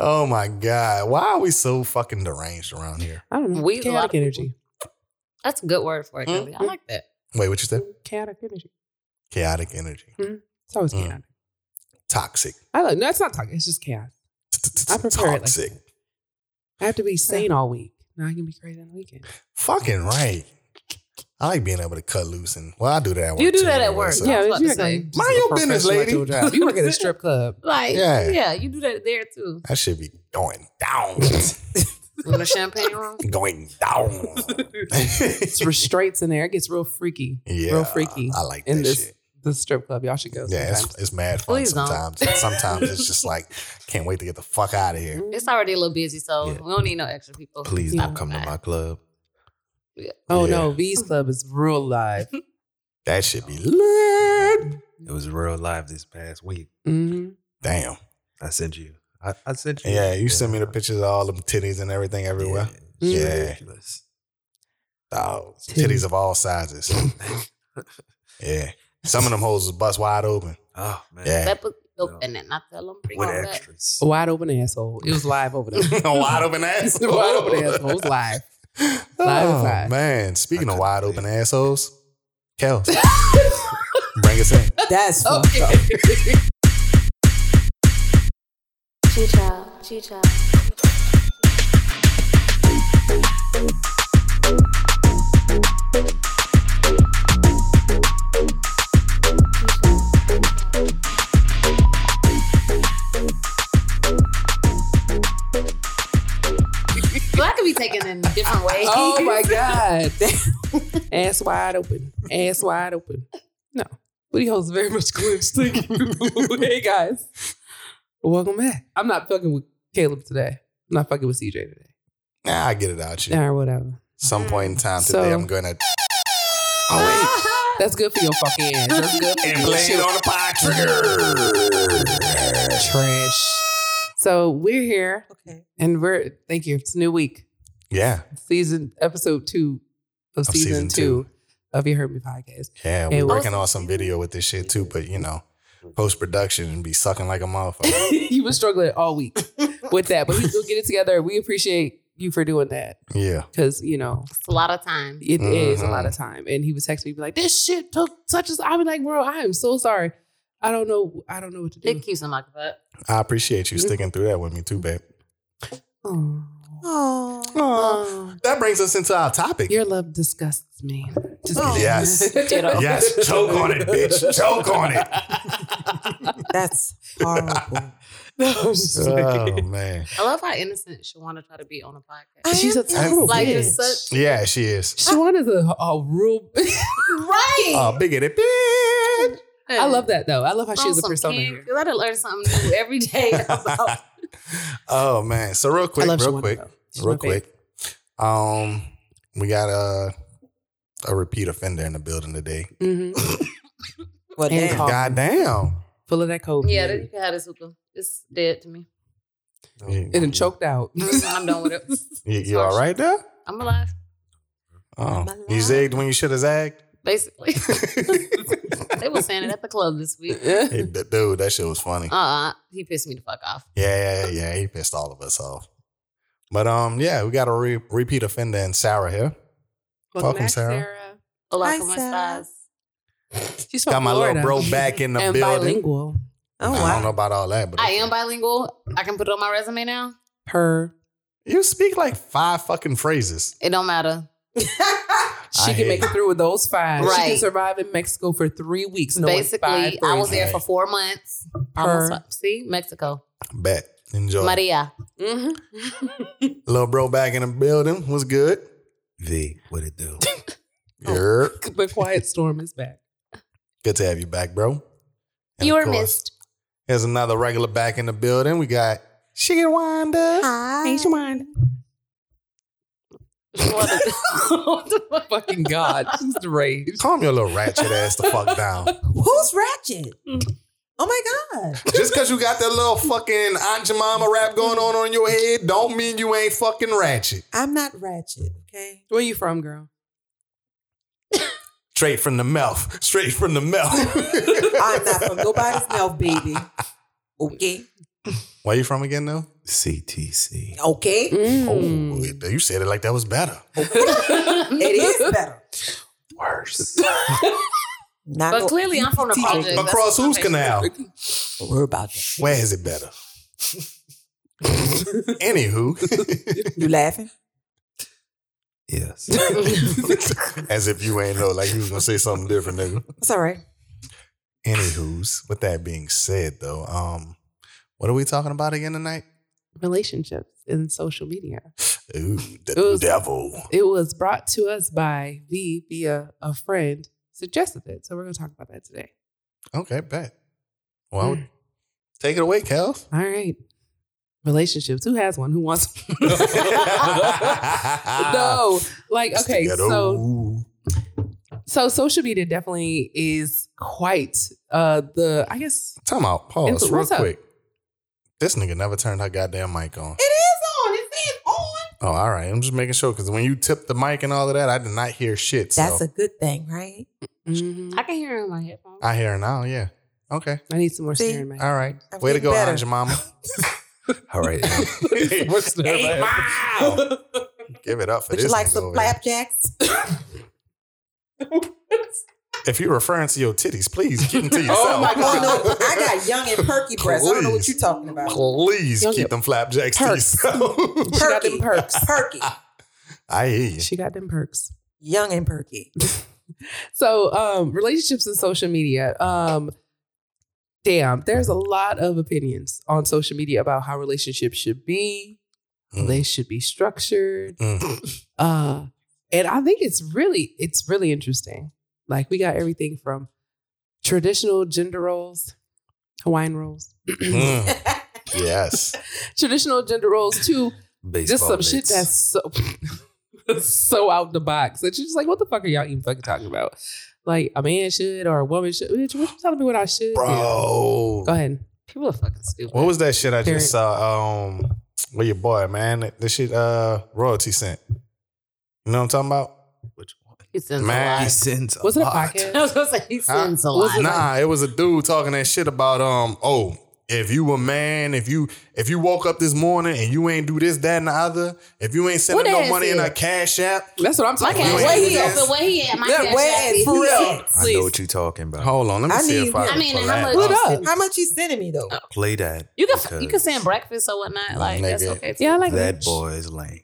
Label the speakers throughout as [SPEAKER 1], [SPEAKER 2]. [SPEAKER 1] Oh my God. Why are we so fucking deranged around here?
[SPEAKER 2] I don't know.
[SPEAKER 3] We use a lot
[SPEAKER 2] chaotic
[SPEAKER 3] of-
[SPEAKER 2] energy.
[SPEAKER 3] That's a good word for it, Kelly. I
[SPEAKER 2] Mhm.
[SPEAKER 3] like that.
[SPEAKER 1] Wait, what you said?
[SPEAKER 2] Chaotic energy.
[SPEAKER 1] Chaotic energy.
[SPEAKER 2] It's always
[SPEAKER 1] Mm.
[SPEAKER 2] chaotic.
[SPEAKER 1] Toxic.
[SPEAKER 2] I like. No, it's not talking. It's just chaos. I prefer it like
[SPEAKER 1] Toxic.
[SPEAKER 2] that. I have to be sane all week. Now I can be crazy on the weekend.
[SPEAKER 1] Fucking right. I like being able to cut loose and well, I do that. At work
[SPEAKER 3] You do
[SPEAKER 1] too,
[SPEAKER 3] that at
[SPEAKER 1] anyway,
[SPEAKER 3] work.
[SPEAKER 1] so-
[SPEAKER 3] Yeah. I was
[SPEAKER 2] but
[SPEAKER 3] about
[SPEAKER 2] you're
[SPEAKER 3] to
[SPEAKER 2] not
[SPEAKER 3] say.
[SPEAKER 2] gonna-
[SPEAKER 1] Mind your business,
[SPEAKER 2] professional at your
[SPEAKER 1] lady.
[SPEAKER 2] job. You work at a strip club.
[SPEAKER 3] Like,
[SPEAKER 1] Yeah.
[SPEAKER 3] yeah. you do that there too.
[SPEAKER 1] That should be going down.
[SPEAKER 3] With the champagne room.
[SPEAKER 1] going down.
[SPEAKER 2] It's restraints in there. It gets real freaky.
[SPEAKER 1] yeah.
[SPEAKER 2] real freaky.
[SPEAKER 1] I like
[SPEAKER 2] in
[SPEAKER 1] that
[SPEAKER 2] this
[SPEAKER 1] shit.
[SPEAKER 2] this strip club. Y'all should go.
[SPEAKER 1] Yeah,
[SPEAKER 2] Sometimes.
[SPEAKER 1] it's, it's mad fun
[SPEAKER 3] Please don't.
[SPEAKER 1] sometimes. And sometimes it's just like, can't wait to get the fuck out of here.
[SPEAKER 3] It's already a little busy, so
[SPEAKER 1] Yeah.
[SPEAKER 3] we don't need no extra people.
[SPEAKER 1] Please
[SPEAKER 2] Yeah.
[SPEAKER 1] don't come to my club.
[SPEAKER 2] oh
[SPEAKER 1] yeah.
[SPEAKER 2] no, V's club is real live.
[SPEAKER 1] That should be lit.
[SPEAKER 4] It was real live this past week.
[SPEAKER 2] Mhm.
[SPEAKER 1] Damn.
[SPEAKER 4] I sent you. I, I sent you. uh,
[SPEAKER 1] Yeah, you sent me the pictures of all them titties and everything everywhere.
[SPEAKER 4] Yeah. it's
[SPEAKER 1] Yeah.
[SPEAKER 4] ridiculous.
[SPEAKER 1] Oh,
[SPEAKER 2] Titties.
[SPEAKER 1] titties of all sizes. yeah. Some of them hoes was bust wide open.
[SPEAKER 4] Oh man.
[SPEAKER 1] Yeah.
[SPEAKER 3] That book open and I tell them bring
[SPEAKER 4] With
[SPEAKER 3] on back.
[SPEAKER 4] extras.
[SPEAKER 2] Wide open asshole. It was live over there.
[SPEAKER 1] wide open ass.
[SPEAKER 2] Wide open asshole. It was live. Live
[SPEAKER 1] oh,
[SPEAKER 2] is live.
[SPEAKER 1] man. Speaking of
[SPEAKER 4] couldn't
[SPEAKER 1] wide
[SPEAKER 4] believe
[SPEAKER 1] open assholes, Kels, bring us in.
[SPEAKER 2] That's fucked up.
[SPEAKER 3] Okay.
[SPEAKER 5] Chicha, chicha.
[SPEAKER 3] Well, that could be taken in different ways.
[SPEAKER 2] Oh my god. Ass wide open. Ass wide open. No. Booty holes very much clinched. Thank you. hey guys. Welcome back. I'm not fucking with Caleb today. I'm not fucking with CJ today.
[SPEAKER 1] Nah, I get it out you.
[SPEAKER 2] All right, whatever.
[SPEAKER 1] Some point in time
[SPEAKER 2] So-
[SPEAKER 1] today, I'm going to. Oh,
[SPEAKER 2] That's good for your fucking ass. That's good for
[SPEAKER 1] wait.
[SPEAKER 2] your
[SPEAKER 1] And blame
[SPEAKER 2] shit.
[SPEAKER 1] it on the pie trigger.
[SPEAKER 2] trash. So we're here
[SPEAKER 3] Okay.
[SPEAKER 2] and we're thank you. It's a new week.
[SPEAKER 1] Yeah.
[SPEAKER 2] Season episode two of,
[SPEAKER 1] Of season
[SPEAKER 2] season, two, of your Hurt Me podcast.
[SPEAKER 1] Yeah,
[SPEAKER 2] Hey,
[SPEAKER 1] we're
[SPEAKER 2] what-
[SPEAKER 1] working on some video with this shit too, but you know, post production and be sucking like a motherfucker.
[SPEAKER 2] you were struggling all week with that, but we will get it together. We appreciate you for doing that
[SPEAKER 1] yeah.
[SPEAKER 2] because you know
[SPEAKER 3] It's a lot of time.
[SPEAKER 2] it is a
[SPEAKER 1] Mhm.
[SPEAKER 2] lot of time. And he was texting me be like, "This shit took such as I'm like, bro, I am so sorry. I don't know. I don't know what to do."
[SPEAKER 3] It keeps them like that.
[SPEAKER 1] I appreciate you sticking through that with me too, babe.
[SPEAKER 2] Oh,
[SPEAKER 1] Aw. That brings us into our topic.
[SPEAKER 2] your love disgusts me. Just
[SPEAKER 3] Oh.
[SPEAKER 1] Yes.
[SPEAKER 3] Ditto.
[SPEAKER 1] Yes, choke on it, bitch. Choke on it.
[SPEAKER 6] That's horrible.
[SPEAKER 2] No, I was just
[SPEAKER 1] Oh
[SPEAKER 2] like-
[SPEAKER 1] man.
[SPEAKER 3] I love how innocent Shawana try to be on a podcast.
[SPEAKER 6] I
[SPEAKER 2] She's a
[SPEAKER 6] am
[SPEAKER 2] total
[SPEAKER 3] Like
[SPEAKER 2] bitch.
[SPEAKER 3] it's such
[SPEAKER 1] Yeah, she is.
[SPEAKER 2] Shawana's a, a real.
[SPEAKER 3] right.
[SPEAKER 1] Oh, bigoted bitch.
[SPEAKER 2] I love that though. I love how she's a
[SPEAKER 3] Awesome,
[SPEAKER 2] persona.
[SPEAKER 3] kid. You gotta learn something new every day. about-
[SPEAKER 1] oh man. So real quick,
[SPEAKER 2] I love
[SPEAKER 1] real
[SPEAKER 2] Shawana,
[SPEAKER 1] quick.
[SPEAKER 2] though. She's
[SPEAKER 1] real
[SPEAKER 2] my favorite.
[SPEAKER 1] quick. Um, we got a a repeat offender in the building today.
[SPEAKER 2] Mhm.
[SPEAKER 6] Well,
[SPEAKER 2] And
[SPEAKER 6] damn.
[SPEAKER 2] Awesome.
[SPEAKER 1] God damn.
[SPEAKER 2] Full of that COVID.
[SPEAKER 3] yeah, that, you can have this hookah. It's dead to me.
[SPEAKER 4] Oh,
[SPEAKER 2] and then choked out.
[SPEAKER 3] I'm done with it.
[SPEAKER 1] You, you all right there?
[SPEAKER 3] I'm alive,
[SPEAKER 1] Oh,
[SPEAKER 6] I'm
[SPEAKER 1] you
[SPEAKER 6] alive.
[SPEAKER 1] zagged when you should have zagged.
[SPEAKER 3] basically. they were saying it at the club this week.
[SPEAKER 1] Hey, d- dude, that shit was funny.
[SPEAKER 2] Uh-huh.
[SPEAKER 3] Uh, uh he pissed me the fuck off.
[SPEAKER 1] Yeah, yeah, yeah. He pissed all of us off. But um, yeah, we got a re- repeat offender and Sarah here. Welcome, Sarah.
[SPEAKER 3] Hola,
[SPEAKER 6] Hi,
[SPEAKER 3] ¿cómo
[SPEAKER 6] Sarah.
[SPEAKER 3] estás?
[SPEAKER 2] She's
[SPEAKER 1] Got
[SPEAKER 2] from
[SPEAKER 1] my
[SPEAKER 2] Florida.
[SPEAKER 1] little bro back in the
[SPEAKER 2] and
[SPEAKER 1] building.
[SPEAKER 2] bilingual.
[SPEAKER 6] Oh,
[SPEAKER 1] I don't know
[SPEAKER 6] wow.
[SPEAKER 1] about all that, but
[SPEAKER 3] I am bilingual. I can put it on my resume now.
[SPEAKER 2] Her.
[SPEAKER 1] You speak like five fucking phrases.
[SPEAKER 3] It don't matter.
[SPEAKER 2] She
[SPEAKER 1] I
[SPEAKER 2] can
[SPEAKER 1] hate
[SPEAKER 2] make it
[SPEAKER 1] it.
[SPEAKER 2] through with those five. She can
[SPEAKER 3] Right.
[SPEAKER 2] survive in Mexico for three weeks. No
[SPEAKER 3] Basically, I was there
[SPEAKER 1] Right.
[SPEAKER 3] for four months.
[SPEAKER 2] Per.
[SPEAKER 3] Almost, see, Mexico.
[SPEAKER 1] Bet. Enjoy.
[SPEAKER 3] Maria.
[SPEAKER 2] hmm
[SPEAKER 1] Little bro back in the building was good.
[SPEAKER 4] V, what it do?
[SPEAKER 1] Yerp.
[SPEAKER 2] But Quiet Storm is back.
[SPEAKER 1] Good to have you back, bro. And
[SPEAKER 3] you
[SPEAKER 1] of
[SPEAKER 3] were
[SPEAKER 1] course,
[SPEAKER 3] missed.
[SPEAKER 1] There's another regular back in the building. We got Shigewanda.
[SPEAKER 6] Hi.
[SPEAKER 3] What the- what the
[SPEAKER 2] Fucking God. She's deranged.
[SPEAKER 1] Calm your little ratchet ass the fuck down.
[SPEAKER 6] Who's ratchet? Oh my god.
[SPEAKER 1] Just because you got that little fucking Aunt Jemima rap going on on your head, don't mean you ain't fucking ratchet.
[SPEAKER 6] I'm not ratchet, okay?
[SPEAKER 2] Where you from, girl?
[SPEAKER 1] Straight from the mouth. Straight from the mouth.
[SPEAKER 6] I'm not from nobody's mouth, baby. Okay.
[SPEAKER 1] Where you from again, though?
[SPEAKER 4] CTC.
[SPEAKER 6] Okay.
[SPEAKER 2] Mm.
[SPEAKER 1] Oh, you said it like that was better.
[SPEAKER 6] It is better.
[SPEAKER 4] Worse.
[SPEAKER 6] Not
[SPEAKER 3] But
[SPEAKER 6] go-
[SPEAKER 3] clearly, I'm from the
[SPEAKER 6] CTC.
[SPEAKER 3] project. That's
[SPEAKER 1] Across
[SPEAKER 3] what
[SPEAKER 1] whose
[SPEAKER 3] I'm
[SPEAKER 1] canal?
[SPEAKER 6] Don't worry about that.
[SPEAKER 1] Where is it better? Anywho,
[SPEAKER 6] You laughing?
[SPEAKER 4] yes.
[SPEAKER 1] as if you ain't know, like you was gonna say something different, nigga.
[SPEAKER 6] It's all right.
[SPEAKER 1] Anywho's, with that being said, though, um, what are we talking about again tonight?
[SPEAKER 2] Relationships and social media.
[SPEAKER 1] Ooh, the
[SPEAKER 2] It was-
[SPEAKER 1] devil.
[SPEAKER 2] It was brought to us by V via a friend suggested it. So we're going to talk about that today.
[SPEAKER 1] Okay, bet.
[SPEAKER 2] Hmm.
[SPEAKER 1] Well, take it away, Kel.
[SPEAKER 2] All right. Relationships. Who has one? Who wants no. Like,
[SPEAKER 1] It's the
[SPEAKER 2] okay.
[SPEAKER 1] ghetto.
[SPEAKER 2] So so social media definitely is quite uh the I guess
[SPEAKER 1] time out. Pause
[SPEAKER 2] Influ-
[SPEAKER 1] real
[SPEAKER 2] what's up?
[SPEAKER 1] quick. This nigga never turned her goddamn mic on.
[SPEAKER 6] It is on. It says on.
[SPEAKER 1] Oh, all right. I'm just making sure because when you tipped the mic and all of that, I did not hear shit.
[SPEAKER 6] That's
[SPEAKER 1] so
[SPEAKER 6] a good thing, right?
[SPEAKER 3] I can hear it in my headphones.
[SPEAKER 1] I hear her now. Yeah. Okay.
[SPEAKER 2] I need some more
[SPEAKER 6] See?
[SPEAKER 2] sneer in my
[SPEAKER 1] All right.
[SPEAKER 6] I'm
[SPEAKER 1] Way to
[SPEAKER 6] getting
[SPEAKER 1] go,
[SPEAKER 6] better.
[SPEAKER 1] Aunt Mama.
[SPEAKER 4] All right. um,
[SPEAKER 1] wow. Give it up for
[SPEAKER 6] Would
[SPEAKER 1] this.
[SPEAKER 6] you like
[SPEAKER 1] nigga
[SPEAKER 6] some
[SPEAKER 1] over here.
[SPEAKER 6] flapjacks?
[SPEAKER 1] If you're referring to your titties, please keep them to yourself.
[SPEAKER 2] Oh my
[SPEAKER 6] Oh no, I got young and perky breasts. I don't know what you're talking about.
[SPEAKER 1] Please
[SPEAKER 2] Y'all
[SPEAKER 1] keep
[SPEAKER 2] get
[SPEAKER 1] them flapjacks to
[SPEAKER 2] perks.
[SPEAKER 1] yourself.
[SPEAKER 2] She got them perks.
[SPEAKER 6] Perky.
[SPEAKER 1] I hear you.
[SPEAKER 2] She got them perks.
[SPEAKER 6] Young and perky.
[SPEAKER 2] So, um, relationships and social media. Um, damn, there's a lot of opinions on social media about how relationships should be. how
[SPEAKER 1] Mm.
[SPEAKER 2] They should be structured.
[SPEAKER 1] Mm.
[SPEAKER 2] Uh, and I think it's really, it's really interesting. Like we got everything from traditional gender roles, Hawaiian roles,
[SPEAKER 1] Mm. Yes.
[SPEAKER 2] traditional gender roles to
[SPEAKER 4] Baseball
[SPEAKER 2] just some shit
[SPEAKER 4] mitts.
[SPEAKER 2] that's so so out the box that you're just like, what the fuck are y'all even fucking talking about? Like a man should or a woman should. Bitch, what you telling me what I should? do?
[SPEAKER 1] Bro.
[SPEAKER 2] Go ahead. People are fucking stupid.
[SPEAKER 1] What was that shit I just
[SPEAKER 2] Period.
[SPEAKER 1] saw? Um, with your boy, man. That- The shit uh royalty sent. You know what I'm talking about?
[SPEAKER 4] Which one?
[SPEAKER 3] He sends
[SPEAKER 1] Man,
[SPEAKER 3] a
[SPEAKER 4] He
[SPEAKER 3] lot.
[SPEAKER 4] sends a
[SPEAKER 2] Was it a
[SPEAKER 4] lot.
[SPEAKER 2] podcast?
[SPEAKER 3] I was gonna say he sends a
[SPEAKER 2] was
[SPEAKER 3] lot.
[SPEAKER 1] Nah, it was a dude talking that shit about um, oh, if you a man, if you if you woke up this morning and you ain't do this, that, and the other, if you ain't sending
[SPEAKER 3] What
[SPEAKER 1] no
[SPEAKER 3] is
[SPEAKER 1] money in
[SPEAKER 3] it?
[SPEAKER 1] a cash app.
[SPEAKER 2] That's what I'm
[SPEAKER 3] I
[SPEAKER 2] talking
[SPEAKER 3] can't
[SPEAKER 1] You
[SPEAKER 2] about.
[SPEAKER 1] ain't do
[SPEAKER 3] wait. He
[SPEAKER 1] this.
[SPEAKER 3] open way he at my
[SPEAKER 6] Yeah,
[SPEAKER 3] cash
[SPEAKER 6] where
[SPEAKER 3] app.
[SPEAKER 6] is- for real?
[SPEAKER 4] I know what you're talking about.
[SPEAKER 1] Hold on, let me
[SPEAKER 6] I
[SPEAKER 1] see
[SPEAKER 6] need
[SPEAKER 1] if I,
[SPEAKER 6] him.
[SPEAKER 1] can
[SPEAKER 3] I mean,
[SPEAKER 1] pull
[SPEAKER 3] and
[SPEAKER 1] that
[SPEAKER 3] how
[SPEAKER 1] up.
[SPEAKER 3] much?
[SPEAKER 6] Put up.
[SPEAKER 3] send-
[SPEAKER 6] How much you sending me though?
[SPEAKER 1] Oh,
[SPEAKER 4] Play that.
[SPEAKER 3] You can you can
[SPEAKER 4] because
[SPEAKER 3] send breakfast or whatnot. Like that's
[SPEAKER 1] Nigga.
[SPEAKER 3] okay. too.
[SPEAKER 2] Yeah, I like
[SPEAKER 4] That
[SPEAKER 2] bitch.
[SPEAKER 4] boy is lame.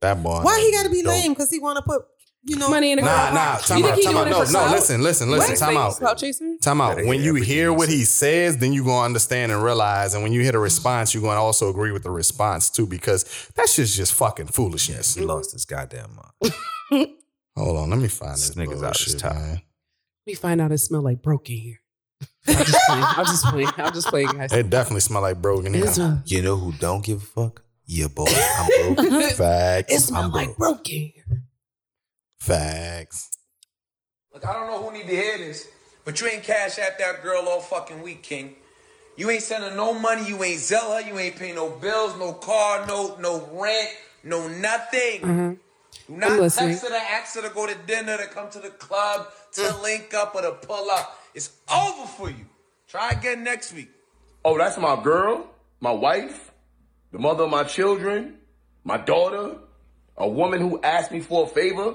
[SPEAKER 1] That boy.
[SPEAKER 6] Why he got to be
[SPEAKER 4] Dope.
[SPEAKER 6] lame? Because he want to put you know
[SPEAKER 2] money in the
[SPEAKER 1] Nah,
[SPEAKER 2] car.
[SPEAKER 1] nah. Time
[SPEAKER 2] you think
[SPEAKER 1] out.
[SPEAKER 2] he
[SPEAKER 1] Time
[SPEAKER 2] doing
[SPEAKER 1] out.
[SPEAKER 2] it
[SPEAKER 1] No,
[SPEAKER 2] for
[SPEAKER 1] no.
[SPEAKER 2] clout?
[SPEAKER 1] Listen, listen, listen.
[SPEAKER 2] What?
[SPEAKER 1] Time out.
[SPEAKER 2] Clout chaser?
[SPEAKER 1] Time out.
[SPEAKER 4] Gotta
[SPEAKER 1] When
[SPEAKER 4] hear
[SPEAKER 1] you
[SPEAKER 4] everything
[SPEAKER 1] hear
[SPEAKER 4] he
[SPEAKER 1] what he
[SPEAKER 4] says.
[SPEAKER 1] says, then you gonna understand and realize. And when you hit a response, you gonna also agree with the response too, because that shit's just fucking foolishness.
[SPEAKER 4] He lost his goddamn mind.
[SPEAKER 1] Hold on, let me find
[SPEAKER 4] This
[SPEAKER 1] this.
[SPEAKER 4] nigga's out his
[SPEAKER 1] bullshit,
[SPEAKER 4] time.
[SPEAKER 1] man.
[SPEAKER 2] We find out it smell like broke in here. I'm just playing. I'm just playing. I'm just playing, guys.
[SPEAKER 1] It definitely smell like broken.
[SPEAKER 2] It
[SPEAKER 1] Yeah.
[SPEAKER 2] smells-
[SPEAKER 4] You know who don't give a fuck? Your boy. I'm broke.
[SPEAKER 2] it
[SPEAKER 1] Facts.
[SPEAKER 2] smell like broke in here.
[SPEAKER 1] Facts.
[SPEAKER 7] Look, I don't know who need to hear this, but you ain't cash app that girl all fucking week, King. You ain't sending no money, you ain't Zell her, you ain't paying no bills, no car, no no rent, no nothing.
[SPEAKER 2] Mm, Uh-huh.
[SPEAKER 7] Do not
[SPEAKER 2] listening.
[SPEAKER 7] text her to ask her to go to dinner, to come to the club, to
[SPEAKER 2] Mm.
[SPEAKER 7] link up or to pull up. It's over for you. Try again next week.
[SPEAKER 8] Oh, that's my girl, my wife, the mother of my children, my daughter, a woman who asked me for a favor.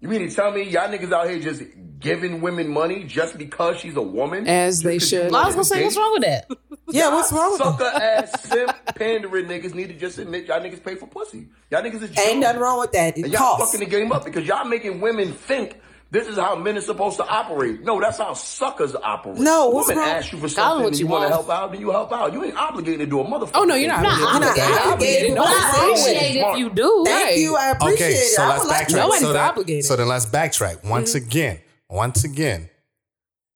[SPEAKER 8] You mean to tell me y'all niggas out here just giving women money just because she's a woman?
[SPEAKER 2] As they
[SPEAKER 8] Just 'cause you
[SPEAKER 2] should.
[SPEAKER 8] want
[SPEAKER 3] I was gonna
[SPEAKER 8] to
[SPEAKER 3] say, what's
[SPEAKER 8] date?
[SPEAKER 3] wrong with that?
[SPEAKER 6] Yeah, what's wrong with him?
[SPEAKER 8] Sucker ass simp pandering niggas need to just admit y'all niggas pay for pussy. Y'all niggas is
[SPEAKER 6] Ain't
[SPEAKER 8] jokes.
[SPEAKER 6] nothing wrong with that. It
[SPEAKER 8] And y'all
[SPEAKER 6] costs.
[SPEAKER 8] fucking the game up because y'all making women think this is how men are supposed to operate. No, that's how suckers operate.
[SPEAKER 6] No, what's
[SPEAKER 8] women
[SPEAKER 6] wrong-
[SPEAKER 8] ask you for
[SPEAKER 3] Call 'em
[SPEAKER 8] something
[SPEAKER 3] what
[SPEAKER 8] and
[SPEAKER 3] you
[SPEAKER 8] you want to
[SPEAKER 3] want.
[SPEAKER 8] help out, then you help out. You ain't obligated to do a motherfucker.
[SPEAKER 2] Oh no, you're not.
[SPEAKER 3] Nah, I'm
[SPEAKER 6] not
[SPEAKER 2] obligated.
[SPEAKER 6] obligated.
[SPEAKER 2] No,
[SPEAKER 6] What's
[SPEAKER 2] I'm
[SPEAKER 6] wrong
[SPEAKER 2] saying.
[SPEAKER 6] with it?
[SPEAKER 3] Appreciate it if you do.
[SPEAKER 2] Right.
[SPEAKER 6] Thank you. I appreciate
[SPEAKER 1] Okay,
[SPEAKER 6] it.
[SPEAKER 1] so
[SPEAKER 6] I
[SPEAKER 1] let's
[SPEAKER 6] would like
[SPEAKER 1] backtrack.
[SPEAKER 6] to.
[SPEAKER 2] Nobody's
[SPEAKER 1] so that-
[SPEAKER 2] obligated.
[SPEAKER 1] So then let's backtrack once again. Once again,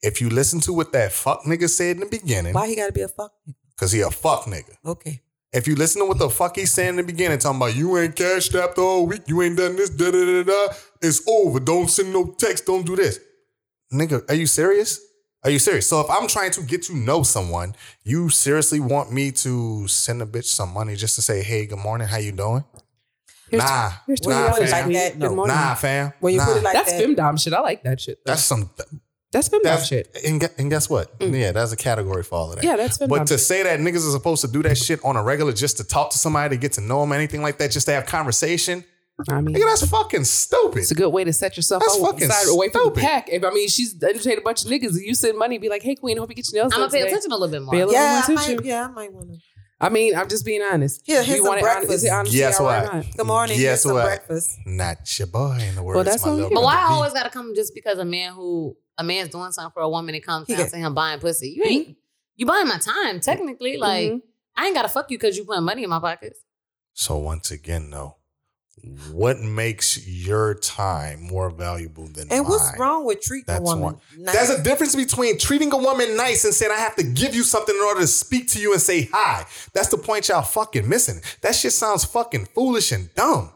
[SPEAKER 1] if you listen to what that fuck nigga said in the beginning,
[SPEAKER 6] Why he got to be a fuck?
[SPEAKER 1] because he a fuck nigga.
[SPEAKER 6] Okay.
[SPEAKER 1] If you listen to what the fuck he's saying in the beginning, talking about you ain't cashed up the whole week, you ain't done this, da da da da, it's over. Don't send no text, don't do this. Nigga, are you serious? Are you serious? So if I'm trying to get to know someone, you seriously want me to send a bitch some money just to say, hey, good morning, how you doing?
[SPEAKER 2] Here's-
[SPEAKER 1] nah,
[SPEAKER 2] here's
[SPEAKER 1] nah, fam.
[SPEAKER 6] $20 like that, no.
[SPEAKER 2] Good morning.
[SPEAKER 1] Nah, fam.
[SPEAKER 6] When you
[SPEAKER 1] nah.
[SPEAKER 6] put it like
[SPEAKER 2] That's
[SPEAKER 6] that,
[SPEAKER 2] femdom shit. I like that shit. though.
[SPEAKER 1] That's some
[SPEAKER 2] That's fembot
[SPEAKER 1] That's
[SPEAKER 2] shit.
[SPEAKER 1] And, gu- and guess what?
[SPEAKER 6] Mm.
[SPEAKER 1] Yeah, that's a category for all of that.
[SPEAKER 2] Yeah, that's
[SPEAKER 1] But
[SPEAKER 2] fembot
[SPEAKER 1] to
[SPEAKER 2] shit.
[SPEAKER 1] say that niggas are supposed to do that shit on a regular just to talk to somebody, to get to know them, anything like that, just to have conversation,
[SPEAKER 2] I mean,
[SPEAKER 1] nigga, that's fucking stupid.
[SPEAKER 2] it's a good way to set yourself
[SPEAKER 1] That's
[SPEAKER 2] out
[SPEAKER 1] fucking
[SPEAKER 2] aside, away from the
[SPEAKER 1] stupid.
[SPEAKER 2] pack. If, I mean, she's entertained a bunch of niggas. and You send money, be like, hey, queen, hope you get your nails
[SPEAKER 3] I'm
[SPEAKER 2] done
[SPEAKER 3] gonna pay
[SPEAKER 2] today."
[SPEAKER 3] attention a little bit more.
[SPEAKER 2] Bail-
[SPEAKER 6] Yeah, I
[SPEAKER 2] Little tissue.
[SPEAKER 6] might, yeah, I might want to.
[SPEAKER 2] I mean, I'm just being honest.
[SPEAKER 6] Here,
[SPEAKER 2] We
[SPEAKER 6] here's some
[SPEAKER 2] want it hon-
[SPEAKER 6] breakfast.
[SPEAKER 2] Is it honest?
[SPEAKER 1] Guess
[SPEAKER 2] yeah,
[SPEAKER 1] what?
[SPEAKER 2] right, right.
[SPEAKER 6] Good morning.
[SPEAKER 1] Guess
[SPEAKER 6] Here's some
[SPEAKER 1] what?
[SPEAKER 6] breakfast.
[SPEAKER 1] Not your boy in the words.
[SPEAKER 2] that's
[SPEAKER 1] my
[SPEAKER 2] on
[SPEAKER 1] little
[SPEAKER 2] you.
[SPEAKER 3] But why
[SPEAKER 1] brother
[SPEAKER 3] I
[SPEAKER 1] B.
[SPEAKER 3] always gotta come just because a man who a man's doing something for a woman, it comes
[SPEAKER 6] He
[SPEAKER 3] down
[SPEAKER 6] got-
[SPEAKER 3] to him buying pussy. You ain't you buying my time technically.
[SPEAKER 6] Mm-hmm.
[SPEAKER 3] Like
[SPEAKER 2] Mhm.
[SPEAKER 3] I ain't gotta fuck you because you putting money in my pockets.
[SPEAKER 1] So once again, though, what makes your time more valuable than
[SPEAKER 6] And what's
[SPEAKER 1] mine?
[SPEAKER 6] wrong with treating
[SPEAKER 1] That's
[SPEAKER 6] a woman?
[SPEAKER 1] one.
[SPEAKER 6] nice?
[SPEAKER 1] There's a difference between treating a woman nice and saying I have to give you something in order to speak to you and say hi. That's the point y'all fucking missing. That shit sounds fucking foolish and dumb.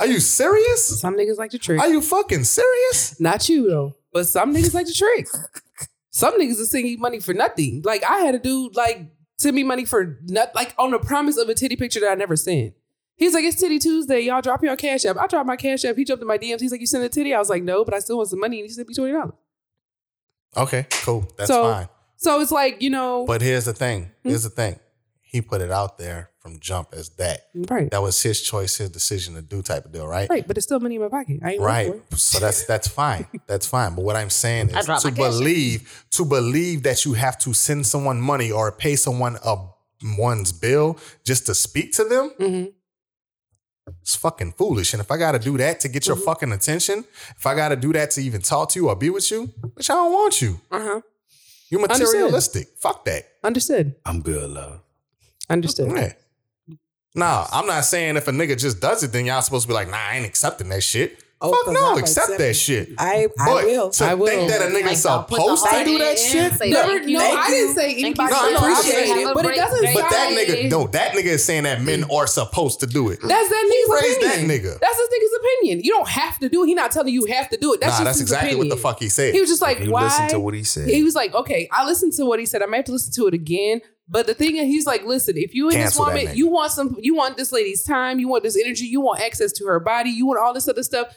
[SPEAKER 1] Are you serious?
[SPEAKER 2] Some niggas like to trick.
[SPEAKER 1] Are you fucking serious?
[SPEAKER 2] Not you though, but some niggas like to trick. Some niggas are sending you money for nothing. Like I had a dude like send me money for not like on the promise of a titty picture that I never sent. He's like, it's titty Tuesday. Y'all drop your cash app. I dropped my cash app. He jumped in my DMs. He's like, you sent a titty. I was like, no, but I still want some money. And he sent me twenty dollars.
[SPEAKER 1] Okay, cool. That's
[SPEAKER 2] So-
[SPEAKER 1] fine.
[SPEAKER 2] So it's like you know,
[SPEAKER 1] But here's the thing. Here's the thing. He put it out there from jump as that.
[SPEAKER 2] right,
[SPEAKER 1] That was his choice, his decision to do type of deal, right?
[SPEAKER 2] right. But it's still money in my pocket. I ain't right.
[SPEAKER 1] Right. So that's that's fine. That's fine. But what I'm saying
[SPEAKER 3] I
[SPEAKER 1] is
[SPEAKER 3] dropped
[SPEAKER 1] to
[SPEAKER 3] my cash.
[SPEAKER 1] believe to believe that you have to send someone money or pay someone a one's bill just to speak to them.
[SPEAKER 2] Mhm.
[SPEAKER 1] It's fucking foolish. And if I gotta do that to get your
[SPEAKER 3] Mm-hmm.
[SPEAKER 1] fucking attention, if I gotta do that to even talk to you or be with you, which I don't want you.
[SPEAKER 2] Uh huh.
[SPEAKER 1] You're
[SPEAKER 2] Understood.
[SPEAKER 1] materialistic. Fuck that.
[SPEAKER 2] Understood.
[SPEAKER 4] I'm good, love.
[SPEAKER 2] Understood.
[SPEAKER 1] Yeah. Nah, I'm not saying if a nigga just does it, then y'all supposed to be like, nah, I ain't accepting that shit.
[SPEAKER 6] Oh,
[SPEAKER 1] Fuck
[SPEAKER 6] 'cause
[SPEAKER 1] no,
[SPEAKER 6] I'm
[SPEAKER 1] accept
[SPEAKER 6] accepting-
[SPEAKER 1] that shit.
[SPEAKER 6] I, I
[SPEAKER 1] but
[SPEAKER 6] will.
[SPEAKER 1] to
[SPEAKER 2] I will.
[SPEAKER 1] think that a
[SPEAKER 3] Like,
[SPEAKER 1] nigga's
[SPEAKER 3] I'll put the
[SPEAKER 1] supposed to
[SPEAKER 3] heart
[SPEAKER 1] do that
[SPEAKER 3] in,
[SPEAKER 1] shit,
[SPEAKER 3] say
[SPEAKER 1] no,
[SPEAKER 3] thank you.
[SPEAKER 2] no, I didn't say
[SPEAKER 3] Thank you.
[SPEAKER 2] anybody
[SPEAKER 1] No, I know, I
[SPEAKER 2] appreciate
[SPEAKER 1] said
[SPEAKER 2] it,
[SPEAKER 3] it.
[SPEAKER 2] but it
[SPEAKER 3] But
[SPEAKER 2] doesn't.
[SPEAKER 1] but that
[SPEAKER 2] sound-
[SPEAKER 1] nigga, no, that nigga is saying that men
[SPEAKER 4] Mm.
[SPEAKER 1] are supposed to do it.
[SPEAKER 2] That's that nigga's
[SPEAKER 1] raised that
[SPEAKER 2] opinion.
[SPEAKER 1] nigga.
[SPEAKER 2] That's this nigga's opinion. You don't have to do it. He not telling you you have to do it.
[SPEAKER 1] nah,
[SPEAKER 2] That's just
[SPEAKER 1] that's
[SPEAKER 2] his
[SPEAKER 1] exactly
[SPEAKER 2] opinion.
[SPEAKER 1] what the fuck he said.
[SPEAKER 2] He was just like,
[SPEAKER 4] If you
[SPEAKER 2] why?
[SPEAKER 4] listen to what he said.
[SPEAKER 2] he was like, okay, I listened to what he said. I may have to listen to it again. But the thing is, he's like, listen, if you and this
[SPEAKER 1] Cancel that
[SPEAKER 2] woman,
[SPEAKER 1] nigga.
[SPEAKER 2] you want some, you want this lady's time, you want this energy, you want access to her body, you want all this other stuff.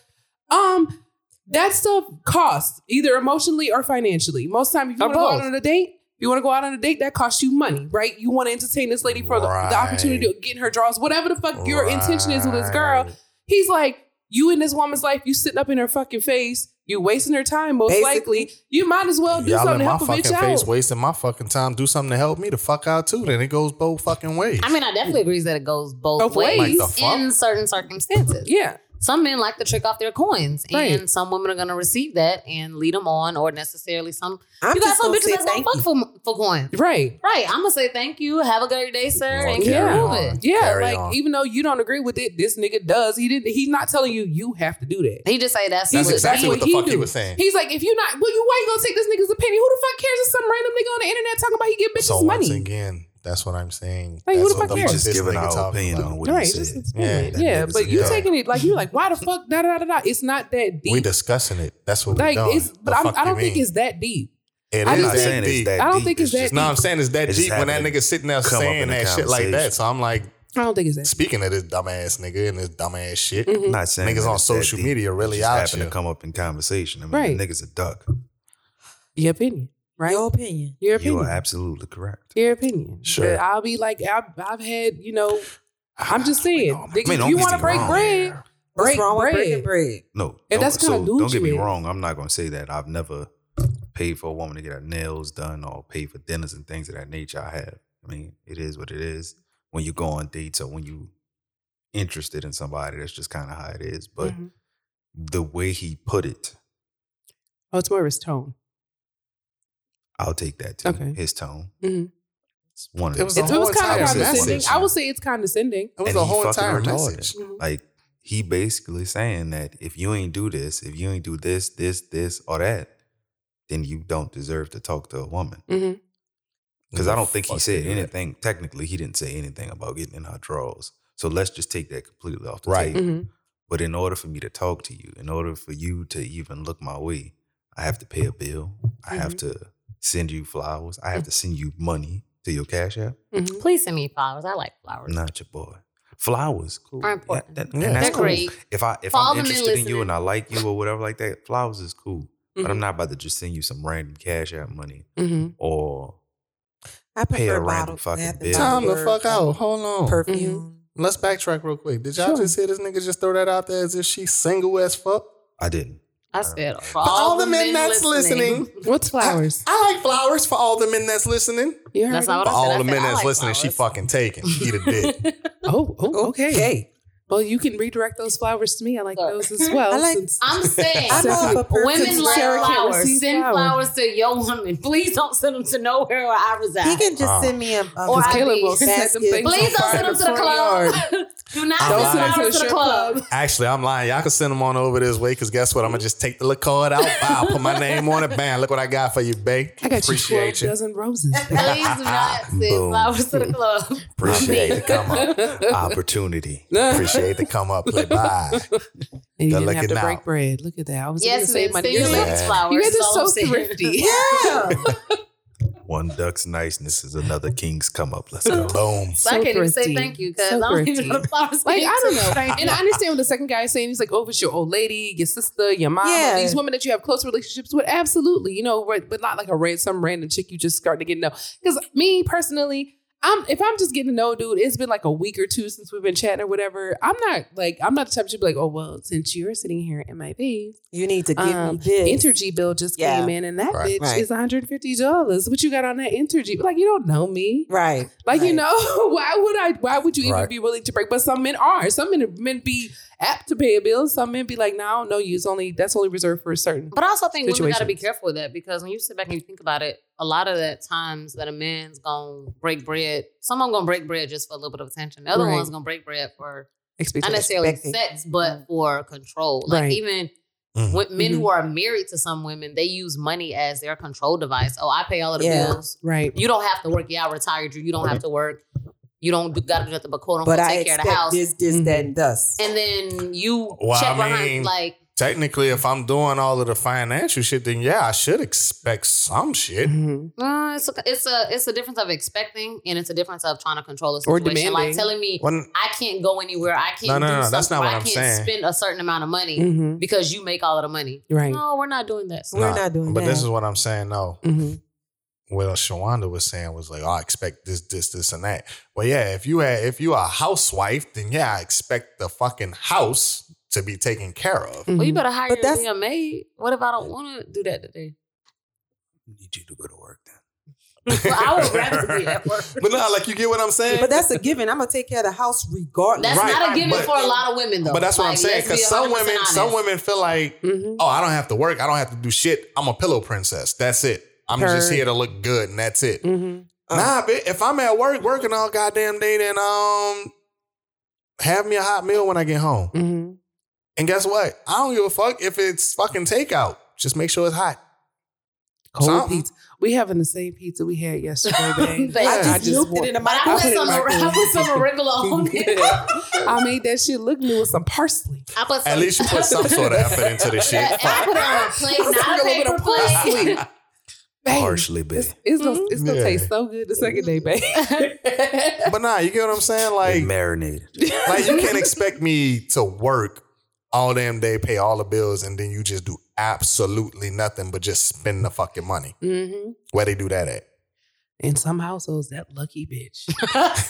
[SPEAKER 2] Um, that stuff costs either emotionally or financially. Most time, if you
[SPEAKER 3] Or
[SPEAKER 2] want to go out
[SPEAKER 3] both.
[SPEAKER 2] on a date, if you want to go out on a date, that costs you money, right? You want to entertain this lady for the- the,
[SPEAKER 1] Right.
[SPEAKER 2] opportunity to get in her drawers, whatever the fuck your intention is with this girl.
[SPEAKER 1] Right.
[SPEAKER 2] He's like, you in this woman's life, you sitting up in her fucking face, you wasting her time most
[SPEAKER 6] Basically.
[SPEAKER 2] likely. You might as well do
[SPEAKER 1] Y'all
[SPEAKER 2] something
[SPEAKER 1] in
[SPEAKER 2] to
[SPEAKER 1] my
[SPEAKER 2] help a
[SPEAKER 1] fucking
[SPEAKER 2] bitch
[SPEAKER 1] face,
[SPEAKER 2] out.
[SPEAKER 1] wasting my fucking time. Do something to help me to fuck out too. Then it goes both fucking ways.
[SPEAKER 3] I mean, I definitely agree that it goes both,
[SPEAKER 2] Both
[SPEAKER 3] ways,
[SPEAKER 2] ways.
[SPEAKER 1] Like the fuck?
[SPEAKER 3] in certain circumstances.
[SPEAKER 2] yeah,
[SPEAKER 3] Some men like to trick off their coins,
[SPEAKER 2] Right.
[SPEAKER 3] and some women are gonna receive that and lead them on, or necessarily some.
[SPEAKER 6] I'm
[SPEAKER 3] you got
[SPEAKER 6] just
[SPEAKER 3] some
[SPEAKER 6] gonna
[SPEAKER 3] bitches
[SPEAKER 6] say
[SPEAKER 3] that's gonna
[SPEAKER 6] thank you.
[SPEAKER 3] fuck for for coins.
[SPEAKER 2] right.
[SPEAKER 3] Right, I'm gonna say thank you. Have a great day, sir,
[SPEAKER 4] Well,
[SPEAKER 3] and keep
[SPEAKER 2] carry
[SPEAKER 3] moving.
[SPEAKER 1] on.
[SPEAKER 2] Yeah,
[SPEAKER 1] Carry
[SPEAKER 2] like
[SPEAKER 1] on.
[SPEAKER 2] even though you don't agree with it, this nigga does. He didn't. He's not telling you you have to do that.
[SPEAKER 3] He just say that's,
[SPEAKER 1] That's
[SPEAKER 3] what-
[SPEAKER 1] exactly
[SPEAKER 2] that's
[SPEAKER 1] what the
[SPEAKER 2] what
[SPEAKER 1] fuck
[SPEAKER 2] he
[SPEAKER 1] he
[SPEAKER 2] do.
[SPEAKER 1] was saying.
[SPEAKER 2] He's like, if you're not, well, you why you gonna take this nigga's opinion? Who the fuck cares if some random nigga on the internet talking about he get bitches
[SPEAKER 1] so once
[SPEAKER 2] money?
[SPEAKER 1] again, that's what I'm saying.
[SPEAKER 2] Like, who
[SPEAKER 1] that's
[SPEAKER 2] the
[SPEAKER 1] what
[SPEAKER 2] fuck
[SPEAKER 1] the
[SPEAKER 4] We
[SPEAKER 2] cares?
[SPEAKER 1] fuck
[SPEAKER 4] just
[SPEAKER 1] this
[SPEAKER 4] giving
[SPEAKER 1] nigga
[SPEAKER 4] our
[SPEAKER 1] talking
[SPEAKER 4] opinion
[SPEAKER 1] about.
[SPEAKER 4] on what
[SPEAKER 2] Right,
[SPEAKER 4] he
[SPEAKER 2] just
[SPEAKER 4] said.
[SPEAKER 2] his
[SPEAKER 1] Yeah,
[SPEAKER 2] opinion.
[SPEAKER 4] that
[SPEAKER 2] yeah,
[SPEAKER 4] nigga's
[SPEAKER 2] but
[SPEAKER 4] a
[SPEAKER 2] you
[SPEAKER 4] dog.
[SPEAKER 2] taking it like you like, why the fuck? Da da da da. da. It's not that deep.
[SPEAKER 1] We discussing it. That's what
[SPEAKER 2] like
[SPEAKER 1] we done.
[SPEAKER 2] it's, but
[SPEAKER 1] The
[SPEAKER 2] I'm,
[SPEAKER 1] fuck
[SPEAKER 2] I
[SPEAKER 1] you
[SPEAKER 2] don't think
[SPEAKER 1] mean?
[SPEAKER 2] it's that deep.
[SPEAKER 1] It
[SPEAKER 2] I
[SPEAKER 1] is
[SPEAKER 2] just
[SPEAKER 1] that
[SPEAKER 2] think-
[SPEAKER 1] deep.
[SPEAKER 2] I don't think it's that
[SPEAKER 4] just-
[SPEAKER 1] No, I'm saying it's that
[SPEAKER 4] It just
[SPEAKER 1] deep when that
[SPEAKER 4] happened to
[SPEAKER 1] nigga sitting there
[SPEAKER 4] come up
[SPEAKER 1] saying
[SPEAKER 4] in the
[SPEAKER 1] that shit like that.
[SPEAKER 4] conversation.
[SPEAKER 1] So I'm like,
[SPEAKER 2] I don't think it's that. Mm-hmm. deep.
[SPEAKER 1] speaking of this dumbass nigga and this dumbass shit,
[SPEAKER 2] Mm,
[SPEAKER 4] I'm not saying
[SPEAKER 1] Niggas
[SPEAKER 4] that
[SPEAKER 1] on
[SPEAKER 4] it's that
[SPEAKER 1] social
[SPEAKER 4] deep.
[SPEAKER 1] media
[SPEAKER 4] It
[SPEAKER 1] really
[SPEAKER 4] just
[SPEAKER 1] out
[SPEAKER 4] happen
[SPEAKER 1] here.
[SPEAKER 4] to come up in conversation. I mean,
[SPEAKER 2] Right.
[SPEAKER 4] the niggas a duck.
[SPEAKER 2] Your opinion, right?
[SPEAKER 6] Your opinion.
[SPEAKER 2] Your
[SPEAKER 4] You
[SPEAKER 2] opinion.
[SPEAKER 4] are absolutely correct.
[SPEAKER 2] your opinion.
[SPEAKER 1] Sure.
[SPEAKER 2] But I'll be like, I've, I've had, you know, I'm just saying,
[SPEAKER 4] I mean,
[SPEAKER 2] nigga,
[SPEAKER 4] don't
[SPEAKER 2] if you
[SPEAKER 4] get
[SPEAKER 2] want to
[SPEAKER 4] me
[SPEAKER 2] break
[SPEAKER 4] wrong.
[SPEAKER 2] bread,
[SPEAKER 6] What's
[SPEAKER 2] break
[SPEAKER 6] wrong with
[SPEAKER 2] bread.
[SPEAKER 6] breaking bread?
[SPEAKER 4] No,
[SPEAKER 2] And
[SPEAKER 4] don't-
[SPEAKER 2] that's kinda
[SPEAKER 4] so don't get me
[SPEAKER 2] douchey.
[SPEAKER 4] wrong. I'm not going to say that I've never paid for a woman to get her nails done or paid for dinners and things of that nature. I have. I mean, it is what it is. When you go on dates or when you interested in somebody, that's just kind of how it is. But
[SPEAKER 2] Mhm.
[SPEAKER 1] Mm-hmm.
[SPEAKER 4] the way he put it,
[SPEAKER 2] Oh, it's more of his tone.
[SPEAKER 4] I'll take that too.
[SPEAKER 2] Okay.
[SPEAKER 4] His tone.
[SPEAKER 2] Mhm.
[SPEAKER 4] It's one of
[SPEAKER 1] Mm-hmm. It was
[SPEAKER 4] the-
[SPEAKER 1] a
[SPEAKER 2] It's, it was
[SPEAKER 1] whole
[SPEAKER 2] kind
[SPEAKER 1] entire
[SPEAKER 2] of condescending.
[SPEAKER 1] conversation.
[SPEAKER 2] I would say it's condescending.
[SPEAKER 1] It was
[SPEAKER 4] And
[SPEAKER 1] a
[SPEAKER 4] he
[SPEAKER 1] whole
[SPEAKER 4] fucking
[SPEAKER 1] entire
[SPEAKER 4] retarded.
[SPEAKER 1] message.
[SPEAKER 3] Mm-hmm.
[SPEAKER 2] Mhm.
[SPEAKER 4] Like he basically saying that if you ain't do this, if you ain't do this, this, this, or that, then you don't deserve to talk to a woman.
[SPEAKER 2] Mhm.
[SPEAKER 4] Because I don't think he
[SPEAKER 1] Fuck
[SPEAKER 4] said
[SPEAKER 1] yeah.
[SPEAKER 4] anything. Technically, he didn't say anything about getting in her drawers. So let's just take that completely off the
[SPEAKER 1] Right.
[SPEAKER 3] Mm-hmm.
[SPEAKER 4] table.
[SPEAKER 2] Mhm.
[SPEAKER 4] But in order for me to talk to you, in order for you to even look my way, I have to pay a bill. I have
[SPEAKER 3] Mm-hmm.
[SPEAKER 4] to send you flowers.
[SPEAKER 3] Mm.
[SPEAKER 4] I have to send you money to your cash app.
[SPEAKER 2] Mhm.
[SPEAKER 3] Please send me flowers. I like flowers.
[SPEAKER 4] Not your boy. Flowers, cool.
[SPEAKER 3] Are important.
[SPEAKER 4] Yeah, that-
[SPEAKER 1] Yeah.
[SPEAKER 4] and that's
[SPEAKER 3] They're
[SPEAKER 4] cool.
[SPEAKER 3] great.
[SPEAKER 4] If I if
[SPEAKER 3] For all
[SPEAKER 4] I'm
[SPEAKER 3] the men
[SPEAKER 4] interested in you
[SPEAKER 3] listening.
[SPEAKER 4] and I like you or whatever like that, flowers is cool. But I'm not about to just send you some random cash out money
[SPEAKER 2] Mm-hmm.
[SPEAKER 4] or
[SPEAKER 6] I
[SPEAKER 4] Pay a
[SPEAKER 6] prefer
[SPEAKER 4] random
[SPEAKER 6] bottled
[SPEAKER 4] fucking
[SPEAKER 6] bath and
[SPEAKER 4] bill.
[SPEAKER 1] Time the
[SPEAKER 6] shower
[SPEAKER 1] fuck out.
[SPEAKER 6] and
[SPEAKER 1] Hold on.
[SPEAKER 6] Perfume.
[SPEAKER 1] Let's backtrack real quick. Did y'all
[SPEAKER 2] Sure.
[SPEAKER 1] just hear this nigga just throw that out there as if she's single as fuck?
[SPEAKER 4] I didn't.
[SPEAKER 3] I said, for
[SPEAKER 1] all the men that's listening.
[SPEAKER 2] What's flowers?
[SPEAKER 1] I like flowers for all the men that's listening.
[SPEAKER 2] You heard
[SPEAKER 3] That's
[SPEAKER 2] him?
[SPEAKER 3] not what
[SPEAKER 1] For
[SPEAKER 3] I said. I
[SPEAKER 1] all the
[SPEAKER 3] said,
[SPEAKER 1] men
[SPEAKER 3] I
[SPEAKER 1] that's
[SPEAKER 3] like
[SPEAKER 1] listening, she
[SPEAKER 3] flowers.
[SPEAKER 1] fucking taken. Eat a dick.
[SPEAKER 2] Oh, oh, okay.
[SPEAKER 6] Okay.
[SPEAKER 2] Well, you can redirect those flowers to me. I like
[SPEAKER 3] Look.
[SPEAKER 2] those as well.
[SPEAKER 6] I like-
[SPEAKER 2] since-
[SPEAKER 3] I'm saying.
[SPEAKER 6] I know of a person
[SPEAKER 3] Women like
[SPEAKER 2] Sarah can't
[SPEAKER 3] flowers.
[SPEAKER 2] receive
[SPEAKER 3] Send
[SPEAKER 2] flowers.
[SPEAKER 3] flowers to your woman. Please don't send them to nowhere where I reside.
[SPEAKER 6] He can just
[SPEAKER 1] Wow.
[SPEAKER 6] send me a, a
[SPEAKER 3] Or I
[SPEAKER 2] Caleb
[SPEAKER 3] mean,
[SPEAKER 2] will set them
[SPEAKER 6] basket.
[SPEAKER 2] things
[SPEAKER 3] Please
[SPEAKER 2] on
[SPEAKER 3] don't
[SPEAKER 2] fire
[SPEAKER 3] send them
[SPEAKER 2] in
[SPEAKER 3] to
[SPEAKER 2] the
[SPEAKER 3] the
[SPEAKER 2] front
[SPEAKER 3] club.
[SPEAKER 2] yard.
[SPEAKER 3] Do not
[SPEAKER 1] Don't send
[SPEAKER 3] send
[SPEAKER 1] them
[SPEAKER 2] to the
[SPEAKER 3] flowers to
[SPEAKER 2] strip
[SPEAKER 3] the club.
[SPEAKER 2] club.
[SPEAKER 1] Actually, I'm lying. Y'all can send them on over this way because guess what? I'm gonna just take the little card out. Bow, put my name on it. Bam! Look what I got for you, babe.
[SPEAKER 2] I got you
[SPEAKER 1] Appreciate
[SPEAKER 2] 12 dozen roses.
[SPEAKER 3] Please do not send
[SPEAKER 4] Boom.
[SPEAKER 3] flowers to the club.
[SPEAKER 1] Appreciate the come up.
[SPEAKER 4] Opportunity.
[SPEAKER 1] Appreciate the come up. Play bye.
[SPEAKER 2] And you
[SPEAKER 1] Good
[SPEAKER 2] didn't have
[SPEAKER 1] looking
[SPEAKER 2] to
[SPEAKER 1] out.
[SPEAKER 2] break bread. Look at that. I was going to
[SPEAKER 3] Yes,
[SPEAKER 2] save
[SPEAKER 3] man. Send
[SPEAKER 2] money.
[SPEAKER 3] your
[SPEAKER 2] You're like,
[SPEAKER 3] lips flowers.
[SPEAKER 2] you guys
[SPEAKER 3] That's all
[SPEAKER 2] are
[SPEAKER 3] I'm
[SPEAKER 2] so
[SPEAKER 3] saying.
[SPEAKER 2] thrifty.
[SPEAKER 6] Yeah.
[SPEAKER 4] One duck's niceness is another king's come up. Let's go.
[SPEAKER 1] Boom.
[SPEAKER 3] So
[SPEAKER 2] So
[SPEAKER 3] I can't even say
[SPEAKER 2] thrifty.
[SPEAKER 3] thank you because
[SPEAKER 2] So
[SPEAKER 3] I don't even
[SPEAKER 2] thrifty.
[SPEAKER 3] know the flowers.
[SPEAKER 2] Like,
[SPEAKER 3] came
[SPEAKER 2] I don't
[SPEAKER 3] to
[SPEAKER 2] know.
[SPEAKER 3] thank
[SPEAKER 2] And I understand what the second guy is saying. He's like, oh, if it's your old lady, your sister, your mom,
[SPEAKER 6] Yeah.
[SPEAKER 2] these women that you have close relationships with, absolutely, you know, right, but not like a ran some random chick you just starting to get to know. Because me personally, I'm if I'm just getting to know, a dude, it's been like a week or two since we've been chatting or whatever. I'm not like I'm not the type to be like, oh well, since you're sitting here in my face,
[SPEAKER 6] You need to give
[SPEAKER 2] Um,
[SPEAKER 6] me this.
[SPEAKER 2] Entergy bill just
[SPEAKER 6] Yeah.
[SPEAKER 2] came in, and that
[SPEAKER 1] Right.
[SPEAKER 2] bitch
[SPEAKER 6] Right.
[SPEAKER 2] is 150 dollars. What you got on that Entergy? Like you don't know me.
[SPEAKER 6] right.
[SPEAKER 2] Like you
[SPEAKER 6] right.
[SPEAKER 2] know, why would I? Why would you even
[SPEAKER 1] Right.
[SPEAKER 2] be willing to break? But some men are. Some men men be apt to pay a bill. Some men be like, no, I don't know you. It's only that's only reserved for a certain.
[SPEAKER 3] But I also think women got to be
[SPEAKER 2] situations.
[SPEAKER 3] careful with that because when you sit back and you think about it, a lot of that times that a man's gonna break bread, some of them gonna break bread just for a little bit of attention. The other
[SPEAKER 2] Right.
[SPEAKER 3] one's gonna break bread for not
[SPEAKER 2] expectation.
[SPEAKER 3] necessarily
[SPEAKER 6] expecting.
[SPEAKER 3] sex,
[SPEAKER 6] Mm.
[SPEAKER 3] but for control. Like
[SPEAKER 2] Right.
[SPEAKER 3] even
[SPEAKER 1] Mhm.
[SPEAKER 3] with men
[SPEAKER 6] Mm-hmm.
[SPEAKER 3] who are married to some women, they use money as their control device. Oh, I pay all of the
[SPEAKER 6] Yeah.
[SPEAKER 3] bills.
[SPEAKER 2] Right.
[SPEAKER 3] You don't have to work. Yeah, I retired you. You don't have to work. You don't do, gotta do nothing but quote unquote
[SPEAKER 6] But I
[SPEAKER 3] take care of the
[SPEAKER 6] expect
[SPEAKER 3] house.
[SPEAKER 6] this, this,
[SPEAKER 1] Mm-hmm.
[SPEAKER 6] that, and thus.
[SPEAKER 3] and then you
[SPEAKER 1] Well,
[SPEAKER 3] check
[SPEAKER 1] I mean-
[SPEAKER 3] behind like
[SPEAKER 1] Technically, if I'm doing all of the financial shit, then yeah, I should expect some shit.
[SPEAKER 2] Mhm.
[SPEAKER 3] Uh, it's a, it's a it's a difference of expecting and it's a difference of trying to control a
[SPEAKER 2] Or
[SPEAKER 3] situation.
[SPEAKER 2] demanding.
[SPEAKER 3] Like telling me
[SPEAKER 1] When
[SPEAKER 3] I can't go anywhere. I can't.
[SPEAKER 1] No, no,
[SPEAKER 3] do
[SPEAKER 1] no,
[SPEAKER 3] something,
[SPEAKER 1] that's not
[SPEAKER 3] or
[SPEAKER 1] what
[SPEAKER 3] I
[SPEAKER 1] I'm
[SPEAKER 3] can't
[SPEAKER 1] saying.
[SPEAKER 3] Spend a certain amount of money
[SPEAKER 6] Mm.
[SPEAKER 2] Mhm.
[SPEAKER 3] because you make all of the money.
[SPEAKER 2] Right.
[SPEAKER 3] No, we're not doing that.
[SPEAKER 6] We're not doing
[SPEAKER 1] But
[SPEAKER 6] that.
[SPEAKER 1] this is what I'm saying. No,
[SPEAKER 2] Mhm.
[SPEAKER 1] what Shawanda was saying was like, oh, I expect this, this, this, and that. Well, yeah, if you had, if you are a housewife, then yeah, I expect the fucking house to be taken care of.
[SPEAKER 3] Well, Oh, you
[SPEAKER 2] Mhm.
[SPEAKER 3] better hire
[SPEAKER 6] But
[SPEAKER 3] a
[SPEAKER 6] that's-
[SPEAKER 3] damn maid. What if I don't want to do that today?
[SPEAKER 4] Need you to go to work then.
[SPEAKER 3] Well, I would rather be at work.
[SPEAKER 1] But no, like you get what I'm saying.
[SPEAKER 6] but that's a given. I'm gonna take care of the house regardless.
[SPEAKER 3] That's
[SPEAKER 1] Right,
[SPEAKER 3] not a given
[SPEAKER 1] but-
[SPEAKER 3] for a lot of women, though.
[SPEAKER 1] But that's what I'm
[SPEAKER 3] Like,
[SPEAKER 1] saying.
[SPEAKER 3] let's be
[SPEAKER 1] Because some
[SPEAKER 3] 100%
[SPEAKER 1] women, some
[SPEAKER 3] honest.
[SPEAKER 1] women feel like,
[SPEAKER 2] Mhm.
[SPEAKER 1] oh, I don't have to work. I don't have to do shit. I'm a pillow princess. That's it. I'm just
[SPEAKER 2] Heard.
[SPEAKER 1] here to look good, and that's it.
[SPEAKER 2] Mhm.
[SPEAKER 6] Mm-hmm.
[SPEAKER 1] Nah, bitch, if I'm at work working all goddamn day, then um, have me a hot meal when I get home.
[SPEAKER 6] Mm-hmm.
[SPEAKER 2] Mhm.
[SPEAKER 1] And guess what? I don't give a fuck if it's fucking takeout. Just make sure it's hot.
[SPEAKER 2] Cold
[SPEAKER 1] Something.
[SPEAKER 2] pizza. We having the same pizza we had yesterday, babe.
[SPEAKER 3] But-
[SPEAKER 6] I
[SPEAKER 1] Yeah,
[SPEAKER 6] just,
[SPEAKER 1] I
[SPEAKER 2] just
[SPEAKER 6] looked
[SPEAKER 2] want-
[SPEAKER 6] it in the
[SPEAKER 3] But I
[SPEAKER 2] I'll
[SPEAKER 3] put
[SPEAKER 2] put it
[SPEAKER 6] microwave.
[SPEAKER 3] some
[SPEAKER 2] in my
[SPEAKER 3] I put some oregano on it.
[SPEAKER 2] I made that shit look new with some parsley.
[SPEAKER 3] I put some,
[SPEAKER 1] At least you put some sort of effort into this shit.
[SPEAKER 3] Yeah, and I
[SPEAKER 1] Fuck.
[SPEAKER 3] put it on a plate,
[SPEAKER 2] Put
[SPEAKER 3] not a
[SPEAKER 2] a little bit
[SPEAKER 3] paper
[SPEAKER 2] of
[SPEAKER 3] plate.
[SPEAKER 2] parsley. Babe,
[SPEAKER 4] Partially big.
[SPEAKER 2] It's, it's gonna, it's gonna
[SPEAKER 1] Yeah.
[SPEAKER 2] taste so good the second day, babe.
[SPEAKER 1] But nah, you get what I'm saying?
[SPEAKER 4] They
[SPEAKER 1] Like,
[SPEAKER 4] marinated.
[SPEAKER 1] like you can't expect me to work all damn day, pay all the bills, and then you just do absolutely nothing but just spend the fucking money.
[SPEAKER 2] mm-hmm.
[SPEAKER 1] Where they do that at?
[SPEAKER 2] In some households, that lucky bitch.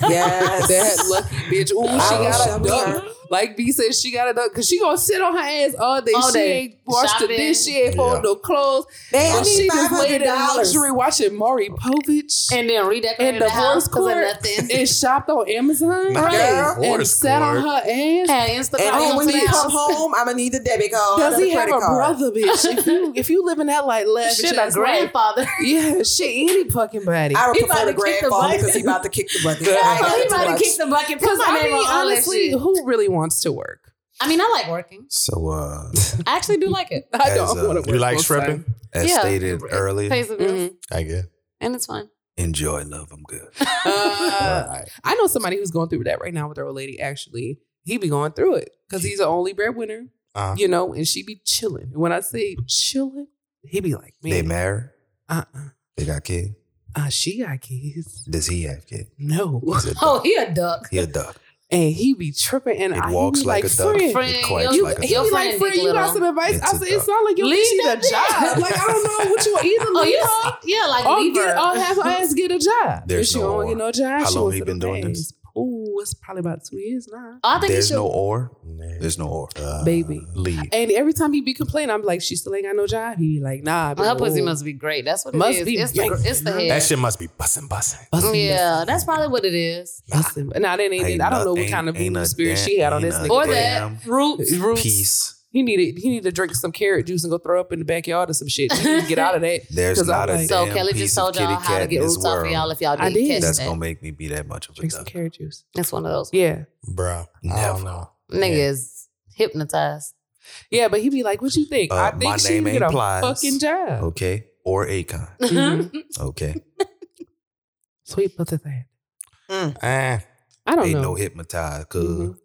[SPEAKER 6] yes.
[SPEAKER 2] that lucky bitch. Ooh, she
[SPEAKER 6] I
[SPEAKER 2] got a
[SPEAKER 6] wish I was
[SPEAKER 2] duck. Like B said, she got a duck because she gonna sit on her ass all day.
[SPEAKER 3] All
[SPEAKER 2] she
[SPEAKER 3] day.
[SPEAKER 2] ain't washed the
[SPEAKER 3] Shopping.
[SPEAKER 2] dish. She ain't fold
[SPEAKER 1] Yeah.
[SPEAKER 2] no clothes.
[SPEAKER 6] Babe, I
[SPEAKER 2] And she
[SPEAKER 6] need
[SPEAKER 2] just
[SPEAKER 6] five hundred
[SPEAKER 2] waited in
[SPEAKER 6] dollars.
[SPEAKER 2] luxury watching Maury Povich and,
[SPEAKER 3] and then redecorate the,
[SPEAKER 2] divorce
[SPEAKER 3] house because of
[SPEAKER 2] court
[SPEAKER 3] nothing.
[SPEAKER 2] and shopped on Amazon.
[SPEAKER 1] Not that
[SPEAKER 2] And
[SPEAKER 1] divorce
[SPEAKER 2] sat on
[SPEAKER 1] court.
[SPEAKER 2] her ass.
[SPEAKER 3] Had Instagram
[SPEAKER 6] And
[SPEAKER 3] on
[SPEAKER 6] oh, when you
[SPEAKER 3] fans.
[SPEAKER 6] come home, I'm gonna need the debit card.
[SPEAKER 2] Does
[SPEAKER 6] and
[SPEAKER 2] he
[SPEAKER 6] the
[SPEAKER 2] have a
[SPEAKER 6] credit card.
[SPEAKER 2] brother, bitch? If you if you live in that like lavish
[SPEAKER 3] Shit, a
[SPEAKER 2] ass life,
[SPEAKER 3] grandfather.
[SPEAKER 2] yeah, shit, any fucking body.
[SPEAKER 6] I would
[SPEAKER 3] He
[SPEAKER 6] prefer the
[SPEAKER 3] about to kick the
[SPEAKER 6] grandfather
[SPEAKER 3] bucket.
[SPEAKER 6] because he about to kick the bucket.
[SPEAKER 2] Yeah,
[SPEAKER 6] I ain't got
[SPEAKER 3] he
[SPEAKER 6] too
[SPEAKER 3] about
[SPEAKER 6] much.
[SPEAKER 3] to kick the bucket. Put
[SPEAKER 2] Because
[SPEAKER 3] my
[SPEAKER 2] I
[SPEAKER 3] name
[SPEAKER 2] mean,
[SPEAKER 3] on honestly,
[SPEAKER 2] honestly, who really wants to work?
[SPEAKER 3] I mean, I like working.
[SPEAKER 4] So uh
[SPEAKER 3] I actually do like it.
[SPEAKER 2] I
[SPEAKER 4] As,
[SPEAKER 2] don't
[SPEAKER 4] uh,
[SPEAKER 2] want to work.
[SPEAKER 1] You like
[SPEAKER 2] full
[SPEAKER 1] stripping?
[SPEAKER 2] time.
[SPEAKER 4] as
[SPEAKER 3] Yeah.
[SPEAKER 4] stated earlier,
[SPEAKER 3] Pays the bills,
[SPEAKER 2] Mhm.
[SPEAKER 1] I get.
[SPEAKER 3] and it's fun.
[SPEAKER 4] enjoy love. I'm good.
[SPEAKER 2] Uh,
[SPEAKER 4] All right.
[SPEAKER 2] I know somebody who's going through that right now with their old lady. Actually, he be going through it because he's the only breadwinner,
[SPEAKER 1] Uh-huh.
[SPEAKER 2] you know, and she be chilling. When I say chilling, he be like,
[SPEAKER 4] They
[SPEAKER 2] man,
[SPEAKER 4] married.
[SPEAKER 2] uh, uh,
[SPEAKER 4] They got kids.
[SPEAKER 2] uh, she got kids.
[SPEAKER 4] Does he have kids?
[SPEAKER 2] No,
[SPEAKER 4] He's a duck.
[SPEAKER 3] Oh, he a duck.
[SPEAKER 4] He a duck.
[SPEAKER 2] and he be tripping, and
[SPEAKER 4] It
[SPEAKER 2] I he
[SPEAKER 4] walks
[SPEAKER 2] be
[SPEAKER 4] like, a duck.
[SPEAKER 2] friend.
[SPEAKER 3] Friend,
[SPEAKER 4] It quacks
[SPEAKER 2] You,
[SPEAKER 3] you-
[SPEAKER 4] like a
[SPEAKER 2] he
[SPEAKER 3] your
[SPEAKER 2] be
[SPEAKER 4] duck.
[SPEAKER 2] like,
[SPEAKER 3] friend
[SPEAKER 2] friend,
[SPEAKER 3] Dick
[SPEAKER 2] you got
[SPEAKER 3] Little.
[SPEAKER 2] some advice? I
[SPEAKER 4] It's a
[SPEAKER 2] said, it
[SPEAKER 4] duck.
[SPEAKER 2] sound like you
[SPEAKER 3] Leave
[SPEAKER 2] need a
[SPEAKER 3] that bitch.
[SPEAKER 2] job. Like, I don't know what you want. Either
[SPEAKER 3] Oh,
[SPEAKER 2] leave
[SPEAKER 3] you
[SPEAKER 2] her
[SPEAKER 3] yeah, like
[SPEAKER 2] or,
[SPEAKER 3] leave
[SPEAKER 2] get,
[SPEAKER 3] her.
[SPEAKER 2] or have her ass get a job.
[SPEAKER 4] There's
[SPEAKER 2] if she
[SPEAKER 4] no
[SPEAKER 2] don't
[SPEAKER 4] or.
[SPEAKER 2] get no job,
[SPEAKER 4] How
[SPEAKER 2] she
[SPEAKER 4] long
[SPEAKER 2] wants
[SPEAKER 4] he
[SPEAKER 2] to
[SPEAKER 4] been doing
[SPEAKER 2] pays.
[SPEAKER 4] this?
[SPEAKER 2] Ooh, it's probably about two years now,
[SPEAKER 3] I think you
[SPEAKER 4] There's
[SPEAKER 3] should.
[SPEAKER 4] no or. There's no or.
[SPEAKER 2] baby.
[SPEAKER 4] Leave.
[SPEAKER 2] And every time he be complaining, I'm like, she still ain't got no job. He be like, nah.
[SPEAKER 3] well, her pussy
[SPEAKER 2] oh.
[SPEAKER 3] must be great. That's what it
[SPEAKER 2] Must
[SPEAKER 3] is.
[SPEAKER 2] be
[SPEAKER 3] it's, the,
[SPEAKER 2] yanking,
[SPEAKER 3] it's the
[SPEAKER 2] huh?
[SPEAKER 3] head.
[SPEAKER 1] That shit must be bussin' bussin'.
[SPEAKER 3] yeah, that's probably what it is.
[SPEAKER 2] Bustin'. Nah, that ain't, it.
[SPEAKER 4] Ain't
[SPEAKER 2] I don't know
[SPEAKER 4] no-
[SPEAKER 2] what kind of
[SPEAKER 4] ain't- ain't
[SPEAKER 2] voodoo spirit
[SPEAKER 4] a damn-
[SPEAKER 2] she had on
[SPEAKER 4] ain't
[SPEAKER 2] this
[SPEAKER 4] a
[SPEAKER 2] nigga.
[SPEAKER 3] Or
[SPEAKER 4] Damn.
[SPEAKER 3] that roots.
[SPEAKER 2] Roots.
[SPEAKER 4] Peace.
[SPEAKER 2] He needed he needed to drink some carrot juice and go throw up in the backyard or some shit. He need to get out of that.
[SPEAKER 4] There's
[SPEAKER 2] 'Cause I'm
[SPEAKER 4] not a
[SPEAKER 2] like-
[SPEAKER 3] So
[SPEAKER 4] damn
[SPEAKER 3] Kelly
[SPEAKER 4] piece
[SPEAKER 3] just
[SPEAKER 4] of
[SPEAKER 3] told y'all
[SPEAKER 4] kitty
[SPEAKER 3] how to
[SPEAKER 4] cat
[SPEAKER 3] get
[SPEAKER 4] in this
[SPEAKER 3] roots off of
[SPEAKER 4] world
[SPEAKER 3] y'all if y'all
[SPEAKER 2] I
[SPEAKER 3] didn't
[SPEAKER 2] did.
[SPEAKER 3] catch
[SPEAKER 4] That's
[SPEAKER 3] that.
[SPEAKER 4] gonna make me be that much of a
[SPEAKER 2] Drink some
[SPEAKER 4] duck.
[SPEAKER 2] carrot juice.
[SPEAKER 3] It's one of those
[SPEAKER 2] Yeah,
[SPEAKER 1] Bro, I
[SPEAKER 4] Never.
[SPEAKER 1] don't know.
[SPEAKER 3] niggas hypnotized.
[SPEAKER 2] yeah, but he be like, "What you think?
[SPEAKER 4] Uh,
[SPEAKER 2] I think
[SPEAKER 4] my
[SPEAKER 2] she
[SPEAKER 4] name
[SPEAKER 2] should get a
[SPEAKER 4] ain't Plies. Oh.
[SPEAKER 2] fucking job."
[SPEAKER 4] Okay. Or Akon.
[SPEAKER 3] Mm-hmm.
[SPEAKER 4] Okay.
[SPEAKER 2] Sweet but the thing.
[SPEAKER 1] Eh.
[SPEAKER 2] I don't
[SPEAKER 4] Ain't
[SPEAKER 2] know.
[SPEAKER 4] no hypnotized. because
[SPEAKER 2] Mhm.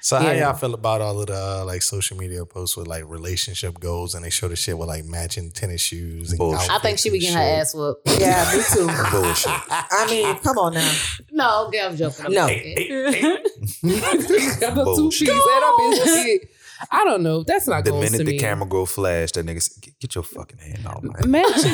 [SPEAKER 1] So
[SPEAKER 2] Yeah.
[SPEAKER 1] how y'all feel about all of the uh, like social media posts with like relationship goals and they show the shit with like matching tennis shoes and
[SPEAKER 4] Bullshit.
[SPEAKER 3] I think she be getting her ass whooped.
[SPEAKER 6] Yeah, me too.
[SPEAKER 4] Bullshit.
[SPEAKER 6] I mean, come on now.
[SPEAKER 3] No, okay, I'm joking. I'm
[SPEAKER 6] No.
[SPEAKER 3] joking.
[SPEAKER 2] Got the two
[SPEAKER 4] Bullshit.
[SPEAKER 2] piece and her business head. I don't know. That's not
[SPEAKER 4] The
[SPEAKER 2] goals
[SPEAKER 4] minute
[SPEAKER 2] to
[SPEAKER 4] the
[SPEAKER 2] me. Mm-hmm.
[SPEAKER 4] camera go flash, that nigga say, get, get your fucking hand off my
[SPEAKER 2] matching,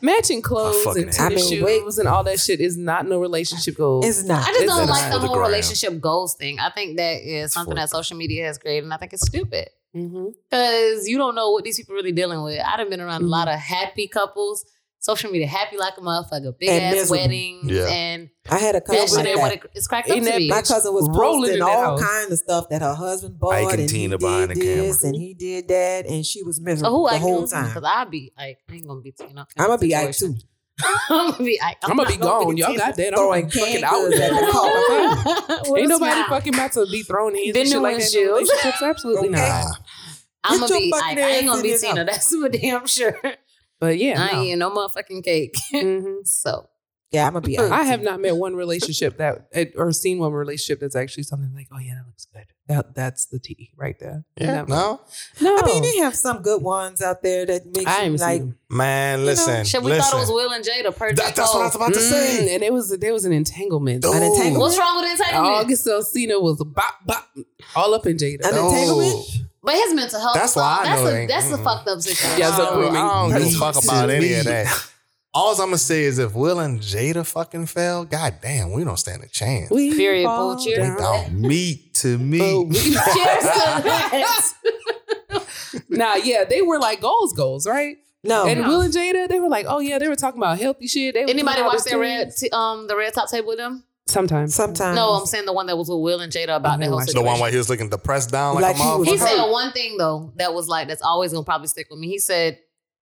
[SPEAKER 2] matching
[SPEAKER 4] I
[SPEAKER 2] clothes
[SPEAKER 4] fucking
[SPEAKER 2] and
[SPEAKER 4] hate
[SPEAKER 2] tennis
[SPEAKER 6] it.
[SPEAKER 2] shoes and all that shit is not no relationship goal.
[SPEAKER 6] It's not.
[SPEAKER 3] I just
[SPEAKER 2] It's
[SPEAKER 3] don't
[SPEAKER 2] an
[SPEAKER 3] like
[SPEAKER 2] eye
[SPEAKER 3] the
[SPEAKER 4] to the
[SPEAKER 3] whole
[SPEAKER 4] ground.
[SPEAKER 3] relationship goals thing. I think that is something that
[SPEAKER 4] fucked
[SPEAKER 3] social media has created, and I think it's stupid
[SPEAKER 6] Mm-hmm.
[SPEAKER 2] Mhm.
[SPEAKER 3] because you don't know what these people really dealing with. I've been around a lot
[SPEAKER 6] Mm-hmm.
[SPEAKER 3] of happy couples. Social media happy like a motherfucker, big
[SPEAKER 6] And
[SPEAKER 3] ass
[SPEAKER 6] miserable.
[SPEAKER 3] weddings,
[SPEAKER 1] Yeah.
[SPEAKER 3] and
[SPEAKER 6] I had a cousin.
[SPEAKER 3] that shit
[SPEAKER 6] like
[SPEAKER 3] ain't what
[SPEAKER 6] that.
[SPEAKER 3] it, it's cracked up
[SPEAKER 2] Ain't
[SPEAKER 3] to
[SPEAKER 2] that
[SPEAKER 3] be.
[SPEAKER 6] My cousin was
[SPEAKER 2] Rolling
[SPEAKER 6] posting
[SPEAKER 2] in that
[SPEAKER 6] all
[SPEAKER 2] house.
[SPEAKER 6] kinds of stuff that her husband bought,
[SPEAKER 4] Ike and
[SPEAKER 6] and, he
[SPEAKER 4] Tina
[SPEAKER 6] did
[SPEAKER 4] behind the
[SPEAKER 6] this,
[SPEAKER 4] camera.
[SPEAKER 6] and he did that, and she was
[SPEAKER 3] So
[SPEAKER 6] miserable
[SPEAKER 2] Oh,
[SPEAKER 3] who
[SPEAKER 6] the
[SPEAKER 3] I
[SPEAKER 6] whole
[SPEAKER 3] can
[SPEAKER 6] time.
[SPEAKER 3] because I be I ain't gonna be you know.
[SPEAKER 6] I'm gonna be Ike too.
[SPEAKER 3] I'm gonna be Ike.
[SPEAKER 2] I'm gonna be gone. Y'all got that? I'm
[SPEAKER 6] Throwing
[SPEAKER 2] like fucking
[SPEAKER 6] canned
[SPEAKER 2] out.
[SPEAKER 6] goods at the car.
[SPEAKER 2] Ain't nobody fucking about to be thrown hands
[SPEAKER 3] Been
[SPEAKER 2] and shit
[SPEAKER 3] new
[SPEAKER 2] like that. in no
[SPEAKER 3] windshields.
[SPEAKER 2] relationships. Absolutely not.
[SPEAKER 1] Nah.
[SPEAKER 3] I'm gonna
[SPEAKER 6] Get your
[SPEAKER 3] be
[SPEAKER 6] fucking
[SPEAKER 3] Ike. I ain't
[SPEAKER 6] ass
[SPEAKER 3] gonna
[SPEAKER 6] in
[SPEAKER 3] be
[SPEAKER 6] this
[SPEAKER 3] Tina. That's for damn sure.
[SPEAKER 2] But yeah,
[SPEAKER 3] I ain't eating no motherfucking cake.
[SPEAKER 2] no.
[SPEAKER 6] Mm-hmm.
[SPEAKER 2] Mhm.
[SPEAKER 3] so
[SPEAKER 6] Yeah, I'm gonna be. Ike
[SPEAKER 2] I have
[SPEAKER 6] too.
[SPEAKER 2] not met one relationship that or seen one relationship that's actually something like, oh yeah, that looks good. That that's the tea right there.
[SPEAKER 1] Yeah,
[SPEAKER 2] That-
[SPEAKER 1] no.
[SPEAKER 2] no.
[SPEAKER 6] I mean, they have some good ones out there that make
[SPEAKER 2] I
[SPEAKER 6] you
[SPEAKER 2] ain't
[SPEAKER 6] like.
[SPEAKER 2] seen them.
[SPEAKER 1] Man, listen.
[SPEAKER 3] Shit, we
[SPEAKER 1] listen.
[SPEAKER 3] thought it Mm-hmm. was Will and Jada per
[SPEAKER 1] That- that's what I was about to
[SPEAKER 2] Mm,
[SPEAKER 1] say.
[SPEAKER 2] and it was there was an entanglement.
[SPEAKER 1] Dude.
[SPEAKER 2] An entanglement.
[SPEAKER 3] What's wrong with entanglement?
[SPEAKER 2] August Alsina was bop bop all up in Jada.
[SPEAKER 6] An entanglement?
[SPEAKER 3] But his mental health.
[SPEAKER 1] That's
[SPEAKER 3] is all-
[SPEAKER 1] why I
[SPEAKER 3] that's
[SPEAKER 1] know
[SPEAKER 3] a,
[SPEAKER 1] it ain't- mm.
[SPEAKER 3] That's a
[SPEAKER 1] mm-mm.
[SPEAKER 3] fucked up situation.
[SPEAKER 2] Yeah, so
[SPEAKER 1] I don't, I don't give a
[SPEAKER 2] Please.
[SPEAKER 1] fuck about any of that. All I'm gonna say is if Will and Jada fucking fail, goddamn, we don't stand a chance.
[SPEAKER 2] We
[SPEAKER 3] Period.
[SPEAKER 2] fall
[SPEAKER 3] Bull cheer.
[SPEAKER 2] down.
[SPEAKER 1] don't.
[SPEAKER 4] meat to
[SPEAKER 2] But
[SPEAKER 4] me.
[SPEAKER 2] Oh, we-
[SPEAKER 3] Cheers to that.
[SPEAKER 2] nah, yeah, they were like goals, goals, right?
[SPEAKER 6] No,
[SPEAKER 2] and
[SPEAKER 3] no.
[SPEAKER 2] Will and Jada, they were like, oh yeah, they were talking about healthy shit. They were
[SPEAKER 3] Anybody
[SPEAKER 2] doing all
[SPEAKER 3] watch
[SPEAKER 2] this
[SPEAKER 3] that red,
[SPEAKER 2] thing.
[SPEAKER 3] t- um, the red top table with them?
[SPEAKER 2] Sometimes.
[SPEAKER 6] sometimes
[SPEAKER 3] No, I'm saying the one that was with Will and Jada
[SPEAKER 2] Um,
[SPEAKER 3] about
[SPEAKER 2] I
[SPEAKER 3] the
[SPEAKER 2] didn't
[SPEAKER 3] whole
[SPEAKER 2] watch that.
[SPEAKER 1] The
[SPEAKER 3] situation.
[SPEAKER 1] one where he was looking depressed down like,
[SPEAKER 6] Like
[SPEAKER 1] a
[SPEAKER 6] he was
[SPEAKER 1] motherfucker.
[SPEAKER 3] He
[SPEAKER 6] Fuck
[SPEAKER 3] said
[SPEAKER 6] her.
[SPEAKER 3] one thing though that was like that's always gonna probably stick with me. He said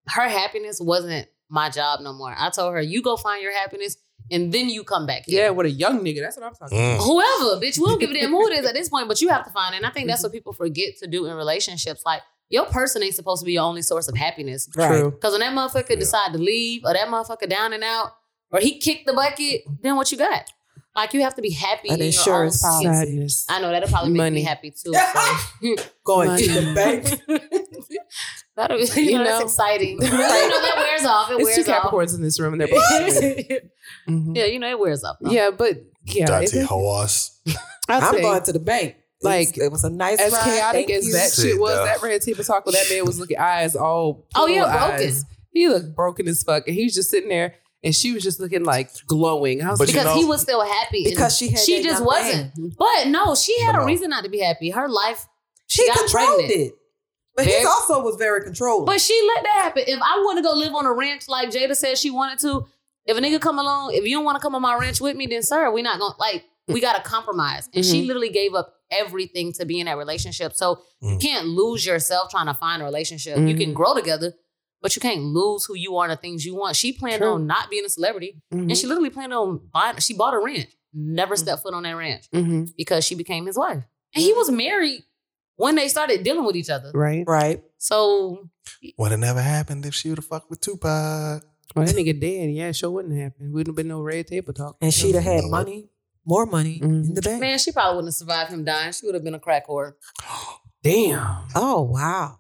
[SPEAKER 3] her happiness wasn't my job no more. I told her you go find your happiness and then you come back.
[SPEAKER 2] Yeah,
[SPEAKER 3] Here.
[SPEAKER 2] with a young nigga. That's what I'm talking
[SPEAKER 1] Mm.
[SPEAKER 3] Whoever, bitch, we don't give a damn who it is at this point, but you have to find it. And I think that's what people forget to do in relationships. Like your person ain't supposed to be your only source of happiness.
[SPEAKER 2] about.
[SPEAKER 6] Right.
[SPEAKER 2] True.
[SPEAKER 3] Because when that motherfucker decide to leave, or that motherfucker down and out, or he kicked the bucket, then what you got? Like you have to be happy. in
[SPEAKER 6] An
[SPEAKER 3] your own
[SPEAKER 6] insurance
[SPEAKER 3] skin.
[SPEAKER 6] policy.
[SPEAKER 2] Sadness.
[SPEAKER 3] I know that'll probably make
[SPEAKER 2] Money.
[SPEAKER 3] me happy too. so.
[SPEAKER 6] going to the
[SPEAKER 2] Money.
[SPEAKER 6] bank.
[SPEAKER 3] That'll be, you,
[SPEAKER 2] You
[SPEAKER 3] know, that's
[SPEAKER 2] know.
[SPEAKER 3] exciting. So, you know, that wears off. It
[SPEAKER 2] It's two
[SPEAKER 3] wears off.
[SPEAKER 2] Capricorns in this room, and they're both. Mhm.
[SPEAKER 3] yeah, you know, it wears off. though.
[SPEAKER 2] Yeah, but yeah,
[SPEAKER 1] Dirty
[SPEAKER 2] it-
[SPEAKER 1] horse.
[SPEAKER 2] I'd
[SPEAKER 6] I'm
[SPEAKER 2] say
[SPEAKER 6] going to the bank.
[SPEAKER 2] Like,
[SPEAKER 6] Like it was a nice,
[SPEAKER 2] as
[SPEAKER 6] ride.
[SPEAKER 2] chaotic
[SPEAKER 6] Thank
[SPEAKER 2] as
[SPEAKER 6] you.
[SPEAKER 2] that
[SPEAKER 4] Sit
[SPEAKER 2] shit was,
[SPEAKER 4] down.
[SPEAKER 2] that red table talk with that man was looking eyes all
[SPEAKER 3] Oh, yeah,
[SPEAKER 2] purple
[SPEAKER 3] broken.
[SPEAKER 2] eyes. He looked broken as fuck, and he was just sitting there, and she was just looking like glowing. I was
[SPEAKER 1] But
[SPEAKER 2] like,
[SPEAKER 1] you
[SPEAKER 3] because
[SPEAKER 1] know-
[SPEAKER 3] he was still happy. and
[SPEAKER 6] Because she had
[SPEAKER 3] she
[SPEAKER 6] that
[SPEAKER 3] just
[SPEAKER 6] young
[SPEAKER 3] wasn't. But no, she had a reason not to be happy. Her life, she,
[SPEAKER 6] She
[SPEAKER 3] got
[SPEAKER 6] controlled
[SPEAKER 3] pregnant.
[SPEAKER 6] it, but
[SPEAKER 3] Very-
[SPEAKER 6] he also was very controlled.
[SPEAKER 3] But she let that happen. If I want to go live on a ranch like Jada said she wanted to, if a nigga come along, if you don't want to come on my ranch with me, then sir, we not gonna like we gotta compromise. And
[SPEAKER 6] Mm-hmm.
[SPEAKER 3] she literally gave up everything to be in that relationship. So you
[SPEAKER 1] Mm.
[SPEAKER 3] can't lose yourself trying to find a relationship. You
[SPEAKER 6] Mm-hmm.
[SPEAKER 3] can
[SPEAKER 2] Mhm.
[SPEAKER 3] grow together, but you can't lose who you are and the things you want. She planned
[SPEAKER 2] True.
[SPEAKER 3] on not being a celebrity,
[SPEAKER 2] Mhm.
[SPEAKER 6] Mm-hmm.
[SPEAKER 3] and she literally planned on buying. She bought a ranch, never
[SPEAKER 6] Mm.
[SPEAKER 3] stepped foot on that ranch
[SPEAKER 2] Mhm.
[SPEAKER 3] because she became his wife, and he was married when they started dealing with each other.
[SPEAKER 2] right?
[SPEAKER 6] right?
[SPEAKER 3] So
[SPEAKER 1] Would have never happened if she would have fucked with Tupac.
[SPEAKER 2] Well, that nigga dead. Yeah, it sure wouldn't happen. Wouldn't have been no red table talk.
[SPEAKER 6] And she'd have had money, more money
[SPEAKER 2] Mhm.
[SPEAKER 6] in the bank.
[SPEAKER 3] Man, she probably wouldn't have survived him dying. She would have been a crack whore.
[SPEAKER 2] Damn.
[SPEAKER 6] Oh wow!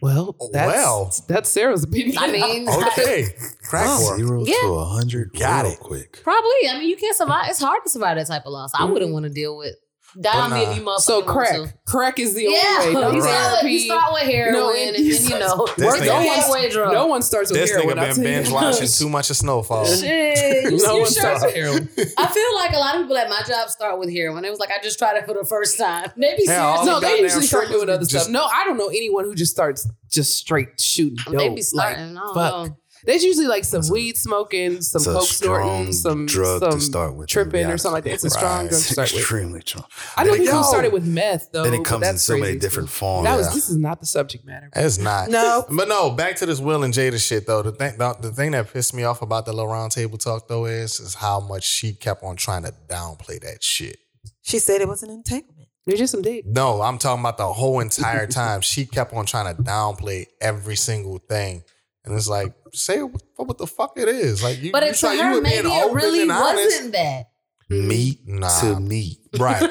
[SPEAKER 2] Well,
[SPEAKER 1] Oh,
[SPEAKER 2] that's,
[SPEAKER 1] Well.
[SPEAKER 2] that's Sarah's opinion.
[SPEAKER 3] I mean,
[SPEAKER 1] Okay. Crack
[SPEAKER 4] Crack
[SPEAKER 1] whore.
[SPEAKER 4] Zero
[SPEAKER 3] Yeah.
[SPEAKER 4] to a hundred
[SPEAKER 1] Got
[SPEAKER 4] real
[SPEAKER 1] it.
[SPEAKER 4] quick.
[SPEAKER 2] Mm-hmm.
[SPEAKER 3] probably. I mean, you can't survive. It's hard to survive that type of loss. I wouldn't want to deal with die on me
[SPEAKER 1] nah.
[SPEAKER 3] if you motherfucking
[SPEAKER 2] So
[SPEAKER 3] want to.
[SPEAKER 2] crack, crack is the
[SPEAKER 3] Yeah,
[SPEAKER 2] only way. No
[SPEAKER 3] you, start with,
[SPEAKER 2] therapy.
[SPEAKER 3] you start with heroin
[SPEAKER 2] No,
[SPEAKER 3] and
[SPEAKER 2] you
[SPEAKER 3] then you
[SPEAKER 2] start-
[SPEAKER 3] know
[SPEAKER 1] This
[SPEAKER 3] work
[SPEAKER 1] nigga-
[SPEAKER 3] your gateway drug.
[SPEAKER 2] No one starts with
[SPEAKER 1] This
[SPEAKER 2] heroin.
[SPEAKER 1] nigga been
[SPEAKER 2] I'll tell you
[SPEAKER 1] binge
[SPEAKER 2] that.
[SPEAKER 1] watching too much of Snowfall.
[SPEAKER 3] Oh. Shit,
[SPEAKER 2] No
[SPEAKER 3] you
[SPEAKER 2] one
[SPEAKER 3] sure?
[SPEAKER 2] starts with heroin.
[SPEAKER 3] I feel like a lot of people at my job start with heroin. It was like I just tried it for the first time. Maybe
[SPEAKER 1] Yeah, all
[SPEAKER 3] seriously.
[SPEAKER 2] No,
[SPEAKER 1] the
[SPEAKER 2] they
[SPEAKER 1] goddamn
[SPEAKER 2] usually start
[SPEAKER 1] strippers
[SPEAKER 2] doing other
[SPEAKER 1] just-
[SPEAKER 2] stuff. No, I don't know anyone who just starts just straight shooting dope.
[SPEAKER 3] They be
[SPEAKER 2] like,
[SPEAKER 3] starting. I don't
[SPEAKER 2] fuck.
[SPEAKER 3] know.
[SPEAKER 2] There's usually like some weed smoking, some
[SPEAKER 4] It's a
[SPEAKER 2] coke
[SPEAKER 4] strong
[SPEAKER 2] snorting, some
[SPEAKER 4] drug
[SPEAKER 2] some
[SPEAKER 4] to start with. to be
[SPEAKER 2] tripping or
[SPEAKER 4] honest.
[SPEAKER 2] something like that. It's a strong
[SPEAKER 1] Right.
[SPEAKER 2] drug to start with.
[SPEAKER 4] Extremely strong.
[SPEAKER 2] I know
[SPEAKER 4] Then it-
[SPEAKER 2] people who
[SPEAKER 1] Yo.
[SPEAKER 2] started with meth though.
[SPEAKER 4] Then it
[SPEAKER 2] but
[SPEAKER 4] comes in
[SPEAKER 2] that's
[SPEAKER 4] so many
[SPEAKER 2] crazy, too.
[SPEAKER 4] different forms.
[SPEAKER 2] That was
[SPEAKER 1] Yeah.
[SPEAKER 2] this is not the subject matter.
[SPEAKER 1] It's not.
[SPEAKER 6] No.
[SPEAKER 1] But no, back to this Will and Jada shit though. The thing, the, the thing that pissed me off about the little round table talk though is, is how much she kept on trying to downplay that shit.
[SPEAKER 6] She said it was an entanglement.
[SPEAKER 2] They're just some dick.
[SPEAKER 1] No, I'm talking about the whole entire time she kept on trying to downplay every single thing, and it's like say what, what the fuck it is. Like you,
[SPEAKER 3] But
[SPEAKER 1] you
[SPEAKER 3] it, to
[SPEAKER 1] try- you
[SPEAKER 3] her,
[SPEAKER 1] were being
[SPEAKER 3] maybe it
[SPEAKER 1] open
[SPEAKER 3] really
[SPEAKER 1] and honest.
[SPEAKER 3] wasn't that.
[SPEAKER 4] meat
[SPEAKER 1] Nah.
[SPEAKER 4] to meat.
[SPEAKER 1] right?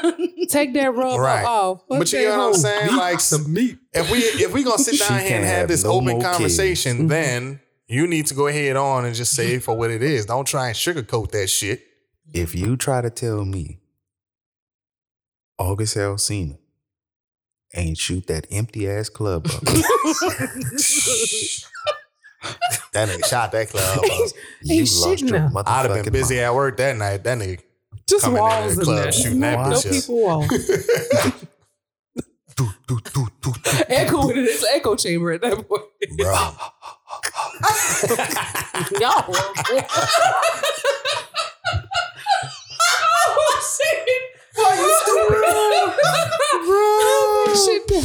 [SPEAKER 2] Take that rubber
[SPEAKER 1] Right.
[SPEAKER 2] off. Put
[SPEAKER 1] But you
[SPEAKER 2] that
[SPEAKER 1] know what I'm
[SPEAKER 2] hole.
[SPEAKER 1] saying? Like some meat. If we if we gonna sit
[SPEAKER 4] She
[SPEAKER 1] down here and
[SPEAKER 4] can't
[SPEAKER 1] have
[SPEAKER 4] have
[SPEAKER 1] this
[SPEAKER 4] no
[SPEAKER 1] open
[SPEAKER 4] more
[SPEAKER 1] conversation,
[SPEAKER 2] kids.
[SPEAKER 1] then you need to go ahead on and just say it for what it is. Don't try and sugarcoat that shit.
[SPEAKER 4] If you try to tell me August Alsina ain't shoot that empty ass club up,
[SPEAKER 1] That nigga shot that club. up.
[SPEAKER 4] you
[SPEAKER 2] Ain't
[SPEAKER 4] lost
[SPEAKER 2] shitting
[SPEAKER 4] your
[SPEAKER 2] now.
[SPEAKER 4] motherfucking
[SPEAKER 1] I'd have been busy
[SPEAKER 4] mind.
[SPEAKER 1] at work that night. That nigga
[SPEAKER 2] Just
[SPEAKER 1] coming
[SPEAKER 2] walls
[SPEAKER 1] in
[SPEAKER 2] in
[SPEAKER 1] the club
[SPEAKER 2] there.
[SPEAKER 1] shooting that
[SPEAKER 2] No
[SPEAKER 1] bitch. up.
[SPEAKER 2] people walls.
[SPEAKER 1] Do, do, do, do, do.
[SPEAKER 2] echo it is echo chamber at that point.
[SPEAKER 1] Bro.
[SPEAKER 3] Y'all.
[SPEAKER 2] Shit down.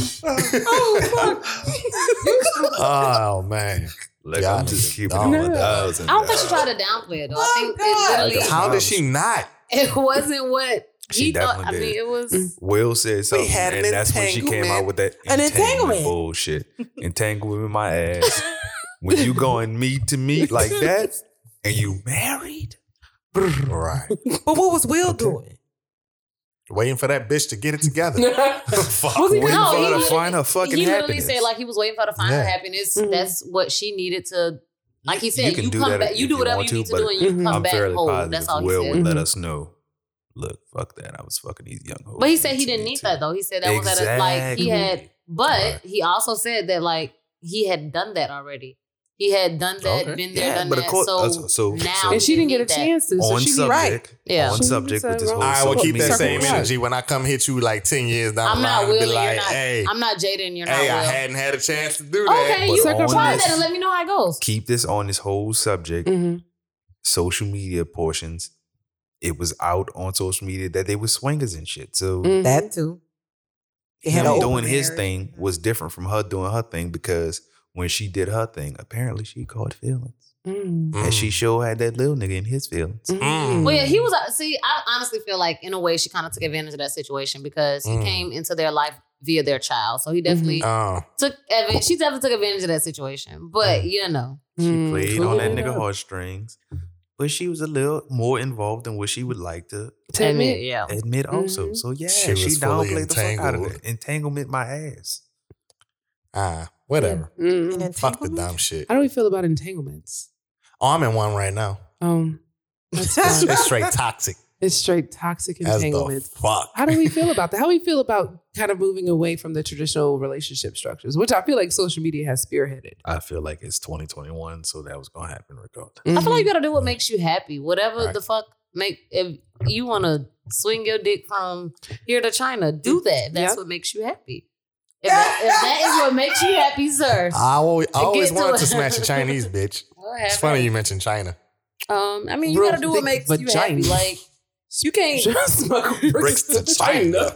[SPEAKER 1] Oh man.
[SPEAKER 4] Like,
[SPEAKER 1] God
[SPEAKER 4] I'm just keeping
[SPEAKER 1] damn.
[SPEAKER 4] it one thousand.
[SPEAKER 3] I don't think she tried to downplay it though. I think it literally
[SPEAKER 1] How did she not?
[SPEAKER 3] it wasn't what
[SPEAKER 4] She
[SPEAKER 3] he thought. I
[SPEAKER 4] definitely
[SPEAKER 3] mean,
[SPEAKER 4] did. Mm.
[SPEAKER 3] it was
[SPEAKER 4] Will said something,
[SPEAKER 6] had an
[SPEAKER 4] and that's when she came out with that
[SPEAKER 6] An
[SPEAKER 4] entanglement
[SPEAKER 6] entanglement.
[SPEAKER 4] bullshit. Entangled with my ass. when you going meat to meat like that, and you married,
[SPEAKER 1] Right.
[SPEAKER 6] But what was Will doing?
[SPEAKER 1] Waiting for that bitch to get it together. Fuck.
[SPEAKER 2] Was he
[SPEAKER 4] waiting
[SPEAKER 3] No, he
[SPEAKER 4] for her to
[SPEAKER 3] literally-
[SPEAKER 4] find her fucking
[SPEAKER 3] he literally
[SPEAKER 4] happiness.
[SPEAKER 3] said like he was waiting for her to find her
[SPEAKER 1] Yeah.
[SPEAKER 3] happiness.
[SPEAKER 2] Mhm.
[SPEAKER 3] That's what she needed to. Like he said,
[SPEAKER 4] You
[SPEAKER 3] you,
[SPEAKER 4] can do
[SPEAKER 3] come
[SPEAKER 4] that
[SPEAKER 3] back,
[SPEAKER 4] if
[SPEAKER 3] you do
[SPEAKER 4] you
[SPEAKER 3] whatever you
[SPEAKER 4] want to,
[SPEAKER 3] need to
[SPEAKER 4] but
[SPEAKER 3] do, and you
[SPEAKER 2] Mhm.
[SPEAKER 3] come
[SPEAKER 4] I'm
[SPEAKER 3] back
[SPEAKER 4] fairly
[SPEAKER 3] whole.
[SPEAKER 4] positive
[SPEAKER 3] That's all he
[SPEAKER 4] Will
[SPEAKER 3] said.
[SPEAKER 4] would let
[SPEAKER 2] Mm-hmm.
[SPEAKER 4] us know. Look, fuck that. I was fucking these young hoes.
[SPEAKER 3] But he said he
[SPEAKER 4] Meat to
[SPEAKER 3] didn't
[SPEAKER 4] meat
[SPEAKER 3] need
[SPEAKER 4] to
[SPEAKER 3] that though. He said that was at a, like he had,
[SPEAKER 4] Exactly.
[SPEAKER 3] but
[SPEAKER 4] Right.
[SPEAKER 3] he also said that like he had done that already. He had done that,
[SPEAKER 4] Okay.
[SPEAKER 3] been there,
[SPEAKER 4] Yeah,
[SPEAKER 3] done
[SPEAKER 4] but of
[SPEAKER 3] that.
[SPEAKER 4] course-
[SPEAKER 3] so,
[SPEAKER 4] uh, so-
[SPEAKER 3] now,
[SPEAKER 4] so-
[SPEAKER 2] and she didn't get a
[SPEAKER 3] need that.
[SPEAKER 2] chance to. So
[SPEAKER 4] on
[SPEAKER 2] she be
[SPEAKER 4] subject,
[SPEAKER 2] right.
[SPEAKER 3] Yeah.
[SPEAKER 4] on
[SPEAKER 2] She
[SPEAKER 4] subject
[SPEAKER 2] said
[SPEAKER 4] with this
[SPEAKER 2] right.
[SPEAKER 4] whole.
[SPEAKER 1] All right, well,
[SPEAKER 4] social
[SPEAKER 1] keep that
[SPEAKER 4] media
[SPEAKER 1] same
[SPEAKER 4] bullshit.
[SPEAKER 1] energy when I come hit you like 10 years down
[SPEAKER 3] I'm
[SPEAKER 1] the line
[SPEAKER 3] not
[SPEAKER 1] and
[SPEAKER 3] Will.
[SPEAKER 1] be
[SPEAKER 3] You're
[SPEAKER 1] like,
[SPEAKER 3] not.
[SPEAKER 1] hey,
[SPEAKER 3] I'm not Jada, and you're not
[SPEAKER 1] hey, I
[SPEAKER 3] Will.
[SPEAKER 1] hadn't had a chance to do that.
[SPEAKER 3] Okay,
[SPEAKER 1] but
[SPEAKER 3] you
[SPEAKER 4] Suck her
[SPEAKER 3] try
[SPEAKER 4] on
[SPEAKER 3] that
[SPEAKER 4] this-
[SPEAKER 3] and let me know how it goes.
[SPEAKER 4] Keep this on this whole subject.
[SPEAKER 3] Mm-hmm.
[SPEAKER 2] Mhm.
[SPEAKER 4] Social media portions. It was out on social media that they were swingers and shit. So
[SPEAKER 2] Mhm.
[SPEAKER 6] That too. They had
[SPEAKER 4] him
[SPEAKER 6] an
[SPEAKER 4] doing
[SPEAKER 6] open
[SPEAKER 4] his
[SPEAKER 6] marriage.
[SPEAKER 2] Mm.
[SPEAKER 4] thing was different from her doing her thing because when she did her thing, apparently she caught feelings,
[SPEAKER 2] Mhm.
[SPEAKER 1] Mm.
[SPEAKER 4] and she sure had that little nigga in his feelings.
[SPEAKER 2] Mhm.
[SPEAKER 3] Mm-hmm. Well, yeah, he was. uh, See, I honestly feel like in a way she kind of took advantage of that situation because he
[SPEAKER 1] Mm.
[SPEAKER 3] came into their life via their child,
[SPEAKER 2] Mm-hmm.
[SPEAKER 3] so he definitely
[SPEAKER 4] Uh,
[SPEAKER 1] Oh,
[SPEAKER 3] took. advan- She definitely took advantage of that situation,
[SPEAKER 4] uh,
[SPEAKER 3] but you know,
[SPEAKER 4] She
[SPEAKER 2] Mhm.
[SPEAKER 4] played on that
[SPEAKER 2] Cool
[SPEAKER 4] nigga
[SPEAKER 2] enough.
[SPEAKER 4] heartstrings, but she was a little more involved than what she would like to
[SPEAKER 2] To
[SPEAKER 3] and
[SPEAKER 2] admit.
[SPEAKER 3] yeah,
[SPEAKER 4] admit. Also,
[SPEAKER 2] Mhm.
[SPEAKER 4] so yeah,
[SPEAKER 1] She
[SPEAKER 4] she,
[SPEAKER 1] was fully
[SPEAKER 4] downplayed the fuck out of
[SPEAKER 1] entangled.
[SPEAKER 4] it. Entanglement, my ass.
[SPEAKER 1] ah, whatever.
[SPEAKER 2] Mhm.
[SPEAKER 3] mm-hmm.
[SPEAKER 6] An
[SPEAKER 1] Fuck the
[SPEAKER 6] entanglement?
[SPEAKER 1] dumb shit.
[SPEAKER 2] How do we feel about entanglements?
[SPEAKER 1] Oh, I'm in one right now.
[SPEAKER 2] Um, that's
[SPEAKER 1] It's
[SPEAKER 2] fine.
[SPEAKER 1] it's straight toxic
[SPEAKER 2] it's straight toxic
[SPEAKER 1] as the
[SPEAKER 2] entanglements.
[SPEAKER 1] fuck.
[SPEAKER 2] How do we feel about that? How we feel about kind of moving away from the traditional relationship structures, which I feel like social media has spearheaded.
[SPEAKER 4] I feel like it's 2021, so that was gonna happen regardless.
[SPEAKER 3] I feel like you gotta do what makes you happy, whatever
[SPEAKER 4] Right.
[SPEAKER 3] the fuck make. If you want to swing your dick from here to China, do that. That's
[SPEAKER 2] Yeah.
[SPEAKER 3] what makes you happy. If that, if that is what makes you happy, sir.
[SPEAKER 1] I always, I
[SPEAKER 3] Get
[SPEAKER 1] always
[SPEAKER 3] to
[SPEAKER 1] wanted
[SPEAKER 3] it.
[SPEAKER 1] to smash a Chinese bitch.
[SPEAKER 3] What
[SPEAKER 1] Ah, It's
[SPEAKER 3] happened?
[SPEAKER 1] funny you mentioned China.
[SPEAKER 3] Um, I mean, you
[SPEAKER 2] Real
[SPEAKER 3] gotta do what
[SPEAKER 2] thick
[SPEAKER 3] makes you happy.
[SPEAKER 2] vagina.
[SPEAKER 3] Like you can't.
[SPEAKER 2] just smuggle bricks to China.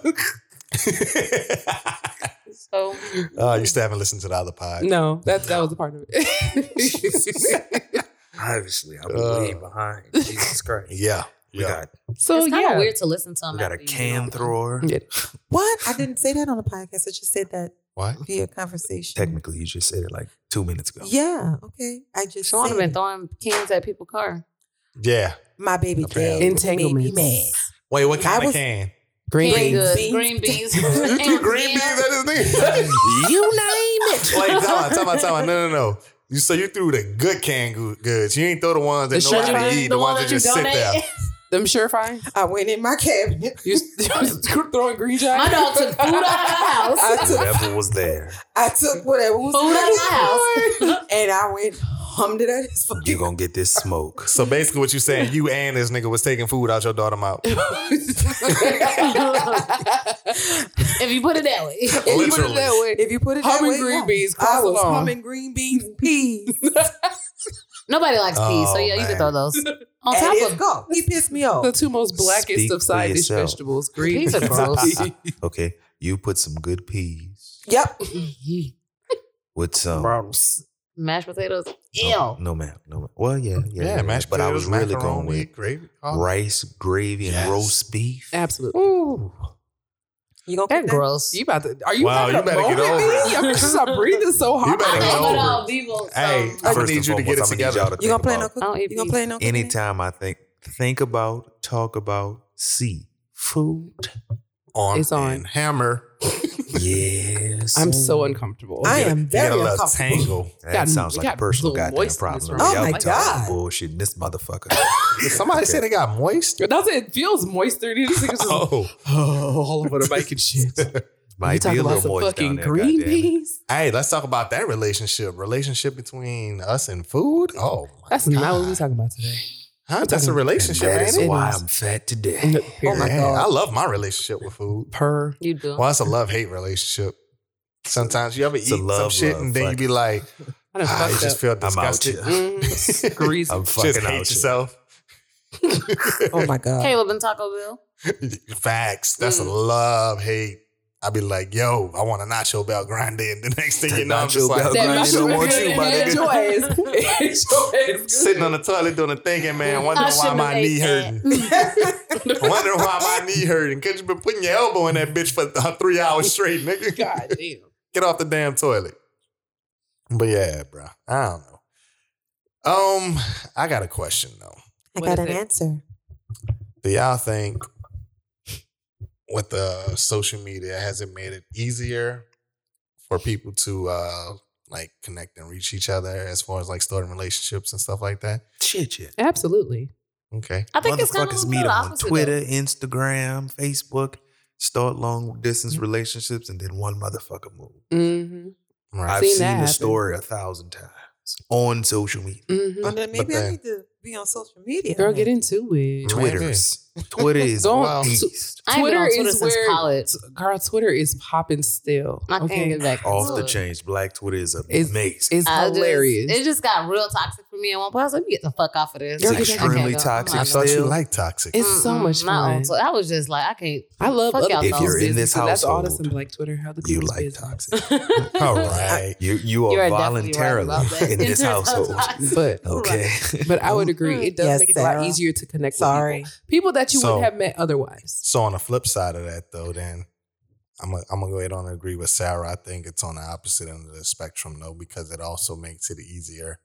[SPEAKER 3] So
[SPEAKER 1] Oh, you still haven't listened to the other pod.
[SPEAKER 2] No, that that was a part of it.
[SPEAKER 4] Obviously, I'm
[SPEAKER 1] Uh, way
[SPEAKER 4] behind. Jesus Christ.
[SPEAKER 1] Yeah.
[SPEAKER 4] We
[SPEAKER 1] yeah.
[SPEAKER 4] got
[SPEAKER 2] so
[SPEAKER 3] it's kind of
[SPEAKER 2] yeah,
[SPEAKER 3] weird to listen to him.
[SPEAKER 4] we got a
[SPEAKER 3] after you
[SPEAKER 4] can
[SPEAKER 3] know.
[SPEAKER 4] thrower.
[SPEAKER 2] Yeah.
[SPEAKER 6] What? I didn't say that on the podcast. I just said that
[SPEAKER 1] what?
[SPEAKER 6] via conversation.
[SPEAKER 4] Technically, you just said it like two minutes ago.
[SPEAKER 6] Yeah. Okay. I just
[SPEAKER 3] Sean
[SPEAKER 6] said
[SPEAKER 3] have been throwing cans at people's car.
[SPEAKER 1] Yeah.
[SPEAKER 6] my baby
[SPEAKER 1] Apparently.
[SPEAKER 6] came.
[SPEAKER 2] Entanglements.
[SPEAKER 6] Made me
[SPEAKER 1] Wait, what kind
[SPEAKER 6] I
[SPEAKER 1] of
[SPEAKER 6] was-
[SPEAKER 1] can?
[SPEAKER 2] Green
[SPEAKER 3] Canned
[SPEAKER 2] beans.
[SPEAKER 3] goods,
[SPEAKER 6] beans.
[SPEAKER 3] green beans.
[SPEAKER 1] You threw green beans at his nigga.
[SPEAKER 4] you name it.
[SPEAKER 1] Like, time out, time out, time out. No, no, no. You so you threw the good canned goo- goods. You ain't throw the ones that
[SPEAKER 2] The
[SPEAKER 1] nobody
[SPEAKER 2] shrimp?
[SPEAKER 1] eat. The, ones that just sit there.
[SPEAKER 2] Them surefires.
[SPEAKER 6] I went in my cabinet.
[SPEAKER 2] You you throwing green
[SPEAKER 3] My
[SPEAKER 2] giant.
[SPEAKER 3] dog took food out of her house.
[SPEAKER 6] I took,
[SPEAKER 4] Devil was there.
[SPEAKER 6] I took whatever was
[SPEAKER 3] Food out of my house.
[SPEAKER 6] and I went hummed it at his fucking.
[SPEAKER 4] You gonna get this smoke.
[SPEAKER 1] So basically, what you saying, you and this nigga was taking food out your daughter mouth.
[SPEAKER 3] If you put it that way.
[SPEAKER 2] If you put it that way,
[SPEAKER 6] If you put it that
[SPEAKER 2] Humming
[SPEAKER 6] way,
[SPEAKER 2] green
[SPEAKER 6] yeah.
[SPEAKER 2] beans,
[SPEAKER 6] I
[SPEAKER 2] cross
[SPEAKER 6] was
[SPEAKER 2] along.
[SPEAKER 6] humming green beans, peas,
[SPEAKER 3] Nobody likes peas, so
[SPEAKER 1] Oh,
[SPEAKER 3] yeah, you can
[SPEAKER 1] man.
[SPEAKER 3] throw those. On
[SPEAKER 6] and
[SPEAKER 3] top
[SPEAKER 6] it's
[SPEAKER 3] of
[SPEAKER 6] go. He pissed me off.
[SPEAKER 2] the two most blackest
[SPEAKER 4] Speak
[SPEAKER 2] of side
[SPEAKER 4] for
[SPEAKER 2] dish
[SPEAKER 4] yourself.
[SPEAKER 2] vegetables: green
[SPEAKER 3] Peas are gross.
[SPEAKER 4] Okay, you put some good peas
[SPEAKER 6] Yep.
[SPEAKER 4] with some.
[SPEAKER 3] mashed potatoes. Ew.
[SPEAKER 4] No, no, ma'am. No, ma'am. Well, yeah, yeah,
[SPEAKER 1] Yeah,
[SPEAKER 4] yeah,
[SPEAKER 1] mashed
[SPEAKER 4] But I was
[SPEAKER 1] potatoes,
[SPEAKER 4] really going
[SPEAKER 1] macaroni,
[SPEAKER 4] with
[SPEAKER 1] gravy. Oh.
[SPEAKER 4] rice, gravy, and
[SPEAKER 1] Yes.
[SPEAKER 4] roast beef.
[SPEAKER 2] Absolutely.
[SPEAKER 3] Ooh.
[SPEAKER 6] You gonna
[SPEAKER 3] That's
[SPEAKER 6] cook that?
[SPEAKER 3] gross.
[SPEAKER 2] You about to? Are you
[SPEAKER 1] Wow,
[SPEAKER 2] having
[SPEAKER 1] you
[SPEAKER 2] a
[SPEAKER 1] better get
[SPEAKER 2] moment?
[SPEAKER 1] over it.
[SPEAKER 2] B? I'm just I'm breathing so hard.
[SPEAKER 3] I
[SPEAKER 1] better get
[SPEAKER 3] don't
[SPEAKER 1] over
[SPEAKER 3] put
[SPEAKER 1] it.
[SPEAKER 3] all people.
[SPEAKER 1] Hey,
[SPEAKER 3] so-
[SPEAKER 1] I
[SPEAKER 4] First
[SPEAKER 1] need
[SPEAKER 4] and
[SPEAKER 1] you to get it
[SPEAKER 4] foremost, I'ma need
[SPEAKER 1] together.
[SPEAKER 4] y'all to
[SPEAKER 6] You
[SPEAKER 4] think
[SPEAKER 6] gonna play no
[SPEAKER 4] about
[SPEAKER 3] I don't
[SPEAKER 6] cooking?
[SPEAKER 3] eat
[SPEAKER 6] You gonna
[SPEAKER 3] peas.
[SPEAKER 6] play no cooking?
[SPEAKER 4] Anytime I think, think about, talk about, see food.
[SPEAKER 1] on
[SPEAKER 2] It's on.
[SPEAKER 1] and hammer.
[SPEAKER 4] Yes, oh.
[SPEAKER 2] I'm so uncomfortable.
[SPEAKER 6] I
[SPEAKER 1] You
[SPEAKER 6] am
[SPEAKER 1] get a
[SPEAKER 6] very
[SPEAKER 1] little
[SPEAKER 6] uncomfortable.
[SPEAKER 1] tangle.
[SPEAKER 4] That
[SPEAKER 2] Got-
[SPEAKER 4] sounds
[SPEAKER 2] we
[SPEAKER 4] like a
[SPEAKER 2] got
[SPEAKER 4] personal
[SPEAKER 2] little
[SPEAKER 4] goddamn
[SPEAKER 2] moist in this
[SPEAKER 4] problem.
[SPEAKER 2] room.
[SPEAKER 4] Y'all
[SPEAKER 6] Oh
[SPEAKER 4] be
[SPEAKER 6] my
[SPEAKER 4] talking
[SPEAKER 6] God.
[SPEAKER 4] bullshit in this motherfucker.
[SPEAKER 1] Did somebody say they got moist?
[SPEAKER 2] That's it. It feels moisture. These niggas just
[SPEAKER 1] Oh,
[SPEAKER 2] all over the mic and shit. you
[SPEAKER 4] Might be
[SPEAKER 2] talking
[SPEAKER 4] a
[SPEAKER 2] about
[SPEAKER 4] little
[SPEAKER 2] some
[SPEAKER 4] moist
[SPEAKER 2] fucking
[SPEAKER 4] down there.
[SPEAKER 2] green
[SPEAKER 4] goddamn it.
[SPEAKER 2] peas?
[SPEAKER 1] hey, let's talk about that relationship. Relationship between us and food. Oh, my
[SPEAKER 2] That's
[SPEAKER 1] God.
[SPEAKER 2] not what we're talking about today.
[SPEAKER 1] Huh? That's a
[SPEAKER 4] And
[SPEAKER 1] relationship,
[SPEAKER 4] that
[SPEAKER 1] ain't
[SPEAKER 4] is
[SPEAKER 1] it?
[SPEAKER 4] why
[SPEAKER 2] It is.
[SPEAKER 4] I'm fat today.
[SPEAKER 2] Oh my
[SPEAKER 1] Yeah, I
[SPEAKER 2] god.
[SPEAKER 1] love my relationship with food.
[SPEAKER 2] Per.
[SPEAKER 3] You do.
[SPEAKER 1] Well, it's a love hate relationship. Sometimes you ever eat
[SPEAKER 4] a
[SPEAKER 1] some
[SPEAKER 4] love,
[SPEAKER 1] shit
[SPEAKER 4] love,
[SPEAKER 1] and then you
[SPEAKER 4] fuck.
[SPEAKER 1] be like,
[SPEAKER 2] I done
[SPEAKER 1] ah, you
[SPEAKER 2] fucked
[SPEAKER 1] just
[SPEAKER 2] up.
[SPEAKER 1] feel
[SPEAKER 4] I'm out
[SPEAKER 1] disgusted.
[SPEAKER 4] here.
[SPEAKER 2] Mm, greasy.
[SPEAKER 4] I'm fucking
[SPEAKER 1] Just hate
[SPEAKER 4] out here.
[SPEAKER 1] yourself.
[SPEAKER 6] Oh my god.
[SPEAKER 3] Caleb and Taco Bell.
[SPEAKER 1] Facts. That's a
[SPEAKER 3] Mm.
[SPEAKER 1] love hate. I be like, yo, I want a nacho bell grande, and the next thing you know, I'm
[SPEAKER 4] Nacho
[SPEAKER 1] just like
[SPEAKER 4] Bel Grande.
[SPEAKER 2] That
[SPEAKER 4] Grinding don't want you, my
[SPEAKER 2] It's your ass. It's your ass.
[SPEAKER 1] sitting on the toilet doing a thinking, man, wondering why
[SPEAKER 3] shouldn't Mm.
[SPEAKER 1] my
[SPEAKER 3] have
[SPEAKER 1] knee
[SPEAKER 3] ate that.
[SPEAKER 1] hurting. wondering why my knee hurting. Cause you been putting your elbow in that bitch for th- three hours straight, nigga.
[SPEAKER 2] God damn.
[SPEAKER 1] Get off the damn toilet. But yeah, bro, I don't know. Um, I got a question though.
[SPEAKER 6] I
[SPEAKER 2] What
[SPEAKER 6] got
[SPEAKER 2] is
[SPEAKER 6] an
[SPEAKER 2] it?
[SPEAKER 6] answer.
[SPEAKER 1] Do y'all think with the social media has it made it easier for people to uh like connect and reach each other as far as like starting relationships and stuff like that?
[SPEAKER 4] Shit, shit.
[SPEAKER 2] Absolutely.
[SPEAKER 1] Okay.
[SPEAKER 3] I think it's kind of
[SPEAKER 4] Motherfuckers
[SPEAKER 3] a
[SPEAKER 4] meet
[SPEAKER 3] little
[SPEAKER 4] up on
[SPEAKER 3] opposite.
[SPEAKER 4] Twitter, Instagram, Facebook, start long distance relationships, and then one motherfucker move.
[SPEAKER 2] Mm-hmm.
[SPEAKER 1] Right.
[SPEAKER 4] I've
[SPEAKER 2] seen
[SPEAKER 4] seen,
[SPEAKER 2] that
[SPEAKER 4] the
[SPEAKER 2] happen.
[SPEAKER 4] story a thousand times on social media.
[SPEAKER 2] Mm-hmm.
[SPEAKER 6] Well, then maybe I
[SPEAKER 1] then-
[SPEAKER 6] need to be on social media.
[SPEAKER 2] Girl, get into it.
[SPEAKER 1] Maybe.
[SPEAKER 4] Twitters. Twitter is
[SPEAKER 2] Go
[SPEAKER 1] Wow.
[SPEAKER 2] on.
[SPEAKER 1] Tw-
[SPEAKER 4] beast.
[SPEAKER 3] I ain't been
[SPEAKER 2] Twitter
[SPEAKER 3] on Twitter
[SPEAKER 2] is
[SPEAKER 3] since
[SPEAKER 2] where-
[SPEAKER 3] college.
[SPEAKER 2] Girl, Twitter is popping still.
[SPEAKER 3] I can't
[SPEAKER 2] Okay.
[SPEAKER 3] get back
[SPEAKER 4] Off
[SPEAKER 3] into
[SPEAKER 4] the
[SPEAKER 3] it.
[SPEAKER 4] chain. Black Twitter is
[SPEAKER 2] It's-
[SPEAKER 4] amazing.
[SPEAKER 2] It's
[SPEAKER 3] I just-
[SPEAKER 2] hilarious.
[SPEAKER 3] it just got real toxic for me at one point. I was like, "Let me get the fuck off of this."
[SPEAKER 4] It's
[SPEAKER 3] I can't
[SPEAKER 4] extremely
[SPEAKER 3] go. I'm
[SPEAKER 4] toxic.
[SPEAKER 1] I
[SPEAKER 3] not-
[SPEAKER 1] thought you
[SPEAKER 4] Still-
[SPEAKER 1] liked toxic.
[SPEAKER 2] It's so
[SPEAKER 3] Mm-mm,
[SPEAKER 2] much
[SPEAKER 3] no.
[SPEAKER 2] fun.
[SPEAKER 3] So I was just like, I can't.
[SPEAKER 2] I love
[SPEAKER 3] Fuck
[SPEAKER 2] other
[SPEAKER 3] y'all
[SPEAKER 2] people's
[SPEAKER 4] If you're in this
[SPEAKER 2] business, and That's all that's
[SPEAKER 4] household,
[SPEAKER 2] in Black Twitter. How the
[SPEAKER 4] you
[SPEAKER 2] people's
[SPEAKER 4] like
[SPEAKER 2] business.
[SPEAKER 4] toxic.
[SPEAKER 1] All right.
[SPEAKER 4] You you are,
[SPEAKER 3] You are definitely right
[SPEAKER 4] voluntarily
[SPEAKER 3] about that.
[SPEAKER 4] in this household.
[SPEAKER 2] But
[SPEAKER 4] Okay.
[SPEAKER 2] but I would agree. It does
[SPEAKER 6] Yes,
[SPEAKER 2] make it a lot
[SPEAKER 6] Sarah.
[SPEAKER 2] easier to connect.
[SPEAKER 6] Sorry.
[SPEAKER 2] With people. people that you
[SPEAKER 1] So-
[SPEAKER 2] wouldn't have met otherwise.
[SPEAKER 1] So on the flip side of that though, then I'm gonna I'm gonna go ahead and agree with Sarah. I think it's on the opposite end of the spectrum though, because it also makes it easier.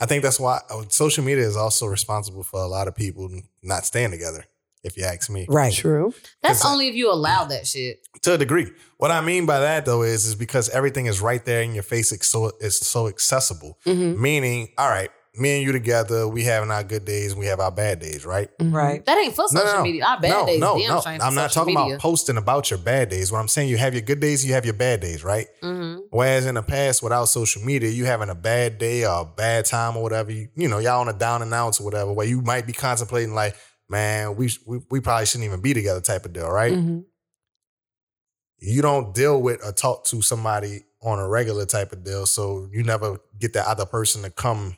[SPEAKER 1] I think that's why uh, social media is also responsible for a lot of people not staying together. If you ask me,
[SPEAKER 6] Right.
[SPEAKER 2] True.
[SPEAKER 3] That's
[SPEAKER 1] Cause I-
[SPEAKER 3] only if you allow that shit.
[SPEAKER 1] to a degree. What I mean by that though is is because everything is right there in your face. It's so it's so accessible.
[SPEAKER 3] Mm-hmm.
[SPEAKER 2] Mhm.
[SPEAKER 1] Meaning, all right, me and you together, we having our good days and we have our bad days, right?
[SPEAKER 2] Mhm.
[SPEAKER 6] Right.
[SPEAKER 3] That ain't for social media. I bad
[SPEAKER 1] no,
[SPEAKER 3] days.
[SPEAKER 1] No,
[SPEAKER 3] damn
[SPEAKER 1] no.
[SPEAKER 3] straight
[SPEAKER 1] I'm
[SPEAKER 3] to
[SPEAKER 1] not
[SPEAKER 3] social
[SPEAKER 1] talking
[SPEAKER 3] media.
[SPEAKER 1] about posting about your bad days. What I'm saying, you have your good days, you have your bad days, right?
[SPEAKER 3] Mhm.
[SPEAKER 1] Whereas in the past, without social media, you having a bad day or a bad time or whatever, you, you know, y'all on a down and outs or whatever, where you might be contemplating like, man, we, we we probably shouldn't even be together type of deal, right?
[SPEAKER 2] Mhm.
[SPEAKER 1] You don't deal with or talk to somebody on a regular type of deal, so you never get that other person to come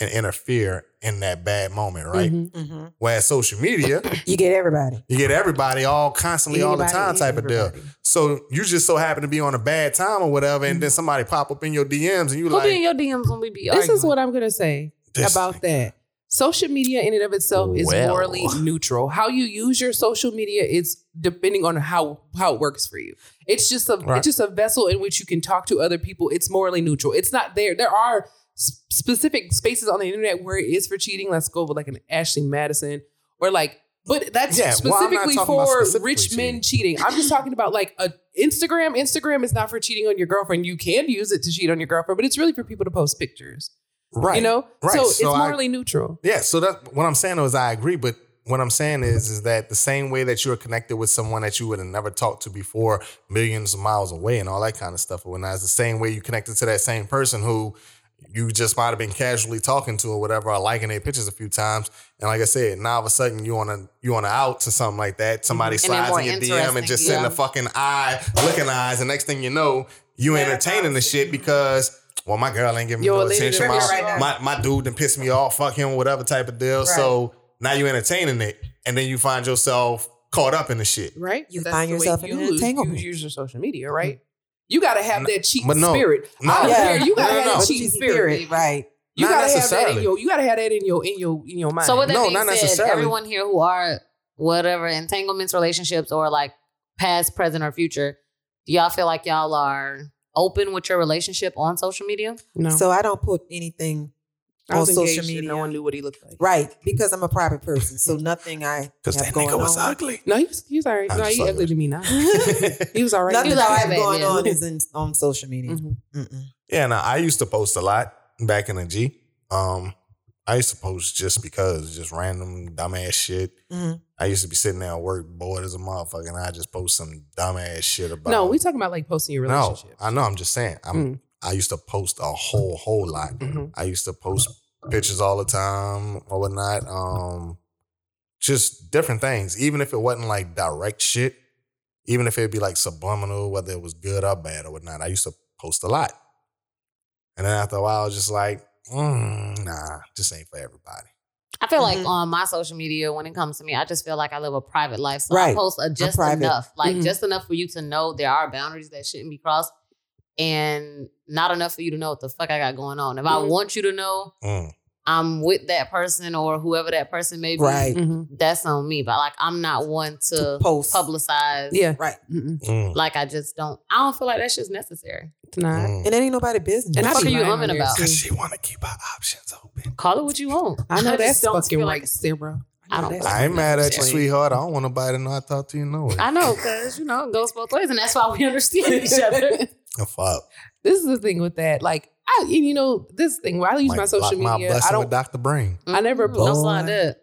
[SPEAKER 1] and interfere in that bad moment, right?
[SPEAKER 2] Mhm.
[SPEAKER 6] Mhm.
[SPEAKER 1] Whereas social media,
[SPEAKER 6] You get everybody.
[SPEAKER 1] you get everybody all constantly all the
[SPEAKER 6] Anybody,
[SPEAKER 1] time type of deal.
[SPEAKER 6] everybody.
[SPEAKER 1] So you just so happen to be on a bad time or whatever, and then somebody pop up in your DMs and you
[SPEAKER 3] Who
[SPEAKER 1] like,
[SPEAKER 3] be in your DMs when we be
[SPEAKER 2] This is
[SPEAKER 3] arguing?
[SPEAKER 2] what I'm gonna say
[SPEAKER 1] This
[SPEAKER 2] about that. Social media in and of itself is
[SPEAKER 4] Well.
[SPEAKER 2] morally neutral. How you use your social media is depending on how how it works for you. It's just a
[SPEAKER 1] Right.
[SPEAKER 2] it's just a vessel in which you can talk to other people. It's morally neutral. It's not there. There are s- specific spaces on the internet where it is for cheating. Let's go with like an Ashley Madison or like, but that's
[SPEAKER 1] Yeah, well, I'm not
[SPEAKER 2] specifically
[SPEAKER 1] talking about
[SPEAKER 2] for
[SPEAKER 1] specifically
[SPEAKER 2] rich men cheating. I'm just talking about like a Instagram. Instagram is not for cheating on your girlfriend. You can use it to cheat on your girlfriend, but it's really for people to post pictures.
[SPEAKER 1] right.
[SPEAKER 2] You know?
[SPEAKER 1] Right.
[SPEAKER 2] So,
[SPEAKER 1] So
[SPEAKER 2] it's
[SPEAKER 1] I-
[SPEAKER 2] morally neutral.
[SPEAKER 1] Yeah, so that what I'm saying though is I agree, but what I'm saying is, is that the same way that you're connected with someone that you would have never talked to before, millions of miles away, and all that kind of stuff, or whatnot, it's the same way you connected to that same person who you just might have been casually talking to or whatever, or liking their pictures a few times, and like I said, now all of a sudden you on a you on a out to something like that. Somebody
[SPEAKER 3] Mhm. And then
[SPEAKER 1] slides
[SPEAKER 3] more
[SPEAKER 1] in your DM and
[SPEAKER 3] interesting,
[SPEAKER 1] just send
[SPEAKER 3] yeah.
[SPEAKER 1] a fucking eye, looking eyes, and next thing you know, you entertaining the shit because. Well, my girl ain't giving me
[SPEAKER 2] Yo,
[SPEAKER 1] no
[SPEAKER 2] a lady
[SPEAKER 1] attention.
[SPEAKER 2] that-
[SPEAKER 1] My,
[SPEAKER 6] Right now.
[SPEAKER 1] my my dude done pissed me off. Fuck him, whatever type of deal. So now you entertaining it, and then you find yourself caught up in the shit.
[SPEAKER 2] right?
[SPEAKER 6] You
[SPEAKER 2] That's
[SPEAKER 6] find
[SPEAKER 2] the way
[SPEAKER 6] yourself in
[SPEAKER 2] you
[SPEAKER 6] an
[SPEAKER 2] use-
[SPEAKER 6] entanglement.
[SPEAKER 2] You use your social media, right? You gotta have that cheat
[SPEAKER 1] but no.
[SPEAKER 2] spirit.
[SPEAKER 1] No.
[SPEAKER 2] I don't
[SPEAKER 1] Yeah.
[SPEAKER 2] care. Oh, You gotta
[SPEAKER 1] No, no,
[SPEAKER 2] have
[SPEAKER 1] no.
[SPEAKER 2] that cheat spirit.
[SPEAKER 6] right?
[SPEAKER 2] You
[SPEAKER 1] Not
[SPEAKER 2] gotta have that in
[SPEAKER 1] necessarily.
[SPEAKER 2] your. You gotta have that in your in your in your mind.
[SPEAKER 3] So with that
[SPEAKER 1] No,
[SPEAKER 3] being
[SPEAKER 1] not
[SPEAKER 3] said,
[SPEAKER 1] necessarily.
[SPEAKER 3] everyone here who are whatever entanglements, relationships, or like past, present, or future, do y'all feel like y'all are open with your relationship on social media?
[SPEAKER 2] no,
[SPEAKER 6] So I don't put anything
[SPEAKER 2] I was
[SPEAKER 6] on social
[SPEAKER 2] engaged and
[SPEAKER 6] media.
[SPEAKER 2] no one knew what he looked like.
[SPEAKER 6] right because I'm a private person, so nothing I
[SPEAKER 4] Because
[SPEAKER 6] have
[SPEAKER 4] that
[SPEAKER 6] going
[SPEAKER 4] nigga was
[SPEAKER 6] on.
[SPEAKER 4] ugly.
[SPEAKER 2] No, he was, he was all right.
[SPEAKER 1] I'm
[SPEAKER 2] no,
[SPEAKER 1] just
[SPEAKER 2] he
[SPEAKER 1] fucking
[SPEAKER 2] ugly
[SPEAKER 1] with
[SPEAKER 2] to me now. he was all right.
[SPEAKER 6] Nothing
[SPEAKER 3] He was
[SPEAKER 6] I
[SPEAKER 3] all
[SPEAKER 6] have
[SPEAKER 3] right,
[SPEAKER 6] going
[SPEAKER 3] yeah.
[SPEAKER 6] on is in, on social media.
[SPEAKER 2] Mhm.
[SPEAKER 6] Mm-mm.
[SPEAKER 1] Yeah, no, I used to post a lot back in the G. Um, I used to post just because, just random dumbass shit.
[SPEAKER 6] Mhm.
[SPEAKER 1] I used to be sitting there at work bored as a motherfucker, and I just post some dumbass shit about.
[SPEAKER 2] No, we talking about like posting your
[SPEAKER 1] no.
[SPEAKER 2] relationship.
[SPEAKER 1] I know. I'm just saying. I'm.
[SPEAKER 2] Mm.
[SPEAKER 1] I used to post a whole whole lot.
[SPEAKER 2] Mhm.
[SPEAKER 1] I used to post pictures all the time or whatnot. Um, just different things. Even if it wasn't like direct shit, even if it'd be like subliminal, whether it was good or bad or whatnot, I used to post a lot. And then after a while, I was just like, mm, nah, just ain't for everybody.
[SPEAKER 3] I feel like
[SPEAKER 6] Mhm.
[SPEAKER 3] on my social media, when it comes to me, I just feel like I live a private life. So I
[SPEAKER 6] Right.
[SPEAKER 3] post a just
[SPEAKER 6] private.
[SPEAKER 3] enough, like
[SPEAKER 6] Mhm.
[SPEAKER 3] just enough for you to know there are boundaries that shouldn't be crossed, and not enough for you to know what the fuck I got going on. If I
[SPEAKER 2] Mhm.
[SPEAKER 3] want you to know
[SPEAKER 1] Mm.
[SPEAKER 3] I'm with that person or whoever that person may be,
[SPEAKER 6] Right,
[SPEAKER 2] Mhm.
[SPEAKER 3] that's on me. But like, I'm not one to,
[SPEAKER 6] To post.
[SPEAKER 3] publicize.
[SPEAKER 2] Yeah.
[SPEAKER 6] right,
[SPEAKER 2] Mm-mm.
[SPEAKER 1] Mm.
[SPEAKER 3] Like I just don't. I don't feel like that shit's necessary.
[SPEAKER 2] It's not.
[SPEAKER 1] mm.
[SPEAKER 6] and it ain't nobody business.
[SPEAKER 2] And
[SPEAKER 3] The
[SPEAKER 2] I
[SPEAKER 3] fuck
[SPEAKER 2] be
[SPEAKER 3] are you
[SPEAKER 2] lying
[SPEAKER 3] umming
[SPEAKER 2] on there,
[SPEAKER 3] about?
[SPEAKER 2] too.
[SPEAKER 4] Because she want to keep her options open.
[SPEAKER 3] Call it what you want.
[SPEAKER 2] I know
[SPEAKER 3] just
[SPEAKER 2] that's
[SPEAKER 3] don't
[SPEAKER 2] fucking
[SPEAKER 3] feel
[SPEAKER 2] right,
[SPEAKER 3] like-
[SPEAKER 2] Sarah.
[SPEAKER 3] I don't.
[SPEAKER 2] I
[SPEAKER 3] feel
[SPEAKER 1] I ain't
[SPEAKER 3] like
[SPEAKER 1] mad at you,
[SPEAKER 3] necessary.
[SPEAKER 1] sweetheart. I don't want nobody to know I talked to you. No way.
[SPEAKER 3] I know, cause you know it goes both ways, and that's why we understand each other.
[SPEAKER 1] Oh, fuck.
[SPEAKER 2] This is the thing with that. Like, I and you know this thing where I use my
[SPEAKER 1] Like, block
[SPEAKER 2] social media.
[SPEAKER 1] My
[SPEAKER 2] I
[SPEAKER 1] blessing with
[SPEAKER 2] don't.
[SPEAKER 1] Dr. Brain.
[SPEAKER 2] I never
[SPEAKER 3] Mm, don't slide
[SPEAKER 2] boy.
[SPEAKER 3] up.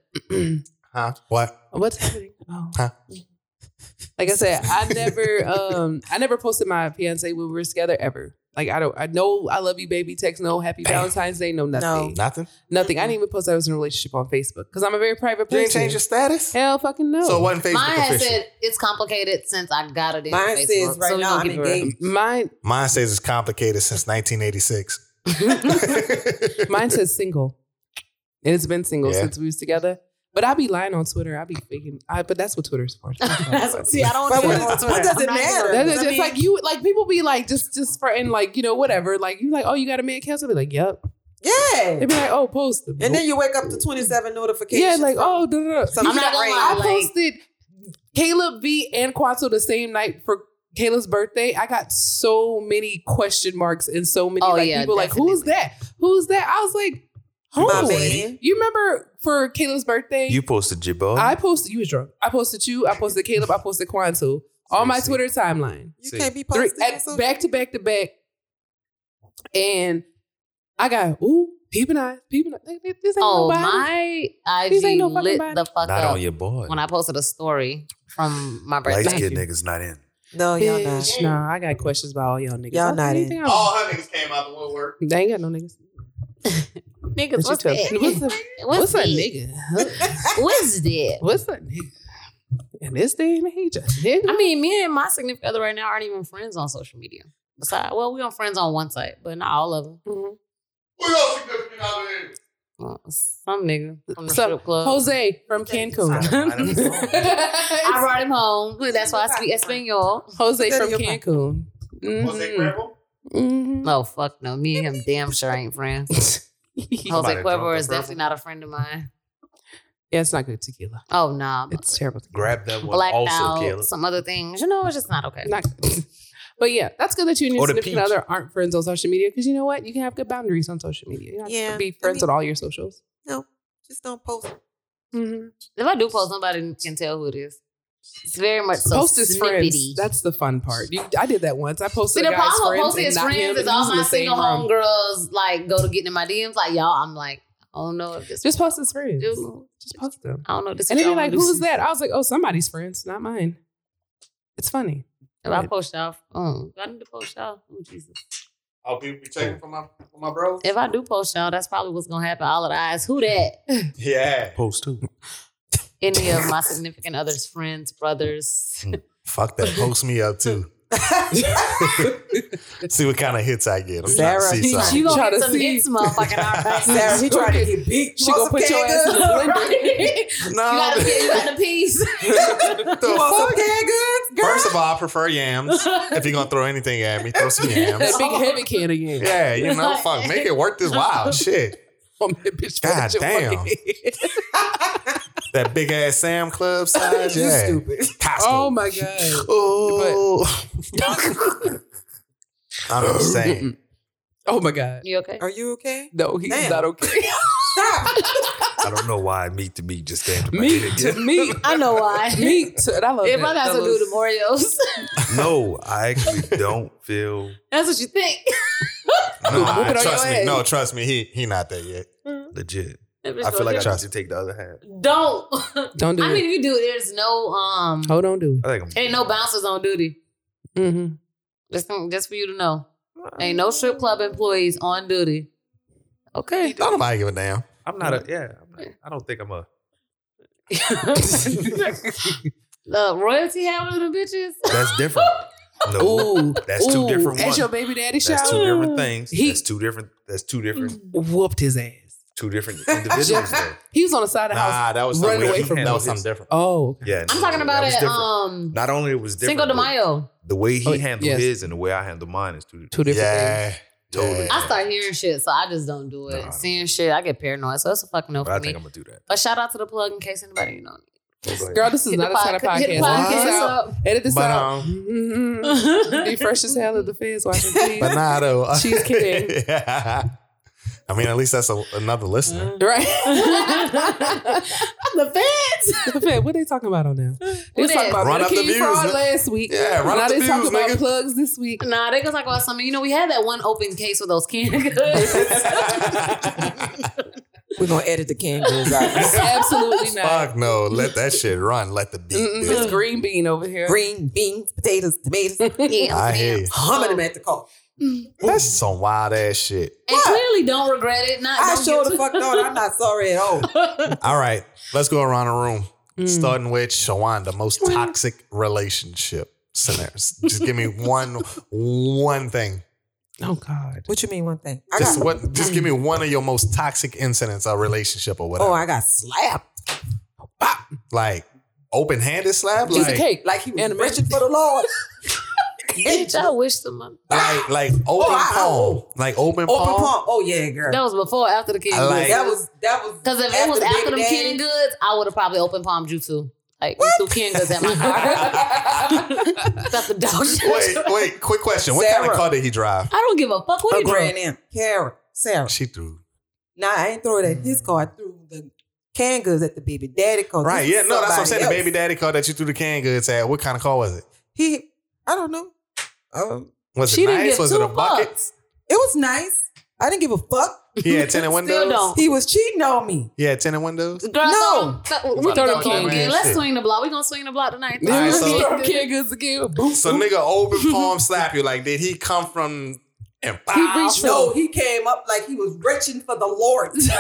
[SPEAKER 1] Huh? What?
[SPEAKER 2] What's happening? Oh.
[SPEAKER 1] Huh?
[SPEAKER 2] Like I said, I never, um, I never posted my fiance when we were together ever. Like I don't, I know I love you, baby. Text no happy
[SPEAKER 1] Damn.
[SPEAKER 2] Valentine's Day, no nothing,
[SPEAKER 1] Nothing?
[SPEAKER 2] nothing. I didn't even post I was in a relationship on Facebook because I'm a very private
[SPEAKER 1] You
[SPEAKER 2] person.
[SPEAKER 1] ain't change your status?
[SPEAKER 2] Hell, fucking no.
[SPEAKER 1] So it wasn't Facebook
[SPEAKER 3] Mine has
[SPEAKER 1] official.
[SPEAKER 3] said it's complicated since I got it in
[SPEAKER 6] Mine
[SPEAKER 3] Facebook.
[SPEAKER 6] says right
[SPEAKER 3] so we
[SPEAKER 6] now
[SPEAKER 3] gonna
[SPEAKER 6] I'm
[SPEAKER 3] get it right.
[SPEAKER 6] engaged.
[SPEAKER 2] Mine,
[SPEAKER 1] Mine says it's complicated since 1986.
[SPEAKER 2] mine says single, and it's been single
[SPEAKER 1] Yeah.
[SPEAKER 2] since we was together. But I be lying on Twitter. I be thinking, I, but that's what Twitter's for.
[SPEAKER 3] That's- See, I don't want
[SPEAKER 6] But
[SPEAKER 3] to.
[SPEAKER 6] what, what does it matter?
[SPEAKER 2] That's
[SPEAKER 6] I
[SPEAKER 2] just
[SPEAKER 6] mean,
[SPEAKER 2] like you, like people be like just just spreading like you know whatever. Like you like oh you got a man cancer. Be like yep. They
[SPEAKER 6] yeah.
[SPEAKER 2] be like oh post them.
[SPEAKER 6] And then you wake up to 27 notifications.
[SPEAKER 2] yeah like oh da, da, da.
[SPEAKER 6] Some
[SPEAKER 3] I'm not
[SPEAKER 6] shit
[SPEAKER 3] gonna
[SPEAKER 6] ran.
[SPEAKER 3] lie.
[SPEAKER 2] I
[SPEAKER 3] like-
[SPEAKER 2] posted Caleb B and Quato the same night for Caleb's birthday. I got so many question marks and so many
[SPEAKER 3] Oh,
[SPEAKER 2] like
[SPEAKER 3] yeah,
[SPEAKER 2] people like who's that? Who's that? I was like,
[SPEAKER 6] My
[SPEAKER 2] oh,
[SPEAKER 6] man.
[SPEAKER 2] you remember for Caleb's birthday?
[SPEAKER 4] You posted Jabal.
[SPEAKER 2] I posted you was drunk. I posted you. I posted Caleb. I posted Quanto on my
[SPEAKER 4] Seriously.
[SPEAKER 2] Twitter timeline
[SPEAKER 6] You
[SPEAKER 4] See.
[SPEAKER 6] can't be
[SPEAKER 2] three
[SPEAKER 6] posting
[SPEAKER 2] at, back to back to back. And I got ooh peeping eyes, peeping. Eyes. This ain't
[SPEAKER 3] Oh
[SPEAKER 2] nobody.
[SPEAKER 3] my
[SPEAKER 2] These ain't
[SPEAKER 3] IG
[SPEAKER 2] no fucking
[SPEAKER 3] lit
[SPEAKER 2] body.
[SPEAKER 3] the fuck
[SPEAKER 4] Not
[SPEAKER 3] up
[SPEAKER 4] on your boy.
[SPEAKER 3] when I posted a story from my
[SPEAKER 4] Light
[SPEAKER 3] birthday.
[SPEAKER 2] Thank
[SPEAKER 4] skinned
[SPEAKER 2] you.
[SPEAKER 4] niggas not in.
[SPEAKER 6] No, Oh, y'all not.
[SPEAKER 2] Bitch, nah, I got questions about all y'all niggas.
[SPEAKER 6] Y'all
[SPEAKER 2] I said,
[SPEAKER 6] not
[SPEAKER 2] "You
[SPEAKER 6] in.
[SPEAKER 2] think I'm-"
[SPEAKER 1] All her niggas came out the woodwork.
[SPEAKER 2] They ain't got no niggas.
[SPEAKER 3] Niggas,
[SPEAKER 2] What
[SPEAKER 3] what's
[SPEAKER 2] you tell- what's
[SPEAKER 3] that?
[SPEAKER 2] a- What's a
[SPEAKER 3] that?
[SPEAKER 2] nigga? huh?
[SPEAKER 3] What's that?
[SPEAKER 2] What's a nigga? And this day and age, a nigga.
[SPEAKER 3] I mean, me and my significant other right now aren't even friends on social media. Besides, well, we on friends on one site, but not all of them.
[SPEAKER 2] Mm-hmm.
[SPEAKER 1] Who else significant other is?
[SPEAKER 3] Well, some nigga from the
[SPEAKER 2] Some-
[SPEAKER 3] strip club.
[SPEAKER 2] Jose from
[SPEAKER 3] I
[SPEAKER 2] Cancun.
[SPEAKER 3] brought him home. That's why I speak Espanol.
[SPEAKER 2] Jose from Cancun. Mhm. Mhm.
[SPEAKER 3] No, fuck no. Me and him damn sure ain't friends.
[SPEAKER 2] Mm-hmm.
[SPEAKER 3] Jose
[SPEAKER 4] Somebody drunk
[SPEAKER 3] Cuervo
[SPEAKER 4] the
[SPEAKER 3] is definitely
[SPEAKER 4] purple.
[SPEAKER 3] not a friend of mine.
[SPEAKER 2] Yeah, it's not good tequila.
[SPEAKER 3] Oh, nah.
[SPEAKER 2] It's terrible. Tequila.
[SPEAKER 4] Grab that one
[SPEAKER 3] Blacked
[SPEAKER 4] also,
[SPEAKER 3] out,
[SPEAKER 4] Caleb.
[SPEAKER 3] some other things. You know, it's just not okay.
[SPEAKER 2] Not good. But yeah, that's good that you and your
[SPEAKER 4] Or the
[SPEAKER 2] significant
[SPEAKER 4] peach.
[SPEAKER 2] other aren't friends on social media because you know what? You can have good boundaries on social media. You don't have
[SPEAKER 6] Yeah,
[SPEAKER 2] to be
[SPEAKER 6] I
[SPEAKER 2] friends
[SPEAKER 6] mean-
[SPEAKER 2] on all your socials.
[SPEAKER 6] Just don't post.
[SPEAKER 3] If I do post, nobody can tell who it is. It's very much so
[SPEAKER 2] Post is
[SPEAKER 3] snippety.
[SPEAKER 2] friends. That's the fun part. You, I did that once. I
[SPEAKER 3] See,
[SPEAKER 2] posted
[SPEAKER 3] the
[SPEAKER 2] a guy's
[SPEAKER 3] problem
[SPEAKER 2] friends
[SPEAKER 3] with
[SPEAKER 2] and
[SPEAKER 3] posting his
[SPEAKER 2] not him,
[SPEAKER 3] friends is
[SPEAKER 2] and
[SPEAKER 3] all
[SPEAKER 2] he's in
[SPEAKER 3] my
[SPEAKER 2] the same
[SPEAKER 3] single
[SPEAKER 2] room.
[SPEAKER 3] homegirls like go to get in my DMs like y'all. I'm like, I don't know if this.
[SPEAKER 2] Just post his friends.
[SPEAKER 3] I don't
[SPEAKER 2] Just post them.
[SPEAKER 3] know if this.
[SPEAKER 2] And
[SPEAKER 3] is
[SPEAKER 2] then you're
[SPEAKER 3] y'all
[SPEAKER 2] like,
[SPEAKER 3] wanna do.
[SPEAKER 2] who's that? I was like, oh, somebody's friends, not mine. It's funny.
[SPEAKER 3] If I post y'all, oh, if I need to post y'all. Oh Jesus!
[SPEAKER 1] I'll Oh, be checking for my for my bro.
[SPEAKER 3] If I do post y'all, that's probably what's gonna happen. All of the eyes, who that?
[SPEAKER 1] Yeah.
[SPEAKER 4] Post too.
[SPEAKER 3] Any of my significant others, friends, brothers.
[SPEAKER 1] Fuck that. Post me up too. see what kind of hits I get. I'm
[SPEAKER 2] Sarah,
[SPEAKER 1] trying to see
[SPEAKER 2] he-
[SPEAKER 1] something.
[SPEAKER 3] You gonna
[SPEAKER 2] Try
[SPEAKER 3] get
[SPEAKER 2] to
[SPEAKER 3] some
[SPEAKER 2] see.
[SPEAKER 3] hits, motherfucking. All right.
[SPEAKER 6] Sarah, he tried to get big.
[SPEAKER 2] She gonna put your ass in the blender.
[SPEAKER 3] You
[SPEAKER 4] Um,
[SPEAKER 1] no.
[SPEAKER 3] got a you got a piece.
[SPEAKER 1] the
[SPEAKER 6] want some
[SPEAKER 1] fuck?
[SPEAKER 6] canned goods, girl?
[SPEAKER 1] First of all, I prefer yams. if you're gonna throw anything at me, throw some yams.
[SPEAKER 2] that big heavy can again.
[SPEAKER 1] Yeah, you know, fuck, make it work this wild shit.
[SPEAKER 2] From that bitch
[SPEAKER 1] God
[SPEAKER 2] with your
[SPEAKER 1] damn.
[SPEAKER 2] fucking head.
[SPEAKER 1] That big ass Sam Club size.
[SPEAKER 6] You
[SPEAKER 1] Yeah.
[SPEAKER 6] stupid.
[SPEAKER 1] Costco.
[SPEAKER 2] Oh my god.
[SPEAKER 1] Oh. I'm just saying.
[SPEAKER 2] Oh my god.
[SPEAKER 3] You okay?
[SPEAKER 6] Are you okay?
[SPEAKER 2] No, he's
[SPEAKER 6] Damn.
[SPEAKER 2] not okay.
[SPEAKER 6] Stop.
[SPEAKER 4] I don't know why meat to meat just came to my
[SPEAKER 2] meat
[SPEAKER 4] head
[SPEAKER 2] to
[SPEAKER 4] again.
[SPEAKER 2] meat.
[SPEAKER 3] I know why.
[SPEAKER 2] meat to and I love
[SPEAKER 3] If
[SPEAKER 2] that.
[SPEAKER 3] I got
[SPEAKER 2] That
[SPEAKER 3] to do
[SPEAKER 2] little-
[SPEAKER 3] the Morios,
[SPEAKER 4] No, I actually don't feel.
[SPEAKER 3] that's what you think.
[SPEAKER 1] No,
[SPEAKER 2] Whoop it on
[SPEAKER 1] trust
[SPEAKER 2] your
[SPEAKER 1] me.
[SPEAKER 2] head.
[SPEAKER 1] No, trust me. He he not there yet.
[SPEAKER 4] Legit.
[SPEAKER 3] That bitch
[SPEAKER 4] I
[SPEAKER 3] gonna
[SPEAKER 4] feel like I
[SPEAKER 3] do
[SPEAKER 4] need to take the other half.
[SPEAKER 3] it. don't.
[SPEAKER 2] Don't do
[SPEAKER 3] I mean,
[SPEAKER 2] it.
[SPEAKER 3] if you do, it, there's no um,
[SPEAKER 2] Hold on, do
[SPEAKER 4] I think I'm.
[SPEAKER 3] ain't no bouncers on duty.
[SPEAKER 2] it. Mm-hmm.
[SPEAKER 3] Just just for you to know, ain't no strip club employees on duty. Okay.
[SPEAKER 1] Don't nobody give a damn.
[SPEAKER 4] I'm not a. Yeah, I'm not, I don't think I'm a.
[SPEAKER 3] The royalty having the bitches.
[SPEAKER 4] That's different. No,
[SPEAKER 2] Ooh,
[SPEAKER 4] that's two
[SPEAKER 2] ooh.
[SPEAKER 4] different
[SPEAKER 2] That's
[SPEAKER 4] ones.
[SPEAKER 2] your baby daddy shout.
[SPEAKER 4] that's two different things.
[SPEAKER 2] He-
[SPEAKER 4] that's two different. That's two
[SPEAKER 3] Mm.
[SPEAKER 4] different.
[SPEAKER 2] Whooped his ass.
[SPEAKER 4] Two different individuals. though.
[SPEAKER 2] He was on the side of the house.
[SPEAKER 1] Nah, that was
[SPEAKER 2] Run
[SPEAKER 1] something
[SPEAKER 2] away
[SPEAKER 1] different.
[SPEAKER 2] from
[SPEAKER 1] That was
[SPEAKER 4] his-
[SPEAKER 1] something different.
[SPEAKER 2] Oh, okay.
[SPEAKER 4] Yeah,
[SPEAKER 3] I'm
[SPEAKER 4] no,
[SPEAKER 3] talking
[SPEAKER 4] that
[SPEAKER 3] about
[SPEAKER 4] was
[SPEAKER 3] it.
[SPEAKER 4] different.
[SPEAKER 3] Um,
[SPEAKER 4] not only it was different.
[SPEAKER 3] Cinco de
[SPEAKER 4] but
[SPEAKER 3] Mayo.
[SPEAKER 4] The way he
[SPEAKER 2] Oh,
[SPEAKER 4] handled
[SPEAKER 2] yes.
[SPEAKER 4] his and the way I handled mine is two.
[SPEAKER 2] two different
[SPEAKER 1] Yeah.
[SPEAKER 2] things.
[SPEAKER 4] Totally.
[SPEAKER 1] Yeah.
[SPEAKER 3] I start hearing shit, so I just don't do it.
[SPEAKER 4] Nah.
[SPEAKER 3] Seeing shit, I get paranoid. So it's a fucking no
[SPEAKER 4] But
[SPEAKER 3] for
[SPEAKER 4] I
[SPEAKER 3] me.
[SPEAKER 4] think I'm gonna do that.
[SPEAKER 3] But shout out to the plug in case anybody you know.
[SPEAKER 2] Girl, this is
[SPEAKER 3] Hit the
[SPEAKER 2] not a side of podcast.
[SPEAKER 3] pod- hit the
[SPEAKER 2] Edit this
[SPEAKER 3] podcast
[SPEAKER 2] out.
[SPEAKER 3] up.
[SPEAKER 2] Edit this
[SPEAKER 1] But,
[SPEAKER 2] out.
[SPEAKER 1] um,
[SPEAKER 2] Mhm. Be fresh as hell at the feds watching. please.
[SPEAKER 1] But nah, though.
[SPEAKER 2] She's kidding.
[SPEAKER 1] I mean, at least that's a, another listener.
[SPEAKER 2] Right.
[SPEAKER 3] the feds.
[SPEAKER 2] the fed, what they talking about on now? They
[SPEAKER 3] What
[SPEAKER 2] was talking
[SPEAKER 3] is?
[SPEAKER 2] about
[SPEAKER 1] Run up the
[SPEAKER 2] Medicaid
[SPEAKER 1] views,
[SPEAKER 2] fraud
[SPEAKER 1] man.
[SPEAKER 2] last week.
[SPEAKER 1] Yeah, run
[SPEAKER 2] now
[SPEAKER 1] up the
[SPEAKER 2] they talking
[SPEAKER 1] views,
[SPEAKER 2] about
[SPEAKER 1] nigga.
[SPEAKER 2] plugs this week.
[SPEAKER 3] Nah, they gonna talk about something. You know, we had that one open case with those canned goods.
[SPEAKER 2] Mm-hmm.
[SPEAKER 6] We're gonna edit the canned goods out.
[SPEAKER 2] Absolutely not.
[SPEAKER 1] Fuck no. Let that shit run. Let the beat.
[SPEAKER 2] Mm-mm,
[SPEAKER 1] build.
[SPEAKER 2] It's green bean over here.
[SPEAKER 6] Green beans, potatoes, tomatoes,
[SPEAKER 3] yeah,
[SPEAKER 1] I hear
[SPEAKER 3] man.
[SPEAKER 1] you.
[SPEAKER 6] humming them at the car.
[SPEAKER 1] That's some wild ass shit.
[SPEAKER 3] And clearly don't regret it. Not
[SPEAKER 6] I
[SPEAKER 3] don't
[SPEAKER 6] sure
[SPEAKER 3] give
[SPEAKER 6] the
[SPEAKER 3] a-
[SPEAKER 6] fuck not. I'm not sorry at all.
[SPEAKER 1] All right, let's go around the room.
[SPEAKER 2] Mm.
[SPEAKER 1] Starting with Shawanda, most toxic relationship scenarios. Just give me one one thing.
[SPEAKER 2] Oh God.
[SPEAKER 6] What you mean one thing? I
[SPEAKER 1] Just
[SPEAKER 6] got,
[SPEAKER 1] what just give me one of your most toxic incidents or relationship or
[SPEAKER 6] oh,
[SPEAKER 1] whatever.
[SPEAKER 6] I got slapped.
[SPEAKER 1] like open handed slap?
[SPEAKER 2] Piece of
[SPEAKER 1] Like,
[SPEAKER 2] cake.
[SPEAKER 6] Like he was
[SPEAKER 2] And a
[SPEAKER 6] wretched for the Lord.
[SPEAKER 3] Bitch, I wish someone.
[SPEAKER 1] like like open
[SPEAKER 6] Oh, I-
[SPEAKER 1] palm. like open,
[SPEAKER 6] Open
[SPEAKER 1] palm.
[SPEAKER 6] palm. Oh yeah, girl.
[SPEAKER 3] That was before, or after the canned
[SPEAKER 1] I like-
[SPEAKER 3] goods.
[SPEAKER 6] that was that was
[SPEAKER 3] Because if it was
[SPEAKER 6] the
[SPEAKER 3] after
[SPEAKER 6] baby
[SPEAKER 3] them
[SPEAKER 6] daddy.
[SPEAKER 3] canned goods, I would have probably open palmed you too. Like you threw canned goods at my car. That's the dog shit.
[SPEAKER 1] Wait, wait, quick question. What kind of
[SPEAKER 6] Sarah.
[SPEAKER 1] car did he drive?
[SPEAKER 3] I don't give a fuck what
[SPEAKER 6] Her
[SPEAKER 3] he
[SPEAKER 6] grand
[SPEAKER 3] drank.
[SPEAKER 6] name, Kara, Sarah.
[SPEAKER 1] She threw.
[SPEAKER 6] Nah, I ain't throw it at his car. I threw the canned goods at the baby daddy car.
[SPEAKER 1] Right,
[SPEAKER 6] Oh, This
[SPEAKER 1] yeah,
[SPEAKER 6] is
[SPEAKER 1] no, that's what I'm saying.
[SPEAKER 6] somebody
[SPEAKER 1] The
[SPEAKER 6] else.
[SPEAKER 1] baby daddy car that you threw the canned goods at. What kind of car was it?
[SPEAKER 6] He, I don't know. Um,
[SPEAKER 1] Was
[SPEAKER 3] She
[SPEAKER 1] it
[SPEAKER 3] didn't
[SPEAKER 1] nice?
[SPEAKER 3] give
[SPEAKER 1] Was
[SPEAKER 3] two
[SPEAKER 1] it a bucket?
[SPEAKER 3] fucks.
[SPEAKER 6] it was nice. I didn't give a fuck.
[SPEAKER 1] He had tinted windows.
[SPEAKER 3] don't.
[SPEAKER 6] He was cheating on me.
[SPEAKER 1] He had tinted windows.
[SPEAKER 3] Girl,
[SPEAKER 6] No.
[SPEAKER 3] throw them-
[SPEAKER 1] Throw
[SPEAKER 3] we throw
[SPEAKER 1] them
[SPEAKER 3] them
[SPEAKER 1] canned
[SPEAKER 3] canned goods.
[SPEAKER 1] goods.
[SPEAKER 3] Let's
[SPEAKER 1] Shit.
[SPEAKER 3] swing the block. We gonna swing the block tonight.
[SPEAKER 1] All right, so-
[SPEAKER 2] Throw canned goods again. Boom.
[SPEAKER 1] So nigga open palm slap you like did he come from and
[SPEAKER 2] He reached
[SPEAKER 6] No, he came up like he was retching for the Lord
[SPEAKER 1] so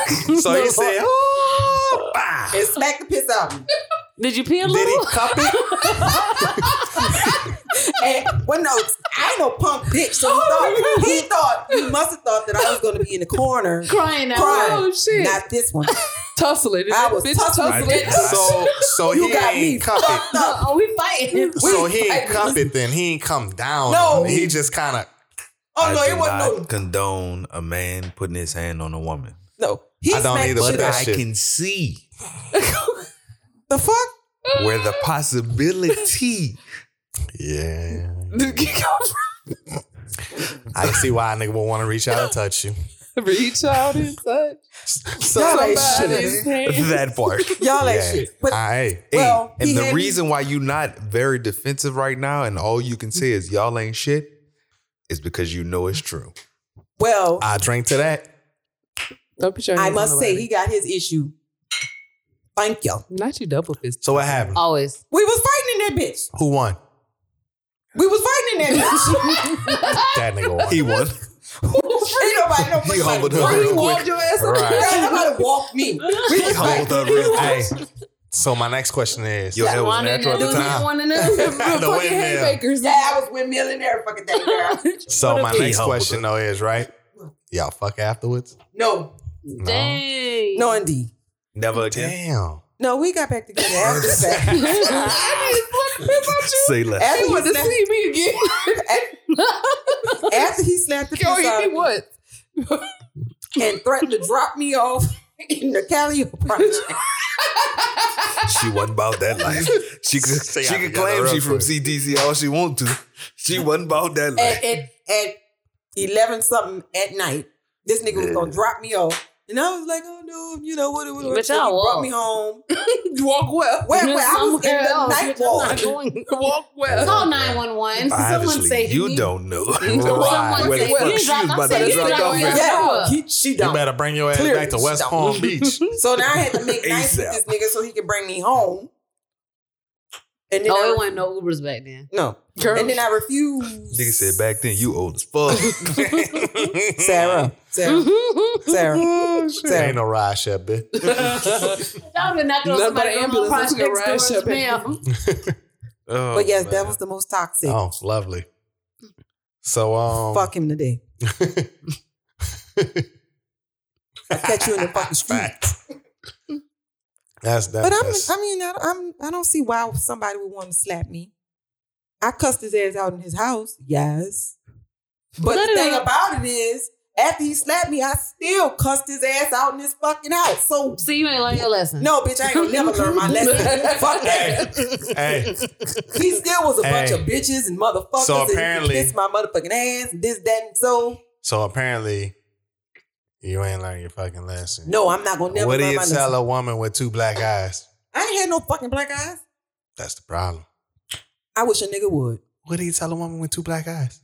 [SPEAKER 1] he said oh, bah.
[SPEAKER 6] and smacked the piss out of me.
[SPEAKER 3] Did you pee a
[SPEAKER 1] did he
[SPEAKER 3] little?
[SPEAKER 1] cup it
[SPEAKER 6] And well, no, I ain't no punk bitch. So he thought he thought he must have thought that I was going to be in the corner
[SPEAKER 3] Crying out.
[SPEAKER 6] crying.
[SPEAKER 3] loud.
[SPEAKER 2] Oh, shit.
[SPEAKER 6] Not this one.
[SPEAKER 2] Tussling.
[SPEAKER 6] I was
[SPEAKER 2] Bitch,
[SPEAKER 6] tussling.
[SPEAKER 2] tussling.
[SPEAKER 1] so so
[SPEAKER 6] You
[SPEAKER 1] he
[SPEAKER 6] got me
[SPEAKER 1] ain't cup
[SPEAKER 6] fucked
[SPEAKER 1] it
[SPEAKER 6] up.
[SPEAKER 3] Oh, we fighting.
[SPEAKER 1] so he ain't
[SPEAKER 6] We-
[SPEAKER 1] cup it then he ain't come down
[SPEAKER 6] No.
[SPEAKER 1] he just kind of
[SPEAKER 6] Oh no,
[SPEAKER 4] I do
[SPEAKER 6] it wasn't
[SPEAKER 4] not condone a man putting his hand on a woman,
[SPEAKER 6] no. No, he
[SPEAKER 1] I don't
[SPEAKER 6] smacked
[SPEAKER 1] either,
[SPEAKER 6] the
[SPEAKER 1] but
[SPEAKER 6] shit
[SPEAKER 4] but
[SPEAKER 1] that
[SPEAKER 6] out.
[SPEAKER 4] I
[SPEAKER 1] shit.
[SPEAKER 4] can see
[SPEAKER 6] The fuck?
[SPEAKER 4] where the possibility.
[SPEAKER 1] yeah
[SPEAKER 2] Reach
[SPEAKER 1] I can see why a nigga would want to reach out and touch you
[SPEAKER 2] out and touch
[SPEAKER 1] so
[SPEAKER 6] Y'all ain't
[SPEAKER 2] somebody's hand.
[SPEAKER 4] that part.
[SPEAKER 6] Y'all ain't
[SPEAKER 1] Yeah.
[SPEAKER 6] shit. But
[SPEAKER 1] I
[SPEAKER 4] Hey,
[SPEAKER 6] Well, he
[SPEAKER 4] and the
[SPEAKER 6] had me-
[SPEAKER 4] reason why you not very defensive right now, and all you can say is y'all ain't shit, is because you know it's true.
[SPEAKER 6] well,
[SPEAKER 1] I drink to that
[SPEAKER 2] Don't put your
[SPEAKER 6] I
[SPEAKER 2] hands
[SPEAKER 6] must
[SPEAKER 2] on
[SPEAKER 6] say,
[SPEAKER 2] nobody.
[SPEAKER 6] he got his issue. Thank you.
[SPEAKER 2] Not you double fist.
[SPEAKER 1] So what happened?
[SPEAKER 3] Always.
[SPEAKER 6] We was fighting in that bitch.
[SPEAKER 1] Who won?
[SPEAKER 6] We was fighting in that bitch.
[SPEAKER 1] That nigga won.
[SPEAKER 4] He won.
[SPEAKER 6] Ain't nobody, nobody.
[SPEAKER 4] He humbled her
[SPEAKER 6] nobody
[SPEAKER 4] real
[SPEAKER 6] walked-
[SPEAKER 4] quick.
[SPEAKER 2] your ass
[SPEAKER 1] Right.
[SPEAKER 6] Ain't nobody walked me. We was
[SPEAKER 4] Humbled her
[SPEAKER 6] fighting.
[SPEAKER 4] real quick.
[SPEAKER 1] Hey. So my next question is,
[SPEAKER 4] Your hair was
[SPEAKER 3] Wanda and
[SPEAKER 4] natural at the
[SPEAKER 3] them
[SPEAKER 4] time.
[SPEAKER 3] dudes that wanted to-
[SPEAKER 1] The
[SPEAKER 2] fucking
[SPEAKER 1] windmill.
[SPEAKER 2] haymakers.
[SPEAKER 6] Yeah, I was windmilling every fucking day, girl.
[SPEAKER 1] so my
[SPEAKER 4] He
[SPEAKER 1] next
[SPEAKER 4] humbled
[SPEAKER 1] question
[SPEAKER 4] her.
[SPEAKER 1] though is right. Y'all fuck afterwards?
[SPEAKER 6] No,
[SPEAKER 3] Dang.
[SPEAKER 6] no, indeed.
[SPEAKER 4] Never again.
[SPEAKER 1] Damn.
[SPEAKER 6] No, we got back together after that.
[SPEAKER 4] Say less.
[SPEAKER 6] After
[SPEAKER 2] He
[SPEAKER 6] he,
[SPEAKER 2] wanted to
[SPEAKER 6] slapped,
[SPEAKER 2] see me again.
[SPEAKER 6] after he slapped the piss
[SPEAKER 2] Yo,
[SPEAKER 6] out
[SPEAKER 2] he
[SPEAKER 6] of me
[SPEAKER 2] what?
[SPEAKER 6] and threatened to drop me off in the Cali project.
[SPEAKER 4] She wasn't about that life. She could,
[SPEAKER 1] Say
[SPEAKER 4] she
[SPEAKER 1] I
[SPEAKER 4] could
[SPEAKER 1] got her
[SPEAKER 4] claim she
[SPEAKER 1] real
[SPEAKER 4] from
[SPEAKER 1] quick.
[SPEAKER 4] CDC all she want to. She wasn't about that
[SPEAKER 6] at,
[SPEAKER 4] life.
[SPEAKER 6] at, at 11 something at night. This nigga was gonna drop me off. And I was like, oh no, you know what? what, what.
[SPEAKER 3] But
[SPEAKER 6] So
[SPEAKER 3] y'all
[SPEAKER 6] he brought
[SPEAKER 3] walk.
[SPEAKER 6] me home.
[SPEAKER 2] Walk well.
[SPEAKER 6] Where, where I was in
[SPEAKER 3] Somewhere
[SPEAKER 6] the
[SPEAKER 3] else, bitch, I'm
[SPEAKER 6] night
[SPEAKER 3] not
[SPEAKER 6] walk.
[SPEAKER 3] going.
[SPEAKER 2] Walk well.
[SPEAKER 3] Call 911. Someone
[SPEAKER 4] Obviously,
[SPEAKER 3] saved
[SPEAKER 4] you
[SPEAKER 3] me.
[SPEAKER 4] don't know
[SPEAKER 3] Someone
[SPEAKER 1] Right.
[SPEAKER 4] where the
[SPEAKER 3] saved me.
[SPEAKER 4] fuck she was about to
[SPEAKER 3] You
[SPEAKER 4] get
[SPEAKER 3] dropped
[SPEAKER 4] dropped
[SPEAKER 3] off
[SPEAKER 4] off
[SPEAKER 3] your
[SPEAKER 4] at.
[SPEAKER 6] Yeah,
[SPEAKER 3] Yeah.
[SPEAKER 6] he, she
[SPEAKER 1] You
[SPEAKER 6] don't.
[SPEAKER 1] better bring your ass
[SPEAKER 6] Clear.
[SPEAKER 1] back to West
[SPEAKER 6] Stop.
[SPEAKER 1] Palm Beach.
[SPEAKER 6] So now I had to make nice with
[SPEAKER 4] ASAP.
[SPEAKER 6] this nigga so he could bring me home. And then
[SPEAKER 3] Oh, it
[SPEAKER 6] I,
[SPEAKER 3] wasn't no Ubers back then.
[SPEAKER 6] no.
[SPEAKER 2] Girl.
[SPEAKER 6] And then I refused.
[SPEAKER 4] Nigga said back then you old as fuck.
[SPEAKER 6] Sarah. Sarah. Sarah.
[SPEAKER 1] Ain't no ride share, bitch.
[SPEAKER 3] Y'all been knocking on
[SPEAKER 2] Nothing but
[SPEAKER 3] somebody's
[SPEAKER 2] an
[SPEAKER 3] grandma's
[SPEAKER 2] ambulance.
[SPEAKER 3] project
[SPEAKER 2] Let's go ride
[SPEAKER 3] doors,
[SPEAKER 2] shopping.
[SPEAKER 3] ma'am.
[SPEAKER 4] Oh,
[SPEAKER 6] But yes,
[SPEAKER 4] man.
[SPEAKER 6] that was the most toxic.
[SPEAKER 1] Oh, lovely. So um
[SPEAKER 6] Fuck him today. I catch you in the fucking street.
[SPEAKER 1] facts. That's that.
[SPEAKER 6] But I'm,
[SPEAKER 1] that's,
[SPEAKER 6] I mean, I, I'm, I don't see why somebody would want to slap me. I cussed his ass out in his house, yes. But
[SPEAKER 3] Let
[SPEAKER 6] the
[SPEAKER 3] it
[SPEAKER 6] thing
[SPEAKER 3] out.
[SPEAKER 6] about it is, after he slapped me, I still cussed his ass out in his fucking house. So
[SPEAKER 3] See, you ain't learned your lesson.
[SPEAKER 6] no, bitch, I ain't gonna never learn my lesson. Fuck that.
[SPEAKER 1] hey,
[SPEAKER 6] He still was a bunch
[SPEAKER 1] Hey.
[SPEAKER 6] of bitches and motherfuckers.
[SPEAKER 1] So
[SPEAKER 6] and he
[SPEAKER 1] apparently-
[SPEAKER 6] kissed my motherfucking ass and this, that, and so.
[SPEAKER 1] so apparently you ain't learned your fucking lesson.
[SPEAKER 6] No, I'm not gonna never
[SPEAKER 1] what do
[SPEAKER 6] learn
[SPEAKER 1] you
[SPEAKER 6] my
[SPEAKER 1] tell
[SPEAKER 6] lesson.
[SPEAKER 1] a woman with two black eyes?
[SPEAKER 6] I ain't had no fucking black eyes.
[SPEAKER 1] That's the problem.
[SPEAKER 6] I wish a nigga would
[SPEAKER 1] What do you tell a woman with two black eyes?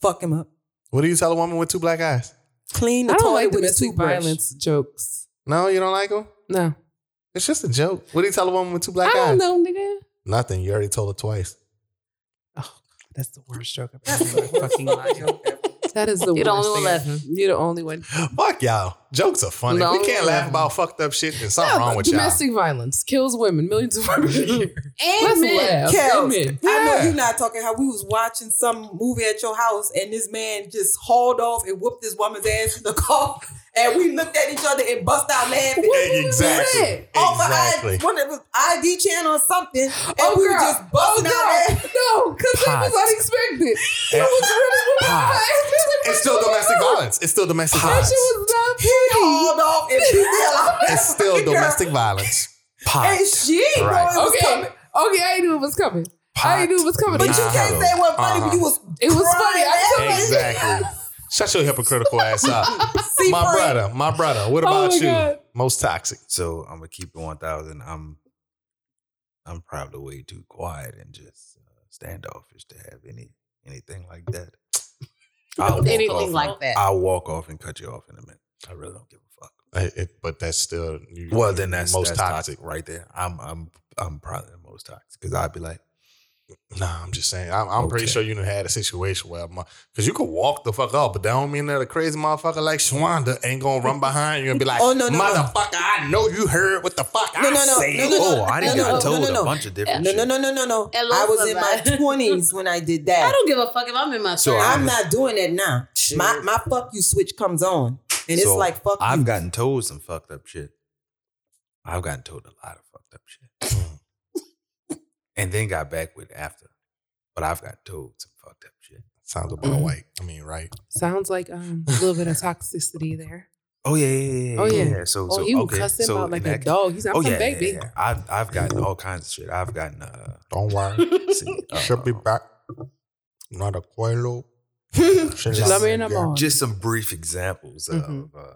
[SPEAKER 6] fuck him up,
[SPEAKER 1] What do you tell a woman with two black eyes?
[SPEAKER 6] clean the
[SPEAKER 2] I don't
[SPEAKER 6] toilet
[SPEAKER 2] like
[SPEAKER 6] with a
[SPEAKER 2] domestic
[SPEAKER 6] toothbrush.
[SPEAKER 2] violence jokes.
[SPEAKER 1] No, you don't like them.
[SPEAKER 2] No.
[SPEAKER 1] It's just a joke. What do you tell a woman with two
[SPEAKER 2] I
[SPEAKER 1] black eyes?
[SPEAKER 2] don't know, nigga.
[SPEAKER 1] Nothing. You already told her twice.
[SPEAKER 2] That's the worst joke I've ever heard. fucking life. That is the
[SPEAKER 3] You're the
[SPEAKER 2] worst
[SPEAKER 3] only one
[SPEAKER 2] thing.
[SPEAKER 3] laughing.
[SPEAKER 2] You're the only one.
[SPEAKER 1] Fuck y'all. Jokes are funny.
[SPEAKER 3] No.
[SPEAKER 1] If we can't laugh about fucked up shit, then something
[SPEAKER 2] Yeah,
[SPEAKER 1] wrong with
[SPEAKER 2] domestic violence kills women, millions of women a year. Let's
[SPEAKER 3] men.
[SPEAKER 2] laugh.
[SPEAKER 6] Kels,
[SPEAKER 2] Amen.
[SPEAKER 6] I know
[SPEAKER 1] Yeah.
[SPEAKER 6] you're not talking how we was watching some movie at your house and this man just hauled off and whooped this woman's ass in the car and we looked at each other and bust out laughing.
[SPEAKER 1] y'all. Exactly.
[SPEAKER 6] Over
[SPEAKER 1] Exactly.
[SPEAKER 6] I, one of the ID channel or something, and
[SPEAKER 2] Oh,
[SPEAKER 6] we were
[SPEAKER 2] girl.
[SPEAKER 6] just busting out laughing.
[SPEAKER 2] No, because that was unexpected. It was really
[SPEAKER 1] Pause. It's still domestic violence. It's still domestic
[SPEAKER 2] That
[SPEAKER 1] violence.
[SPEAKER 2] shit was not funny.
[SPEAKER 6] Hauled off and beat the hell out of
[SPEAKER 1] It's
[SPEAKER 6] that
[SPEAKER 1] still
[SPEAKER 6] fucking girl.
[SPEAKER 1] domestic violence. Pot.
[SPEAKER 6] And she ain't know
[SPEAKER 1] Right.
[SPEAKER 6] it was
[SPEAKER 2] Okay,
[SPEAKER 6] coming.
[SPEAKER 2] okay, I knew it was coming. I knew it was coming.
[SPEAKER 6] But you
[SPEAKER 1] Nah. Uh-huh.
[SPEAKER 6] can't say it wasn't funny, but you was
[SPEAKER 2] It was
[SPEAKER 6] crying
[SPEAKER 2] funny. I
[SPEAKER 6] laughing.
[SPEAKER 1] Exactly. Shut your hypocritical ass up.
[SPEAKER 6] See,
[SPEAKER 1] My
[SPEAKER 6] Frank,
[SPEAKER 1] brother, my brother. What about
[SPEAKER 2] Oh, my
[SPEAKER 1] you?
[SPEAKER 2] God.
[SPEAKER 1] Most toxic.
[SPEAKER 4] So I'm gonna keep it one thousand. I'm I'm probably way too quiet and just uh, standoffish to have any anything like that. I'll walk
[SPEAKER 3] Anything
[SPEAKER 4] off
[SPEAKER 3] like that.
[SPEAKER 4] I'll walk off and cut you off in a minute. I really don't give a fuck.
[SPEAKER 1] I- it- but that's still you-
[SPEAKER 4] Well, then that's
[SPEAKER 1] most
[SPEAKER 4] that's
[SPEAKER 1] toxic.
[SPEAKER 4] right there. I'm I'm I'm probably the most toxic because I'd be like,
[SPEAKER 1] Nah, I'm just saying. I'm, I'm pretty
[SPEAKER 4] Okay.
[SPEAKER 1] sure you done had a situation where, because you could walk the fuck off, but that don't mean that a crazy motherfucker like Shwanda ain't gonna run behind you and be like,
[SPEAKER 6] Oh, no, no, no.
[SPEAKER 1] motherfucker, I know you heard what the fuck
[SPEAKER 6] No,
[SPEAKER 1] I
[SPEAKER 6] no, no,
[SPEAKER 1] said."
[SPEAKER 6] no, no,
[SPEAKER 4] oh, I didn't
[SPEAKER 6] no,
[SPEAKER 4] got
[SPEAKER 6] no,
[SPEAKER 4] told
[SPEAKER 6] no, no.
[SPEAKER 4] a bunch of different.
[SPEAKER 6] No,
[SPEAKER 4] shit.
[SPEAKER 6] no, no, no, no, no.
[SPEAKER 3] Hello,
[SPEAKER 6] I was in my
[SPEAKER 3] somebody.
[SPEAKER 6] twenties when I did that.
[SPEAKER 3] I don't give a fuck if I'm in my
[SPEAKER 4] So
[SPEAKER 3] thirties.
[SPEAKER 6] I'm not doing that now. My my fuck you switch comes on, and it's
[SPEAKER 4] So,
[SPEAKER 6] like fuck
[SPEAKER 4] I've
[SPEAKER 6] you.
[SPEAKER 4] gotten told some fucked up shit. I've gotten told a lot of fucked up shit.
[SPEAKER 2] Mm.
[SPEAKER 4] and then got back with after. But I've got told some fucked up shit.
[SPEAKER 1] Sounds about
[SPEAKER 6] Mm-hmm.
[SPEAKER 2] Mhm.
[SPEAKER 1] white. I mean, right?
[SPEAKER 2] Sounds like um, a little bit of toxicity there.
[SPEAKER 4] Oh yeah, yeah, yeah. yeah,
[SPEAKER 2] Oh, yeah.
[SPEAKER 4] So,
[SPEAKER 2] Oh,
[SPEAKER 4] so
[SPEAKER 2] he was
[SPEAKER 4] okay.
[SPEAKER 2] cussing
[SPEAKER 4] so
[SPEAKER 2] about like
[SPEAKER 4] in
[SPEAKER 2] a
[SPEAKER 4] that-
[SPEAKER 2] dog. He's not
[SPEAKER 4] Oh
[SPEAKER 2] some
[SPEAKER 4] yeah,
[SPEAKER 2] baby.
[SPEAKER 4] yeah, yeah. I've I've gotten all kinds of shit. I've gotten uh,
[SPEAKER 1] Don't worry.
[SPEAKER 4] see, uh,
[SPEAKER 1] Should be back. Not a quelo.
[SPEAKER 2] Love me in the morning.
[SPEAKER 4] just some brief examples
[SPEAKER 2] Mhm.
[SPEAKER 4] of uh,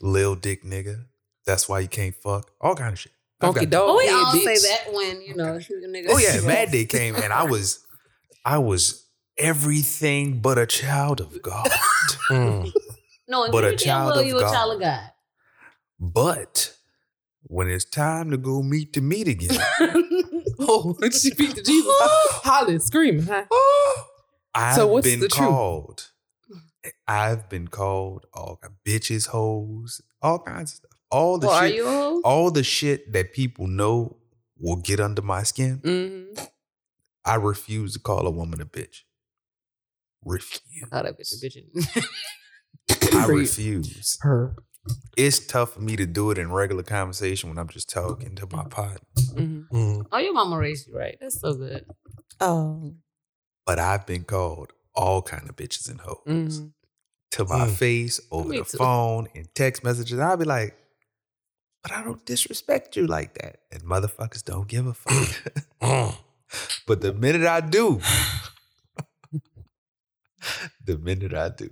[SPEAKER 4] lil dick nigga. That's why you can't fuck. All kind of shit. I've
[SPEAKER 2] Funky
[SPEAKER 4] gotten-
[SPEAKER 2] dog.
[SPEAKER 3] But Oh, we
[SPEAKER 2] head,
[SPEAKER 3] all
[SPEAKER 2] bitch.
[SPEAKER 3] say that when you know niggas.
[SPEAKER 4] Oh yeah, Mad Day came and I was, I was everything but a child of God.
[SPEAKER 1] Mm.
[SPEAKER 3] No,
[SPEAKER 4] But a
[SPEAKER 3] infinity
[SPEAKER 4] child
[SPEAKER 3] will,
[SPEAKER 4] of
[SPEAKER 3] you a
[SPEAKER 4] God.
[SPEAKER 3] child of God.
[SPEAKER 4] But when it's time to go meet the meat again,
[SPEAKER 2] Oh, she beat the Jesus. Hollering, screaming. Huh?
[SPEAKER 4] I've
[SPEAKER 2] So what's
[SPEAKER 4] been
[SPEAKER 2] the truth?
[SPEAKER 4] called. I've been called all ki- bitches, hoes, all kinds of stuff. All the
[SPEAKER 3] Well, are
[SPEAKER 4] shit,
[SPEAKER 3] you a hoe?
[SPEAKER 4] all the shit that people know will get under my skin.
[SPEAKER 2] Mm-hmm.
[SPEAKER 4] I refuse to call a woman a bitch. Refuse.
[SPEAKER 2] Uh,
[SPEAKER 3] Oh, that bitch a bitch.
[SPEAKER 4] I
[SPEAKER 2] Free.
[SPEAKER 4] refuse.
[SPEAKER 2] Her.
[SPEAKER 4] It's tough for me to do it in regular conversation when I'm just talking to my pot.
[SPEAKER 2] Mm-hmm.
[SPEAKER 1] mm.
[SPEAKER 3] oh, your mama raised you right. That's so good.
[SPEAKER 6] Oh.
[SPEAKER 4] But I've been called all kind of bitches and hoes
[SPEAKER 2] Mm-hmm.
[SPEAKER 4] to my
[SPEAKER 1] Mm.
[SPEAKER 4] face over
[SPEAKER 3] Me
[SPEAKER 4] the
[SPEAKER 3] too.
[SPEAKER 4] phone and text messages. I'll be like, but I don't disrespect you like that. And motherfuckers don't give a fuck.
[SPEAKER 1] Mm.
[SPEAKER 4] but the minute I do, the minute I do,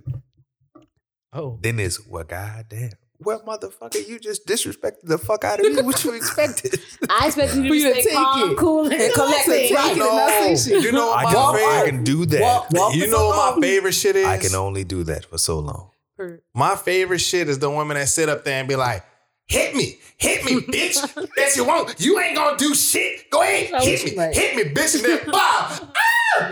[SPEAKER 2] Oh.
[SPEAKER 4] then it's well, goddamn. Well, motherfucker, you just disrespected the fuck out of me. What you expected?
[SPEAKER 3] I expect you to
[SPEAKER 2] For you
[SPEAKER 3] just
[SPEAKER 2] to
[SPEAKER 3] stay
[SPEAKER 2] take
[SPEAKER 3] calm,
[SPEAKER 2] it.
[SPEAKER 3] cool, and
[SPEAKER 2] And collect
[SPEAKER 3] collected.
[SPEAKER 2] it. Take it and not
[SPEAKER 6] Oh.
[SPEAKER 2] say shit.
[SPEAKER 1] You know
[SPEAKER 4] I
[SPEAKER 1] what
[SPEAKER 4] can,
[SPEAKER 1] my favorite.
[SPEAKER 4] I can do that.
[SPEAKER 6] Walk- walk
[SPEAKER 1] You know what my favorite shit is?
[SPEAKER 4] I can only do that for so long.
[SPEAKER 2] Her.
[SPEAKER 1] My favorite shit is the women that sit up there and be like, hit me, hit me, bitch. That's your want. You ain't gonna do shit. Go ahead,
[SPEAKER 2] That's
[SPEAKER 1] hit
[SPEAKER 2] what
[SPEAKER 1] me,
[SPEAKER 2] you like.
[SPEAKER 1] hit me, bitch. And then, Bob, ah,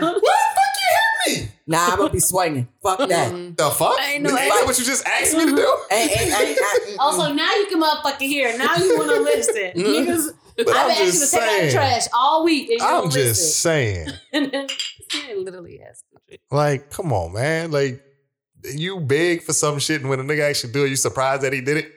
[SPEAKER 1] what the fuck you hit me?
[SPEAKER 6] Nah, I'm gonna be swinging. Fuck that. And,
[SPEAKER 1] The fuck?
[SPEAKER 3] I ain't no
[SPEAKER 1] Is that
[SPEAKER 3] ass.
[SPEAKER 1] what you just asked me to do?
[SPEAKER 6] and, and, and-
[SPEAKER 3] Also, now you can motherfucking hear. Now you want to listen. Niggas, I've been
[SPEAKER 1] I'm
[SPEAKER 3] asking you to
[SPEAKER 1] just
[SPEAKER 3] take out the
[SPEAKER 1] saying.
[SPEAKER 3] trash all week, and you
[SPEAKER 1] I'm
[SPEAKER 3] don't
[SPEAKER 1] just saying.
[SPEAKER 3] listen. She ain't literally asked.
[SPEAKER 1] Like, come on, man. Like, you beg for some shit, and when a nigga actually do it, you surprised that he did it?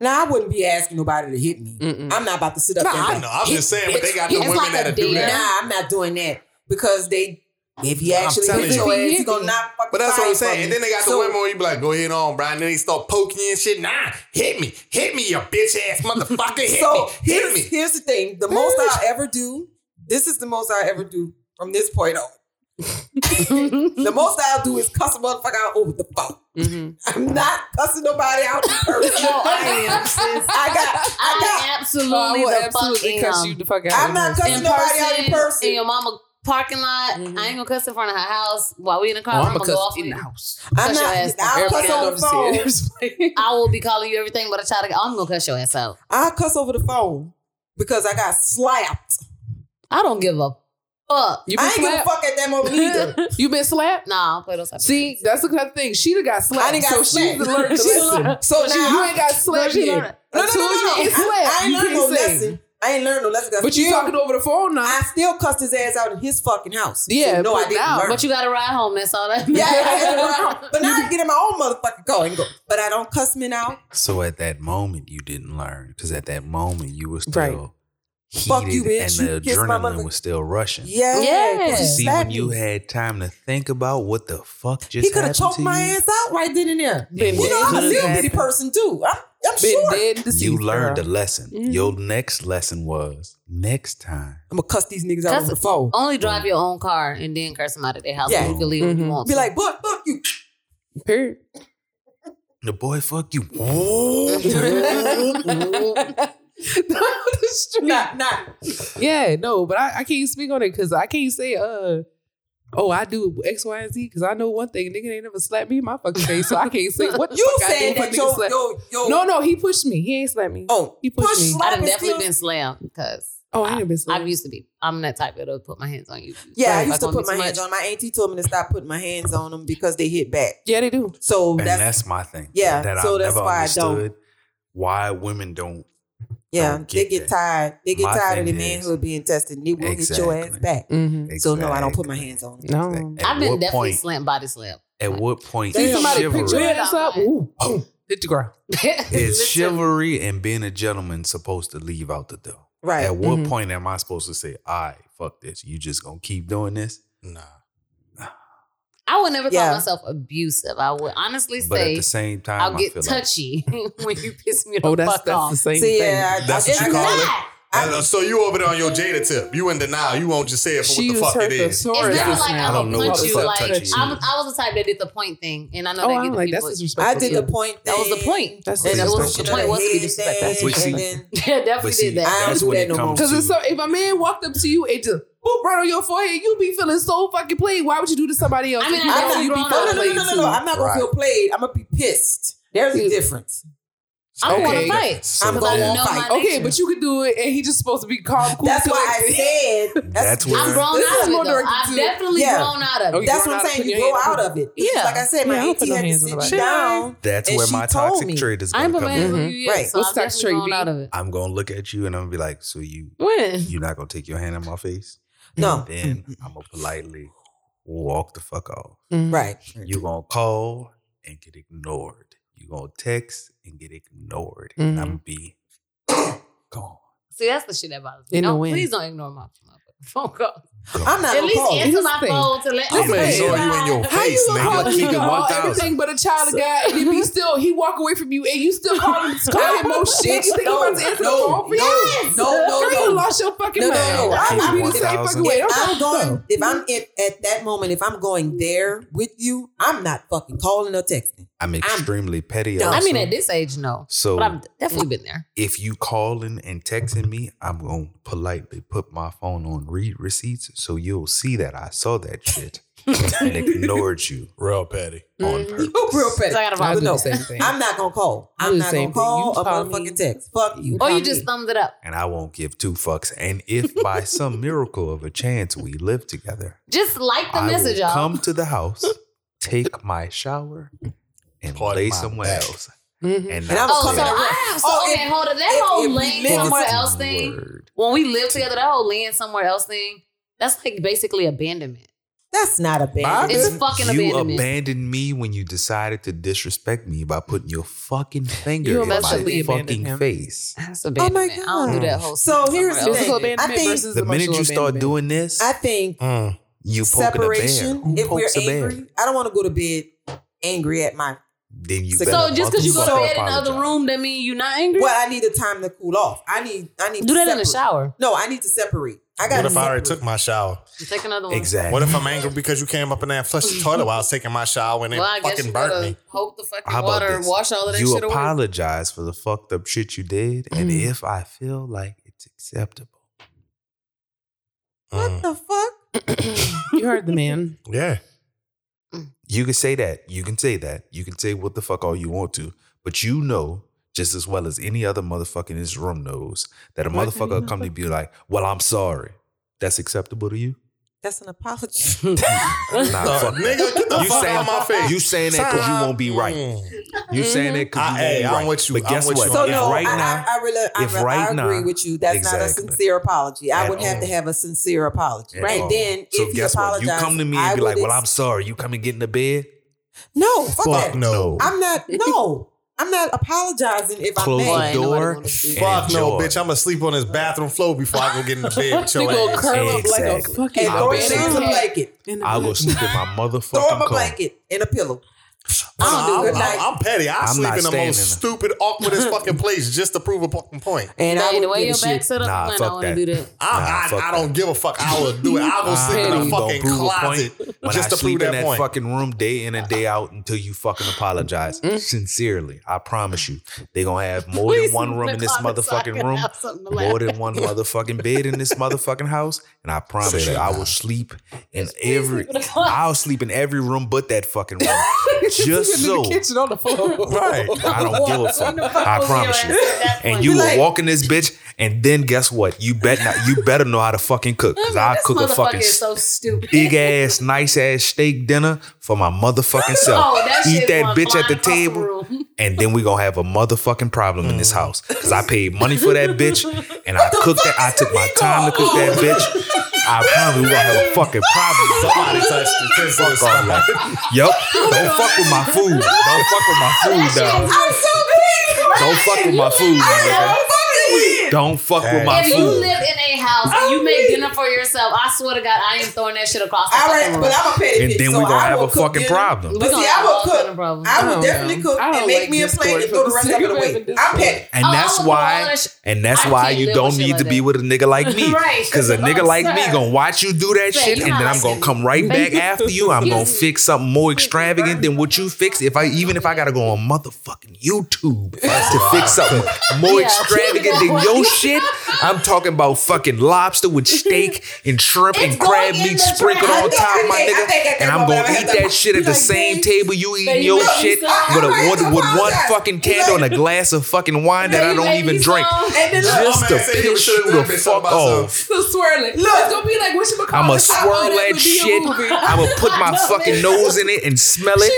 [SPEAKER 6] nah, I wouldn't be asking nobody to hit me.
[SPEAKER 2] Mm-mm.
[SPEAKER 6] I'm not about to sit up
[SPEAKER 1] Nah,
[SPEAKER 6] there. and
[SPEAKER 1] I
[SPEAKER 6] be
[SPEAKER 1] know.
[SPEAKER 6] like,
[SPEAKER 1] I'm just saying, but they got the
[SPEAKER 3] It's
[SPEAKER 1] women
[SPEAKER 3] like a
[SPEAKER 1] that do
[SPEAKER 3] dare.
[SPEAKER 1] that.
[SPEAKER 6] Nah, I'm not doing that because they. If he
[SPEAKER 1] I'm
[SPEAKER 6] actually
[SPEAKER 1] telling
[SPEAKER 6] hit
[SPEAKER 1] you.
[SPEAKER 6] your ass,
[SPEAKER 2] If he
[SPEAKER 6] he
[SPEAKER 2] hit
[SPEAKER 6] gonna
[SPEAKER 2] me.
[SPEAKER 6] knock fucking
[SPEAKER 1] But that's what
[SPEAKER 6] fire
[SPEAKER 1] I'm saying.
[SPEAKER 6] from
[SPEAKER 1] And
[SPEAKER 6] you.
[SPEAKER 1] then they got
[SPEAKER 6] So-
[SPEAKER 1] the women where you be like, go ahead on, Brian. And then they start poking you and shit. Nah, hit me. Hit me, you bitch ass motherfucker. Hit
[SPEAKER 6] So
[SPEAKER 1] me.
[SPEAKER 6] here's,
[SPEAKER 1] Hit me.
[SPEAKER 6] here's the thing: the most I ever do. This is the most I ever do from this point on. the most I'll do is cuss a motherfucker out over the phone.
[SPEAKER 2] Mm-hmm.
[SPEAKER 6] I'm not cussing nobody out. in person.
[SPEAKER 3] I am, sis.
[SPEAKER 6] I got. I got.
[SPEAKER 3] I absolutely
[SPEAKER 2] Oh, I will
[SPEAKER 3] the
[SPEAKER 2] absolutely
[SPEAKER 3] fuck
[SPEAKER 2] cuss
[SPEAKER 3] am.
[SPEAKER 2] you the fuck out.
[SPEAKER 6] um, I'm
[SPEAKER 2] in
[SPEAKER 6] not
[SPEAKER 2] person.
[SPEAKER 6] cussing
[SPEAKER 3] in
[SPEAKER 6] nobody out
[SPEAKER 3] person,
[SPEAKER 6] in person.
[SPEAKER 3] in your mama parking lot.
[SPEAKER 2] Mhm.
[SPEAKER 3] I ain't gonna cuss in front of her house while we in the car.
[SPEAKER 2] Oh,
[SPEAKER 3] I'm,
[SPEAKER 2] I'ma
[SPEAKER 3] gonna go
[SPEAKER 2] cuss
[SPEAKER 3] off
[SPEAKER 2] in
[SPEAKER 3] in
[SPEAKER 2] the
[SPEAKER 3] house.
[SPEAKER 6] I'm
[SPEAKER 3] cuss your ass
[SPEAKER 6] not.
[SPEAKER 3] out.
[SPEAKER 6] I'll
[SPEAKER 2] Everybody
[SPEAKER 6] cuss
[SPEAKER 2] I
[SPEAKER 6] over
[SPEAKER 2] know
[SPEAKER 6] the
[SPEAKER 2] this here.
[SPEAKER 6] phone.
[SPEAKER 2] Everybody-
[SPEAKER 3] I will be calling you everything, but I try to. I'm gonna cuss your ass out.
[SPEAKER 6] I'll cuss over the phone because I got slapped.
[SPEAKER 3] I don't give a fuck.
[SPEAKER 2] You
[SPEAKER 6] I
[SPEAKER 2] been
[SPEAKER 6] ain't give a
[SPEAKER 2] slapped?
[SPEAKER 6] fuck at that moment either.
[SPEAKER 2] You been slapped?
[SPEAKER 3] Nah, I don't play those. type of
[SPEAKER 2] See, that's the kind of thing. She done got slapped.
[SPEAKER 6] done got
[SPEAKER 2] so
[SPEAKER 6] slapped.
[SPEAKER 2] she's learned to
[SPEAKER 3] She
[SPEAKER 2] listen.
[SPEAKER 3] learned.
[SPEAKER 2] So
[SPEAKER 6] But
[SPEAKER 2] she,
[SPEAKER 6] now-
[SPEAKER 2] you ain't got
[SPEAKER 3] No,
[SPEAKER 2] slapped
[SPEAKER 3] she
[SPEAKER 2] yet.
[SPEAKER 3] learned.
[SPEAKER 6] No, no, no,
[SPEAKER 2] Until
[SPEAKER 6] no, no.
[SPEAKER 2] you get
[SPEAKER 6] I,
[SPEAKER 2] slapped,
[SPEAKER 6] I ain't
[SPEAKER 2] you
[SPEAKER 6] learned no
[SPEAKER 2] can't sing.
[SPEAKER 6] lesson. I ain't learned no lesson. 'cause
[SPEAKER 2] But you
[SPEAKER 6] still-
[SPEAKER 2] talking over the phone now.
[SPEAKER 6] I still cussed his ass out in his fucking house.
[SPEAKER 2] Yeah,
[SPEAKER 6] so no, I
[SPEAKER 2] but
[SPEAKER 6] didn't
[SPEAKER 2] now-
[SPEAKER 6] learn.
[SPEAKER 3] But you gotta ride home. That's all that.
[SPEAKER 6] yeah, I had to run home. but now I can get in my own motherfucking car and go. But I don't cuss men out.
[SPEAKER 4] So at that moment, you didn't learn because at that moment you were still
[SPEAKER 2] Right.
[SPEAKER 4] heated
[SPEAKER 6] Fuck you, bitch.
[SPEAKER 4] and the
[SPEAKER 6] You kissed my mother-
[SPEAKER 4] adrenaline was still rushing.
[SPEAKER 6] Yeah,
[SPEAKER 3] Yeah.
[SPEAKER 6] 'cause he
[SPEAKER 4] See,
[SPEAKER 6] slapped
[SPEAKER 4] when you
[SPEAKER 6] me.
[SPEAKER 4] had time to think about what the fuck just
[SPEAKER 6] he could
[SPEAKER 4] happened
[SPEAKER 6] have choked
[SPEAKER 4] to
[SPEAKER 6] my
[SPEAKER 4] you,
[SPEAKER 6] ass out right then and there.
[SPEAKER 2] Been
[SPEAKER 6] You know, I'm a
[SPEAKER 4] Could've
[SPEAKER 6] little bitty
[SPEAKER 4] happened.
[SPEAKER 6] person too. I'm, I'm
[SPEAKER 2] been
[SPEAKER 6] sure.
[SPEAKER 2] dead and deceased.
[SPEAKER 4] you learned
[SPEAKER 2] girl.
[SPEAKER 4] a lesson.
[SPEAKER 6] Mm-hmm.
[SPEAKER 2] Mhm.
[SPEAKER 4] Your next lesson was next time.
[SPEAKER 6] I'm gonna cuss these niggas out
[SPEAKER 3] That's-
[SPEAKER 6] on the phone.
[SPEAKER 3] Only drive your own car and then curse them out at their house.
[SPEAKER 6] Yeah. Mm-hmm.
[SPEAKER 3] You can leave if
[SPEAKER 2] Mhm.
[SPEAKER 3] you want.
[SPEAKER 6] Be
[SPEAKER 3] to.
[SPEAKER 6] like, but fuck you.
[SPEAKER 2] Period.
[SPEAKER 4] The boy, fuck you.
[SPEAKER 2] Down the street.
[SPEAKER 6] Nah, nah.
[SPEAKER 2] Yeah, no, but I, I can't speak on it because I can't say, uh, oh, I do X, Y, and Z because I know one thing. Nigga ain't never slapped me in my fucking face, so I can't say what the
[SPEAKER 6] You
[SPEAKER 2] fuck I
[SPEAKER 6] said
[SPEAKER 2] do if a
[SPEAKER 6] that
[SPEAKER 2] nigga
[SPEAKER 6] yo,
[SPEAKER 2] slap-
[SPEAKER 6] yo, yo.
[SPEAKER 2] No, no, he pushed me. He ain't slapped me.
[SPEAKER 6] Oh,
[SPEAKER 2] He pushed
[SPEAKER 6] push
[SPEAKER 2] me.
[SPEAKER 6] slap
[SPEAKER 3] I done
[SPEAKER 6] and
[SPEAKER 3] definitely
[SPEAKER 6] still-
[SPEAKER 3] been slammed because
[SPEAKER 2] oh, I ain't been slapped.
[SPEAKER 3] I used to be. I'm that type that'll put my hands on you.
[SPEAKER 6] Mm-hmm. Yeah, I
[SPEAKER 3] Like,
[SPEAKER 6] used to
[SPEAKER 3] on
[SPEAKER 6] put
[SPEAKER 3] me
[SPEAKER 6] my
[SPEAKER 3] too
[SPEAKER 6] hands
[SPEAKER 3] much.
[SPEAKER 6] on. My auntie told me to stop putting my hands on them because they hit back.
[SPEAKER 2] yeah, they do.
[SPEAKER 6] So
[SPEAKER 4] And
[SPEAKER 6] that's,
[SPEAKER 4] that's, my thing.
[SPEAKER 6] yeah,
[SPEAKER 4] That
[SPEAKER 6] so
[SPEAKER 4] I've
[SPEAKER 6] that's
[SPEAKER 4] never
[SPEAKER 6] why I don't.
[SPEAKER 4] understood why women don't.
[SPEAKER 6] yeah,
[SPEAKER 4] don't
[SPEAKER 6] they
[SPEAKER 4] get that.
[SPEAKER 6] get tired. They get
[SPEAKER 4] My
[SPEAKER 6] tired of the
[SPEAKER 4] thing is-
[SPEAKER 6] manhood being tested. and They will hit your ass
[SPEAKER 4] Exactly.
[SPEAKER 6] back.
[SPEAKER 2] Mm-hmm.
[SPEAKER 6] So no, I don't put my
[SPEAKER 4] Exactly.
[SPEAKER 6] hands on them.
[SPEAKER 2] No.
[SPEAKER 4] Exactly. At
[SPEAKER 3] I've been
[SPEAKER 4] what
[SPEAKER 3] definitely
[SPEAKER 4] point,
[SPEAKER 3] slammed body slam.
[SPEAKER 4] At what point
[SPEAKER 2] See somebody pick your
[SPEAKER 4] chivalry,
[SPEAKER 3] picture-
[SPEAKER 2] ass up. Ooh, boom, hit the ground.
[SPEAKER 4] is
[SPEAKER 3] Listen.
[SPEAKER 4] chivalry and being a gentleman supposed to leave out the door? At
[SPEAKER 6] Right.
[SPEAKER 4] what
[SPEAKER 2] Mhm.
[SPEAKER 4] point am I supposed to say, all right, fuck this. You just gonna keep doing this?
[SPEAKER 1] Nah.
[SPEAKER 3] I would never call
[SPEAKER 6] Yeah.
[SPEAKER 3] myself abusive. I would honestly
[SPEAKER 4] But at
[SPEAKER 3] say
[SPEAKER 4] the same time,
[SPEAKER 3] I'll
[SPEAKER 4] I
[SPEAKER 3] get
[SPEAKER 4] feel
[SPEAKER 3] touchy when you piss me the
[SPEAKER 2] Oh, that's
[SPEAKER 3] fuck
[SPEAKER 2] that's
[SPEAKER 3] off.
[SPEAKER 2] the same
[SPEAKER 6] See,
[SPEAKER 2] thing.
[SPEAKER 6] yeah, I,
[SPEAKER 1] That's
[SPEAKER 6] I,
[SPEAKER 1] what
[SPEAKER 6] I,
[SPEAKER 1] you call
[SPEAKER 3] it's
[SPEAKER 1] it.
[SPEAKER 3] not.
[SPEAKER 1] Uh, so you over there on your Jada tip. You in denial. You won't just say it for
[SPEAKER 2] She
[SPEAKER 1] what
[SPEAKER 2] was
[SPEAKER 1] the fuck
[SPEAKER 2] her
[SPEAKER 1] it is.
[SPEAKER 2] thesaurus
[SPEAKER 3] It's not
[SPEAKER 2] just
[SPEAKER 3] like
[SPEAKER 2] now.
[SPEAKER 3] I don't know what punch
[SPEAKER 4] the
[SPEAKER 3] you.
[SPEAKER 4] fuck
[SPEAKER 3] Like
[SPEAKER 4] touchy is.
[SPEAKER 3] I was, I was the type that did the point thing, and I know
[SPEAKER 2] oh,
[SPEAKER 3] that
[SPEAKER 2] I'm
[SPEAKER 3] get
[SPEAKER 2] like,
[SPEAKER 3] the
[SPEAKER 2] that's
[SPEAKER 3] people.
[SPEAKER 2] disrespectful.
[SPEAKER 6] I did the
[SPEAKER 2] Yeah.
[SPEAKER 6] point.
[SPEAKER 3] That was the
[SPEAKER 6] thing,
[SPEAKER 3] point.
[SPEAKER 2] That's
[SPEAKER 6] And that
[SPEAKER 2] disrespectful.
[SPEAKER 6] was the point was to be disrespectful.
[SPEAKER 4] But see-
[SPEAKER 6] And then
[SPEAKER 3] yeah, definitely
[SPEAKER 4] But see,
[SPEAKER 3] did that.
[SPEAKER 6] I don't
[SPEAKER 4] that's
[SPEAKER 6] do
[SPEAKER 4] when
[SPEAKER 6] that
[SPEAKER 4] it
[SPEAKER 6] no more.
[SPEAKER 4] comes
[SPEAKER 2] Because
[SPEAKER 4] to
[SPEAKER 2] it's so if a man walked up to you and just who burn on your forehead, you be feeling so fucking played. Why would you do to somebody else?
[SPEAKER 3] I mean,
[SPEAKER 2] If you
[SPEAKER 3] I know
[SPEAKER 2] know
[SPEAKER 3] you
[SPEAKER 2] you be
[SPEAKER 3] grown
[SPEAKER 2] feeling
[SPEAKER 6] No, no, Oh, no, no,
[SPEAKER 2] played
[SPEAKER 6] no, no,
[SPEAKER 2] too.
[SPEAKER 6] no. I'm not gonna feel played. I'm gonna be pissed. There's a
[SPEAKER 2] Yeah.
[SPEAKER 6] difference.
[SPEAKER 3] I'm
[SPEAKER 2] Okay.
[SPEAKER 3] going to fight.
[SPEAKER 1] So
[SPEAKER 3] Because I
[SPEAKER 6] then-
[SPEAKER 3] know my
[SPEAKER 2] Okay,
[SPEAKER 3] nature.
[SPEAKER 2] but you could do it, and he just supposed to be calm, cool.
[SPEAKER 6] That's why
[SPEAKER 2] collected.
[SPEAKER 6] I said
[SPEAKER 4] That's where
[SPEAKER 3] I'm grown
[SPEAKER 6] This is
[SPEAKER 3] out of it.
[SPEAKER 6] more
[SPEAKER 3] though.
[SPEAKER 6] directed
[SPEAKER 3] I've
[SPEAKER 6] to-
[SPEAKER 3] definitely
[SPEAKER 6] Yeah.
[SPEAKER 3] grown out of it.
[SPEAKER 2] Okay. You're
[SPEAKER 6] That's what I'm
[SPEAKER 2] not
[SPEAKER 6] saying.
[SPEAKER 2] putting
[SPEAKER 6] You
[SPEAKER 2] your
[SPEAKER 6] grow
[SPEAKER 2] hand
[SPEAKER 6] out
[SPEAKER 2] up.
[SPEAKER 6] of it. It's
[SPEAKER 3] Yeah.
[SPEAKER 6] Like I said, my
[SPEAKER 2] Yeah, I don't
[SPEAKER 6] auntie
[SPEAKER 2] put no
[SPEAKER 6] had to
[SPEAKER 2] hands on
[SPEAKER 6] sit
[SPEAKER 2] nobody.
[SPEAKER 6] down.
[SPEAKER 4] that's
[SPEAKER 6] And
[SPEAKER 4] where
[SPEAKER 6] she
[SPEAKER 4] my
[SPEAKER 6] told
[SPEAKER 4] toxic
[SPEAKER 6] me.
[SPEAKER 4] trait is
[SPEAKER 3] I
[SPEAKER 4] going
[SPEAKER 3] ain't
[SPEAKER 4] to
[SPEAKER 3] been
[SPEAKER 4] come
[SPEAKER 3] playing
[SPEAKER 4] in.
[SPEAKER 3] with you yet,
[SPEAKER 6] Right.
[SPEAKER 3] so
[SPEAKER 2] What's
[SPEAKER 3] I've
[SPEAKER 2] tax
[SPEAKER 3] definitely
[SPEAKER 2] trade,
[SPEAKER 3] grown
[SPEAKER 2] B?
[SPEAKER 3] out of it.
[SPEAKER 4] I'm going to look at you and I'm going to be like, so you
[SPEAKER 3] When?
[SPEAKER 4] you not going to take your hand in my face?
[SPEAKER 6] No.
[SPEAKER 4] Then I'm going to politely walk the fuck off.
[SPEAKER 2] Mhm.
[SPEAKER 6] Right.
[SPEAKER 4] You're going to call and get ignored. You're going to text and get ignored. And I'm
[SPEAKER 6] Mm-hmm.
[SPEAKER 4] going to be gone.
[SPEAKER 3] See, that's the shit that bothers me.
[SPEAKER 2] In the
[SPEAKER 3] Don't,
[SPEAKER 2] wind.
[SPEAKER 3] please don't ignore my motherfucking phone call.
[SPEAKER 6] I'm not
[SPEAKER 3] At
[SPEAKER 6] gonna
[SPEAKER 3] least
[SPEAKER 6] call.
[SPEAKER 3] answer my
[SPEAKER 2] Here's the
[SPEAKER 3] phone to let
[SPEAKER 1] I'm
[SPEAKER 3] me
[SPEAKER 1] gonna
[SPEAKER 2] Hey.
[SPEAKER 1] ignore you in your
[SPEAKER 2] How you
[SPEAKER 1] face,
[SPEAKER 2] gonna
[SPEAKER 1] nigga.
[SPEAKER 2] call
[SPEAKER 1] Keep
[SPEAKER 2] him
[SPEAKER 1] it
[SPEAKER 2] all
[SPEAKER 1] 1,000.
[SPEAKER 2] everything but a child of God, and if he still he walk away from you, and you still call him, call him no shit? You think
[SPEAKER 6] No,
[SPEAKER 2] he about to answer the
[SPEAKER 6] no,
[SPEAKER 2] phone for you?
[SPEAKER 6] no, no, Oh, no,
[SPEAKER 2] Girl,
[SPEAKER 6] no.
[SPEAKER 2] you lost your fucking
[SPEAKER 6] No, no,
[SPEAKER 2] mind.
[SPEAKER 6] no.
[SPEAKER 2] I would be the same
[SPEAKER 4] 1,000.
[SPEAKER 2] fucking way.
[SPEAKER 6] If
[SPEAKER 2] Don't
[SPEAKER 6] I'm
[SPEAKER 2] call him.
[SPEAKER 6] going, if I'm at, at that moment, if I'm going there with you, I'm not fucking calling or texting.
[SPEAKER 4] I'm extremely petty.
[SPEAKER 6] done.
[SPEAKER 3] I mean,
[SPEAKER 4] also.
[SPEAKER 3] at this age, no.
[SPEAKER 4] So
[SPEAKER 3] But I've definitely been there.
[SPEAKER 4] if you calling and texting me, I'm gonna politely put my phone on read receipts so you'll see that I saw that shit and ignored you
[SPEAKER 1] Real petty.
[SPEAKER 4] on
[SPEAKER 3] Mm-hmm.
[SPEAKER 4] purpose.
[SPEAKER 6] You real petty.
[SPEAKER 3] So I got a
[SPEAKER 2] I
[SPEAKER 3] problem.
[SPEAKER 2] do
[SPEAKER 6] No.
[SPEAKER 2] the same thing.
[SPEAKER 6] I'm not gonna call.
[SPEAKER 2] Do
[SPEAKER 6] I'm
[SPEAKER 2] the
[SPEAKER 6] not
[SPEAKER 2] same
[SPEAKER 6] gonna
[SPEAKER 2] thing.
[SPEAKER 6] call
[SPEAKER 2] You
[SPEAKER 6] a
[SPEAKER 2] call me.
[SPEAKER 6] motherfucking text. Fuck you.
[SPEAKER 3] Or
[SPEAKER 2] Call
[SPEAKER 3] you
[SPEAKER 2] me.
[SPEAKER 3] just thumbed it up.
[SPEAKER 4] And I won't give two fucks. And if by some miracle of a chance we live together,
[SPEAKER 3] Just like the
[SPEAKER 4] I
[SPEAKER 3] message,
[SPEAKER 4] will
[SPEAKER 3] y'all.
[SPEAKER 4] come to the house, take my shower, and
[SPEAKER 1] Part
[SPEAKER 4] lay
[SPEAKER 1] my
[SPEAKER 4] somewhere
[SPEAKER 1] back.
[SPEAKER 4] else.
[SPEAKER 2] Mhm.
[SPEAKER 4] And
[SPEAKER 6] And I'm
[SPEAKER 3] oh,
[SPEAKER 6] coming
[SPEAKER 3] so
[SPEAKER 6] to work.
[SPEAKER 3] I have so
[SPEAKER 6] Oh,
[SPEAKER 3] okay,
[SPEAKER 6] if-
[SPEAKER 3] hold up. That
[SPEAKER 6] if-
[SPEAKER 3] whole
[SPEAKER 6] if we
[SPEAKER 3] lane
[SPEAKER 6] live
[SPEAKER 3] somewhere
[SPEAKER 6] together.
[SPEAKER 3] else thing. When we live together, that whole land somewhere else thing, that's like basically abandonment.
[SPEAKER 6] That's not a bad.
[SPEAKER 3] It's fucking
[SPEAKER 4] you
[SPEAKER 3] abandonment.
[SPEAKER 4] abandoned me when you decided to disrespect me by putting your fucking finger
[SPEAKER 2] You
[SPEAKER 4] in my
[SPEAKER 2] emotionally abandoned
[SPEAKER 4] fucking
[SPEAKER 2] him.
[SPEAKER 4] face.
[SPEAKER 3] that's abandonment. I don't do
[SPEAKER 6] God.
[SPEAKER 3] that whole
[SPEAKER 6] Oh So
[SPEAKER 3] somewhere
[SPEAKER 6] here's the
[SPEAKER 3] else.
[SPEAKER 2] Physical
[SPEAKER 6] thing. I
[SPEAKER 2] abandonment
[SPEAKER 6] think-
[SPEAKER 2] versus
[SPEAKER 4] The minute you
[SPEAKER 2] emotional
[SPEAKER 4] start
[SPEAKER 2] abandonment.
[SPEAKER 4] doing this,
[SPEAKER 6] I think
[SPEAKER 1] Mm.
[SPEAKER 4] you poking a bear.
[SPEAKER 6] separation.
[SPEAKER 4] Who
[SPEAKER 6] If we're
[SPEAKER 4] pokes a bear?
[SPEAKER 6] angry, I don't want to go to bed angry at my.
[SPEAKER 4] then you
[SPEAKER 6] So
[SPEAKER 4] better
[SPEAKER 3] So just because you go to
[SPEAKER 4] motherfucker
[SPEAKER 3] bed in the other
[SPEAKER 4] apologize.
[SPEAKER 3] room, that mean you're not angry?
[SPEAKER 6] Well, I need a time to cool off. I need. I need.
[SPEAKER 3] Do
[SPEAKER 6] to
[SPEAKER 3] that in the
[SPEAKER 6] separate.
[SPEAKER 3] shower.
[SPEAKER 6] No, I need to separate. I got.
[SPEAKER 1] What if I already took my shower?
[SPEAKER 3] Take another one.
[SPEAKER 4] Exactly.
[SPEAKER 1] What if I'm angry because you came up in there and flushed the toilet while I was taking my shower and it
[SPEAKER 3] Well, I guess
[SPEAKER 1] fucking
[SPEAKER 3] you
[SPEAKER 1] burnt
[SPEAKER 3] gotta
[SPEAKER 1] me?
[SPEAKER 3] hope the fucking
[SPEAKER 4] How about
[SPEAKER 3] water and
[SPEAKER 4] this?
[SPEAKER 3] wash all of that
[SPEAKER 4] you
[SPEAKER 3] shit away. Mm.
[SPEAKER 4] apologize for the fucked up shit you did, and
[SPEAKER 2] Mhm.
[SPEAKER 4] if I feel like it's acceptable,
[SPEAKER 6] What
[SPEAKER 1] Mm.
[SPEAKER 6] the fuck?
[SPEAKER 2] you heard the man.
[SPEAKER 1] Yeah.
[SPEAKER 4] you can say that. You can say that. You can say what the fuck all you want to, but you know just as well as any other motherfucker in this room knows that a
[SPEAKER 2] What?
[SPEAKER 4] motherfucker will come to be like, "Well, I'm sorry." That's acceptable to you?
[SPEAKER 6] That's an apology.
[SPEAKER 4] Nah, fuck
[SPEAKER 1] nigga,
[SPEAKER 4] that.
[SPEAKER 1] get the
[SPEAKER 4] you
[SPEAKER 1] fuck
[SPEAKER 4] saying,
[SPEAKER 1] out my face.
[SPEAKER 4] You saying that because you won't be right.
[SPEAKER 1] Mm.
[SPEAKER 4] You saying that because
[SPEAKER 1] I-
[SPEAKER 4] you won't
[SPEAKER 1] hey,
[SPEAKER 4] be
[SPEAKER 1] I'm
[SPEAKER 4] right.
[SPEAKER 1] with you.
[SPEAKER 4] But
[SPEAKER 1] I'm
[SPEAKER 4] guess
[SPEAKER 1] with
[SPEAKER 4] what?
[SPEAKER 1] you.
[SPEAKER 6] Mm-hmm. So
[SPEAKER 4] If
[SPEAKER 6] no,
[SPEAKER 4] right
[SPEAKER 6] I,
[SPEAKER 4] now,
[SPEAKER 6] I, I, really, I,
[SPEAKER 4] if
[SPEAKER 6] re-
[SPEAKER 4] right
[SPEAKER 6] I agree
[SPEAKER 4] now-
[SPEAKER 6] with you. That's not a
[SPEAKER 4] Exactly.
[SPEAKER 6] sincere apology. I
[SPEAKER 4] At
[SPEAKER 6] would have to
[SPEAKER 4] all.
[SPEAKER 6] have a sincere apology.
[SPEAKER 4] Right.
[SPEAKER 6] And then
[SPEAKER 4] Oh. so
[SPEAKER 6] if you
[SPEAKER 4] guess what?
[SPEAKER 6] apologize,
[SPEAKER 4] You come to me
[SPEAKER 6] I
[SPEAKER 4] and be
[SPEAKER 6] would
[SPEAKER 4] like, "Well, I'm
[SPEAKER 6] ex-
[SPEAKER 4] sorry." You come and get in the bed.
[SPEAKER 6] no, fuck,
[SPEAKER 1] Fuck
[SPEAKER 6] that.
[SPEAKER 1] no.
[SPEAKER 6] I'm not. No, I'm not apologizing if
[SPEAKER 4] Close
[SPEAKER 6] I'm
[SPEAKER 4] the
[SPEAKER 6] mad.
[SPEAKER 3] ain't nobody
[SPEAKER 4] door.
[SPEAKER 3] wanna see
[SPEAKER 4] and
[SPEAKER 1] Fuck no,
[SPEAKER 4] enjoy.
[SPEAKER 1] bitch. I'm gonna sleep on this bathroom floor before I go get in the bed with
[SPEAKER 2] You
[SPEAKER 1] your
[SPEAKER 2] go
[SPEAKER 1] ass.
[SPEAKER 2] curl up like a
[SPEAKER 4] Exactly.
[SPEAKER 2] fucking
[SPEAKER 6] And throw it
[SPEAKER 4] I'll be
[SPEAKER 6] in a
[SPEAKER 4] saying-
[SPEAKER 6] blanket.
[SPEAKER 2] in the
[SPEAKER 4] I'll go
[SPEAKER 2] bed.
[SPEAKER 4] sleep in my
[SPEAKER 6] Throw him
[SPEAKER 4] motherfucking
[SPEAKER 6] a
[SPEAKER 4] coat.
[SPEAKER 6] blanket and a pillow.
[SPEAKER 1] I'm,
[SPEAKER 6] I don't do
[SPEAKER 1] I'm,
[SPEAKER 6] good night.
[SPEAKER 1] I'm petty. I
[SPEAKER 4] I'm
[SPEAKER 1] sleep
[SPEAKER 4] not
[SPEAKER 1] in the
[SPEAKER 4] standing.
[SPEAKER 1] most stupid, awkwardest fucking place just to prove a fucking point.
[SPEAKER 6] And I
[SPEAKER 3] Hey, the
[SPEAKER 6] wouldn't
[SPEAKER 3] way
[SPEAKER 6] give a
[SPEAKER 3] your back
[SPEAKER 6] shit.
[SPEAKER 3] set up,
[SPEAKER 4] Nah,
[SPEAKER 3] man, I
[SPEAKER 4] fuck
[SPEAKER 3] want
[SPEAKER 4] that.
[SPEAKER 3] to do that.
[SPEAKER 4] Nah,
[SPEAKER 1] I,
[SPEAKER 4] fuck
[SPEAKER 1] I, I don't give a fuck. I will do it. I'll go sleep in
[SPEAKER 4] I'm
[SPEAKER 1] a
[SPEAKER 4] gonna
[SPEAKER 1] fucking
[SPEAKER 4] prove a point
[SPEAKER 1] closet
[SPEAKER 4] when
[SPEAKER 1] just
[SPEAKER 4] I
[SPEAKER 1] to prove
[SPEAKER 4] sleep in
[SPEAKER 1] that
[SPEAKER 4] that
[SPEAKER 1] point.
[SPEAKER 4] fucking room day in and day out until you fucking apologize.
[SPEAKER 1] Mm.
[SPEAKER 4] Sincerely, I promise you, they gonna have more
[SPEAKER 3] Please
[SPEAKER 4] than one room in
[SPEAKER 3] look
[SPEAKER 4] this
[SPEAKER 3] on the side
[SPEAKER 4] motherfucking
[SPEAKER 3] and
[SPEAKER 4] room,
[SPEAKER 3] have something to laugh
[SPEAKER 4] more than one motherfucking bed in this motherfucking house, and I promise you, I will sleep in every.
[SPEAKER 3] sleep in the closet.
[SPEAKER 4] I'll sleep in every room but that fucking room, just
[SPEAKER 2] Sleeping in
[SPEAKER 4] so.
[SPEAKER 2] the kitchen on the floor.
[SPEAKER 1] Right.
[SPEAKER 4] I don't give a fuck. I promise you. And you
[SPEAKER 6] Be
[SPEAKER 4] will
[SPEAKER 6] like-
[SPEAKER 4] walk in this bitch, and then guess what? You bet not. You better know how to fucking cook, cause I
[SPEAKER 3] This
[SPEAKER 4] cook a
[SPEAKER 3] motherfucker
[SPEAKER 4] fucking
[SPEAKER 3] is so stupid.
[SPEAKER 4] big ass, nice ass steak dinner for my motherfucking self.
[SPEAKER 3] Oh, that shit
[SPEAKER 4] Eat that
[SPEAKER 3] going
[SPEAKER 4] bitch at
[SPEAKER 3] flying
[SPEAKER 4] the
[SPEAKER 3] across the
[SPEAKER 4] table,
[SPEAKER 3] room.
[SPEAKER 4] and then we gonna have a motherfucking problem in this house because I paid money for that bitch, and I cooked that. I took my time to cook that bitch. I probably will have a fucking problem.
[SPEAKER 1] Somebody touched the pencil or
[SPEAKER 4] Fuck all
[SPEAKER 1] something.
[SPEAKER 4] that. Yep. Don't fuck with my food. Don't fuck with my food, dog.
[SPEAKER 6] I'm so big.
[SPEAKER 4] Don't fuck with my food, my nigga. Don't fuck with my
[SPEAKER 3] If you
[SPEAKER 4] food.
[SPEAKER 3] live in a house and you make dinner for yourself, I swear to God, I am throwing that shit across the
[SPEAKER 6] All
[SPEAKER 3] fucking
[SPEAKER 6] right,
[SPEAKER 3] room.
[SPEAKER 6] but I'm a petty
[SPEAKER 4] And
[SPEAKER 6] bitch,
[SPEAKER 4] then we
[SPEAKER 6] so
[SPEAKER 4] gonna
[SPEAKER 6] I
[SPEAKER 4] have
[SPEAKER 6] will
[SPEAKER 4] a
[SPEAKER 6] cook
[SPEAKER 4] fucking
[SPEAKER 6] dinner.
[SPEAKER 4] problem.
[SPEAKER 3] We
[SPEAKER 6] But see,
[SPEAKER 3] gonna
[SPEAKER 6] I
[SPEAKER 3] have all
[SPEAKER 6] will
[SPEAKER 3] kind
[SPEAKER 6] cook.
[SPEAKER 3] of problems.
[SPEAKER 6] I
[SPEAKER 2] I
[SPEAKER 6] will
[SPEAKER 2] don't
[SPEAKER 6] definitely
[SPEAKER 2] know.
[SPEAKER 6] cook
[SPEAKER 2] I
[SPEAKER 6] and
[SPEAKER 2] don't
[SPEAKER 6] make
[SPEAKER 2] like
[SPEAKER 6] me a
[SPEAKER 2] this
[SPEAKER 6] plate
[SPEAKER 2] story
[SPEAKER 6] and throw the
[SPEAKER 2] for
[SPEAKER 6] rest
[SPEAKER 2] the
[SPEAKER 6] of it
[SPEAKER 2] sake of
[SPEAKER 6] away.
[SPEAKER 2] having this
[SPEAKER 6] I'm
[SPEAKER 2] story.
[SPEAKER 6] petty.
[SPEAKER 4] And
[SPEAKER 3] Oh,
[SPEAKER 4] that's
[SPEAKER 3] I would
[SPEAKER 4] why,
[SPEAKER 3] go on a sh-
[SPEAKER 4] and that's
[SPEAKER 3] I
[SPEAKER 4] why
[SPEAKER 3] can't
[SPEAKER 4] you
[SPEAKER 3] live
[SPEAKER 4] don't
[SPEAKER 3] with shit
[SPEAKER 4] need to
[SPEAKER 3] like
[SPEAKER 4] be
[SPEAKER 3] that.
[SPEAKER 4] with a nigga like me.
[SPEAKER 3] Right.
[SPEAKER 4] Cause a nigga
[SPEAKER 3] Oh,
[SPEAKER 4] like me
[SPEAKER 3] sir.
[SPEAKER 4] gonna watch you do that
[SPEAKER 3] Sir,
[SPEAKER 4] shit,
[SPEAKER 3] you're
[SPEAKER 4] and
[SPEAKER 3] not
[SPEAKER 4] then I'm
[SPEAKER 3] like
[SPEAKER 4] gonna
[SPEAKER 3] that.
[SPEAKER 4] come right back
[SPEAKER 3] you.
[SPEAKER 4] after you. I'm gonna
[SPEAKER 3] Excuse me.
[SPEAKER 4] fix something more extravagant than what you fix. If I even if I gotta go on motherfucking YouTube to fix something more
[SPEAKER 3] Yeah.
[SPEAKER 4] extravagant than your shit, I'm talking about fucking lobster with steak and shrimp
[SPEAKER 3] It's
[SPEAKER 4] and crab
[SPEAKER 3] going in
[SPEAKER 4] meat
[SPEAKER 3] the
[SPEAKER 4] sprinkled
[SPEAKER 3] drink.
[SPEAKER 4] on
[SPEAKER 3] I
[SPEAKER 4] top,
[SPEAKER 6] think-
[SPEAKER 4] my
[SPEAKER 6] I think- I think at
[SPEAKER 4] nigga.
[SPEAKER 6] that
[SPEAKER 4] And I'm
[SPEAKER 6] moment
[SPEAKER 4] gonna
[SPEAKER 6] I
[SPEAKER 4] eat
[SPEAKER 6] had to-
[SPEAKER 4] that shit
[SPEAKER 6] be
[SPEAKER 4] at the
[SPEAKER 6] like,
[SPEAKER 4] same
[SPEAKER 6] "Babe,
[SPEAKER 4] table you eating
[SPEAKER 3] babe,
[SPEAKER 4] your
[SPEAKER 3] look,
[SPEAKER 4] shit
[SPEAKER 3] son, I'm
[SPEAKER 4] with a
[SPEAKER 6] ready to
[SPEAKER 4] one with one
[SPEAKER 6] apologize."
[SPEAKER 4] fucking
[SPEAKER 6] Be
[SPEAKER 4] candle
[SPEAKER 6] like-
[SPEAKER 4] and a glass of fucking wine that I don't
[SPEAKER 3] Baby,
[SPEAKER 4] even
[SPEAKER 3] baby,
[SPEAKER 4] drink.
[SPEAKER 3] son.
[SPEAKER 6] And then look,
[SPEAKER 4] Just
[SPEAKER 1] my
[SPEAKER 4] to
[SPEAKER 1] man said he was
[SPEAKER 4] piss
[SPEAKER 1] sure
[SPEAKER 4] you the
[SPEAKER 1] that bitch all
[SPEAKER 4] fuck
[SPEAKER 1] by
[SPEAKER 4] off.
[SPEAKER 2] So swirling. Look, it's gonna be like what you
[SPEAKER 4] I'ma
[SPEAKER 2] it?
[SPEAKER 4] swirl that shit. I'ma put my fucking nose in it and smell it.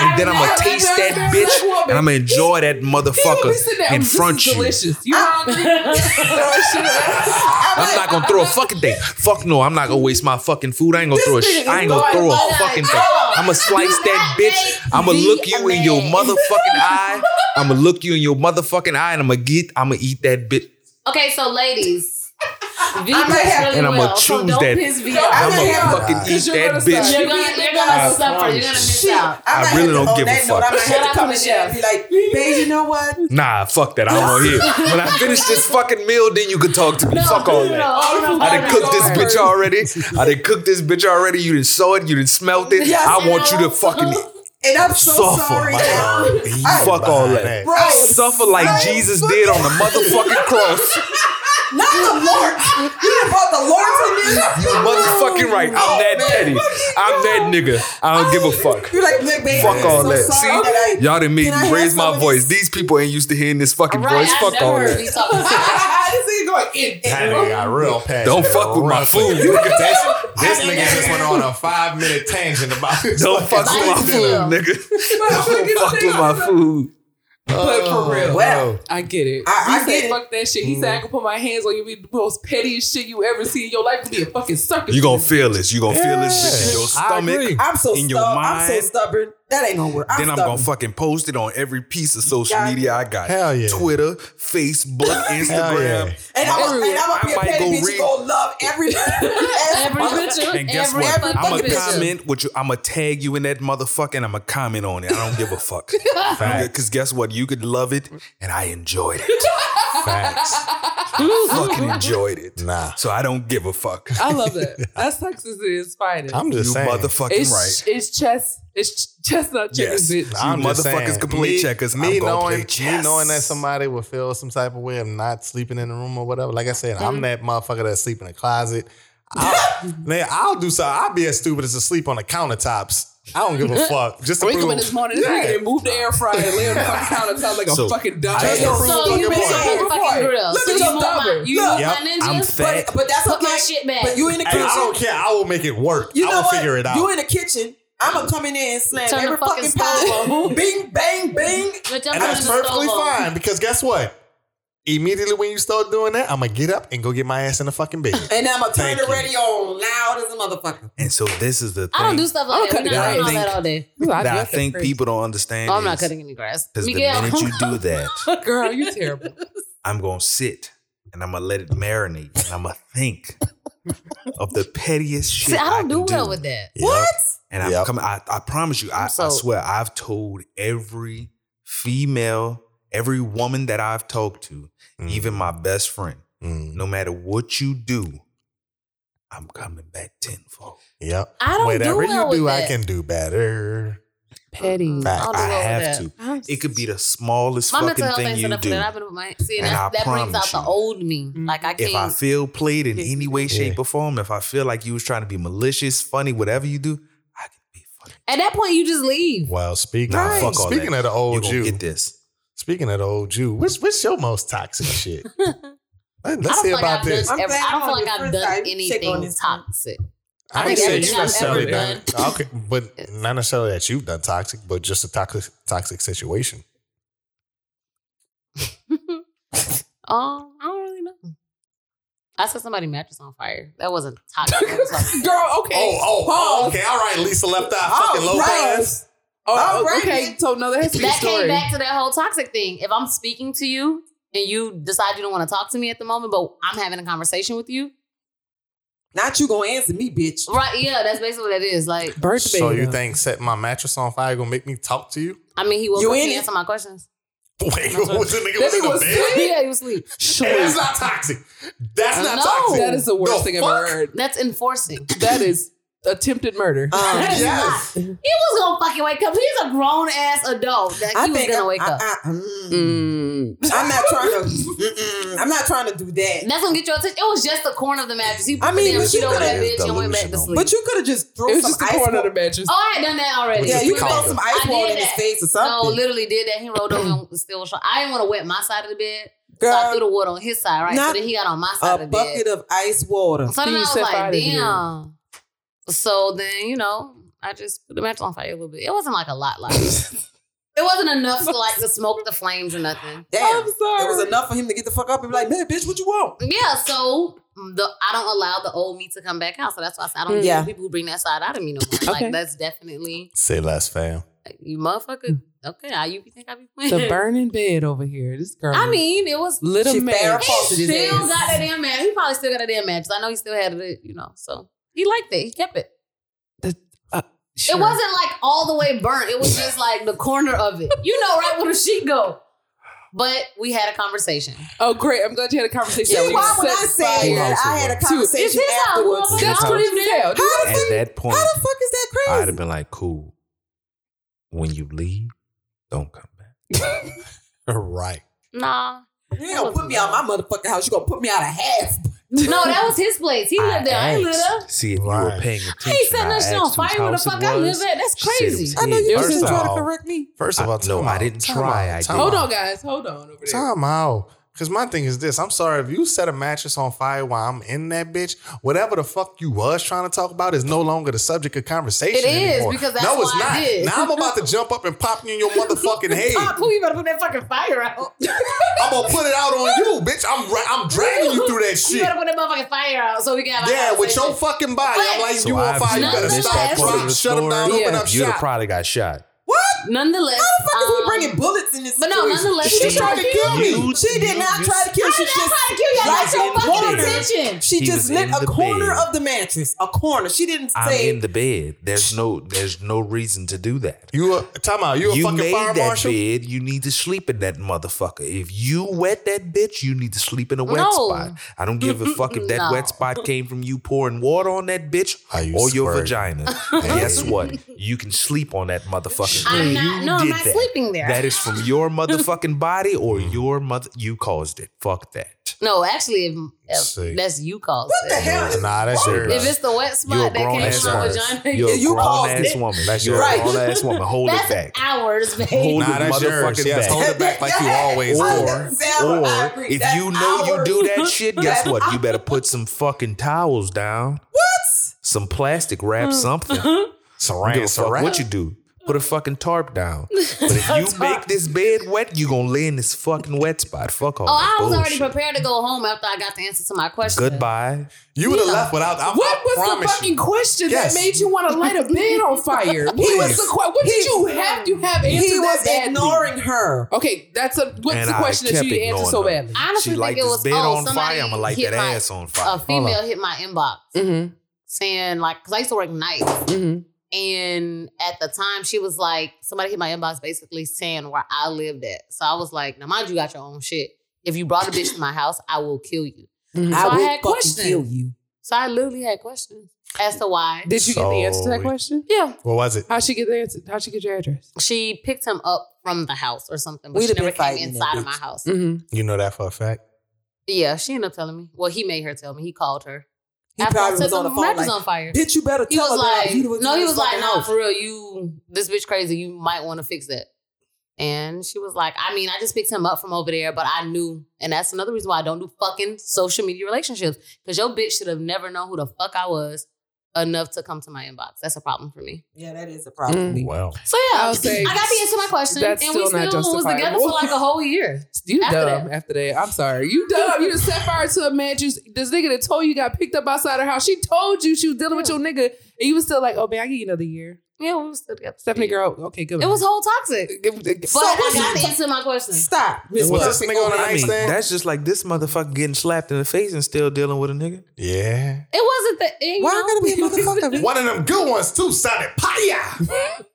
[SPEAKER 4] And then I'ma taste that bitch and I'ma enjoy that motherfucker in front of you.
[SPEAKER 2] Delicious. You
[SPEAKER 3] um,
[SPEAKER 2] hungry?
[SPEAKER 4] I'm not gonna throw a fucking thing. Fuck no, I'm not gonna waste my fucking food. I ain't gonna throw a sh- I ain't gonna throw a fucking thing. I'ma slice that bitch. I'ma look you in your motherfucking eye. I'ma look you in your motherfucking eye and I'ma get I'ma eat that bitch.
[SPEAKER 3] Okay, so ladies, V
[SPEAKER 6] I'm
[SPEAKER 3] cooks
[SPEAKER 6] gonna-
[SPEAKER 3] really
[SPEAKER 4] and I'ma
[SPEAKER 3] well, so
[SPEAKER 4] choose
[SPEAKER 3] don't
[SPEAKER 4] that.
[SPEAKER 3] Piss v
[SPEAKER 6] No,
[SPEAKER 3] off.
[SPEAKER 6] I'm
[SPEAKER 4] I'ma fucking eat that bitch.
[SPEAKER 3] You're gonna, you're gonna
[SPEAKER 6] I
[SPEAKER 3] suffer. You're gonna miss out.
[SPEAKER 6] I'm
[SPEAKER 4] I
[SPEAKER 6] not
[SPEAKER 4] really
[SPEAKER 6] having-
[SPEAKER 4] don't
[SPEAKER 6] on
[SPEAKER 4] give a
[SPEAKER 6] that note,
[SPEAKER 4] fuck.
[SPEAKER 6] I'm not
[SPEAKER 3] Shout
[SPEAKER 6] having
[SPEAKER 3] out
[SPEAKER 6] to come
[SPEAKER 3] to
[SPEAKER 6] in
[SPEAKER 3] the
[SPEAKER 6] there and be like, babe, you know what?
[SPEAKER 4] Nah, fuck that. I don't want to hear. it. When I finish this fucking meal, then you can talk to me. fuck all that. I done cooked this bitch already. I done cooked this bitch already. You done saw it. You done smelt it.
[SPEAKER 6] Yes,
[SPEAKER 4] I want you to fucking
[SPEAKER 6] And I'm so
[SPEAKER 4] Suffer,
[SPEAKER 6] sorry.
[SPEAKER 4] my
[SPEAKER 6] that-
[SPEAKER 1] He
[SPEAKER 4] Fuck all
[SPEAKER 1] behind
[SPEAKER 4] that.
[SPEAKER 6] Bro,
[SPEAKER 4] suffer like
[SPEAKER 6] I'm
[SPEAKER 4] Jesus
[SPEAKER 6] fucking-
[SPEAKER 4] did on the motherfucking cross.
[SPEAKER 6] Not the Lord. You done bought the Lord in this.
[SPEAKER 4] You motherfucking right. I'm that petty. I'm that nigga. I don't give a fuck.
[SPEAKER 6] You're like, look, babe,
[SPEAKER 4] Fuck
[SPEAKER 6] I'm
[SPEAKER 4] all
[SPEAKER 6] so
[SPEAKER 4] that.
[SPEAKER 6] sorry that I-
[SPEAKER 4] See, y'all done made
[SPEAKER 6] Can I
[SPEAKER 4] me
[SPEAKER 6] have
[SPEAKER 4] raise
[SPEAKER 6] some
[SPEAKER 4] my
[SPEAKER 6] of
[SPEAKER 4] voice.
[SPEAKER 6] this?
[SPEAKER 4] These people ain't used to hearing this fucking
[SPEAKER 3] Right,
[SPEAKER 4] voice.
[SPEAKER 3] I
[SPEAKER 4] Fuck
[SPEAKER 3] never
[SPEAKER 4] all
[SPEAKER 3] heard
[SPEAKER 4] that.
[SPEAKER 3] V talk about that.
[SPEAKER 6] this ain't going in.
[SPEAKER 1] That nigga got real passionate.
[SPEAKER 4] Don't fuck with my food.
[SPEAKER 1] You can tell- This nigga just went on a five minute tangent about this.
[SPEAKER 4] Don't fuck with my
[SPEAKER 3] Nice deal.
[SPEAKER 4] food, nigga. Don't fuck with my food.
[SPEAKER 2] But
[SPEAKER 4] Oh,
[SPEAKER 2] for real,
[SPEAKER 6] Well,
[SPEAKER 2] I get it.
[SPEAKER 6] I- I
[SPEAKER 2] he
[SPEAKER 6] get
[SPEAKER 2] said,
[SPEAKER 6] it.
[SPEAKER 2] "Fuck that shit." He
[SPEAKER 4] Mm.
[SPEAKER 2] said, "I can put my hands on you." Be the most pettiest shit you ever see in your life. To be a fucking sucker.
[SPEAKER 4] You gonna feel this. You gonna feel this
[SPEAKER 1] Yeah.
[SPEAKER 4] shit in your
[SPEAKER 1] I
[SPEAKER 4] stomach.
[SPEAKER 1] agree.
[SPEAKER 6] I'm so
[SPEAKER 4] in
[SPEAKER 6] stubborn.
[SPEAKER 4] your
[SPEAKER 6] I'm
[SPEAKER 4] mind.
[SPEAKER 6] so stubborn. That ain't gonna work. I'm
[SPEAKER 4] Then I'm
[SPEAKER 6] stubborn.
[SPEAKER 4] gonna fucking post it on every piece of social
[SPEAKER 6] Yeah.
[SPEAKER 4] media I got.
[SPEAKER 1] Hell yeah.
[SPEAKER 4] Twitter, Facebook,
[SPEAKER 1] Hell yeah.
[SPEAKER 4] Instagram.
[SPEAKER 6] And I'm gonna and I'm gonna be
[SPEAKER 4] I
[SPEAKER 6] a
[SPEAKER 4] might
[SPEAKER 6] petty
[SPEAKER 4] go
[SPEAKER 6] bitch.
[SPEAKER 4] read-
[SPEAKER 6] You gonna love every
[SPEAKER 3] Every picture,
[SPEAKER 4] And guess
[SPEAKER 3] every
[SPEAKER 4] what?
[SPEAKER 3] fucking
[SPEAKER 4] I'm gonna
[SPEAKER 3] picture.
[SPEAKER 4] comment what you. I'm gonna tag you in that motherfucker, and I'm gonna comment on it. I don't give a fuck. Because guess what? You could love it, and I enjoyed it.
[SPEAKER 1] Facts.
[SPEAKER 4] fucking enjoyed it.
[SPEAKER 1] Nah.
[SPEAKER 4] So I don't give a fuck.
[SPEAKER 2] I love that. That's toxicity is finest.
[SPEAKER 1] I'm
[SPEAKER 4] You
[SPEAKER 1] just saying.
[SPEAKER 4] motherfucking
[SPEAKER 2] it's
[SPEAKER 4] right.
[SPEAKER 2] it's chess. It's ch- chestnut
[SPEAKER 4] Yes.
[SPEAKER 2] checkers, bitch.
[SPEAKER 4] You motherfuckers can play checkers. I'm
[SPEAKER 1] Me
[SPEAKER 4] gonna
[SPEAKER 1] knowing,
[SPEAKER 4] play chess.
[SPEAKER 1] me knowing that somebody would feel some type of way of not sleeping in the room or whatever. Like I said, I'm that motherfucker that sleep in the closet. I'll, man, I'll do so. I'll be as stupid as to sleep on the countertops. I don't give a fuck. Just to
[SPEAKER 2] Wake up in
[SPEAKER 1] prove-
[SPEAKER 2] this morning, this
[SPEAKER 1] Yeah.
[SPEAKER 2] nigga done moved the air fryer and lay on the fucking countertop like a
[SPEAKER 4] So,
[SPEAKER 2] fucking
[SPEAKER 1] I
[SPEAKER 2] dumbass.
[SPEAKER 1] am-
[SPEAKER 3] So
[SPEAKER 1] Look
[SPEAKER 3] you
[SPEAKER 1] at
[SPEAKER 3] bitch
[SPEAKER 1] your
[SPEAKER 3] on the
[SPEAKER 6] boy.
[SPEAKER 3] fucking grill.
[SPEAKER 6] Look
[SPEAKER 3] So
[SPEAKER 6] at
[SPEAKER 3] you
[SPEAKER 6] your
[SPEAKER 3] want my,
[SPEAKER 6] stubborn.
[SPEAKER 3] you want
[SPEAKER 1] Yep,
[SPEAKER 3] my ninja?
[SPEAKER 4] I'm fat.
[SPEAKER 6] But, but that's
[SPEAKER 3] Put
[SPEAKER 6] okay.
[SPEAKER 3] my shit back.
[SPEAKER 6] But you in the
[SPEAKER 1] Hey,
[SPEAKER 6] kitchen.
[SPEAKER 1] I don't care. I will make it work.
[SPEAKER 6] You
[SPEAKER 1] I
[SPEAKER 6] know
[SPEAKER 1] will
[SPEAKER 6] what?
[SPEAKER 1] figure it out.
[SPEAKER 6] You in the kitchen. I'm gonna come in there and slam
[SPEAKER 3] Turn the
[SPEAKER 6] every
[SPEAKER 3] fucking
[SPEAKER 6] fucking,
[SPEAKER 3] stove on.
[SPEAKER 6] pot. bing, bang, bing.
[SPEAKER 3] Bitch, I'm
[SPEAKER 1] and
[SPEAKER 3] turning
[SPEAKER 1] that's
[SPEAKER 3] the
[SPEAKER 1] perfectly
[SPEAKER 3] stove on.
[SPEAKER 1] fine because guess what? Immediately when you start doing that, I'm gonna get up and go get my ass in the fucking bed.
[SPEAKER 6] And I'm gonna turn
[SPEAKER 1] Thank
[SPEAKER 6] the
[SPEAKER 1] you.
[SPEAKER 6] radio on loud as a motherfucker.
[SPEAKER 4] And so this is the thing
[SPEAKER 3] I don't do stuff like
[SPEAKER 2] I'm
[SPEAKER 3] that. We're
[SPEAKER 2] cutting
[SPEAKER 3] not doing all
[SPEAKER 4] the
[SPEAKER 3] that
[SPEAKER 4] grass.
[SPEAKER 3] all day.
[SPEAKER 4] that I think people don't understand.
[SPEAKER 3] Oh, I'm not cutting any grass.
[SPEAKER 4] Because the
[SPEAKER 3] Miguel,
[SPEAKER 4] minute you do that,
[SPEAKER 2] Girl, you terrible.
[SPEAKER 4] I'm gonna sit and I'm gonna let it marinate and I'm gonna think of the pettiest shit.
[SPEAKER 3] see, I don't
[SPEAKER 4] can
[SPEAKER 3] do well with that.
[SPEAKER 1] What?
[SPEAKER 4] And I'm
[SPEAKER 1] Yep.
[SPEAKER 4] coming. I, I promise you. I, I
[SPEAKER 3] So-
[SPEAKER 4] swear. I've told every female, every woman that I've talked to,
[SPEAKER 3] Mm-hmm.
[SPEAKER 4] even my best friend.
[SPEAKER 1] Mm,
[SPEAKER 4] No matter what you do, I'm coming back tenfold.
[SPEAKER 1] Yep.
[SPEAKER 3] I don't
[SPEAKER 1] Whatever
[SPEAKER 3] do well
[SPEAKER 1] you do,
[SPEAKER 3] with
[SPEAKER 1] I
[SPEAKER 3] that.
[SPEAKER 1] can do better.
[SPEAKER 2] Petty.
[SPEAKER 1] Facts.
[SPEAKER 3] I'll do
[SPEAKER 4] I
[SPEAKER 3] well with
[SPEAKER 4] have
[SPEAKER 3] that.
[SPEAKER 4] to. It could be the smallest
[SPEAKER 3] My mental
[SPEAKER 4] fucking
[SPEAKER 3] health
[SPEAKER 4] thing
[SPEAKER 3] ain't
[SPEAKER 4] you
[SPEAKER 3] set up for
[SPEAKER 4] do.
[SPEAKER 3] that. I've been with my see, and
[SPEAKER 4] And I
[SPEAKER 3] that's, that brings out
[SPEAKER 4] promise
[SPEAKER 3] the
[SPEAKER 4] you,
[SPEAKER 3] old me. Like I
[SPEAKER 4] if I
[SPEAKER 3] can't.
[SPEAKER 4] feel played in any way, shape,
[SPEAKER 1] Yeah.
[SPEAKER 4] or form, if I feel like you was trying to be malicious, funny, whatever you do, I can be funny.
[SPEAKER 3] At that point, you just leave.
[SPEAKER 1] Well, speaking
[SPEAKER 4] Nah, fuck all
[SPEAKER 1] speaking
[SPEAKER 4] that.
[SPEAKER 1] of the old
[SPEAKER 4] you
[SPEAKER 1] Jew,
[SPEAKER 4] gonna get this.
[SPEAKER 1] speaking of the old Jew, what's what's your most toxic shit? Let,
[SPEAKER 3] I
[SPEAKER 1] us
[SPEAKER 3] don't
[SPEAKER 1] hear
[SPEAKER 3] feel like
[SPEAKER 1] about
[SPEAKER 3] I've
[SPEAKER 1] this.
[SPEAKER 3] done.
[SPEAKER 6] I'm
[SPEAKER 3] Every,
[SPEAKER 6] glad
[SPEAKER 3] I don't
[SPEAKER 6] I'm
[SPEAKER 3] feel
[SPEAKER 6] on
[SPEAKER 3] like
[SPEAKER 6] your
[SPEAKER 3] I've
[SPEAKER 6] first
[SPEAKER 3] done
[SPEAKER 6] side. Check on
[SPEAKER 3] anything
[SPEAKER 6] this one.
[SPEAKER 3] toxic.
[SPEAKER 1] I
[SPEAKER 3] think
[SPEAKER 1] ain't saying
[SPEAKER 3] everything
[SPEAKER 1] you
[SPEAKER 3] I've
[SPEAKER 1] necessarily
[SPEAKER 3] ever
[SPEAKER 1] done. Okay, but not necessarily that you've done toxic, but just a toxic toxic situation.
[SPEAKER 3] Um, I don't really know. I set somebody mattress on fire. That wasn't toxic. That was like,
[SPEAKER 2] Girl, okay. Pause.
[SPEAKER 1] Oh, okay, all right, Lisa left out
[SPEAKER 6] fucking Lopez.
[SPEAKER 2] Oh,
[SPEAKER 6] All right.
[SPEAKER 2] okay. So no, that has to be a
[SPEAKER 3] that
[SPEAKER 2] story.
[SPEAKER 3] came back to that whole toxic thing. If I'm speaking to you and you decide you don't want to talk to me at the moment, but I'm having a conversation with you,
[SPEAKER 6] Not you gonna answer me, bitch. Um,
[SPEAKER 3] right? Yeah, that's basically what it is. Like,
[SPEAKER 2] Birthday.
[SPEAKER 1] So you think setting my mattress on fire gonna make me talk to you?
[SPEAKER 3] I mean, he woke
[SPEAKER 6] You
[SPEAKER 3] up
[SPEAKER 6] in
[SPEAKER 3] to
[SPEAKER 6] it?
[SPEAKER 3] answer my questions.
[SPEAKER 1] Wait, was the nigga
[SPEAKER 2] That
[SPEAKER 1] was in
[SPEAKER 2] nigga
[SPEAKER 1] the
[SPEAKER 2] was
[SPEAKER 1] bed?
[SPEAKER 3] yeah, he was asleep.
[SPEAKER 1] That's
[SPEAKER 2] Shit.
[SPEAKER 1] not toxic. That's not
[SPEAKER 3] No.
[SPEAKER 1] toxic.
[SPEAKER 2] That is the
[SPEAKER 1] The
[SPEAKER 2] worst thing I've
[SPEAKER 1] fuck?
[SPEAKER 2] ever heard.
[SPEAKER 3] That's enforcing.
[SPEAKER 2] That is attempted murder.
[SPEAKER 6] yes.
[SPEAKER 3] He was gonna fucking wake up. He's a grown ass adult. That he
[SPEAKER 6] I
[SPEAKER 3] was
[SPEAKER 6] think
[SPEAKER 3] gonna
[SPEAKER 6] I-
[SPEAKER 3] wake
[SPEAKER 6] I,
[SPEAKER 3] up.
[SPEAKER 6] I, mm,
[SPEAKER 2] Mm.
[SPEAKER 6] I'm not trying to. mm-mm, I'm not trying to do that.
[SPEAKER 3] That's gonna get your attention. It was just the corner of the mattress. He put
[SPEAKER 6] I
[SPEAKER 3] I
[SPEAKER 6] mean,
[SPEAKER 3] mean, the damn
[SPEAKER 6] but
[SPEAKER 3] shit
[SPEAKER 6] you
[SPEAKER 3] over that
[SPEAKER 4] could've-
[SPEAKER 3] bitch and went back to
[SPEAKER 4] Delusional.
[SPEAKER 3] sleep.
[SPEAKER 6] But you could have just thrown
[SPEAKER 2] It was
[SPEAKER 6] some
[SPEAKER 2] just the
[SPEAKER 6] ice
[SPEAKER 2] corner of
[SPEAKER 6] wa-
[SPEAKER 2] the mattress.
[SPEAKER 3] oh, I had done that already.
[SPEAKER 6] Yeah,
[SPEAKER 4] just
[SPEAKER 6] you
[SPEAKER 4] the
[SPEAKER 6] could have
[SPEAKER 4] collar.
[SPEAKER 6] some ice
[SPEAKER 3] I
[SPEAKER 6] water
[SPEAKER 3] did
[SPEAKER 6] in his
[SPEAKER 3] that.
[SPEAKER 6] face or
[SPEAKER 3] No,
[SPEAKER 6] something.
[SPEAKER 3] literally did that. He rolled over and was still shot. I didn't want to wet my side of the bed. so I
[SPEAKER 6] Girl,
[SPEAKER 3] threw the water on his side, right? So
[SPEAKER 6] Not
[SPEAKER 3] then he got on my side
[SPEAKER 6] a
[SPEAKER 3] of the bed.
[SPEAKER 6] bucket of ice water.
[SPEAKER 3] So then I
[SPEAKER 2] He
[SPEAKER 3] was
[SPEAKER 2] set fire
[SPEAKER 3] like,
[SPEAKER 2] to him.
[SPEAKER 3] damn. So then, you know, I just put the mattress on fire a little bit. It wasn't like a lot, like it wasn't enough to like to smoke the flames or nothing.
[SPEAKER 6] Damn.
[SPEAKER 2] Oh, I'm
[SPEAKER 6] It
[SPEAKER 2] sorry.
[SPEAKER 6] was enough for him to get the fuck up and be like, man, bitch, what you want?
[SPEAKER 3] Yeah, so the I don't allow the old me to come back out. So that's why I said I don't
[SPEAKER 6] Hmm. Yeah.
[SPEAKER 3] yeah. people who bring that side out of me no more. Like
[SPEAKER 2] Okay.
[SPEAKER 3] that's definitely
[SPEAKER 1] Say less, fam.
[SPEAKER 3] you motherfucker. Okay, how you think I be
[SPEAKER 2] the
[SPEAKER 3] playing?
[SPEAKER 2] burning bed over here. This girl.
[SPEAKER 3] I mean, it was
[SPEAKER 2] little
[SPEAKER 6] She
[SPEAKER 2] man.
[SPEAKER 6] Farrah Fawcett
[SPEAKER 3] He
[SPEAKER 6] his
[SPEAKER 3] still
[SPEAKER 6] ass.
[SPEAKER 3] got that damn match. He probably still got that damn match. I know he still had it, you know. So he liked it. He kept it.
[SPEAKER 2] Sure.
[SPEAKER 3] It wasn't like all the way burnt. It was just like the corner of it. You know, right where the sheet go. But we had a conversation.
[SPEAKER 2] Oh, great. I'm glad you had a conversation.
[SPEAKER 6] See,
[SPEAKER 2] We
[SPEAKER 6] why when
[SPEAKER 2] set
[SPEAKER 6] I said
[SPEAKER 2] fire.
[SPEAKER 6] that, I had a
[SPEAKER 2] Two.
[SPEAKER 3] It's
[SPEAKER 6] conversation
[SPEAKER 3] his house,
[SPEAKER 6] afterwards.
[SPEAKER 3] motherfucker.
[SPEAKER 2] That's
[SPEAKER 3] I
[SPEAKER 2] what
[SPEAKER 3] don't
[SPEAKER 2] it
[SPEAKER 3] care.
[SPEAKER 2] is.
[SPEAKER 6] How the
[SPEAKER 4] At
[SPEAKER 6] fuck-
[SPEAKER 4] that point,
[SPEAKER 6] how the fuck is that
[SPEAKER 4] I'd
[SPEAKER 6] crazy?
[SPEAKER 4] have been like, cool. When you leave, don't come back.
[SPEAKER 1] right.
[SPEAKER 3] Nah.
[SPEAKER 6] You ain't gonna put me out of my motherfucking house. You gonna put me out of half.
[SPEAKER 3] No, that was his place. He lived there. I ain't lived there.
[SPEAKER 4] See if you
[SPEAKER 1] Right.
[SPEAKER 4] were paying
[SPEAKER 3] I
[SPEAKER 4] attention.
[SPEAKER 3] ain't setting that shit
[SPEAKER 4] asked
[SPEAKER 3] on
[SPEAKER 4] whose
[SPEAKER 3] fire where the
[SPEAKER 4] house it
[SPEAKER 3] fuck I live
[SPEAKER 4] was.
[SPEAKER 3] at. That's
[SPEAKER 4] She said it was
[SPEAKER 3] crazy.
[SPEAKER 4] his.
[SPEAKER 6] I know you
[SPEAKER 1] First
[SPEAKER 6] didn't
[SPEAKER 1] of
[SPEAKER 6] try to
[SPEAKER 1] all-
[SPEAKER 6] correct me.
[SPEAKER 1] First of
[SPEAKER 4] I-
[SPEAKER 1] all, time
[SPEAKER 4] no, I
[SPEAKER 1] out.
[SPEAKER 4] didn't
[SPEAKER 1] Time
[SPEAKER 4] try.
[SPEAKER 1] out.
[SPEAKER 4] I
[SPEAKER 1] Time
[SPEAKER 4] did.
[SPEAKER 2] Hold
[SPEAKER 1] out.
[SPEAKER 2] on, guys. Hold on over there.
[SPEAKER 1] Time out. Cause my thing is this. I'm sorry if you set a mattress on fire while I'm in that bitch. Whatever the fuck you was trying to talk about is no longer the subject of conversation.
[SPEAKER 3] It is,
[SPEAKER 1] anymore.
[SPEAKER 3] because that's
[SPEAKER 1] no, it's
[SPEAKER 3] why
[SPEAKER 1] not.
[SPEAKER 3] I did.
[SPEAKER 1] Now I'm about to jump up and pop you in your motherfucking head.
[SPEAKER 3] Pop, who Ah, you better put that fucking fire out?
[SPEAKER 1] I'm gonna put it out on you, bitch. I'm ra- I'm dragging you through that
[SPEAKER 3] You
[SPEAKER 1] shit.
[SPEAKER 3] better put that motherfucking fire out so we can have a
[SPEAKER 1] Yeah, with your
[SPEAKER 3] conversation.
[SPEAKER 1] fucking body. I'm like,
[SPEAKER 4] So
[SPEAKER 1] you on
[SPEAKER 4] I've
[SPEAKER 1] fire. You
[SPEAKER 3] missed
[SPEAKER 1] better
[SPEAKER 3] that
[SPEAKER 1] stop,
[SPEAKER 3] part of
[SPEAKER 1] drop,
[SPEAKER 4] the
[SPEAKER 1] shut him
[SPEAKER 4] story.
[SPEAKER 1] down, open
[SPEAKER 2] Yeah.
[SPEAKER 1] up
[SPEAKER 4] You'd
[SPEAKER 1] shop.
[SPEAKER 4] have probably got shot.
[SPEAKER 6] What?
[SPEAKER 3] Nonetheless,
[SPEAKER 6] How the fuck is we
[SPEAKER 3] um,
[SPEAKER 6] bringing bullets in this
[SPEAKER 3] but no,
[SPEAKER 6] situation?
[SPEAKER 3] nonetheless,
[SPEAKER 1] she
[SPEAKER 3] she
[SPEAKER 1] tried to kill me.
[SPEAKER 4] You-
[SPEAKER 6] She did not
[SPEAKER 4] you-
[SPEAKER 6] try to kill.
[SPEAKER 3] I'm
[SPEAKER 6] She
[SPEAKER 3] not
[SPEAKER 6] just
[SPEAKER 3] trying to kill you. I got
[SPEAKER 6] lighted
[SPEAKER 3] your
[SPEAKER 6] it.
[SPEAKER 3] fucking
[SPEAKER 6] Warned her.
[SPEAKER 3] attention.
[SPEAKER 6] She
[SPEAKER 4] He
[SPEAKER 6] just
[SPEAKER 4] was
[SPEAKER 6] lit
[SPEAKER 4] in
[SPEAKER 6] a
[SPEAKER 4] the
[SPEAKER 6] corner
[SPEAKER 4] bed.
[SPEAKER 6] of the mattress. A corner. She didn't
[SPEAKER 4] I'm
[SPEAKER 6] say.
[SPEAKER 4] in the bed. There's no there's no reason to do that.
[SPEAKER 1] You a time out. You a
[SPEAKER 4] you
[SPEAKER 1] fucking
[SPEAKER 4] made
[SPEAKER 1] fire
[SPEAKER 4] that
[SPEAKER 1] marshal.
[SPEAKER 4] bed. You need to sleep in that motherfucker. If you wet that bitch, you need to sleep in a wet
[SPEAKER 3] No.
[SPEAKER 4] spot. I don't give a fuck if that
[SPEAKER 3] No.
[SPEAKER 4] wet spot came from you pouring water on that bitch
[SPEAKER 1] How you
[SPEAKER 4] or your
[SPEAKER 1] squirt.
[SPEAKER 4] vagina. Guess what? You can sleep on that motherfucker.
[SPEAKER 3] I'm
[SPEAKER 4] You
[SPEAKER 3] not. No, I'm
[SPEAKER 4] did
[SPEAKER 3] not
[SPEAKER 4] that.
[SPEAKER 3] sleeping there.
[SPEAKER 4] That is from your motherfucking body or
[SPEAKER 1] Mm.
[SPEAKER 4] your mother. You caused it. Fuck that.
[SPEAKER 3] No, actually, if,
[SPEAKER 1] See.
[SPEAKER 3] if that's you caused
[SPEAKER 6] What the
[SPEAKER 3] it.
[SPEAKER 6] hell? is-
[SPEAKER 1] Nah, that's
[SPEAKER 4] Whoa.
[SPEAKER 1] your
[SPEAKER 3] If it's the wet
[SPEAKER 4] You're a
[SPEAKER 3] spot that
[SPEAKER 4] grown
[SPEAKER 3] came
[SPEAKER 4] ass
[SPEAKER 3] from
[SPEAKER 1] Sorry.
[SPEAKER 3] my
[SPEAKER 4] woman.
[SPEAKER 3] vagina,
[SPEAKER 4] You're a
[SPEAKER 6] You
[SPEAKER 4] grown
[SPEAKER 6] caused
[SPEAKER 4] ass
[SPEAKER 6] it.
[SPEAKER 4] woman.
[SPEAKER 1] That's
[SPEAKER 4] You're
[SPEAKER 6] right.
[SPEAKER 4] a grown ass woman. Hold it
[SPEAKER 3] that's
[SPEAKER 4] back.
[SPEAKER 3] hours, babe.
[SPEAKER 4] Hold
[SPEAKER 1] Nah,
[SPEAKER 4] it
[SPEAKER 1] that's yours.
[SPEAKER 4] motherfucking
[SPEAKER 1] Yes,
[SPEAKER 4] back.
[SPEAKER 1] hold it back like you always do.
[SPEAKER 4] Or,
[SPEAKER 6] Sarah, I
[SPEAKER 4] or
[SPEAKER 6] agree.
[SPEAKER 4] if
[SPEAKER 6] That's
[SPEAKER 4] you know you do that
[SPEAKER 6] ours.
[SPEAKER 4] shit, guess
[SPEAKER 6] That's
[SPEAKER 4] what? You better put some fucking towels down,
[SPEAKER 6] What?
[SPEAKER 4] some plastic
[SPEAKER 3] Mm.
[SPEAKER 4] wrap, something. I don't give
[SPEAKER 1] Saran,
[SPEAKER 4] a fuck
[SPEAKER 1] saran.
[SPEAKER 4] what you do. Put a fucking tarp down. But if you make this bed wet, you gonna lay in this fucking wet spot. Fuck all
[SPEAKER 3] Oh,
[SPEAKER 4] that
[SPEAKER 3] I was already
[SPEAKER 4] bullshit.
[SPEAKER 3] prepared to go home after I got the answer to my question.
[SPEAKER 4] Goodbye.
[SPEAKER 1] You would have left without. I,
[SPEAKER 2] What
[SPEAKER 1] I
[SPEAKER 2] was the
[SPEAKER 1] promise
[SPEAKER 2] fucking
[SPEAKER 1] you.
[SPEAKER 2] question
[SPEAKER 1] Yes.
[SPEAKER 2] that made you want to light a bed on fire? What was the question? What did you have to have answered
[SPEAKER 6] He was
[SPEAKER 2] that badly?
[SPEAKER 6] ignoring her.
[SPEAKER 2] Okay, that's a what's
[SPEAKER 4] And
[SPEAKER 2] the
[SPEAKER 4] I
[SPEAKER 2] question that
[SPEAKER 4] kept
[SPEAKER 2] you didn't answer so
[SPEAKER 4] ignoring her.
[SPEAKER 2] badly?
[SPEAKER 3] I honestly
[SPEAKER 4] she
[SPEAKER 3] think
[SPEAKER 4] light
[SPEAKER 3] it
[SPEAKER 4] this
[SPEAKER 3] was
[SPEAKER 4] bed
[SPEAKER 3] oh,
[SPEAKER 4] on
[SPEAKER 3] somebody
[SPEAKER 4] fire. I'ma light
[SPEAKER 3] hit
[SPEAKER 4] that
[SPEAKER 3] my-
[SPEAKER 4] ass on Mm. fire.
[SPEAKER 3] A female hit my inbox
[SPEAKER 2] Mm-hmm.
[SPEAKER 3] saying like, because I used to work nights,
[SPEAKER 2] Mm-hmm.
[SPEAKER 3] and at the time she was like, somebody hit my inbox basically saying where I lived at. So I was like, now mind you, got your own shit. If you brought a bitch to my house, I will kill you.
[SPEAKER 6] I
[SPEAKER 3] So I
[SPEAKER 6] will
[SPEAKER 3] had
[SPEAKER 6] fucking
[SPEAKER 3] questions.
[SPEAKER 6] kill you.
[SPEAKER 3] So I literally had questions as to why.
[SPEAKER 2] Did you get the answer to that
[SPEAKER 4] So-
[SPEAKER 2] question?
[SPEAKER 3] Yeah,
[SPEAKER 1] What was it?
[SPEAKER 2] How'd she get the answer? How'd she get your address?
[SPEAKER 3] she picked him up from the house or something, but
[SPEAKER 6] We'd
[SPEAKER 3] she
[SPEAKER 6] have
[SPEAKER 3] never
[SPEAKER 6] been
[SPEAKER 3] came
[SPEAKER 6] fighting
[SPEAKER 3] inside
[SPEAKER 6] that
[SPEAKER 3] of my
[SPEAKER 6] bitch.
[SPEAKER 3] house.
[SPEAKER 2] Mm-hmm.
[SPEAKER 1] You know that for a fact.
[SPEAKER 3] Yeah, she ended up telling me. Well, he made her tell me. He called her.
[SPEAKER 6] He
[SPEAKER 3] After I
[SPEAKER 6] probably
[SPEAKER 3] said
[SPEAKER 6] was on the phone
[SPEAKER 3] mattress
[SPEAKER 6] like,
[SPEAKER 3] on fire.
[SPEAKER 6] bitch, you better
[SPEAKER 3] He
[SPEAKER 6] tell
[SPEAKER 3] was
[SPEAKER 6] her that
[SPEAKER 3] like,
[SPEAKER 6] you was
[SPEAKER 3] no,
[SPEAKER 6] in
[SPEAKER 3] he
[SPEAKER 6] this
[SPEAKER 3] was like,
[SPEAKER 6] fucking
[SPEAKER 3] no,
[SPEAKER 6] house."
[SPEAKER 3] for real, you this bitch crazy. You might want to fix that. And she was like, I mean, I just picked him up from over there, but I knew, and that's another reason why I don't do fucking social media relationships because your bitch should have never known who the fuck I was enough to come to my inbox. That's a problem for me.
[SPEAKER 6] Yeah, that is a
[SPEAKER 3] Mm.
[SPEAKER 6] problem.
[SPEAKER 1] Wow.
[SPEAKER 3] So yeah,
[SPEAKER 2] I'll say
[SPEAKER 3] I got the answer to my question, and
[SPEAKER 2] that's
[SPEAKER 3] we
[SPEAKER 2] still
[SPEAKER 3] still
[SPEAKER 2] not
[SPEAKER 3] was together
[SPEAKER 2] justifiable.
[SPEAKER 3] for like a whole year.
[SPEAKER 2] You
[SPEAKER 3] After
[SPEAKER 2] dumb after that. I'm sorry. You dumb. You just set fire to a mattress. This nigga that told you got picked up outside her house. She told you she was dealing with your nigga. And you was still like, oh, man, I give you another year.
[SPEAKER 3] Yeah, we were still together.
[SPEAKER 2] Stephanie, girl, okay, good.
[SPEAKER 3] It was whole toxic.
[SPEAKER 2] It-
[SPEAKER 3] But
[SPEAKER 2] it-
[SPEAKER 3] I
[SPEAKER 6] what's
[SPEAKER 3] got
[SPEAKER 6] the-
[SPEAKER 3] the answer to my question.
[SPEAKER 6] Stop. Miss
[SPEAKER 1] What's this
[SPEAKER 6] Perfect
[SPEAKER 1] nigga on the
[SPEAKER 6] Woman.
[SPEAKER 4] I mean,
[SPEAKER 1] nightstand?
[SPEAKER 4] that's just like this motherfucker getting slapped in the face and still dealing with a nigga.
[SPEAKER 1] Yeah.
[SPEAKER 3] It wasn't the it, you
[SPEAKER 6] Why
[SPEAKER 3] know?
[SPEAKER 6] I gotta be a motherfucker? bitch?
[SPEAKER 1] One of them good ones too, sounded paya.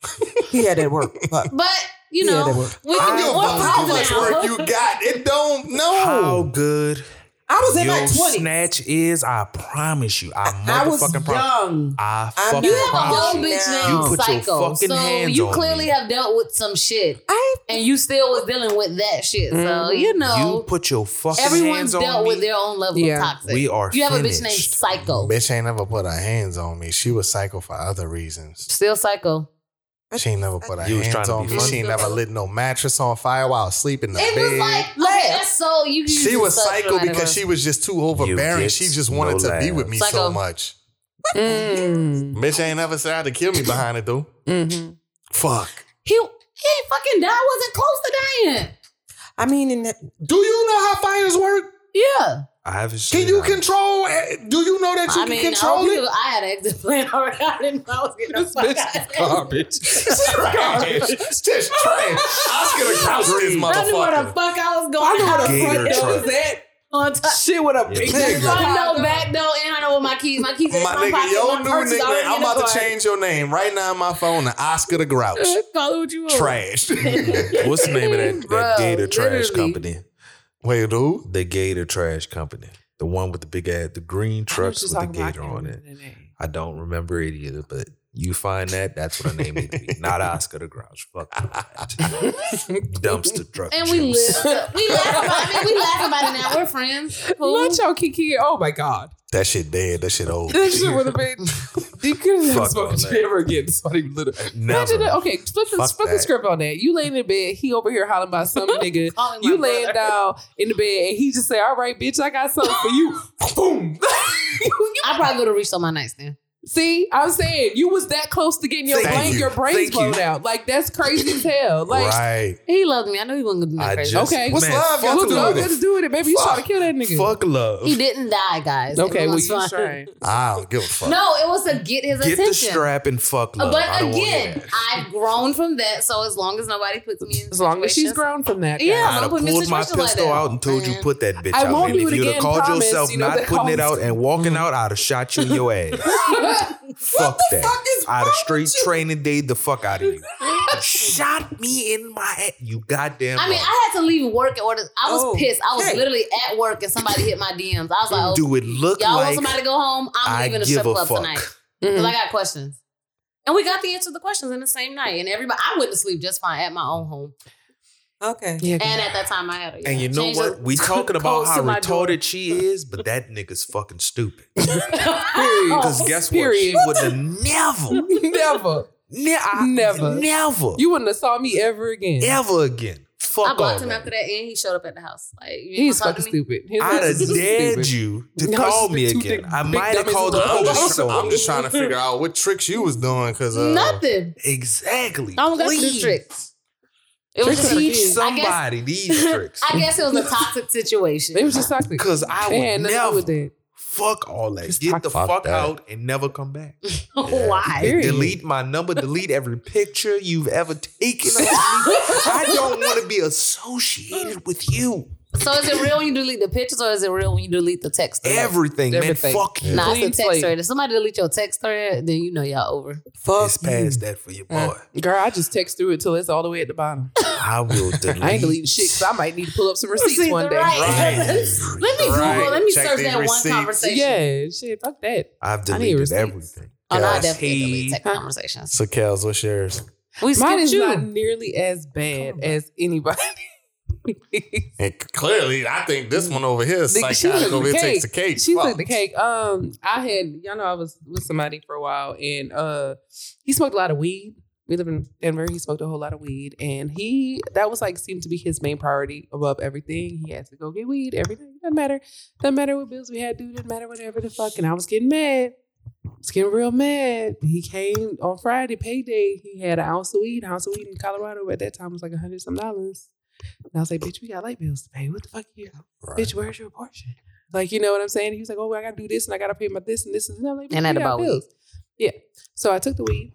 [SPEAKER 6] he had that work. Fuck.
[SPEAKER 3] But you
[SPEAKER 6] He had
[SPEAKER 3] know,
[SPEAKER 6] that work.
[SPEAKER 3] we
[SPEAKER 1] I
[SPEAKER 3] can
[SPEAKER 1] don't
[SPEAKER 3] get
[SPEAKER 1] give a
[SPEAKER 3] one
[SPEAKER 1] fuck how
[SPEAKER 3] problem
[SPEAKER 1] much work
[SPEAKER 3] now.
[SPEAKER 1] you got. It don't
[SPEAKER 4] How
[SPEAKER 1] know.
[SPEAKER 4] good
[SPEAKER 6] I was in
[SPEAKER 4] Your
[SPEAKER 6] my twenties.
[SPEAKER 4] snatch is, I promise you. I
[SPEAKER 6] I was
[SPEAKER 4] motherfucking promise.
[SPEAKER 6] young.
[SPEAKER 4] I
[SPEAKER 6] I'm
[SPEAKER 4] fucking
[SPEAKER 3] You have a
[SPEAKER 4] promise
[SPEAKER 3] whole
[SPEAKER 4] you.
[SPEAKER 3] bitch
[SPEAKER 6] You
[SPEAKER 3] named
[SPEAKER 4] put your
[SPEAKER 3] Psycho.
[SPEAKER 4] fucking
[SPEAKER 3] So
[SPEAKER 4] hands
[SPEAKER 3] you
[SPEAKER 4] on
[SPEAKER 3] clearly
[SPEAKER 4] me.
[SPEAKER 3] have dealt with some shit.
[SPEAKER 6] I
[SPEAKER 3] And you still was dealing with that shit. So, you
[SPEAKER 4] Mm-hmm. You
[SPEAKER 3] know,
[SPEAKER 4] put your fucking
[SPEAKER 3] everyone's
[SPEAKER 4] hands on
[SPEAKER 3] dealt
[SPEAKER 4] me.
[SPEAKER 3] with their own level
[SPEAKER 2] Yeah.
[SPEAKER 3] of toxic.
[SPEAKER 4] We are
[SPEAKER 3] You have a bitch named
[SPEAKER 4] finished.
[SPEAKER 3] Psycho.
[SPEAKER 1] Bitch ain't never put her hands on me. She was psycho for other reasons.
[SPEAKER 3] Still Psycho.
[SPEAKER 1] She ain't never put her
[SPEAKER 4] You was trying
[SPEAKER 1] hands
[SPEAKER 4] to
[SPEAKER 1] on
[SPEAKER 4] be
[SPEAKER 1] me.
[SPEAKER 4] funny.
[SPEAKER 1] She ain't never lit no mattress on fire while sleeping in the
[SPEAKER 3] It
[SPEAKER 1] bed.
[SPEAKER 3] was like, okay,
[SPEAKER 6] Laugh.
[SPEAKER 3] that's so you. you
[SPEAKER 1] she
[SPEAKER 3] just
[SPEAKER 1] was
[SPEAKER 3] so
[SPEAKER 1] psycho
[SPEAKER 3] dramatic.
[SPEAKER 1] because she was just too overbearing.
[SPEAKER 4] get
[SPEAKER 1] She just wanted
[SPEAKER 4] no
[SPEAKER 1] to be with
[SPEAKER 4] laughs.
[SPEAKER 1] me
[SPEAKER 3] Psycho.
[SPEAKER 1] so much.
[SPEAKER 2] Mm.
[SPEAKER 1] Bitch ain't never tried to kill me behind it though.
[SPEAKER 2] hmm
[SPEAKER 1] Fuck.
[SPEAKER 3] he he ain't fucking died. Wasn't close to dying.
[SPEAKER 6] I mean, in that,
[SPEAKER 1] Do you know how fires work?
[SPEAKER 3] Yeah,
[SPEAKER 4] I haven't
[SPEAKER 1] Can
[SPEAKER 4] seen
[SPEAKER 1] you
[SPEAKER 4] that.
[SPEAKER 1] control? it? Do you know that you
[SPEAKER 3] I
[SPEAKER 1] can
[SPEAKER 3] mean,
[SPEAKER 1] control
[SPEAKER 3] I,
[SPEAKER 1] it?
[SPEAKER 3] was- I had an exit plan already. I didn't know I was getting this
[SPEAKER 1] This is garbage. This trash. Oscar the Grouch this
[SPEAKER 3] I knew where the
[SPEAKER 1] motherfucker.
[SPEAKER 3] fuck I was going. I knew
[SPEAKER 4] the fuck Gator truck.
[SPEAKER 3] was at. On
[SPEAKER 6] Uh,
[SPEAKER 3] top.
[SPEAKER 2] Shit, what up?
[SPEAKER 4] Yeah.
[SPEAKER 3] I know back though, and I know what my keys. My keys. are in
[SPEAKER 1] My
[SPEAKER 3] pocket,
[SPEAKER 1] nigga, your
[SPEAKER 3] my
[SPEAKER 1] new
[SPEAKER 3] purse is
[SPEAKER 1] nickname.
[SPEAKER 3] already in
[SPEAKER 1] I'm
[SPEAKER 3] the
[SPEAKER 1] about
[SPEAKER 3] car.
[SPEAKER 1] to change your name right now on my phone to Oscar the Grouch.
[SPEAKER 3] Call it what you want.
[SPEAKER 1] Trash.
[SPEAKER 4] What's the name of that,
[SPEAKER 3] Bro,
[SPEAKER 4] that Gator Trash
[SPEAKER 3] literally.
[SPEAKER 4] Company?
[SPEAKER 1] Wait, dude.
[SPEAKER 4] The Gator Trash Company. The one with the big ass, the green trucks with the gator on it. I don't remember it either, but you find that, that's what her name needs to be. Not Oscar the Grouch. Fuck that. Dumpster truck.
[SPEAKER 3] And we
[SPEAKER 4] juice.
[SPEAKER 3] live. We laugh about. I mean, we laugh about it now. We're friends. Cool.
[SPEAKER 2] Not your Kiki. Oh my God.
[SPEAKER 1] That shit dead. That shit old.
[SPEAKER 2] That shit would have been. You couldn't have
[SPEAKER 4] Fuck
[SPEAKER 2] spoken
[SPEAKER 4] on
[SPEAKER 2] to
[SPEAKER 4] that.
[SPEAKER 2] ever again. Somebody literally. Imagine that.
[SPEAKER 4] Never.
[SPEAKER 2] Okay, flip, the,
[SPEAKER 1] Fuck
[SPEAKER 2] flip the
[SPEAKER 1] that.
[SPEAKER 2] script on that. You laying in bed, he over here hollering about some nigga.
[SPEAKER 3] Calling my
[SPEAKER 2] You laying
[SPEAKER 3] brother.
[SPEAKER 2] down in the bed, and he just say, "All right, bitch, I got something for you." Boom.
[SPEAKER 3] I probably would have reached on my nightstand.
[SPEAKER 2] See, I'm saying you was that close to getting your
[SPEAKER 1] Thank
[SPEAKER 2] brain,
[SPEAKER 1] you.
[SPEAKER 2] your brains
[SPEAKER 1] Thank you.
[SPEAKER 2] blown out. Like that's crazy as hell. Like,
[SPEAKER 1] right.
[SPEAKER 3] He loved me. I knew he wasn't gonna do
[SPEAKER 4] I
[SPEAKER 3] that crazy.
[SPEAKER 4] just-
[SPEAKER 2] okay,
[SPEAKER 1] What's
[SPEAKER 4] Man,
[SPEAKER 1] love got
[SPEAKER 2] Look, love
[SPEAKER 1] to do
[SPEAKER 2] got
[SPEAKER 1] with
[SPEAKER 2] to
[SPEAKER 1] it?
[SPEAKER 2] do with it, baby. You trying to kill that nigga?
[SPEAKER 4] Fuck love.
[SPEAKER 3] He didn't die, guys.
[SPEAKER 2] Okay, well
[SPEAKER 3] Everyone's
[SPEAKER 2] you
[SPEAKER 3] fine.
[SPEAKER 2] trying.
[SPEAKER 1] I don't give a fuck.
[SPEAKER 3] No, it was to get his
[SPEAKER 4] Get the
[SPEAKER 3] attention.
[SPEAKER 4] strap and fuck
[SPEAKER 3] Uh,
[SPEAKER 4] love. I
[SPEAKER 3] but
[SPEAKER 4] don't wanna hear
[SPEAKER 3] again,
[SPEAKER 4] that.
[SPEAKER 3] I've grown from that. So as long as nobody puts me in,
[SPEAKER 2] As long as she's
[SPEAKER 3] situations-
[SPEAKER 2] grown from that.
[SPEAKER 3] Yeah,
[SPEAKER 2] guys.
[SPEAKER 3] don't
[SPEAKER 4] I'd have
[SPEAKER 3] put me in
[SPEAKER 4] pulled my
[SPEAKER 3] situations like
[SPEAKER 4] pistol
[SPEAKER 3] that.
[SPEAKER 4] out and told you
[SPEAKER 3] Man.
[SPEAKER 4] put that bitch
[SPEAKER 2] I
[SPEAKER 4] out.
[SPEAKER 2] won't
[SPEAKER 4] and
[SPEAKER 2] do
[SPEAKER 4] if
[SPEAKER 2] it
[SPEAKER 4] you'd have
[SPEAKER 2] again,
[SPEAKER 4] called
[SPEAKER 2] promise,
[SPEAKER 4] yourself
[SPEAKER 2] you know,
[SPEAKER 4] not
[SPEAKER 2] that Mm-hmm.
[SPEAKER 4] putting it out
[SPEAKER 2] comes-
[SPEAKER 4] and walking out, I'd have shot you in your ass. fuck that. I'd have straight training day the fuck out of you. You shot me in my head. You goddamn.
[SPEAKER 3] I mean,
[SPEAKER 4] right.
[SPEAKER 3] I had to leave work in order. I was
[SPEAKER 6] Oh,
[SPEAKER 3] pissed. I was
[SPEAKER 6] hey.
[SPEAKER 3] literally at work and somebody hit my DMs. I was like, oh,
[SPEAKER 4] do it look
[SPEAKER 3] y'all want
[SPEAKER 4] like
[SPEAKER 3] somebody to go home? I'm
[SPEAKER 4] I
[SPEAKER 3] leaving the
[SPEAKER 4] give
[SPEAKER 3] strip
[SPEAKER 4] a
[SPEAKER 3] club
[SPEAKER 4] fuck.
[SPEAKER 3] tonight because I got questions. And we got the answer to the questions in the same night. And everybody, I went to sleep just fine at my own home.
[SPEAKER 6] okay.
[SPEAKER 2] Mm-hmm. Yeah,
[SPEAKER 3] And at that time, I had a
[SPEAKER 4] And you know
[SPEAKER 3] Changed
[SPEAKER 4] what?
[SPEAKER 3] the
[SPEAKER 4] We talking about
[SPEAKER 3] codes
[SPEAKER 4] how
[SPEAKER 3] to my door.
[SPEAKER 4] retarded she is, but that nigga's fucking stupid.
[SPEAKER 2] period.
[SPEAKER 4] Because guess what? She
[SPEAKER 2] Period.
[SPEAKER 4] would have never,
[SPEAKER 2] Never.
[SPEAKER 4] ne- I-
[SPEAKER 2] Never.
[SPEAKER 4] never,
[SPEAKER 2] You wouldn't have saw me ever again.
[SPEAKER 4] ever again. Fuck
[SPEAKER 3] I blocked
[SPEAKER 4] all
[SPEAKER 3] him
[SPEAKER 4] that.
[SPEAKER 3] after that, and he showed up at the house. Like you ain't
[SPEAKER 2] He's
[SPEAKER 3] gonna talk
[SPEAKER 2] fucking
[SPEAKER 3] to me.
[SPEAKER 2] stupid. His
[SPEAKER 4] I'd
[SPEAKER 2] ass
[SPEAKER 4] have
[SPEAKER 2] is
[SPEAKER 4] dared
[SPEAKER 2] stupid.
[SPEAKER 4] you to
[SPEAKER 2] No,
[SPEAKER 4] call
[SPEAKER 2] it's
[SPEAKER 4] me
[SPEAKER 2] two
[SPEAKER 4] again.
[SPEAKER 2] big-
[SPEAKER 4] I
[SPEAKER 2] big
[SPEAKER 4] might have
[SPEAKER 2] dummies
[SPEAKER 4] called the
[SPEAKER 2] as well.
[SPEAKER 1] I'm,
[SPEAKER 4] police.
[SPEAKER 1] just trying,
[SPEAKER 4] on
[SPEAKER 1] I'm
[SPEAKER 4] you.
[SPEAKER 1] just trying to figure out what tricks you was doing because uh,
[SPEAKER 3] Nothing.
[SPEAKER 4] Exactly.
[SPEAKER 3] I don't got the
[SPEAKER 4] Please.
[SPEAKER 3] tricks. It was just he, I
[SPEAKER 4] Teach
[SPEAKER 3] guess
[SPEAKER 4] somebody these tricks.
[SPEAKER 3] I guess it was a toxic situation.
[SPEAKER 2] It was just toxic.
[SPEAKER 4] Because I
[SPEAKER 2] It had nothing to
[SPEAKER 4] would
[SPEAKER 2] do with
[SPEAKER 4] never
[SPEAKER 2] that.
[SPEAKER 4] fuck all that.
[SPEAKER 2] Just
[SPEAKER 4] Get
[SPEAKER 2] talk-
[SPEAKER 4] the
[SPEAKER 1] Fuck
[SPEAKER 4] fuck
[SPEAKER 1] that.
[SPEAKER 4] out and never come back.
[SPEAKER 3] Why?
[SPEAKER 2] Period.
[SPEAKER 4] Delete my number. Delete every picture you've ever taken of me. I don't want to be associated with you.
[SPEAKER 3] So is it real when you delete the pictures, or is it real when you delete the text? thread?
[SPEAKER 4] Everything, man.
[SPEAKER 2] Everything.
[SPEAKER 4] Fuck you.
[SPEAKER 3] Nah, it's
[SPEAKER 2] Clean
[SPEAKER 3] the text
[SPEAKER 2] slate.
[SPEAKER 3] thread. If somebody delete your text thread, then you know y'all over.
[SPEAKER 6] Fuck.
[SPEAKER 4] It's past that for your boy.
[SPEAKER 2] Girl, I just text through it till it's all the way at the bottom.
[SPEAKER 4] I will delete.
[SPEAKER 2] I ain't deleting shit because I might need to pull up some receipts
[SPEAKER 3] Receipts,
[SPEAKER 2] one day.
[SPEAKER 3] right.
[SPEAKER 4] Right.
[SPEAKER 3] Let me
[SPEAKER 1] Right.
[SPEAKER 3] Google. Let me
[SPEAKER 1] Check
[SPEAKER 3] search
[SPEAKER 1] these
[SPEAKER 3] that
[SPEAKER 1] receipts.
[SPEAKER 3] one conversation.
[SPEAKER 2] Yeah, shit, fuck that.
[SPEAKER 4] I've
[SPEAKER 2] I need
[SPEAKER 4] deleted
[SPEAKER 2] receipts.
[SPEAKER 4] everything.
[SPEAKER 3] Oh, no, I
[SPEAKER 4] Yes,
[SPEAKER 3] definitely
[SPEAKER 4] he-
[SPEAKER 3] delete text conversations.
[SPEAKER 1] so Kels, what's yours?
[SPEAKER 3] We
[SPEAKER 2] Mine
[SPEAKER 3] skipped
[SPEAKER 2] is not
[SPEAKER 3] you.
[SPEAKER 2] nearly as bad as anybody.
[SPEAKER 1] And c- clearly, I think this one over here is
[SPEAKER 2] Nigga, she
[SPEAKER 1] psychotic.
[SPEAKER 2] took
[SPEAKER 1] Over
[SPEAKER 2] the
[SPEAKER 1] here
[SPEAKER 2] cake.
[SPEAKER 1] takes the cake.
[SPEAKER 2] She
[SPEAKER 1] Fuck.
[SPEAKER 2] took the cake. Um, I had y'all know I was with somebody for a while, and uh, he smoked a lot of weed. We live in Denver. He smoked a whole lot of weed, and he that was like seemed to be his main priority above everything. He has to go get weed every day. Doesn't matter. Doesn't matter what bills we had, dude. Doesn't matter whatever the fuck. And I was getting mad. I was getting real mad. He came on Friday payday. He had an ounce of weed. An ounce of weed in Colorado at that time was like a hundred some dollars. And I was like, "Bitch, we got light bills to pay. What the fuck you?"
[SPEAKER 1] Right.
[SPEAKER 2] bitch, where's your portion? Like, you know what I'm saying? He was like, oh, I gotta do this and I gotta pay my this and this and that. I'm like,
[SPEAKER 3] And
[SPEAKER 2] "Bitch, we
[SPEAKER 3] I had
[SPEAKER 2] got
[SPEAKER 3] about
[SPEAKER 2] bills." Yeah. So I took the weed,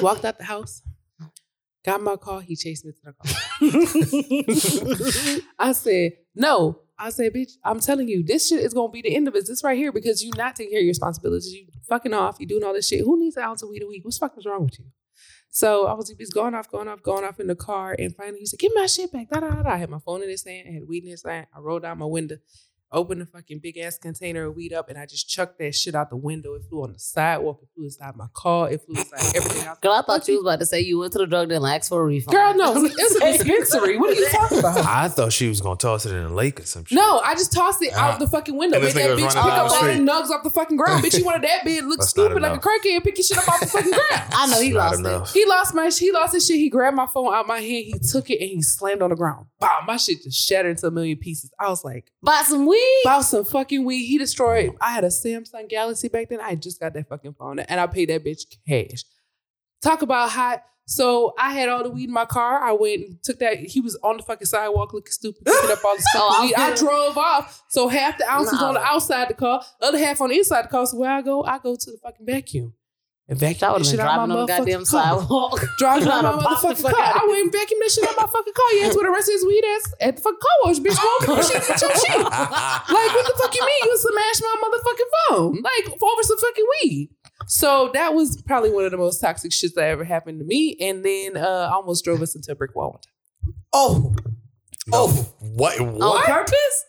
[SPEAKER 2] walked out the house, got in my car. He chased me to the car. I said, no. I said, bitch, I'm telling you, this shit is gonna be the end of it. This right here because you not taking care of your responsibilities. You fucking off. You doing all this shit. Who needs an ounce of weed a week? What's fucking wrong with you? So I was he's going off, going off, going off in the car, and finally he said, "Get my shit back." Da da da. da. I had my phone in his hand, I had weed in his hand. I rolled down my window. opened a fucking big ass container of weed up, and I just chucked that shit out the window. It flew on the sidewalk. It flew inside my car. It flew inside everything. else.
[SPEAKER 3] Girl, I thought you was about to say you went to the drug dealer and asked for a refund.
[SPEAKER 2] Girl, no, it's a dispensary. What are you talking about?
[SPEAKER 4] I thought she was gonna toss it in the lake or some shit.
[SPEAKER 2] No, I just tossed it out the fucking window.
[SPEAKER 1] Ah. And this
[SPEAKER 2] Made that
[SPEAKER 1] nigga was
[SPEAKER 2] bitch pick
[SPEAKER 1] running down
[SPEAKER 2] up
[SPEAKER 1] the
[SPEAKER 2] all the
[SPEAKER 1] street.
[SPEAKER 2] nugs off the fucking ground. bitch, you wanted that big, look
[SPEAKER 4] That's not
[SPEAKER 2] stupid like a
[SPEAKER 4] enough.
[SPEAKER 2] crackhead, pick your shit up off the fucking ground.
[SPEAKER 3] I know he
[SPEAKER 4] Not
[SPEAKER 3] lost it.
[SPEAKER 4] enough.
[SPEAKER 2] He lost my he lost his shit. He grabbed my phone out my hand. He took it and he slammed on the ground. Wow, my shit just shattered into a million pieces. I was like,
[SPEAKER 3] Buy some weed.
[SPEAKER 2] bought some fucking weed. He destroyed. I had a Samsung Galaxy back then. I just got that fucking phone and I paid that bitch cash. Talk about hot. So I had all the weed in my car. I went and took that. He was on the fucking sidewalk looking stupid, picking up all the
[SPEAKER 3] Oh,
[SPEAKER 2] fucking
[SPEAKER 3] I
[SPEAKER 2] weed. I
[SPEAKER 3] feel-
[SPEAKER 2] drove off. So half the ounce was
[SPEAKER 3] No.
[SPEAKER 2] on the outside the car, the other half on the inside the car. So where I go, I go to the fucking vacuum. And vacuum
[SPEAKER 3] I
[SPEAKER 2] that
[SPEAKER 3] would have
[SPEAKER 2] shit
[SPEAKER 3] been
[SPEAKER 2] out
[SPEAKER 3] driving
[SPEAKER 2] my
[SPEAKER 3] on the
[SPEAKER 2] motherfucking
[SPEAKER 3] goddamn
[SPEAKER 2] car.
[SPEAKER 3] sidewalk.
[SPEAKER 2] Driving around my
[SPEAKER 3] Tryna pop the
[SPEAKER 2] motherfucking
[SPEAKER 3] fuck
[SPEAKER 2] car.
[SPEAKER 3] out.
[SPEAKER 2] I went vacuum that shit out my fucking car. Yeah, that's where the rest of his weed ass at the fucking car wash, bitch. Go and shit, get your shit. Like, what the fuck you mean? You smashed my motherfucking phone. Like, for over some fucking weed. So that was probably one of the most toxic shits that ever happened to me. And then uh I almost drove us into a brick wall one time.
[SPEAKER 6] Oh,
[SPEAKER 1] Oh, what?
[SPEAKER 3] On
[SPEAKER 1] What?
[SPEAKER 3] purpose?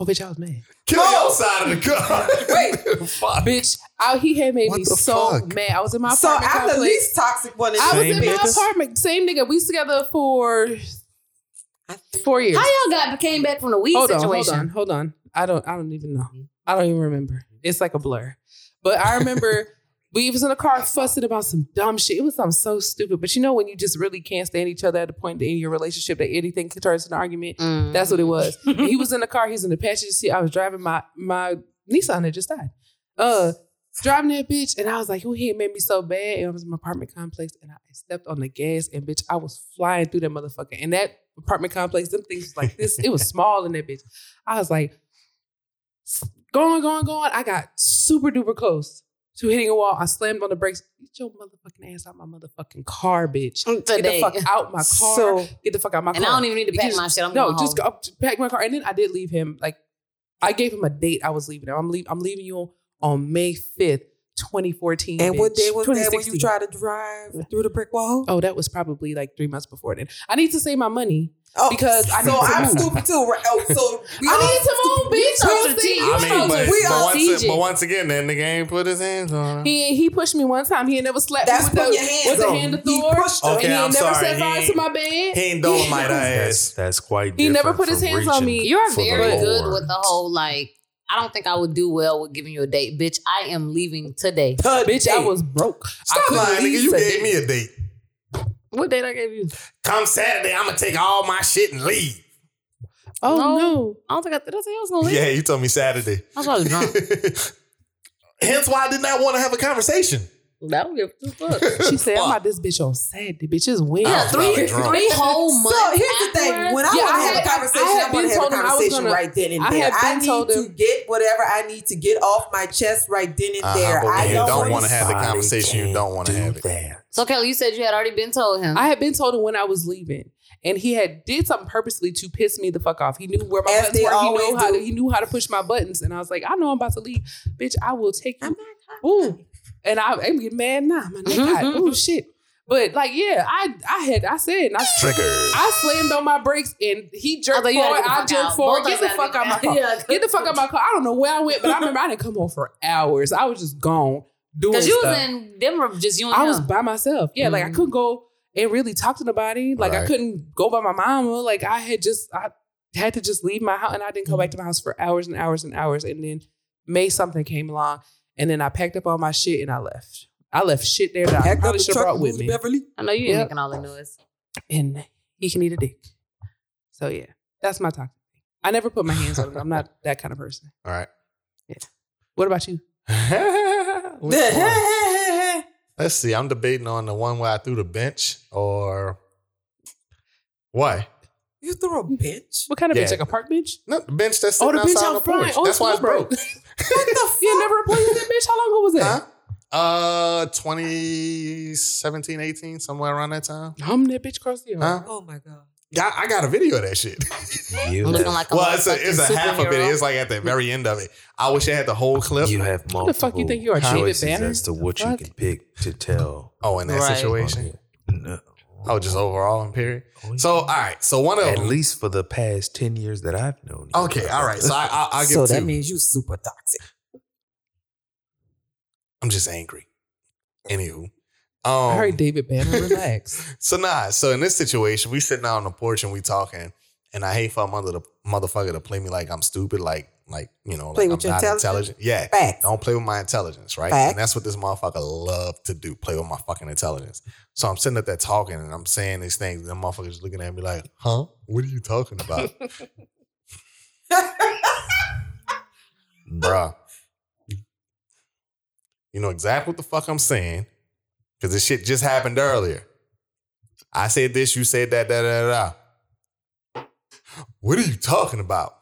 [SPEAKER 2] Oh, bitch, I was mad.
[SPEAKER 1] Kill the outside of the car.
[SPEAKER 6] Wait.
[SPEAKER 1] fuck.
[SPEAKER 2] Bitch, I, he had made
[SPEAKER 1] What
[SPEAKER 2] me
[SPEAKER 1] the
[SPEAKER 2] so
[SPEAKER 1] fuck?
[SPEAKER 2] mad. I was in my
[SPEAKER 6] so
[SPEAKER 2] apartment
[SPEAKER 6] I'm the
[SPEAKER 2] complex.
[SPEAKER 6] least toxic one. in
[SPEAKER 2] I was
[SPEAKER 6] this
[SPEAKER 2] in
[SPEAKER 6] bitch.
[SPEAKER 2] my apartment. Same nigga. We was together for four years.
[SPEAKER 3] How y'all got came back from the weed
[SPEAKER 2] hold
[SPEAKER 3] situation? Mm-hmm.
[SPEAKER 2] on, hold on, hold on. I don't, I don't even know. I don't even remember. It's like a blur. But I remember we was in a car fussing about some dumb shit. It was something so stupid. But you know when you just really can't stand each other at the point in your relationship that anything could turn into an argument.
[SPEAKER 3] Mm.
[SPEAKER 2] That's what it was. And he was in the car. He was in the passenger seat. I was driving my my Nissan that just died. Uh, driving that bitch, and I was like, "Who here made me so bad?" And I was in my apartment complex, and I stepped on the gas, and bitch, I was flying through that motherfucker. And that apartment complex, them things was like this. It was small in that bitch. I was like, going, going, going. I got super duper close to hitting a wall. I slammed on the brakes. Get your motherfucking ass out my motherfucking car, bitch. Get the
[SPEAKER 3] Today.
[SPEAKER 2] fuck out my car.
[SPEAKER 6] So-
[SPEAKER 2] Get the fuck out my
[SPEAKER 3] And
[SPEAKER 2] car
[SPEAKER 3] I don't even need to pack
[SPEAKER 2] Just-
[SPEAKER 3] my shit. I'm
[SPEAKER 2] no,
[SPEAKER 3] going
[SPEAKER 2] just
[SPEAKER 3] home.
[SPEAKER 2] go, pack my car. And then I did leave him. Like, I gave him a date. I was leaving him. I'm leaving. I'm leaving you on, on May fifth, 2014.
[SPEAKER 6] And what
[SPEAKER 2] bitch.
[SPEAKER 6] day was that when
[SPEAKER 2] 2016.
[SPEAKER 6] you try to drive through the brick wall?
[SPEAKER 2] Oh, that was probably like three months before then. I need to save my money.
[SPEAKER 6] Oh,
[SPEAKER 2] because I
[SPEAKER 6] so
[SPEAKER 2] need to
[SPEAKER 6] I'm
[SPEAKER 2] move.
[SPEAKER 6] stupid too. Right? Oh, so we
[SPEAKER 2] I
[SPEAKER 6] all
[SPEAKER 2] need to
[SPEAKER 6] stupid.
[SPEAKER 2] move, bitch.
[SPEAKER 6] so
[SPEAKER 2] You
[SPEAKER 6] strategic.
[SPEAKER 2] see, you
[SPEAKER 1] I mean,
[SPEAKER 2] know,
[SPEAKER 1] but,
[SPEAKER 2] we
[SPEAKER 1] but
[SPEAKER 2] are
[SPEAKER 1] once,
[SPEAKER 2] strategic.
[SPEAKER 1] but once again, that nigga ain't put his hands on her.
[SPEAKER 2] He he pushed me one time. He ain't never slapped
[SPEAKER 6] Uh-huh. That's
[SPEAKER 2] me with the,
[SPEAKER 6] putting your hands
[SPEAKER 2] with the
[SPEAKER 6] on.
[SPEAKER 2] hand of
[SPEAKER 6] He
[SPEAKER 2] Thor.
[SPEAKER 6] pushed him.
[SPEAKER 2] and he
[SPEAKER 1] Okay,
[SPEAKER 2] ain't
[SPEAKER 1] I'm sorry.
[SPEAKER 2] never set
[SPEAKER 1] He
[SPEAKER 2] fire to
[SPEAKER 1] ain't-
[SPEAKER 2] my bed.
[SPEAKER 1] He ain't dolomite her
[SPEAKER 4] That's,
[SPEAKER 1] ass.
[SPEAKER 4] that's quite.
[SPEAKER 2] He never
[SPEAKER 4] different
[SPEAKER 2] put his
[SPEAKER 4] from
[SPEAKER 2] hands on
[SPEAKER 4] reaching
[SPEAKER 2] me.
[SPEAKER 3] You are
[SPEAKER 4] for the
[SPEAKER 3] very good
[SPEAKER 4] Lord.
[SPEAKER 3] with the whole like. I don't think I would do well with giving you a date, bitch. I am leaving today.
[SPEAKER 2] Bitch, I was broke. I
[SPEAKER 1] Stop
[SPEAKER 2] couldn't
[SPEAKER 1] lying, nigga.
[SPEAKER 2] leave
[SPEAKER 1] You
[SPEAKER 2] that
[SPEAKER 1] gave
[SPEAKER 2] bitch.
[SPEAKER 1] me a date.
[SPEAKER 3] What date I gave you?
[SPEAKER 1] Come Saturday, I'm gonna take all my shit and leave.
[SPEAKER 2] Oh
[SPEAKER 3] No.
[SPEAKER 2] no.
[SPEAKER 3] I don't think I, did I say I was gonna leave.
[SPEAKER 1] Yeah, you told me Saturday.
[SPEAKER 3] I was probably
[SPEAKER 2] Uh.
[SPEAKER 3] drunk.
[SPEAKER 1] Hence why I did not want to have a conversation.
[SPEAKER 3] I don't give two fuck.
[SPEAKER 2] She said, I'm about this bitch on Saturday. Bitch, it's Wednesday.
[SPEAKER 3] Yeah,
[SPEAKER 1] probably
[SPEAKER 3] three
[SPEAKER 1] drunk.
[SPEAKER 3] three whole
[SPEAKER 6] So
[SPEAKER 3] months.
[SPEAKER 6] here's the thing: when I
[SPEAKER 2] Yeah,
[SPEAKER 6] want
[SPEAKER 2] I
[SPEAKER 6] to
[SPEAKER 2] had-
[SPEAKER 6] have a
[SPEAKER 2] I- I
[SPEAKER 6] conversation,
[SPEAKER 2] had
[SPEAKER 6] I, want
[SPEAKER 2] been
[SPEAKER 6] to have
[SPEAKER 2] told
[SPEAKER 6] a
[SPEAKER 2] him I was
[SPEAKER 6] conversation
[SPEAKER 2] gonna-
[SPEAKER 6] right then and
[SPEAKER 2] I
[SPEAKER 6] there.
[SPEAKER 2] had
[SPEAKER 6] I
[SPEAKER 2] been
[SPEAKER 6] need
[SPEAKER 2] told
[SPEAKER 6] to
[SPEAKER 2] him-
[SPEAKER 6] get whatever I need to get off my chest right then and there.
[SPEAKER 1] Uh-huh, but when
[SPEAKER 6] I
[SPEAKER 1] you
[SPEAKER 6] don't,
[SPEAKER 1] don't
[SPEAKER 6] want
[SPEAKER 1] wanna
[SPEAKER 6] to
[SPEAKER 1] have the
[SPEAKER 4] Somebody
[SPEAKER 1] conversation, you
[SPEAKER 4] can't
[SPEAKER 1] don't wanna
[SPEAKER 4] do
[SPEAKER 1] have it.
[SPEAKER 4] that.
[SPEAKER 3] So Kelly, you said you had already been told him.
[SPEAKER 2] I had been told him when I was leaving, and he had did something purposely to piss me the fuck off. He knew where my
[SPEAKER 6] As
[SPEAKER 2] buttons
[SPEAKER 6] they
[SPEAKER 2] were. He knew
[SPEAKER 6] always
[SPEAKER 2] how to
[SPEAKER 6] do.
[SPEAKER 2] he knew how to push my buttons, and I was like, I know I'm about to leave, bitch. I will take you. Ooh, and I, am getting mad now. My neck hot. Ooh, shit. But like, yeah, I I had I said, and I
[SPEAKER 1] Trigger.
[SPEAKER 2] I slammed on my brakes and he jerked
[SPEAKER 3] thought
[SPEAKER 2] forward.
[SPEAKER 3] you had to get the
[SPEAKER 2] I
[SPEAKER 3] fuck
[SPEAKER 2] jerked
[SPEAKER 3] out.
[SPEAKER 2] forward.
[SPEAKER 3] Both
[SPEAKER 2] Get
[SPEAKER 3] of
[SPEAKER 2] the
[SPEAKER 3] us
[SPEAKER 2] fuck
[SPEAKER 3] had
[SPEAKER 2] out
[SPEAKER 3] to
[SPEAKER 2] my
[SPEAKER 3] get
[SPEAKER 2] car.
[SPEAKER 3] out. Yeah.
[SPEAKER 2] Get the fuck out my car. I don't know where I went, but I remember I didn't come home for hours. I was just gone doing
[SPEAKER 3] Because you was
[SPEAKER 2] stuff.
[SPEAKER 3] in Denver, just you and
[SPEAKER 2] I
[SPEAKER 3] him.
[SPEAKER 2] was by myself. Yeah, like I
[SPEAKER 3] Mhm.
[SPEAKER 2] couldn't go and really talk to nobody. Like I
[SPEAKER 1] Right.
[SPEAKER 2] couldn't go by my mama. Like I had just I had to just leave my house and I didn't come back to my house for hours and hours and hours. And then May something came along and then I packed up all my shit and I left. I left shit there that I
[SPEAKER 6] Packed up
[SPEAKER 2] probably
[SPEAKER 6] the
[SPEAKER 2] should have
[SPEAKER 6] truck
[SPEAKER 2] brought
[SPEAKER 6] and
[SPEAKER 2] with
[SPEAKER 6] moved
[SPEAKER 2] me
[SPEAKER 6] to Beverly.
[SPEAKER 3] I know you ain't
[SPEAKER 2] Yep.
[SPEAKER 3] making all the noise.
[SPEAKER 2] and he can eat a dick. So yeah, that's my toxic thing. I never put my hands on him. I'm not that kind of person.
[SPEAKER 1] All right.
[SPEAKER 2] What about you?
[SPEAKER 1] Which one? Let's see. I'm debating on the one where I threw the bench or why?
[SPEAKER 6] You threw a bench.
[SPEAKER 2] What kind of
[SPEAKER 1] Yeah.
[SPEAKER 2] bitch? Like a park bench?
[SPEAKER 1] No, the bench that's
[SPEAKER 2] Oh,
[SPEAKER 1] sitting
[SPEAKER 2] the bitch
[SPEAKER 1] outside on the
[SPEAKER 2] out front.
[SPEAKER 1] porch.
[SPEAKER 2] Oh,
[SPEAKER 1] that's why it's
[SPEAKER 2] still
[SPEAKER 1] broke.
[SPEAKER 2] what the fuck? You never replaced that bitch? How long ago was
[SPEAKER 1] Huh?
[SPEAKER 2] that?
[SPEAKER 1] Uh, 2017, 18, somewhere around that time.
[SPEAKER 2] I'm that bitch across the yard.
[SPEAKER 1] Huh?
[SPEAKER 6] Oh my god.
[SPEAKER 1] Yeah, I got a video of that shit.
[SPEAKER 4] You
[SPEAKER 3] Looking
[SPEAKER 4] have-
[SPEAKER 3] like a
[SPEAKER 1] well, it's a, it's a
[SPEAKER 3] motherfucking
[SPEAKER 1] half of it.
[SPEAKER 3] superhero.
[SPEAKER 1] It's like at the very end of it. I wish I had the whole clip.
[SPEAKER 4] You have multiple
[SPEAKER 2] the fuck you think you are, David
[SPEAKER 4] choices
[SPEAKER 2] Banner?
[SPEAKER 4] as to what you
[SPEAKER 2] Fuck.
[SPEAKER 4] can pick to tell.
[SPEAKER 1] Oh, in that
[SPEAKER 3] Right.
[SPEAKER 1] situation.
[SPEAKER 4] No.
[SPEAKER 1] Oh, just overall, period. So, all right. So one of
[SPEAKER 4] At
[SPEAKER 1] them.
[SPEAKER 4] least for the past 10 years that I've known you.
[SPEAKER 1] okay, all right. So I, I, I'll give
[SPEAKER 6] so
[SPEAKER 1] two.
[SPEAKER 6] that means you super toxic.
[SPEAKER 1] I'm just angry. Anywho.
[SPEAKER 2] I
[SPEAKER 1] Um,
[SPEAKER 2] heard David Banner relax.
[SPEAKER 1] So nah. So in this situation, we sitting out on the porch and we talking, and I hate for a mother to, motherfucker to play me like I'm stupid, like like you know,
[SPEAKER 6] Play
[SPEAKER 1] like
[SPEAKER 6] with
[SPEAKER 1] I'm
[SPEAKER 6] your
[SPEAKER 1] not
[SPEAKER 6] intelligence?
[SPEAKER 1] intelligent. Yeah,
[SPEAKER 6] Facts.
[SPEAKER 1] don't play with my intelligence, right?
[SPEAKER 6] Facts.
[SPEAKER 1] And that's what this motherfucker love to do, play with my fucking intelligence. So I'm sitting up there talking and I'm saying these things, and the motherfucker's looking at me like, huh? What are you talking about? Bruh. You know exactly what the fuck I'm saying. Cause this shit just happened earlier. I said this, you said that, da da da. da. What are you talking about?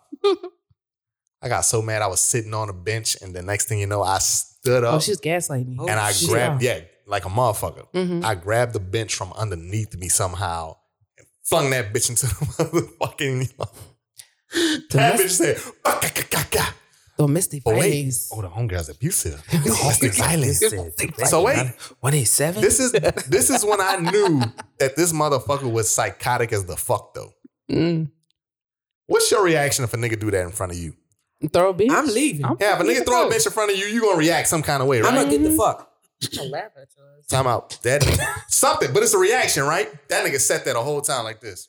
[SPEAKER 1] I got so mad I was sitting on a bench, and the next thing you know, I stood up
[SPEAKER 2] oh, she's gaslighting me.
[SPEAKER 1] and I
[SPEAKER 6] shit.
[SPEAKER 1] grabbed, yeah, like a motherfucker.
[SPEAKER 2] Mhm.
[SPEAKER 1] I grabbed the bench from underneath me somehow and flung that bitch into the motherfucking. That bitch
[SPEAKER 2] Domestic,
[SPEAKER 1] said, "Ba-ka-ka-ka-ka."
[SPEAKER 2] domestic
[SPEAKER 1] Oh, wait.
[SPEAKER 2] violence.
[SPEAKER 1] Oh, the homegirl's abusive. Domestic violence. So
[SPEAKER 4] So
[SPEAKER 1] wait.
[SPEAKER 4] wait. When he's seven?
[SPEAKER 1] This is this is when I knew that this motherfucker was psychotic as the fuck though.
[SPEAKER 2] Mm.
[SPEAKER 1] What's your reaction if a nigga do that in front of you?
[SPEAKER 2] Throw a bitch.
[SPEAKER 6] I'm leaving. I'm,
[SPEAKER 1] Yeah, if a
[SPEAKER 2] leaving
[SPEAKER 1] nigga throw a
[SPEAKER 2] the
[SPEAKER 1] bitch in front of you, you gonna react some kind of way, right?
[SPEAKER 6] gonna get the fuck.
[SPEAKER 1] Time out. That something, but it's a reaction, right? That nigga sat there the whole time like this.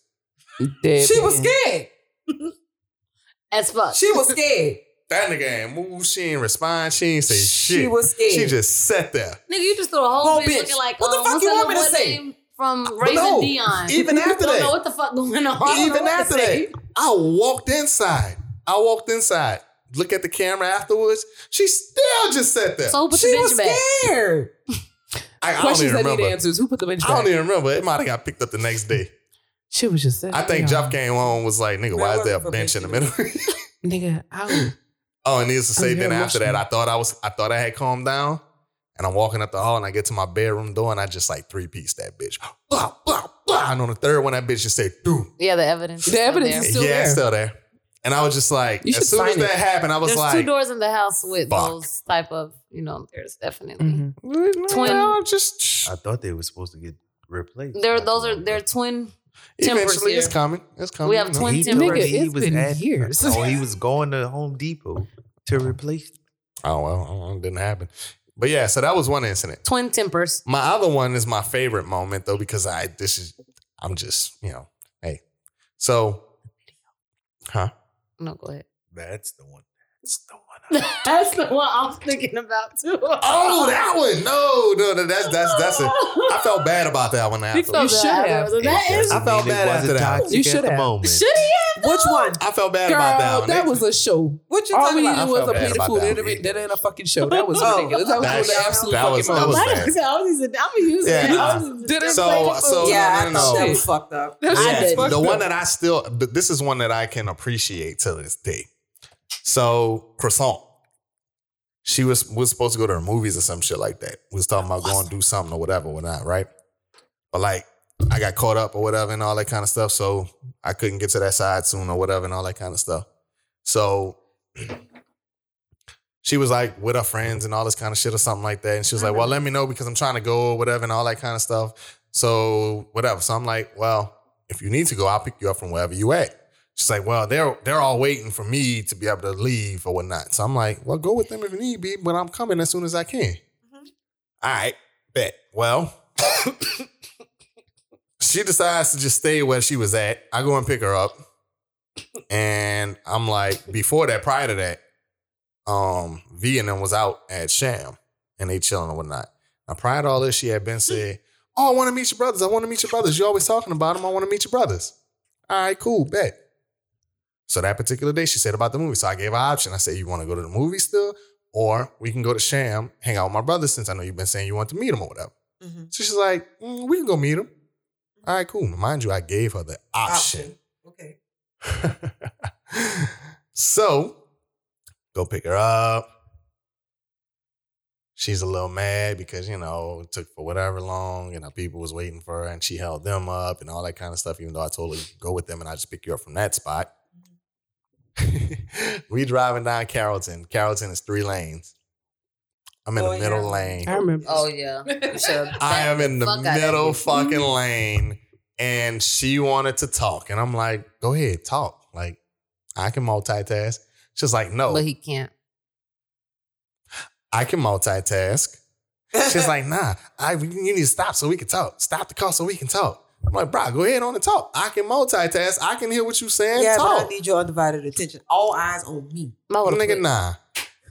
[SPEAKER 2] house. Dead
[SPEAKER 6] She was
[SPEAKER 2] man.
[SPEAKER 6] scared.
[SPEAKER 3] As fuck.
[SPEAKER 6] She was scared.
[SPEAKER 1] That nigga ain't move. She ain't respond. She ain't say
[SPEAKER 6] She
[SPEAKER 1] shit.
[SPEAKER 6] was scared.
[SPEAKER 1] She just sat there.
[SPEAKER 3] Nigga, you just threw a whole
[SPEAKER 6] Whole
[SPEAKER 3] bitch,
[SPEAKER 6] bitch.
[SPEAKER 3] looking like
[SPEAKER 6] What the
[SPEAKER 3] um,
[SPEAKER 6] fuck
[SPEAKER 3] what's
[SPEAKER 6] you
[SPEAKER 3] that
[SPEAKER 6] want me to
[SPEAKER 3] little boy
[SPEAKER 6] say?
[SPEAKER 3] name From Raising
[SPEAKER 1] no.
[SPEAKER 3] Dion.
[SPEAKER 1] Even after
[SPEAKER 3] don't
[SPEAKER 1] that.
[SPEAKER 3] know what the fuck going on. I don't know
[SPEAKER 1] Even
[SPEAKER 3] what to
[SPEAKER 1] after
[SPEAKER 3] say.
[SPEAKER 1] that, I walked inside. I walked inside. Look at the camera afterwards. She still just sat there.
[SPEAKER 3] So who put
[SPEAKER 6] She
[SPEAKER 3] the
[SPEAKER 6] was
[SPEAKER 3] bitch back?
[SPEAKER 6] scared.
[SPEAKER 1] I, I don't
[SPEAKER 2] Questions
[SPEAKER 1] even
[SPEAKER 2] that need
[SPEAKER 1] remember.
[SPEAKER 2] answers. Who put the bench
[SPEAKER 1] I
[SPEAKER 2] back?
[SPEAKER 1] don't even remember. It might have got picked up the next day.
[SPEAKER 2] she was just. sitting
[SPEAKER 1] I think
[SPEAKER 2] there.
[SPEAKER 1] Jeff came home and was like, nigga, why is there a bench in the middle?
[SPEAKER 2] Nigga, ow.
[SPEAKER 1] oh, and needless to say,
[SPEAKER 2] I'm
[SPEAKER 1] then
[SPEAKER 2] here
[SPEAKER 1] after that, I
[SPEAKER 2] rushing.
[SPEAKER 1] thought I was I thought I had calmed down. And I'm walking up the hall and I get to my bedroom door and I just like three piece that bitch. Blah, blah, blah. And on the third one, that bitch just said, dude.
[SPEAKER 3] Yeah, the evidence.
[SPEAKER 2] The
[SPEAKER 3] still
[SPEAKER 2] evidence
[SPEAKER 3] there.
[SPEAKER 2] is
[SPEAKER 1] Yeah,
[SPEAKER 2] still
[SPEAKER 1] it's
[SPEAKER 2] there.
[SPEAKER 1] still there. And I was just like,
[SPEAKER 2] You should
[SPEAKER 1] as soon as
[SPEAKER 2] sign
[SPEAKER 1] that
[SPEAKER 2] it.
[SPEAKER 1] happened, I was
[SPEAKER 3] There's two
[SPEAKER 1] like,
[SPEAKER 3] doors in the house with
[SPEAKER 1] Fuck.
[SPEAKER 3] those type of, you know, there's definitely.
[SPEAKER 2] Mhm.
[SPEAKER 1] Mm-hmm.
[SPEAKER 3] Twin.
[SPEAKER 1] "Well, just
[SPEAKER 4] I thought they were supposed to get replaced.
[SPEAKER 3] There, those are they're twin. tempers
[SPEAKER 1] eventually it's
[SPEAKER 3] here.
[SPEAKER 1] coming. It's coming.
[SPEAKER 3] We have
[SPEAKER 1] you know."
[SPEAKER 3] twin
[SPEAKER 4] He,
[SPEAKER 3] tempers.
[SPEAKER 4] told me
[SPEAKER 2] Nigga,
[SPEAKER 4] he
[SPEAKER 2] it's
[SPEAKER 4] was
[SPEAKER 2] been
[SPEAKER 4] at,
[SPEAKER 2] years.
[SPEAKER 4] Oh, he was going to Home Depot to replace.
[SPEAKER 1] Oh, well, it didn't happen. But yeah, so that was one incident.
[SPEAKER 3] Twin tempers.
[SPEAKER 1] My other one is my favorite moment though, because I this is I'm just, you know, hey. So huh?
[SPEAKER 3] No, go ahead.
[SPEAKER 4] That's the one. That's the one.
[SPEAKER 3] That's the one I'm thinking about too.
[SPEAKER 1] Oh, that one. No, no, no, that's that's Oh, that's it. I felt bad about that one after.
[SPEAKER 2] You should have.
[SPEAKER 3] That is.
[SPEAKER 1] I felt bad after that.
[SPEAKER 2] You
[SPEAKER 4] You
[SPEAKER 2] should
[SPEAKER 4] should at the
[SPEAKER 2] have.
[SPEAKER 4] moment.
[SPEAKER 3] Should he
[SPEAKER 6] Which one?
[SPEAKER 1] I felt bad
[SPEAKER 2] Girl,
[SPEAKER 1] about that one.
[SPEAKER 2] that was a show.
[SPEAKER 6] What you
[SPEAKER 2] All we
[SPEAKER 6] talking
[SPEAKER 2] needed
[SPEAKER 6] about?
[SPEAKER 1] I
[SPEAKER 2] was a
[SPEAKER 1] felt bad
[SPEAKER 2] plate of
[SPEAKER 1] about
[SPEAKER 2] food.
[SPEAKER 1] that
[SPEAKER 2] That
[SPEAKER 1] one.
[SPEAKER 2] ain't, that ain't a fucking show. That was
[SPEAKER 6] Oh.
[SPEAKER 2] ridiculous. That was
[SPEAKER 1] That's-
[SPEAKER 2] one of the absolute
[SPEAKER 1] that
[SPEAKER 2] fucking
[SPEAKER 1] was- that
[SPEAKER 2] most.
[SPEAKER 1] was-
[SPEAKER 3] have?
[SPEAKER 1] bad.
[SPEAKER 3] I was using. I'm using.
[SPEAKER 1] Yeah,
[SPEAKER 3] I was
[SPEAKER 1] nah.
[SPEAKER 3] using different
[SPEAKER 1] So-
[SPEAKER 3] flavor
[SPEAKER 1] so-
[SPEAKER 3] food.
[SPEAKER 6] yeah,
[SPEAKER 1] Oh, no,
[SPEAKER 6] I
[SPEAKER 1] no,
[SPEAKER 6] thought
[SPEAKER 1] no.
[SPEAKER 6] that was fucked up.
[SPEAKER 2] That
[SPEAKER 3] I
[SPEAKER 1] Yeah,
[SPEAKER 3] did.
[SPEAKER 1] the one that I still th- this is one that I can appreciate to this day. So croissant. She was was supposed to go to her movies or some shit like that. We was talking about going to do something or whatever, whatnot, right? But like I got caught up or whatever and all that kind of stuff. So I couldn't get to that side soon or whatever and all that kind of stuff. So she was like with her friends and all this kind of shit or something like that. And she was like, Well, let me know because I'm trying to go or whatever and all that kind of stuff. So whatever. So I'm like, Well, if you need to go, I'll pick you up from wherever you at. She's like, Well, they're they're all waiting for me to be able to leave or whatnot. So I'm like, Well, go with them if need be, but I'm coming as soon as I can. All right, bet. Well, she decides to just stay where she was at. I go and pick her up. And I'm like, before that, prior to that, um, V and them was out at Sham and they chilling and whatnot. Now, prior to all this, she had been said, Oh, I want to meet your brothers. I want to meet your brothers. you always talking about them. I want to meet your brothers. All right, cool, bet. So that particular day, she said about the movie. So I gave her an option. I said, You want to go to the movie still? Or we can go to Sham, hang out with my brothers since I know you've been saying you want to meet them or whatever.
[SPEAKER 6] Mhm.
[SPEAKER 1] So she's like, "Mm, We can go meet him. All right, cool. Mind you, I gave her the option.
[SPEAKER 6] Oh, Okay.
[SPEAKER 1] so go pick her up. She's a little mad because, you know, it took for whatever long and her people was waiting for her and she held them up and all that kind of stuff, even though I told her go with them and I just pick you up from that spot.
[SPEAKER 6] Mm-hmm.
[SPEAKER 1] we driving down Carrollton. Carrollton is three lanes. I'm in
[SPEAKER 6] Oh,
[SPEAKER 1] the middle
[SPEAKER 6] yeah.
[SPEAKER 1] lane.
[SPEAKER 2] I remember.
[SPEAKER 3] Oh yeah. You should've
[SPEAKER 1] I am in the
[SPEAKER 3] fuck outta
[SPEAKER 1] middle
[SPEAKER 3] here.
[SPEAKER 1] fucking lane, and she wanted to talk, and I'm like, "Go ahead, talk. Like, I can multitask." She's like, "No,
[SPEAKER 3] But he can't.
[SPEAKER 1] I can multitask." She's like, "Nah, I you need to stop so we can talk. Stop the call so we can talk." I'm like, "Bro, go ahead on and talk. I can multitask. I can hear what you saying.
[SPEAKER 6] yeah,
[SPEAKER 1] talk."
[SPEAKER 6] but I need your undivided attention. All eyes on me.
[SPEAKER 3] My
[SPEAKER 1] Well, nigga, nah.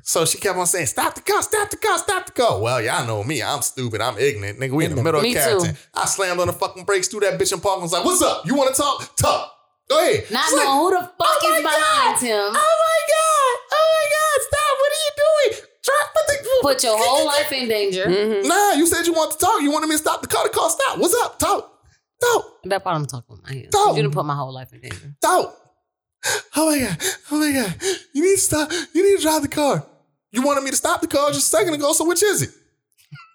[SPEAKER 1] So she kept on saying, "Stop the car! Stop the car! Stop the car!" Well, y'all know me. I'm stupid. I'm ignorant. Nigga, we in the middle
[SPEAKER 3] Me
[SPEAKER 1] of Carrington.
[SPEAKER 3] too.
[SPEAKER 1] I slammed on the fucking brakes, through that bitch in park, and was like, "What's up? You want to talk? Talk. Go ahead."
[SPEAKER 3] Not
[SPEAKER 1] She's like,
[SPEAKER 3] knowing who the fuck
[SPEAKER 1] "Oh my
[SPEAKER 3] is behind
[SPEAKER 1] Oh my
[SPEAKER 3] him.
[SPEAKER 1] god! Oh my god! Stop! What are you doing? Drop the thing.
[SPEAKER 3] Put your whole life in danger.
[SPEAKER 1] Nah, you said you want to talk. You wanted me to stop the car. The car stop. What's up? Talk. Talk.
[SPEAKER 3] That part I'm talking about my hands.
[SPEAKER 1] Don't.
[SPEAKER 3] You didn't put my whole life in danger.
[SPEAKER 1] Don't. Oh my god. Oh my god. You need to stop. You need to drive the car. You wanted me to stop the car just a second ago. So which is it?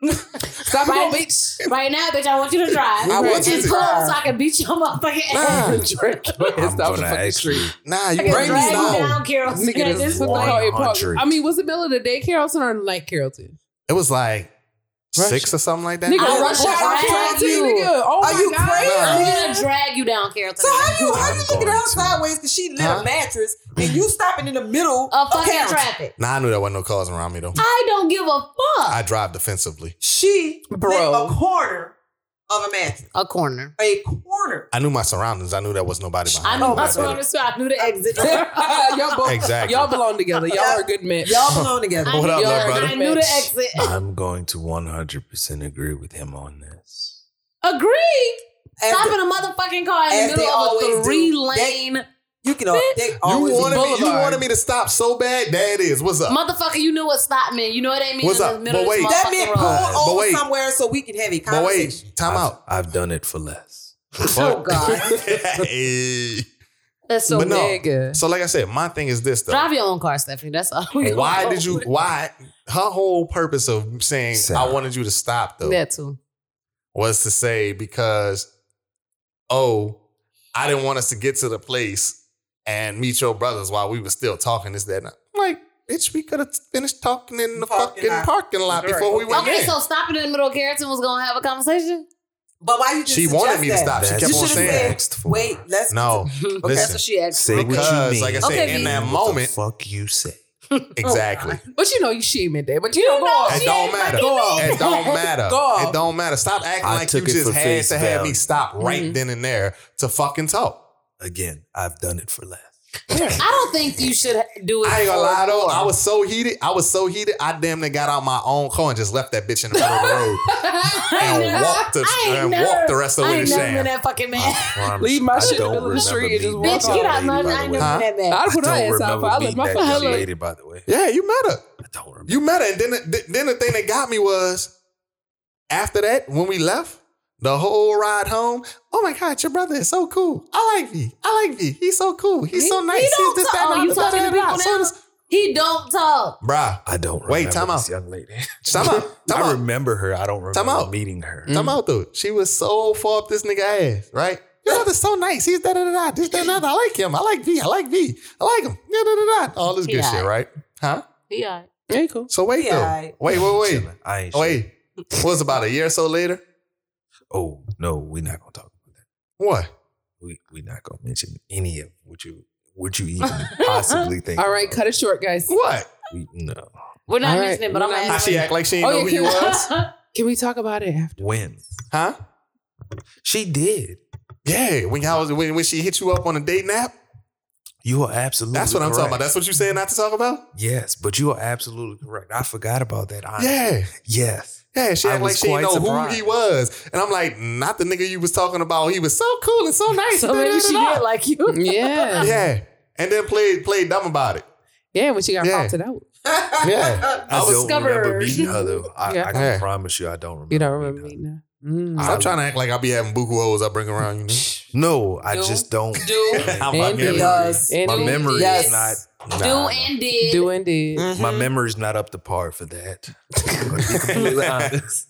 [SPEAKER 2] Stop it,
[SPEAKER 3] Right.
[SPEAKER 2] bitch.
[SPEAKER 3] Right now, bitch, I want you to drive.
[SPEAKER 1] I want you
[SPEAKER 3] and
[SPEAKER 1] to
[SPEAKER 3] pull
[SPEAKER 6] drive.
[SPEAKER 3] so I can beat your motherfucking ass.
[SPEAKER 1] Nah.
[SPEAKER 2] Drake,
[SPEAKER 4] I'm
[SPEAKER 2] stop the
[SPEAKER 4] gonna
[SPEAKER 2] fucking
[SPEAKER 4] actually
[SPEAKER 2] street.
[SPEAKER 1] Nah, you
[SPEAKER 3] I can
[SPEAKER 1] bring
[SPEAKER 3] drag
[SPEAKER 1] me
[SPEAKER 3] you down,
[SPEAKER 1] down.
[SPEAKER 3] Carol's
[SPEAKER 2] Nigga,
[SPEAKER 3] at
[SPEAKER 2] this
[SPEAKER 3] this
[SPEAKER 2] put the car
[SPEAKER 3] point.
[SPEAKER 2] in park.
[SPEAKER 4] 100.
[SPEAKER 2] I mean, was it middle of the day Carrollton or like Carrollton?
[SPEAKER 1] It was like
[SPEAKER 2] Rush.
[SPEAKER 1] six or something like that.
[SPEAKER 2] Nigga,
[SPEAKER 3] I rush
[SPEAKER 2] what?
[SPEAKER 3] her
[SPEAKER 2] Carrollton,
[SPEAKER 3] ass.
[SPEAKER 2] nigga. Oh
[SPEAKER 6] Are
[SPEAKER 2] my
[SPEAKER 6] you
[SPEAKER 2] God.
[SPEAKER 6] crazy?
[SPEAKER 3] I'm gonna drag you down, Carol.
[SPEAKER 6] So how you how
[SPEAKER 4] I'm
[SPEAKER 6] you looking at
[SPEAKER 4] going
[SPEAKER 6] her
[SPEAKER 4] to.
[SPEAKER 6] sideways because she lit
[SPEAKER 1] Huh?
[SPEAKER 6] a mattress and you stopping in the middle
[SPEAKER 3] of fucking
[SPEAKER 6] Carrollton?
[SPEAKER 3] traffic?
[SPEAKER 1] Nah, I knew there wasn't no cars around me though.
[SPEAKER 3] I don't give a
[SPEAKER 1] I
[SPEAKER 3] fuck.
[SPEAKER 1] drive defensively.
[SPEAKER 6] She
[SPEAKER 2] Bro.
[SPEAKER 6] lit a corner of a mattress.
[SPEAKER 3] A corner.
[SPEAKER 6] A corner.
[SPEAKER 1] I knew my surroundings. I knew there was nobody behind
[SPEAKER 3] I
[SPEAKER 1] me.
[SPEAKER 3] knew my
[SPEAKER 1] That's it.
[SPEAKER 3] surroundings, so I knew the exit.
[SPEAKER 2] y'all both,
[SPEAKER 1] Exactly.
[SPEAKER 2] y'all belong together. Y'all are a good match.
[SPEAKER 6] Y'all belong together.
[SPEAKER 3] I
[SPEAKER 1] What
[SPEAKER 3] knew-
[SPEAKER 1] up,
[SPEAKER 2] Y'all
[SPEAKER 1] little
[SPEAKER 2] are a
[SPEAKER 1] brother?
[SPEAKER 3] I
[SPEAKER 2] good
[SPEAKER 3] knew the
[SPEAKER 2] match.
[SPEAKER 3] exit.
[SPEAKER 4] I'm going to 100% agree with him on this.
[SPEAKER 3] Agreed.
[SPEAKER 6] As
[SPEAKER 3] Stop
[SPEAKER 6] the-
[SPEAKER 3] in a motherfucking car in
[SPEAKER 6] as
[SPEAKER 3] the
[SPEAKER 6] they
[SPEAKER 3] middle of a
[SPEAKER 6] always do.
[SPEAKER 3] three lane.
[SPEAKER 6] you can all they always
[SPEAKER 1] You wanted, me, you
[SPEAKER 2] Boulevard.
[SPEAKER 1] wanted me to stop so bad. There it is. What's up?
[SPEAKER 3] Motherfucker, you knew what stop meant. You know it ain't mean
[SPEAKER 1] What's
[SPEAKER 3] in
[SPEAKER 1] up?
[SPEAKER 3] the
[SPEAKER 1] But
[SPEAKER 3] middle of
[SPEAKER 1] wait.
[SPEAKER 3] this
[SPEAKER 6] that
[SPEAKER 3] motherfucking
[SPEAKER 6] meant
[SPEAKER 3] road.
[SPEAKER 6] pull
[SPEAKER 1] But
[SPEAKER 6] over
[SPEAKER 1] wait.
[SPEAKER 6] somewhere so we can have a
[SPEAKER 1] but
[SPEAKER 6] conversation.
[SPEAKER 1] wait, time
[SPEAKER 4] I've-
[SPEAKER 1] out.
[SPEAKER 4] I've done it for less.
[SPEAKER 3] Oh God,
[SPEAKER 1] Hey.
[SPEAKER 3] that's so
[SPEAKER 1] but no.
[SPEAKER 3] big.
[SPEAKER 2] Nigga.
[SPEAKER 1] So like I said, my thing is this though.
[SPEAKER 3] Drive your own car, Stephanie. That's all. we
[SPEAKER 1] Why
[SPEAKER 3] gonna
[SPEAKER 1] did
[SPEAKER 3] go
[SPEAKER 1] you?
[SPEAKER 3] with.
[SPEAKER 1] Why her whole purpose of saying
[SPEAKER 4] Sarah.
[SPEAKER 1] I wanted you to stop though
[SPEAKER 3] That too.
[SPEAKER 1] was to say because oh I didn't want us to get to the place and meet your brothers while we were still talking this that and that. I'm like bitch we could have finished talking in the
[SPEAKER 6] Parking
[SPEAKER 1] fucking
[SPEAKER 6] lot.
[SPEAKER 1] parking lot
[SPEAKER 6] Right.
[SPEAKER 1] before we went
[SPEAKER 3] Okay,
[SPEAKER 1] in.
[SPEAKER 3] so stopping in the middle of Carrollton was gonna have a conversation.
[SPEAKER 6] But why you just
[SPEAKER 1] she wanted me to
[SPEAKER 6] suggest
[SPEAKER 1] stop.
[SPEAKER 6] that?
[SPEAKER 1] She
[SPEAKER 4] That's
[SPEAKER 1] kept
[SPEAKER 6] You
[SPEAKER 1] on
[SPEAKER 6] should've
[SPEAKER 1] saying
[SPEAKER 6] said-
[SPEAKER 4] next for.
[SPEAKER 6] Wait, let's
[SPEAKER 3] Oh,
[SPEAKER 1] no.
[SPEAKER 3] Okay,
[SPEAKER 1] Listen.
[SPEAKER 3] so she asked.
[SPEAKER 4] Say what you
[SPEAKER 1] Because,
[SPEAKER 4] mean.
[SPEAKER 1] like I
[SPEAKER 3] Okay,
[SPEAKER 1] said, in
[SPEAKER 3] V.
[SPEAKER 1] that
[SPEAKER 4] What
[SPEAKER 1] moment,
[SPEAKER 4] the fuck you say?
[SPEAKER 1] exactly.
[SPEAKER 2] But you know you she meant that. But you, don't go
[SPEAKER 3] know
[SPEAKER 2] on.
[SPEAKER 1] It
[SPEAKER 3] she
[SPEAKER 1] don't
[SPEAKER 6] Oh,
[SPEAKER 3] ain't
[SPEAKER 1] matter.
[SPEAKER 3] fucking
[SPEAKER 1] It don't matter.
[SPEAKER 2] Dog.
[SPEAKER 1] It don't matter. Stop acting
[SPEAKER 4] I
[SPEAKER 1] like you
[SPEAKER 4] took it
[SPEAKER 1] just
[SPEAKER 4] for
[SPEAKER 1] had
[SPEAKER 4] face
[SPEAKER 1] to have me
[SPEAKER 4] value.
[SPEAKER 1] stop
[SPEAKER 3] Mm-hmm.
[SPEAKER 1] right
[SPEAKER 2] Mhm.
[SPEAKER 1] then and there to fucking talk.
[SPEAKER 4] Again, I've done it for less.
[SPEAKER 3] I don't think you should do it.
[SPEAKER 1] I ain't gonna
[SPEAKER 3] for
[SPEAKER 1] lie though.
[SPEAKER 3] more.
[SPEAKER 1] I was so heated. I was so heated. I damn near got out my own car and just left that bitch in the middle of the road
[SPEAKER 3] I ain't
[SPEAKER 1] and
[SPEAKER 3] never-
[SPEAKER 1] walked the
[SPEAKER 3] I ain't
[SPEAKER 1] and
[SPEAKER 3] never-
[SPEAKER 1] walked the rest of the
[SPEAKER 3] I
[SPEAKER 1] way to
[SPEAKER 3] ain't never been
[SPEAKER 1] Sam.
[SPEAKER 3] that fucking
[SPEAKER 4] I
[SPEAKER 3] man.
[SPEAKER 4] promise
[SPEAKER 2] Leave
[SPEAKER 4] you,
[SPEAKER 2] my
[SPEAKER 4] I
[SPEAKER 2] shit in the
[SPEAKER 4] don't
[SPEAKER 2] middle of the
[SPEAKER 4] remember
[SPEAKER 2] street and just
[SPEAKER 4] meeting
[SPEAKER 2] walk
[SPEAKER 3] Bitch, get
[SPEAKER 4] that
[SPEAKER 3] out
[SPEAKER 4] lady,
[SPEAKER 3] my.
[SPEAKER 4] by
[SPEAKER 3] I
[SPEAKER 4] the
[SPEAKER 3] ain't
[SPEAKER 4] way.
[SPEAKER 3] never been that
[SPEAKER 2] I'd have
[SPEAKER 3] man.
[SPEAKER 2] put her
[SPEAKER 4] I
[SPEAKER 2] ass out.
[SPEAKER 4] don't remember
[SPEAKER 2] I left
[SPEAKER 4] meeting
[SPEAKER 2] my
[SPEAKER 4] that
[SPEAKER 2] phone.
[SPEAKER 4] young
[SPEAKER 2] Hello.
[SPEAKER 4] lady, by the way.
[SPEAKER 1] Yeah, you met her.
[SPEAKER 4] I don't remember.
[SPEAKER 1] You met her. And then the, then the thing that got me was after that when we left. The whole ride home. Oh my God, your brother is so cool. I like V. I like V. He's so cool. He's so nice.
[SPEAKER 3] He
[SPEAKER 1] He's
[SPEAKER 3] don't
[SPEAKER 1] this, that,
[SPEAKER 3] talk.
[SPEAKER 1] and
[SPEAKER 3] Oh, you
[SPEAKER 1] the other,
[SPEAKER 3] talking to
[SPEAKER 1] blah, blah, blah.
[SPEAKER 3] people
[SPEAKER 1] So
[SPEAKER 3] now?
[SPEAKER 1] this-
[SPEAKER 3] He don't talk.
[SPEAKER 1] Bruh,
[SPEAKER 4] I don't remember
[SPEAKER 1] Wait, time
[SPEAKER 4] this
[SPEAKER 1] out.
[SPEAKER 4] young lady.
[SPEAKER 1] time out. Time
[SPEAKER 4] I
[SPEAKER 1] out.
[SPEAKER 4] remember her. I don't remember
[SPEAKER 1] Time out. Mm.
[SPEAKER 4] meeting her.
[SPEAKER 1] Time
[SPEAKER 2] Mm.
[SPEAKER 1] out though. She was so far up this nigga ass, right? Your brother's so nice. He's da da da da. This da da. da. I like him. I like V. I like V. I like him. Da da da da. All this good
[SPEAKER 3] Yeah.
[SPEAKER 1] shit, right? Huh?
[SPEAKER 3] Yeah.
[SPEAKER 2] Yeah, cool.
[SPEAKER 1] So wait
[SPEAKER 6] Yeah,
[SPEAKER 1] though.
[SPEAKER 6] I-
[SPEAKER 1] Wait, wait, wait.
[SPEAKER 4] Chilling. I ain't. Wait.
[SPEAKER 1] Oh, Wait. It was about a year or so later.
[SPEAKER 4] Oh no, we're not gonna talk about that.
[SPEAKER 1] What?
[SPEAKER 4] We we not gonna mention any of what you would you even possibly think.
[SPEAKER 2] All right,
[SPEAKER 4] about.
[SPEAKER 2] cut it short, guys.
[SPEAKER 1] What?
[SPEAKER 4] We, no.
[SPEAKER 3] We're not
[SPEAKER 2] All right,
[SPEAKER 3] mentioning it, but
[SPEAKER 2] we're
[SPEAKER 3] I'm
[SPEAKER 2] not
[SPEAKER 1] How she act like she ain't
[SPEAKER 2] Oh,
[SPEAKER 1] know
[SPEAKER 2] yeah,
[SPEAKER 1] who you
[SPEAKER 2] can-
[SPEAKER 1] was?
[SPEAKER 2] Can we talk about it after?
[SPEAKER 4] When
[SPEAKER 1] Huh?
[SPEAKER 4] she did,
[SPEAKER 1] Yeah. When I was when, when she hit you up on a date nap.
[SPEAKER 4] you are absolutely.
[SPEAKER 1] That's what I'm talking about.
[SPEAKER 4] correct.
[SPEAKER 1] That's what you said not to talk about?
[SPEAKER 4] yes, but you are absolutely correct. I forgot about that. Honestly.
[SPEAKER 1] Yeah.
[SPEAKER 4] Yes.
[SPEAKER 1] Yeah, she
[SPEAKER 4] I
[SPEAKER 1] act like
[SPEAKER 4] was
[SPEAKER 1] she didn't
[SPEAKER 4] quite
[SPEAKER 1] know who
[SPEAKER 4] surprised.
[SPEAKER 1] he was. And I'm like, not the nigga you was talking about. He was so cool and so nice.
[SPEAKER 3] So maybe she
[SPEAKER 1] Da-da-da-da.
[SPEAKER 3] did like you.
[SPEAKER 2] Yeah. yeah.
[SPEAKER 1] Yeah. And then played played dumb about it.
[SPEAKER 2] when she got
[SPEAKER 1] Yeah.
[SPEAKER 2] faulted out.
[SPEAKER 1] Yeah.
[SPEAKER 4] I,
[SPEAKER 3] was
[SPEAKER 4] don't remember
[SPEAKER 3] discovered.
[SPEAKER 4] meeting her though. I,
[SPEAKER 2] Yeah.
[SPEAKER 4] I can
[SPEAKER 1] Yeah.
[SPEAKER 4] promise you, I don't remember.
[SPEAKER 2] You don't remember Mm.
[SPEAKER 4] meeting her.
[SPEAKER 2] me now.
[SPEAKER 1] Stop trying to act like I be having buku hoes I bring around, you know?
[SPEAKER 4] No, I
[SPEAKER 3] Do-
[SPEAKER 4] just don't.
[SPEAKER 3] Do,
[SPEAKER 1] I'm
[SPEAKER 2] And
[SPEAKER 1] memory-
[SPEAKER 6] does.
[SPEAKER 2] And
[SPEAKER 4] My
[SPEAKER 2] do-
[SPEAKER 4] memory
[SPEAKER 6] Yes. Mm-hmm.
[SPEAKER 4] is not.
[SPEAKER 3] do
[SPEAKER 4] nah.
[SPEAKER 3] and did.
[SPEAKER 2] Do and did.
[SPEAKER 1] Mm-hmm.
[SPEAKER 4] My memory's not up to par for that. I'm gonna be completely honest.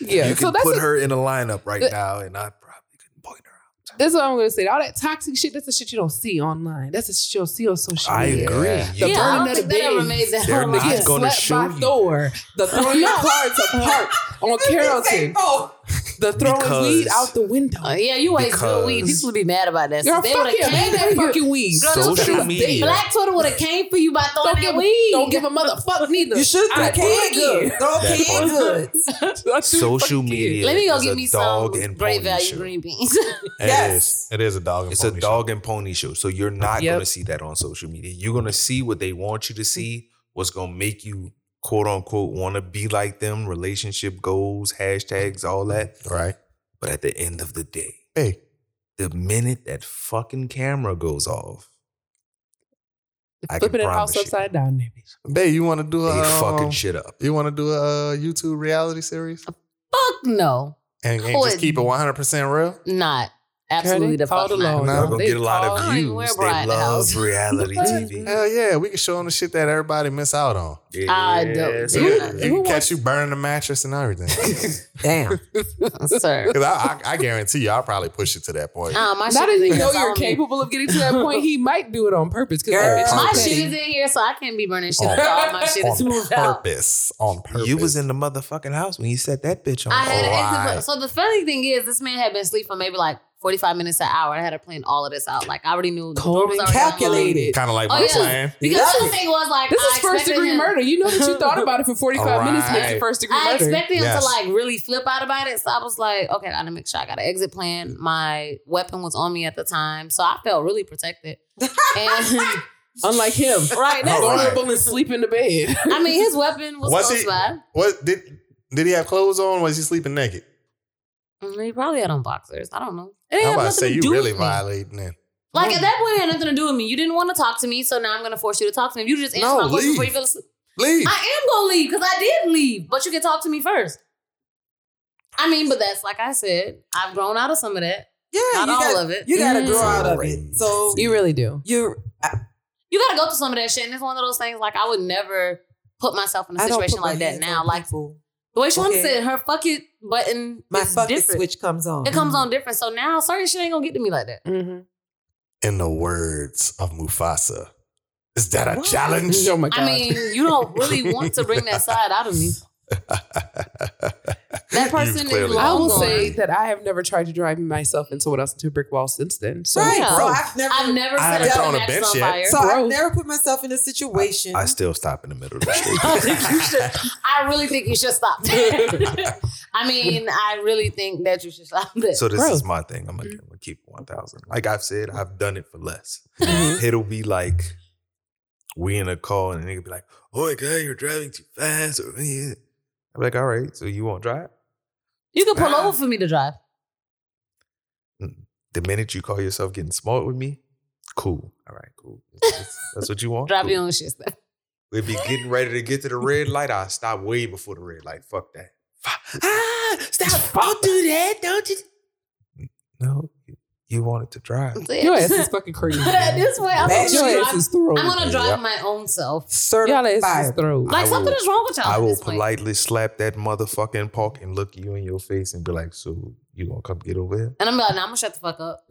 [SPEAKER 2] Yeah.
[SPEAKER 4] you
[SPEAKER 2] so
[SPEAKER 4] can
[SPEAKER 2] that's
[SPEAKER 4] put
[SPEAKER 2] a-
[SPEAKER 4] her in a lineup right
[SPEAKER 2] Uh,
[SPEAKER 4] now, and I probably couldn't point her out.
[SPEAKER 2] That's what I'm gonna say. All that toxic shit, that's the shit you don't see online. That's the shit you'll see on social
[SPEAKER 4] I
[SPEAKER 2] media.
[SPEAKER 4] agree.
[SPEAKER 2] The
[SPEAKER 3] yeah, I
[SPEAKER 2] burning
[SPEAKER 3] don't
[SPEAKER 2] of
[SPEAKER 3] think
[SPEAKER 2] the
[SPEAKER 3] that ever
[SPEAKER 2] bed.
[SPEAKER 3] made that.
[SPEAKER 4] They're
[SPEAKER 3] whole
[SPEAKER 4] not
[SPEAKER 3] lot.
[SPEAKER 2] Getting
[SPEAKER 4] gonna
[SPEAKER 2] slept
[SPEAKER 4] show
[SPEAKER 2] by
[SPEAKER 4] you.
[SPEAKER 2] Thor. The throwing your cards apart on
[SPEAKER 6] Say,
[SPEAKER 2] Carrollton.
[SPEAKER 6] oh,
[SPEAKER 2] The throwing
[SPEAKER 4] Because-
[SPEAKER 2] weed out the window.
[SPEAKER 3] Uh, yeah, you ain't
[SPEAKER 4] Because-
[SPEAKER 3] good weed. People would be mad about that.
[SPEAKER 2] Girl,
[SPEAKER 3] they
[SPEAKER 2] fuck
[SPEAKER 3] would
[SPEAKER 2] yeah,
[SPEAKER 3] have
[SPEAKER 2] man,
[SPEAKER 3] came
[SPEAKER 2] that
[SPEAKER 3] for
[SPEAKER 2] fucking weed.
[SPEAKER 3] Girl, them
[SPEAKER 4] Social
[SPEAKER 3] people-
[SPEAKER 4] media.
[SPEAKER 3] Black Twitter would have came for you by throwing
[SPEAKER 2] Don't
[SPEAKER 3] that
[SPEAKER 2] give,
[SPEAKER 3] weed.
[SPEAKER 2] don't give a motherfucker neither.
[SPEAKER 6] you should
[SPEAKER 2] I
[SPEAKER 6] throw canned
[SPEAKER 2] can't
[SPEAKER 6] goods. Throw
[SPEAKER 4] That
[SPEAKER 6] canned goods.
[SPEAKER 4] Social media.
[SPEAKER 3] Let me go
[SPEAKER 4] is
[SPEAKER 3] get
[SPEAKER 4] a
[SPEAKER 3] me
[SPEAKER 4] dog
[SPEAKER 3] some
[SPEAKER 4] and
[SPEAKER 3] great
[SPEAKER 4] pony
[SPEAKER 3] value
[SPEAKER 4] show.
[SPEAKER 3] green beans.
[SPEAKER 6] Yes.
[SPEAKER 1] It is, it is a dog. And
[SPEAKER 4] It's a
[SPEAKER 1] pony show.
[SPEAKER 4] dog and pony show. So you're not
[SPEAKER 2] Yep.
[SPEAKER 4] going to see that on social media. You're going to see what they want you
[SPEAKER 3] Mm.
[SPEAKER 4] to see, what's going to make you quote unquote want to be like them, relationship goals, hashtags,
[SPEAKER 3] Mm.
[SPEAKER 4] all that.
[SPEAKER 1] right?
[SPEAKER 4] But at the end of the day,
[SPEAKER 1] Hey,
[SPEAKER 4] the minute that fucking camera goes off, I can
[SPEAKER 2] Flipping that
[SPEAKER 4] promise
[SPEAKER 2] house
[SPEAKER 4] you,
[SPEAKER 2] upside down, nigga.
[SPEAKER 1] babe, you want to do
[SPEAKER 4] they
[SPEAKER 1] a
[SPEAKER 4] fucking
[SPEAKER 1] um,
[SPEAKER 4] shit up.
[SPEAKER 1] You want to do a uh, YouTube reality series
[SPEAKER 3] fuck no,
[SPEAKER 1] and, and
[SPEAKER 3] Oh,
[SPEAKER 1] just
[SPEAKER 3] it-
[SPEAKER 1] keep it one hundred percent real?
[SPEAKER 3] not absolutely the fuck not.
[SPEAKER 1] No.
[SPEAKER 4] Y'all gonna get a lot
[SPEAKER 3] call-
[SPEAKER 4] of
[SPEAKER 3] I ain't wear
[SPEAKER 4] views. They
[SPEAKER 3] bra in the
[SPEAKER 4] love
[SPEAKER 3] house.
[SPEAKER 4] reality TV.
[SPEAKER 1] Hell yeah, we can show them the shit that everybody miss out on.
[SPEAKER 3] I don't-
[SPEAKER 4] Yes,
[SPEAKER 3] Who-
[SPEAKER 4] yes.
[SPEAKER 1] They can catch you burning the mattress and everything.
[SPEAKER 6] Damn.
[SPEAKER 3] Sir,
[SPEAKER 1] Because I, I, I guarantee you, I'll probably push it to that point.
[SPEAKER 3] uh, my
[SPEAKER 2] Not as
[SPEAKER 3] shit is in
[SPEAKER 2] you
[SPEAKER 3] here.
[SPEAKER 2] know
[SPEAKER 3] so I
[SPEAKER 2] you're
[SPEAKER 3] don't need-
[SPEAKER 2] capable of getting to that point, he might do it on purpose. Because
[SPEAKER 6] Girl.
[SPEAKER 3] My
[SPEAKER 6] Okay.
[SPEAKER 3] shit is in here, so I can't be burning
[SPEAKER 4] Oh.
[SPEAKER 3] shit.
[SPEAKER 1] On-
[SPEAKER 3] up. All my shit is
[SPEAKER 1] on
[SPEAKER 3] moved out.
[SPEAKER 1] purpose. On purpose.
[SPEAKER 4] You was in the motherfucking house when you set that bitch on.
[SPEAKER 3] I had
[SPEAKER 1] Why?
[SPEAKER 3] an exit, so the funny thing is, this man had been asleep for maybe like forty five minutes to an hour. I had to plan all of this out. Like I already knew the door
[SPEAKER 2] Cold
[SPEAKER 3] was
[SPEAKER 2] and
[SPEAKER 3] already
[SPEAKER 6] calculated.
[SPEAKER 1] kind of like
[SPEAKER 3] Oh,
[SPEAKER 1] my
[SPEAKER 3] yeah.
[SPEAKER 1] plan.
[SPEAKER 3] unlocked. Because
[SPEAKER 6] Love
[SPEAKER 3] the
[SPEAKER 6] it.
[SPEAKER 3] thing was like,
[SPEAKER 2] This
[SPEAKER 3] I
[SPEAKER 2] is first
[SPEAKER 3] expected
[SPEAKER 2] degree
[SPEAKER 3] him-
[SPEAKER 2] murder. You know that you thought about it for 45 minutes makes
[SPEAKER 1] Alright.
[SPEAKER 2] it first degree
[SPEAKER 3] I
[SPEAKER 2] murder.
[SPEAKER 3] expected him
[SPEAKER 1] Yes.
[SPEAKER 3] to like really flip out about it. So I was like, okay, I gotta make sure I got an exit plan. My weapon was on me at the time. So I felt really protected. And
[SPEAKER 2] Unlike him.
[SPEAKER 3] right now,
[SPEAKER 2] Vulnerable and sleep in the bed.
[SPEAKER 3] I mean, his weapon was,
[SPEAKER 1] Was
[SPEAKER 3] close
[SPEAKER 1] he-
[SPEAKER 3] by.
[SPEAKER 1] What did did he have clothes on? Was he sleeping naked?
[SPEAKER 3] Mm, He probably had on boxers. I don't know. It
[SPEAKER 1] I'm
[SPEAKER 3] had
[SPEAKER 1] about to
[SPEAKER 3] nothing
[SPEAKER 1] say
[SPEAKER 3] to
[SPEAKER 1] you
[SPEAKER 3] do
[SPEAKER 1] really
[SPEAKER 3] with me.
[SPEAKER 1] violating it.
[SPEAKER 3] Like at that point, it had nothing to do with me. You didn't want to talk to me, so now I'm gonna force you to talk to me. If you just answer
[SPEAKER 1] No,
[SPEAKER 3] my question
[SPEAKER 1] leave.
[SPEAKER 3] before you feel asleep.
[SPEAKER 1] Leave.
[SPEAKER 3] I am gonna leave because I did leave, but you can talk to me first. I mean, but that's like I said, I've grown out of some of that.
[SPEAKER 6] Yeah,
[SPEAKER 3] Not
[SPEAKER 6] you
[SPEAKER 3] all
[SPEAKER 6] gotta,
[SPEAKER 3] of it.
[SPEAKER 6] You gotta
[SPEAKER 3] Mm.
[SPEAKER 6] grow out of it. So
[SPEAKER 2] You really do.
[SPEAKER 6] you're
[SPEAKER 3] you gotta go through some of that shit. And it's one of those things like I would never put myself in a
[SPEAKER 6] I don't
[SPEAKER 3] situation
[SPEAKER 6] put my
[SPEAKER 3] like that
[SPEAKER 6] hands
[SPEAKER 3] now.
[SPEAKER 6] on
[SPEAKER 3] Like
[SPEAKER 6] people.
[SPEAKER 3] the way Shawn
[SPEAKER 6] Okay.
[SPEAKER 3] said, her fuck it button
[SPEAKER 6] my
[SPEAKER 3] is
[SPEAKER 6] fucking
[SPEAKER 3] different.
[SPEAKER 6] switch comes on.
[SPEAKER 3] It comes on different. So now certain shit ain't gonna get to me like that.
[SPEAKER 2] Mm-hmm.
[SPEAKER 1] In the words of Mufasa, is that a
[SPEAKER 6] What?
[SPEAKER 1] challenge?
[SPEAKER 2] Oh my God.
[SPEAKER 3] I mean, you don't really want to bring that side out of me.
[SPEAKER 1] You
[SPEAKER 3] person is
[SPEAKER 1] clearly
[SPEAKER 2] I
[SPEAKER 3] I'm
[SPEAKER 2] will
[SPEAKER 1] don't.
[SPEAKER 3] going.
[SPEAKER 2] say that I have never tried to drive myself and someone else into a brick wall since then. So
[SPEAKER 6] right.
[SPEAKER 3] Yeah.
[SPEAKER 6] So I've never,
[SPEAKER 3] I've never
[SPEAKER 1] I
[SPEAKER 3] set
[SPEAKER 1] haven't
[SPEAKER 3] a
[SPEAKER 1] thrown a
[SPEAKER 3] on
[SPEAKER 1] bench
[SPEAKER 3] on
[SPEAKER 1] yet.
[SPEAKER 3] fire.
[SPEAKER 6] so
[SPEAKER 2] Bro.
[SPEAKER 6] I've never put myself in a situation.
[SPEAKER 4] I still stop in the middle of the street.
[SPEAKER 3] I think you should. I really think you should stop. I mean, I really think that you should stop that.
[SPEAKER 4] So this
[SPEAKER 2] Bro.
[SPEAKER 4] is my thing. I'm gonna, I'm gonna keep one thousand. Like I've said, I've done it for less. It'll be like we in a call and a nigga be like, "Oh my god, you're driving too fast." Or yeah. I'm like, "All right, so you won't drive."
[SPEAKER 3] you can
[SPEAKER 4] uh,
[SPEAKER 3] pull over for me to drive.
[SPEAKER 4] The minute you call yourself getting smart with me, cool. All right, cool. That's, that's what you want.
[SPEAKER 3] Drive
[SPEAKER 4] cool.
[SPEAKER 3] your own shit. Steph.
[SPEAKER 4] We'd be getting ready to get to the red light. I stop way before the red light. Fuck that. Fuck. Ah, stop. Don't do that. Don't you? No, you- you wanted to drive.
[SPEAKER 3] That's it.
[SPEAKER 2] your ass is fucking crazy. man.
[SPEAKER 3] this way, I'm
[SPEAKER 6] That's
[SPEAKER 3] gonna
[SPEAKER 2] Your
[SPEAKER 3] drive.
[SPEAKER 2] ass is thrown.
[SPEAKER 3] I'm gonna drive
[SPEAKER 4] Yeah.
[SPEAKER 3] my own self.
[SPEAKER 2] Y'all ass is
[SPEAKER 6] Certified.
[SPEAKER 2] thrown.
[SPEAKER 3] Like
[SPEAKER 4] I
[SPEAKER 3] something
[SPEAKER 4] will-
[SPEAKER 3] is wrong with y'all.
[SPEAKER 4] I
[SPEAKER 3] at
[SPEAKER 4] will
[SPEAKER 3] this point.
[SPEAKER 4] politely slap that motherfucking park and look you in your face and be like, "So you gonna come get over here?"
[SPEAKER 3] And I'm like, nah, I'm gonna shut the fuck up.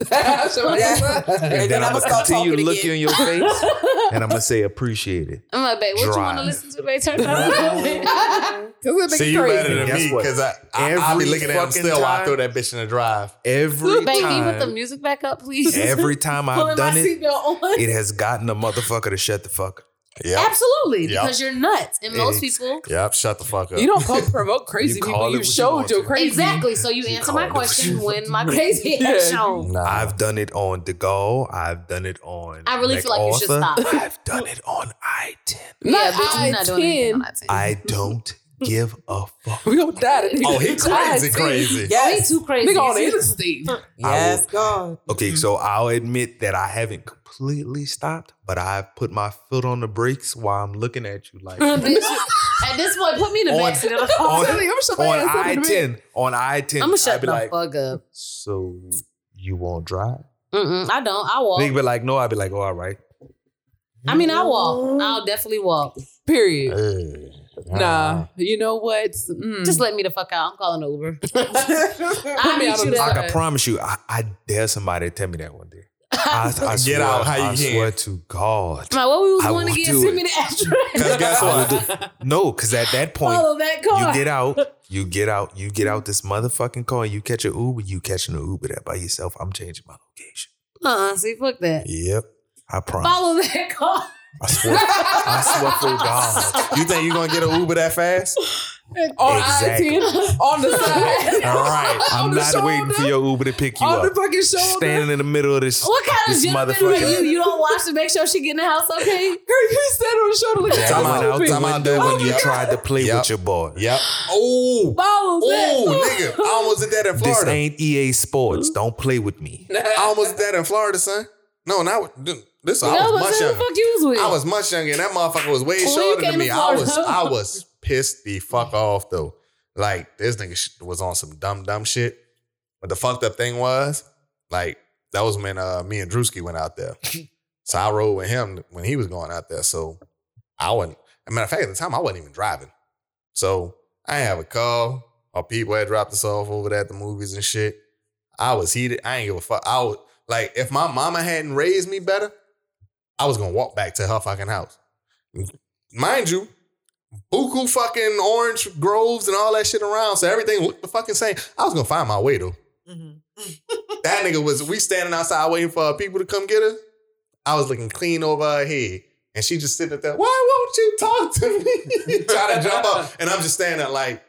[SPEAKER 6] Yeah.
[SPEAKER 4] And then
[SPEAKER 6] then
[SPEAKER 4] I'm gonna
[SPEAKER 6] I'ma start
[SPEAKER 4] continue to
[SPEAKER 6] talking
[SPEAKER 4] look
[SPEAKER 6] again.
[SPEAKER 4] you in your face, and I'm gonna say, "Appreciate it."
[SPEAKER 3] I'm like, babe, what you want to
[SPEAKER 4] Drive.
[SPEAKER 3] listen to? Babe, turn it on.
[SPEAKER 1] See, you better than
[SPEAKER 4] Guess
[SPEAKER 1] me
[SPEAKER 4] what?
[SPEAKER 1] because I, I, I'll be
[SPEAKER 4] Every
[SPEAKER 1] looking at him
[SPEAKER 4] fucking
[SPEAKER 1] still while I
[SPEAKER 4] time-
[SPEAKER 1] throw that bitch in the drive.
[SPEAKER 4] Every
[SPEAKER 3] babe, can you put the
[SPEAKER 4] time,
[SPEAKER 3] music back up, please?
[SPEAKER 4] every time I've
[SPEAKER 3] Pulling my
[SPEAKER 4] done it,
[SPEAKER 3] seatbelt on.
[SPEAKER 4] it has gotten a motherfucker to shut the fuck. up.
[SPEAKER 1] Yep.
[SPEAKER 3] Absolutely,
[SPEAKER 1] Yeah.
[SPEAKER 3] because you're nuts, and most
[SPEAKER 4] Exactly.
[SPEAKER 3] people
[SPEAKER 1] Yep. Shut the fuck up.
[SPEAKER 2] You don't call, provoke crazy
[SPEAKER 4] You call
[SPEAKER 2] people.
[SPEAKER 4] it
[SPEAKER 2] You
[SPEAKER 4] what you
[SPEAKER 2] showed
[SPEAKER 4] want
[SPEAKER 2] your
[SPEAKER 4] to.
[SPEAKER 2] crazy.
[SPEAKER 3] exactly. So you answer
[SPEAKER 4] call
[SPEAKER 3] my
[SPEAKER 4] it.
[SPEAKER 3] question when my crazy
[SPEAKER 2] Yeah.
[SPEAKER 3] has shown.
[SPEAKER 1] Nah.
[SPEAKER 4] I've done it on De Gaulle. I've done it on.
[SPEAKER 3] I really feel like you should
[SPEAKER 4] MacArthur.
[SPEAKER 3] stop.
[SPEAKER 4] I've done it on I ten.
[SPEAKER 3] yeah,
[SPEAKER 2] Not
[SPEAKER 3] bitch,
[SPEAKER 2] I
[SPEAKER 3] you're not doing anything on
[SPEAKER 2] ten.
[SPEAKER 3] that team.
[SPEAKER 4] I don't give a fuck.
[SPEAKER 2] We gonna die. to-
[SPEAKER 1] oh, he
[SPEAKER 2] I
[SPEAKER 1] crazy,
[SPEAKER 2] see.
[SPEAKER 1] crazy.
[SPEAKER 6] Yes.
[SPEAKER 3] Oh, too crazy.
[SPEAKER 2] Nigga on the interstate.
[SPEAKER 6] Yes, God.
[SPEAKER 4] Okay, so I'll admit that I haven't completely stopped, but I've put my foot on the brakes while I'm looking at you like on,
[SPEAKER 3] Bitch, At this point, put me in the
[SPEAKER 4] On-
[SPEAKER 3] backseat of the car.
[SPEAKER 2] telling you, I'ma shut my ass up
[SPEAKER 4] I
[SPEAKER 2] in a
[SPEAKER 4] ten, on I ten,
[SPEAKER 3] I'm gonna shut
[SPEAKER 4] be
[SPEAKER 3] the
[SPEAKER 4] like,
[SPEAKER 3] fuck up.
[SPEAKER 4] so you won't drive?
[SPEAKER 3] Mm-mm, I don't. I
[SPEAKER 4] They
[SPEAKER 3] walk.
[SPEAKER 4] be like, no. I'd be like, oh, all right.
[SPEAKER 2] Mm.
[SPEAKER 3] I mean, I walk. I'll definitely walk.
[SPEAKER 2] Period.
[SPEAKER 1] Ugh.
[SPEAKER 2] Nah, you know what? Mm.
[SPEAKER 3] Just let me the fuck out. I'm calling Uber. I
[SPEAKER 2] me
[SPEAKER 3] meet
[SPEAKER 2] out
[SPEAKER 3] you
[SPEAKER 2] of the
[SPEAKER 4] I
[SPEAKER 3] there.
[SPEAKER 4] can promise you, I, I dare somebody to tell me that one day. I, I
[SPEAKER 1] Get
[SPEAKER 4] swear,
[SPEAKER 1] out how you
[SPEAKER 4] I
[SPEAKER 1] can.
[SPEAKER 4] swear to God.
[SPEAKER 3] I'm like, what we was
[SPEAKER 4] I
[SPEAKER 3] going
[SPEAKER 4] will
[SPEAKER 3] to get?
[SPEAKER 4] do
[SPEAKER 3] Send
[SPEAKER 4] it.
[SPEAKER 3] me the address.
[SPEAKER 1] Because guess
[SPEAKER 4] I
[SPEAKER 1] what?
[SPEAKER 4] will do- no, because at
[SPEAKER 2] Oh,
[SPEAKER 4] that point,
[SPEAKER 3] Follow that car.
[SPEAKER 4] you get out, you get out, you get out this motherfucking car, you catch an Uber, you catching an Uber there by yourself. I'm changing my location.
[SPEAKER 3] Uh-uh, see, fuck that.
[SPEAKER 4] Yep. I promise.
[SPEAKER 3] Follow that car.
[SPEAKER 4] I swear. I swear to God.
[SPEAKER 1] You think you're gonna get an Uber that fast?
[SPEAKER 2] on
[SPEAKER 4] Exactly.
[SPEAKER 2] I-10, on the side,
[SPEAKER 4] All right.
[SPEAKER 2] On
[SPEAKER 4] I'm
[SPEAKER 2] the
[SPEAKER 4] not waiting for
[SPEAKER 2] shoulder.
[SPEAKER 4] your Uber to pick you
[SPEAKER 2] on the
[SPEAKER 4] up.
[SPEAKER 2] fucking shoulder.
[SPEAKER 4] Standing in the middle of this,
[SPEAKER 3] What kind of
[SPEAKER 4] this
[SPEAKER 3] gentleman are you?
[SPEAKER 4] motherfucker.
[SPEAKER 3] You don't watch to make sure she get in the house okay?
[SPEAKER 2] Girl, you standing on the shoulder looking
[SPEAKER 4] That went
[SPEAKER 1] Time
[SPEAKER 2] at the
[SPEAKER 4] out the
[SPEAKER 1] Time
[SPEAKER 2] people.
[SPEAKER 1] out
[SPEAKER 4] window
[SPEAKER 1] there.
[SPEAKER 4] when you
[SPEAKER 1] Yep.
[SPEAKER 4] tried to play
[SPEAKER 1] Yep.
[SPEAKER 4] with your boy.
[SPEAKER 1] Yep. Oh,
[SPEAKER 3] Follow that.
[SPEAKER 1] oh, nigga! I almost did that in
[SPEAKER 4] This
[SPEAKER 1] Florida.
[SPEAKER 4] ain't EA
[SPEAKER 2] Mm-hmm.
[SPEAKER 4] Sports. Don't play with me.
[SPEAKER 1] I almost did that in Florida, son. No, not dude, this. I was
[SPEAKER 3] Yo, but
[SPEAKER 1] much
[SPEAKER 3] who the
[SPEAKER 1] younger.
[SPEAKER 3] fuck you was with?
[SPEAKER 1] I was much younger, and that motherfucker was way
[SPEAKER 3] Well, you
[SPEAKER 1] shorter
[SPEAKER 3] came
[SPEAKER 1] than me.
[SPEAKER 3] to
[SPEAKER 1] I
[SPEAKER 3] Florida.
[SPEAKER 1] was, I was pissed the fuck off though. Like this nigga sh- was on some dumb dumb shit. But the fucked up thing was, like, that was when uh, me and Drewski went out there. so I rode with him when he was going out there. So I wasn't. As a matter of fact, at the time I wasn't even driving. So I didn't have a car. Our people had dropped us off over there at the movies and shit. I was heated. I ain't give a fuck. I was like, if my mama hadn't raised me better, I was gonna walk back to her fucking house. Mind you, buku fucking orange groves and all that shit around, so everything looked the fucking same. I was gonna find my way though. That nigga was we standing outside waiting for our people to come get her. I was looking clean over her head. And she just sitting there, why won't you talk to me? Trying to jump up. And I'm just standing there like,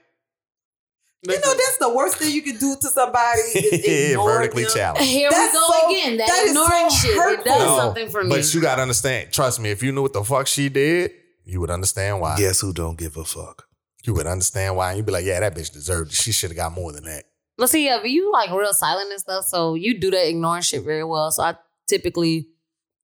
[SPEAKER 6] You know, that's the worst thing you can do to somebody. Is ignore
[SPEAKER 1] vertically
[SPEAKER 6] them.
[SPEAKER 1] challenged.
[SPEAKER 3] Here
[SPEAKER 6] That's
[SPEAKER 3] we go
[SPEAKER 6] so-
[SPEAKER 3] again. That,
[SPEAKER 6] that is
[SPEAKER 3] ignoring
[SPEAKER 6] so
[SPEAKER 3] shit. It does
[SPEAKER 6] hurtful.
[SPEAKER 1] No,
[SPEAKER 3] something for me.
[SPEAKER 1] Oh, But you gotta understand, trust me, if you knew what the fuck she did, you would understand why.
[SPEAKER 4] Guess who don't give a fuck?
[SPEAKER 1] You would understand why. You'd be like, yeah, that bitch deserved it. She should have got more than that.
[SPEAKER 3] But see, yeah, but you like real silent and stuff, so you do that ignoring shit very well. So I typically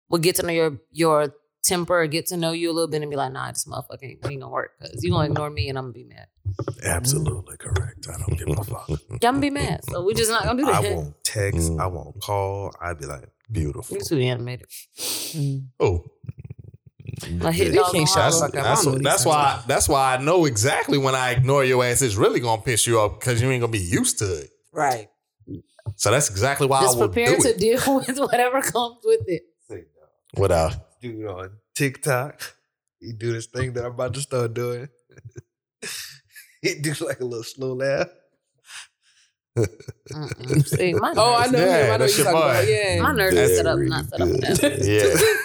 [SPEAKER 3] will get to know your your temper, or get to know you a little bit, and be like, nah, this motherfucker ain't, ain't gonna work because you gonna ignore me and I'm gonna be mad. Mm.
[SPEAKER 4] Absolutely correct. I don't give a fuck.
[SPEAKER 3] Yeah, I'm gonna be mad, so we just not gonna do
[SPEAKER 4] I
[SPEAKER 3] that.
[SPEAKER 4] won't text.
[SPEAKER 1] Mm.
[SPEAKER 4] I won't call. I'd be like, beautiful.
[SPEAKER 3] You too animated.
[SPEAKER 2] Mm-hmm.
[SPEAKER 1] Oh,
[SPEAKER 3] Like hit
[SPEAKER 2] You
[SPEAKER 3] dog
[SPEAKER 2] can't
[SPEAKER 3] and
[SPEAKER 2] shut
[SPEAKER 1] that's,
[SPEAKER 2] the
[SPEAKER 3] holler.
[SPEAKER 1] that's,
[SPEAKER 2] fuck up. I don't know
[SPEAKER 1] that's
[SPEAKER 2] these
[SPEAKER 1] why that's why I know exactly when I ignore your ass, it's really gonna piss you off because you ain't gonna be used to it.
[SPEAKER 6] Right.
[SPEAKER 1] So that's exactly why
[SPEAKER 3] Just
[SPEAKER 1] I will do
[SPEAKER 3] prepare to
[SPEAKER 1] it.
[SPEAKER 3] deal with whatever comes with it.
[SPEAKER 1] What uh,
[SPEAKER 4] Dude on TikTok, he do this thing that I'm about to start doing. he do like a little slow laugh.
[SPEAKER 3] Mm-mm. See, my nerves,
[SPEAKER 2] Oh, I know
[SPEAKER 1] Yeah,
[SPEAKER 2] him. I know
[SPEAKER 1] that's
[SPEAKER 2] you
[SPEAKER 1] your
[SPEAKER 2] talking about.
[SPEAKER 1] boy.
[SPEAKER 2] Yeah.
[SPEAKER 3] my nerves are set up,
[SPEAKER 4] Very
[SPEAKER 3] not set up. for
[SPEAKER 4] good.
[SPEAKER 3] that.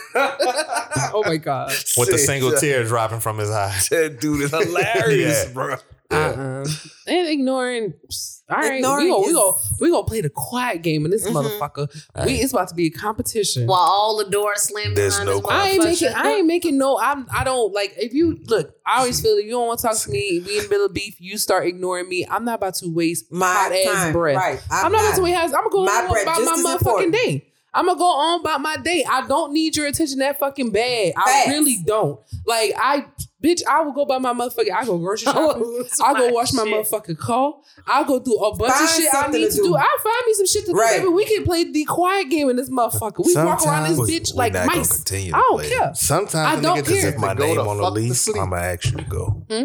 [SPEAKER 1] yeah,
[SPEAKER 2] oh my god.
[SPEAKER 1] with the
[SPEAKER 4] Say
[SPEAKER 1] single
[SPEAKER 4] that.
[SPEAKER 1] tear dropping from his eye.
[SPEAKER 4] That dude is hilarious,
[SPEAKER 1] Yeah.
[SPEAKER 4] bro.
[SPEAKER 2] Uh-uh. And ignoring. psst, All right,
[SPEAKER 6] Ignoring
[SPEAKER 2] we gonna we
[SPEAKER 6] is-
[SPEAKER 2] gonna we gonna play the quiet game in this
[SPEAKER 6] Mhm.
[SPEAKER 2] motherfucker. We it's about to be a competition.
[SPEAKER 3] While all the doors slam
[SPEAKER 4] There's
[SPEAKER 3] behind
[SPEAKER 4] no
[SPEAKER 3] us,
[SPEAKER 2] I ain't
[SPEAKER 3] motherfucker.
[SPEAKER 2] making. I ain't making no. I'm. I don't like. If you look, I always feel if you don't want to talk to me, we in the middle of beef. You start ignoring me. I'm not about to waste
[SPEAKER 6] My
[SPEAKER 2] hot ass
[SPEAKER 6] time.
[SPEAKER 2] breath.
[SPEAKER 6] Right.
[SPEAKER 2] I'm, not about to waste. I'm gonna go
[SPEAKER 6] My
[SPEAKER 2] on
[SPEAKER 6] breath
[SPEAKER 2] about
[SPEAKER 6] just
[SPEAKER 2] my
[SPEAKER 6] as
[SPEAKER 2] motherfucking
[SPEAKER 6] important.
[SPEAKER 2] day. I'm gonna go on about my day. I don't need your attention that fucking bad.
[SPEAKER 6] Facts.
[SPEAKER 2] I really don't. Like I, bitch, I will go buy my motherfucking. I go grocery shopping. I go wash my motherfucking car. I go do a bunch
[SPEAKER 6] Find
[SPEAKER 2] of shit I
[SPEAKER 6] something
[SPEAKER 2] need
[SPEAKER 6] to
[SPEAKER 2] to,
[SPEAKER 6] do.
[SPEAKER 2] do. I find me some shit to do.
[SPEAKER 6] Right.
[SPEAKER 2] Baby, we can play the quiet game in this motherfucker. We walk around this
[SPEAKER 4] We-
[SPEAKER 2] bitch
[SPEAKER 4] we
[SPEAKER 2] like
[SPEAKER 4] not gonna
[SPEAKER 2] mice.
[SPEAKER 4] continue
[SPEAKER 2] I
[SPEAKER 4] to
[SPEAKER 2] don't
[SPEAKER 4] play.
[SPEAKER 2] care. I
[SPEAKER 1] Sometimes a nigga
[SPEAKER 2] don't
[SPEAKER 1] just
[SPEAKER 2] care.
[SPEAKER 1] have
[SPEAKER 4] If
[SPEAKER 1] to
[SPEAKER 4] my
[SPEAKER 1] go
[SPEAKER 4] name
[SPEAKER 1] to
[SPEAKER 4] on the
[SPEAKER 1] fuck to
[SPEAKER 4] lease,
[SPEAKER 1] sleep.
[SPEAKER 4] I'ma actually go.
[SPEAKER 2] Hmm?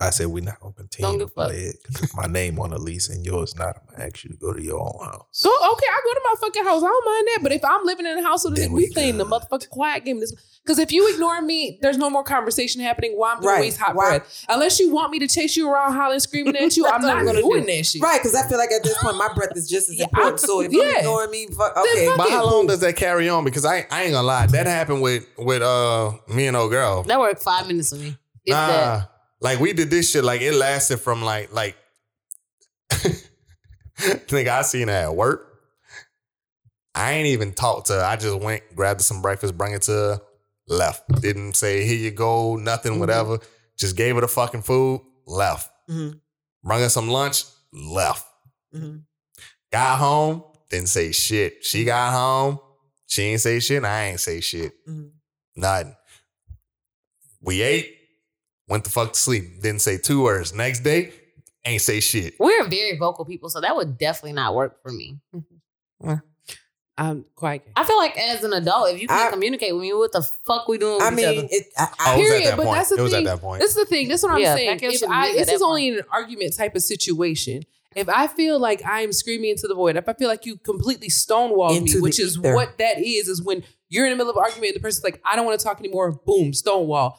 [SPEAKER 4] I said we're not gonna
[SPEAKER 3] Don't
[SPEAKER 4] continue to
[SPEAKER 3] give a fuck.
[SPEAKER 4] play it. 'cause if my name on the lease and yours not, I'ma actually go to your own house.
[SPEAKER 2] So okay, I go to my fucking house. I don't mind that. But if I'm living in a house with a
[SPEAKER 4] Then
[SPEAKER 2] nigga,
[SPEAKER 4] we
[SPEAKER 2] we playing the
[SPEAKER 4] good.
[SPEAKER 2] motherfucking quiet game. This because if you ignore me, there's no more conversation happening. Why I'm gonna
[SPEAKER 6] Right.
[SPEAKER 2] waste hot
[SPEAKER 6] Why-
[SPEAKER 2] breath? Unless you want me to chase you around, hollering, screaming at you, I'm not
[SPEAKER 4] Right.
[SPEAKER 2] gonna do that shit.
[SPEAKER 6] Right, because I feel like at this point my breath is just as
[SPEAKER 2] Yeah,
[SPEAKER 6] important.
[SPEAKER 2] I-
[SPEAKER 6] so if you
[SPEAKER 2] yeah.
[SPEAKER 6] ignore me, fuck, okay.
[SPEAKER 2] fuck
[SPEAKER 1] But
[SPEAKER 2] Yeah.
[SPEAKER 1] how long does that carry on? Because I, I ain't gonna lie, that happened with with uh me and old girl.
[SPEAKER 3] That worked five minutes for me. If
[SPEAKER 1] nah,
[SPEAKER 3] that.
[SPEAKER 1] like we did this shit. Like it lasted from like like. Nigga, I seen her at work. I ain't even talked to her. I just went, grabbed her some breakfast, bring it to her, left. Didn't say here you go, nothing, whatever. Just gave her the fucking food, left.
[SPEAKER 6] Mhm.
[SPEAKER 1] Bring her some lunch, left.
[SPEAKER 6] Mhm.
[SPEAKER 1] Got home, didn't say shit. She got home, she ain't say shit. and I ain't say shit.
[SPEAKER 6] Mhm.
[SPEAKER 1] Nothing. We ate, went the fuck to sleep. Didn't say two words. Next day, ain't say shit.
[SPEAKER 3] We're very vocal people, so that would definitely not work for me.
[SPEAKER 2] I'm quite gay.
[SPEAKER 3] I feel like as an adult, if you can't
[SPEAKER 6] I-
[SPEAKER 3] communicate with me, what the fuck we doing with
[SPEAKER 6] I
[SPEAKER 3] each
[SPEAKER 6] mean,
[SPEAKER 3] other?
[SPEAKER 6] it, I,
[SPEAKER 1] I
[SPEAKER 6] I,
[SPEAKER 1] was at
[SPEAKER 2] Period.
[SPEAKER 1] that
[SPEAKER 2] But
[SPEAKER 1] point.
[SPEAKER 2] that's the
[SPEAKER 1] It was at
[SPEAKER 2] thing.
[SPEAKER 1] that point.
[SPEAKER 2] This is the thing. This is what I'm
[SPEAKER 3] Yeah,
[SPEAKER 2] saying.
[SPEAKER 3] that girl
[SPEAKER 2] If
[SPEAKER 3] shouldn't
[SPEAKER 2] I,
[SPEAKER 3] be at
[SPEAKER 2] this
[SPEAKER 3] that
[SPEAKER 2] is only an argument type of situation. If I feel like I'm screaming into the void, if I feel like you completely stonewalled
[SPEAKER 6] Into
[SPEAKER 2] me,
[SPEAKER 6] the
[SPEAKER 2] which is
[SPEAKER 6] ether.
[SPEAKER 2] what that is, is when you're in the middle of an argument and the person's like, I don't want to talk anymore. Boom, stonewall.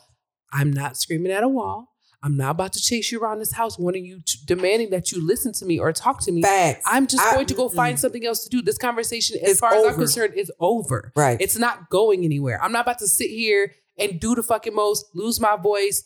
[SPEAKER 2] I'm not screaming at a wall. I'm not about to chase you around this house wanting you to, demanding that you listen to me or talk to me.
[SPEAKER 6] facts.
[SPEAKER 2] I'm just
[SPEAKER 6] I-
[SPEAKER 2] going to go find something else to do. This conversation, as
[SPEAKER 6] It's
[SPEAKER 2] far as I'm
[SPEAKER 6] over.
[SPEAKER 2] concerned, is over.
[SPEAKER 6] Right.
[SPEAKER 2] It's not going anywhere. I'm not about to sit here and do the fucking most, lose my voice,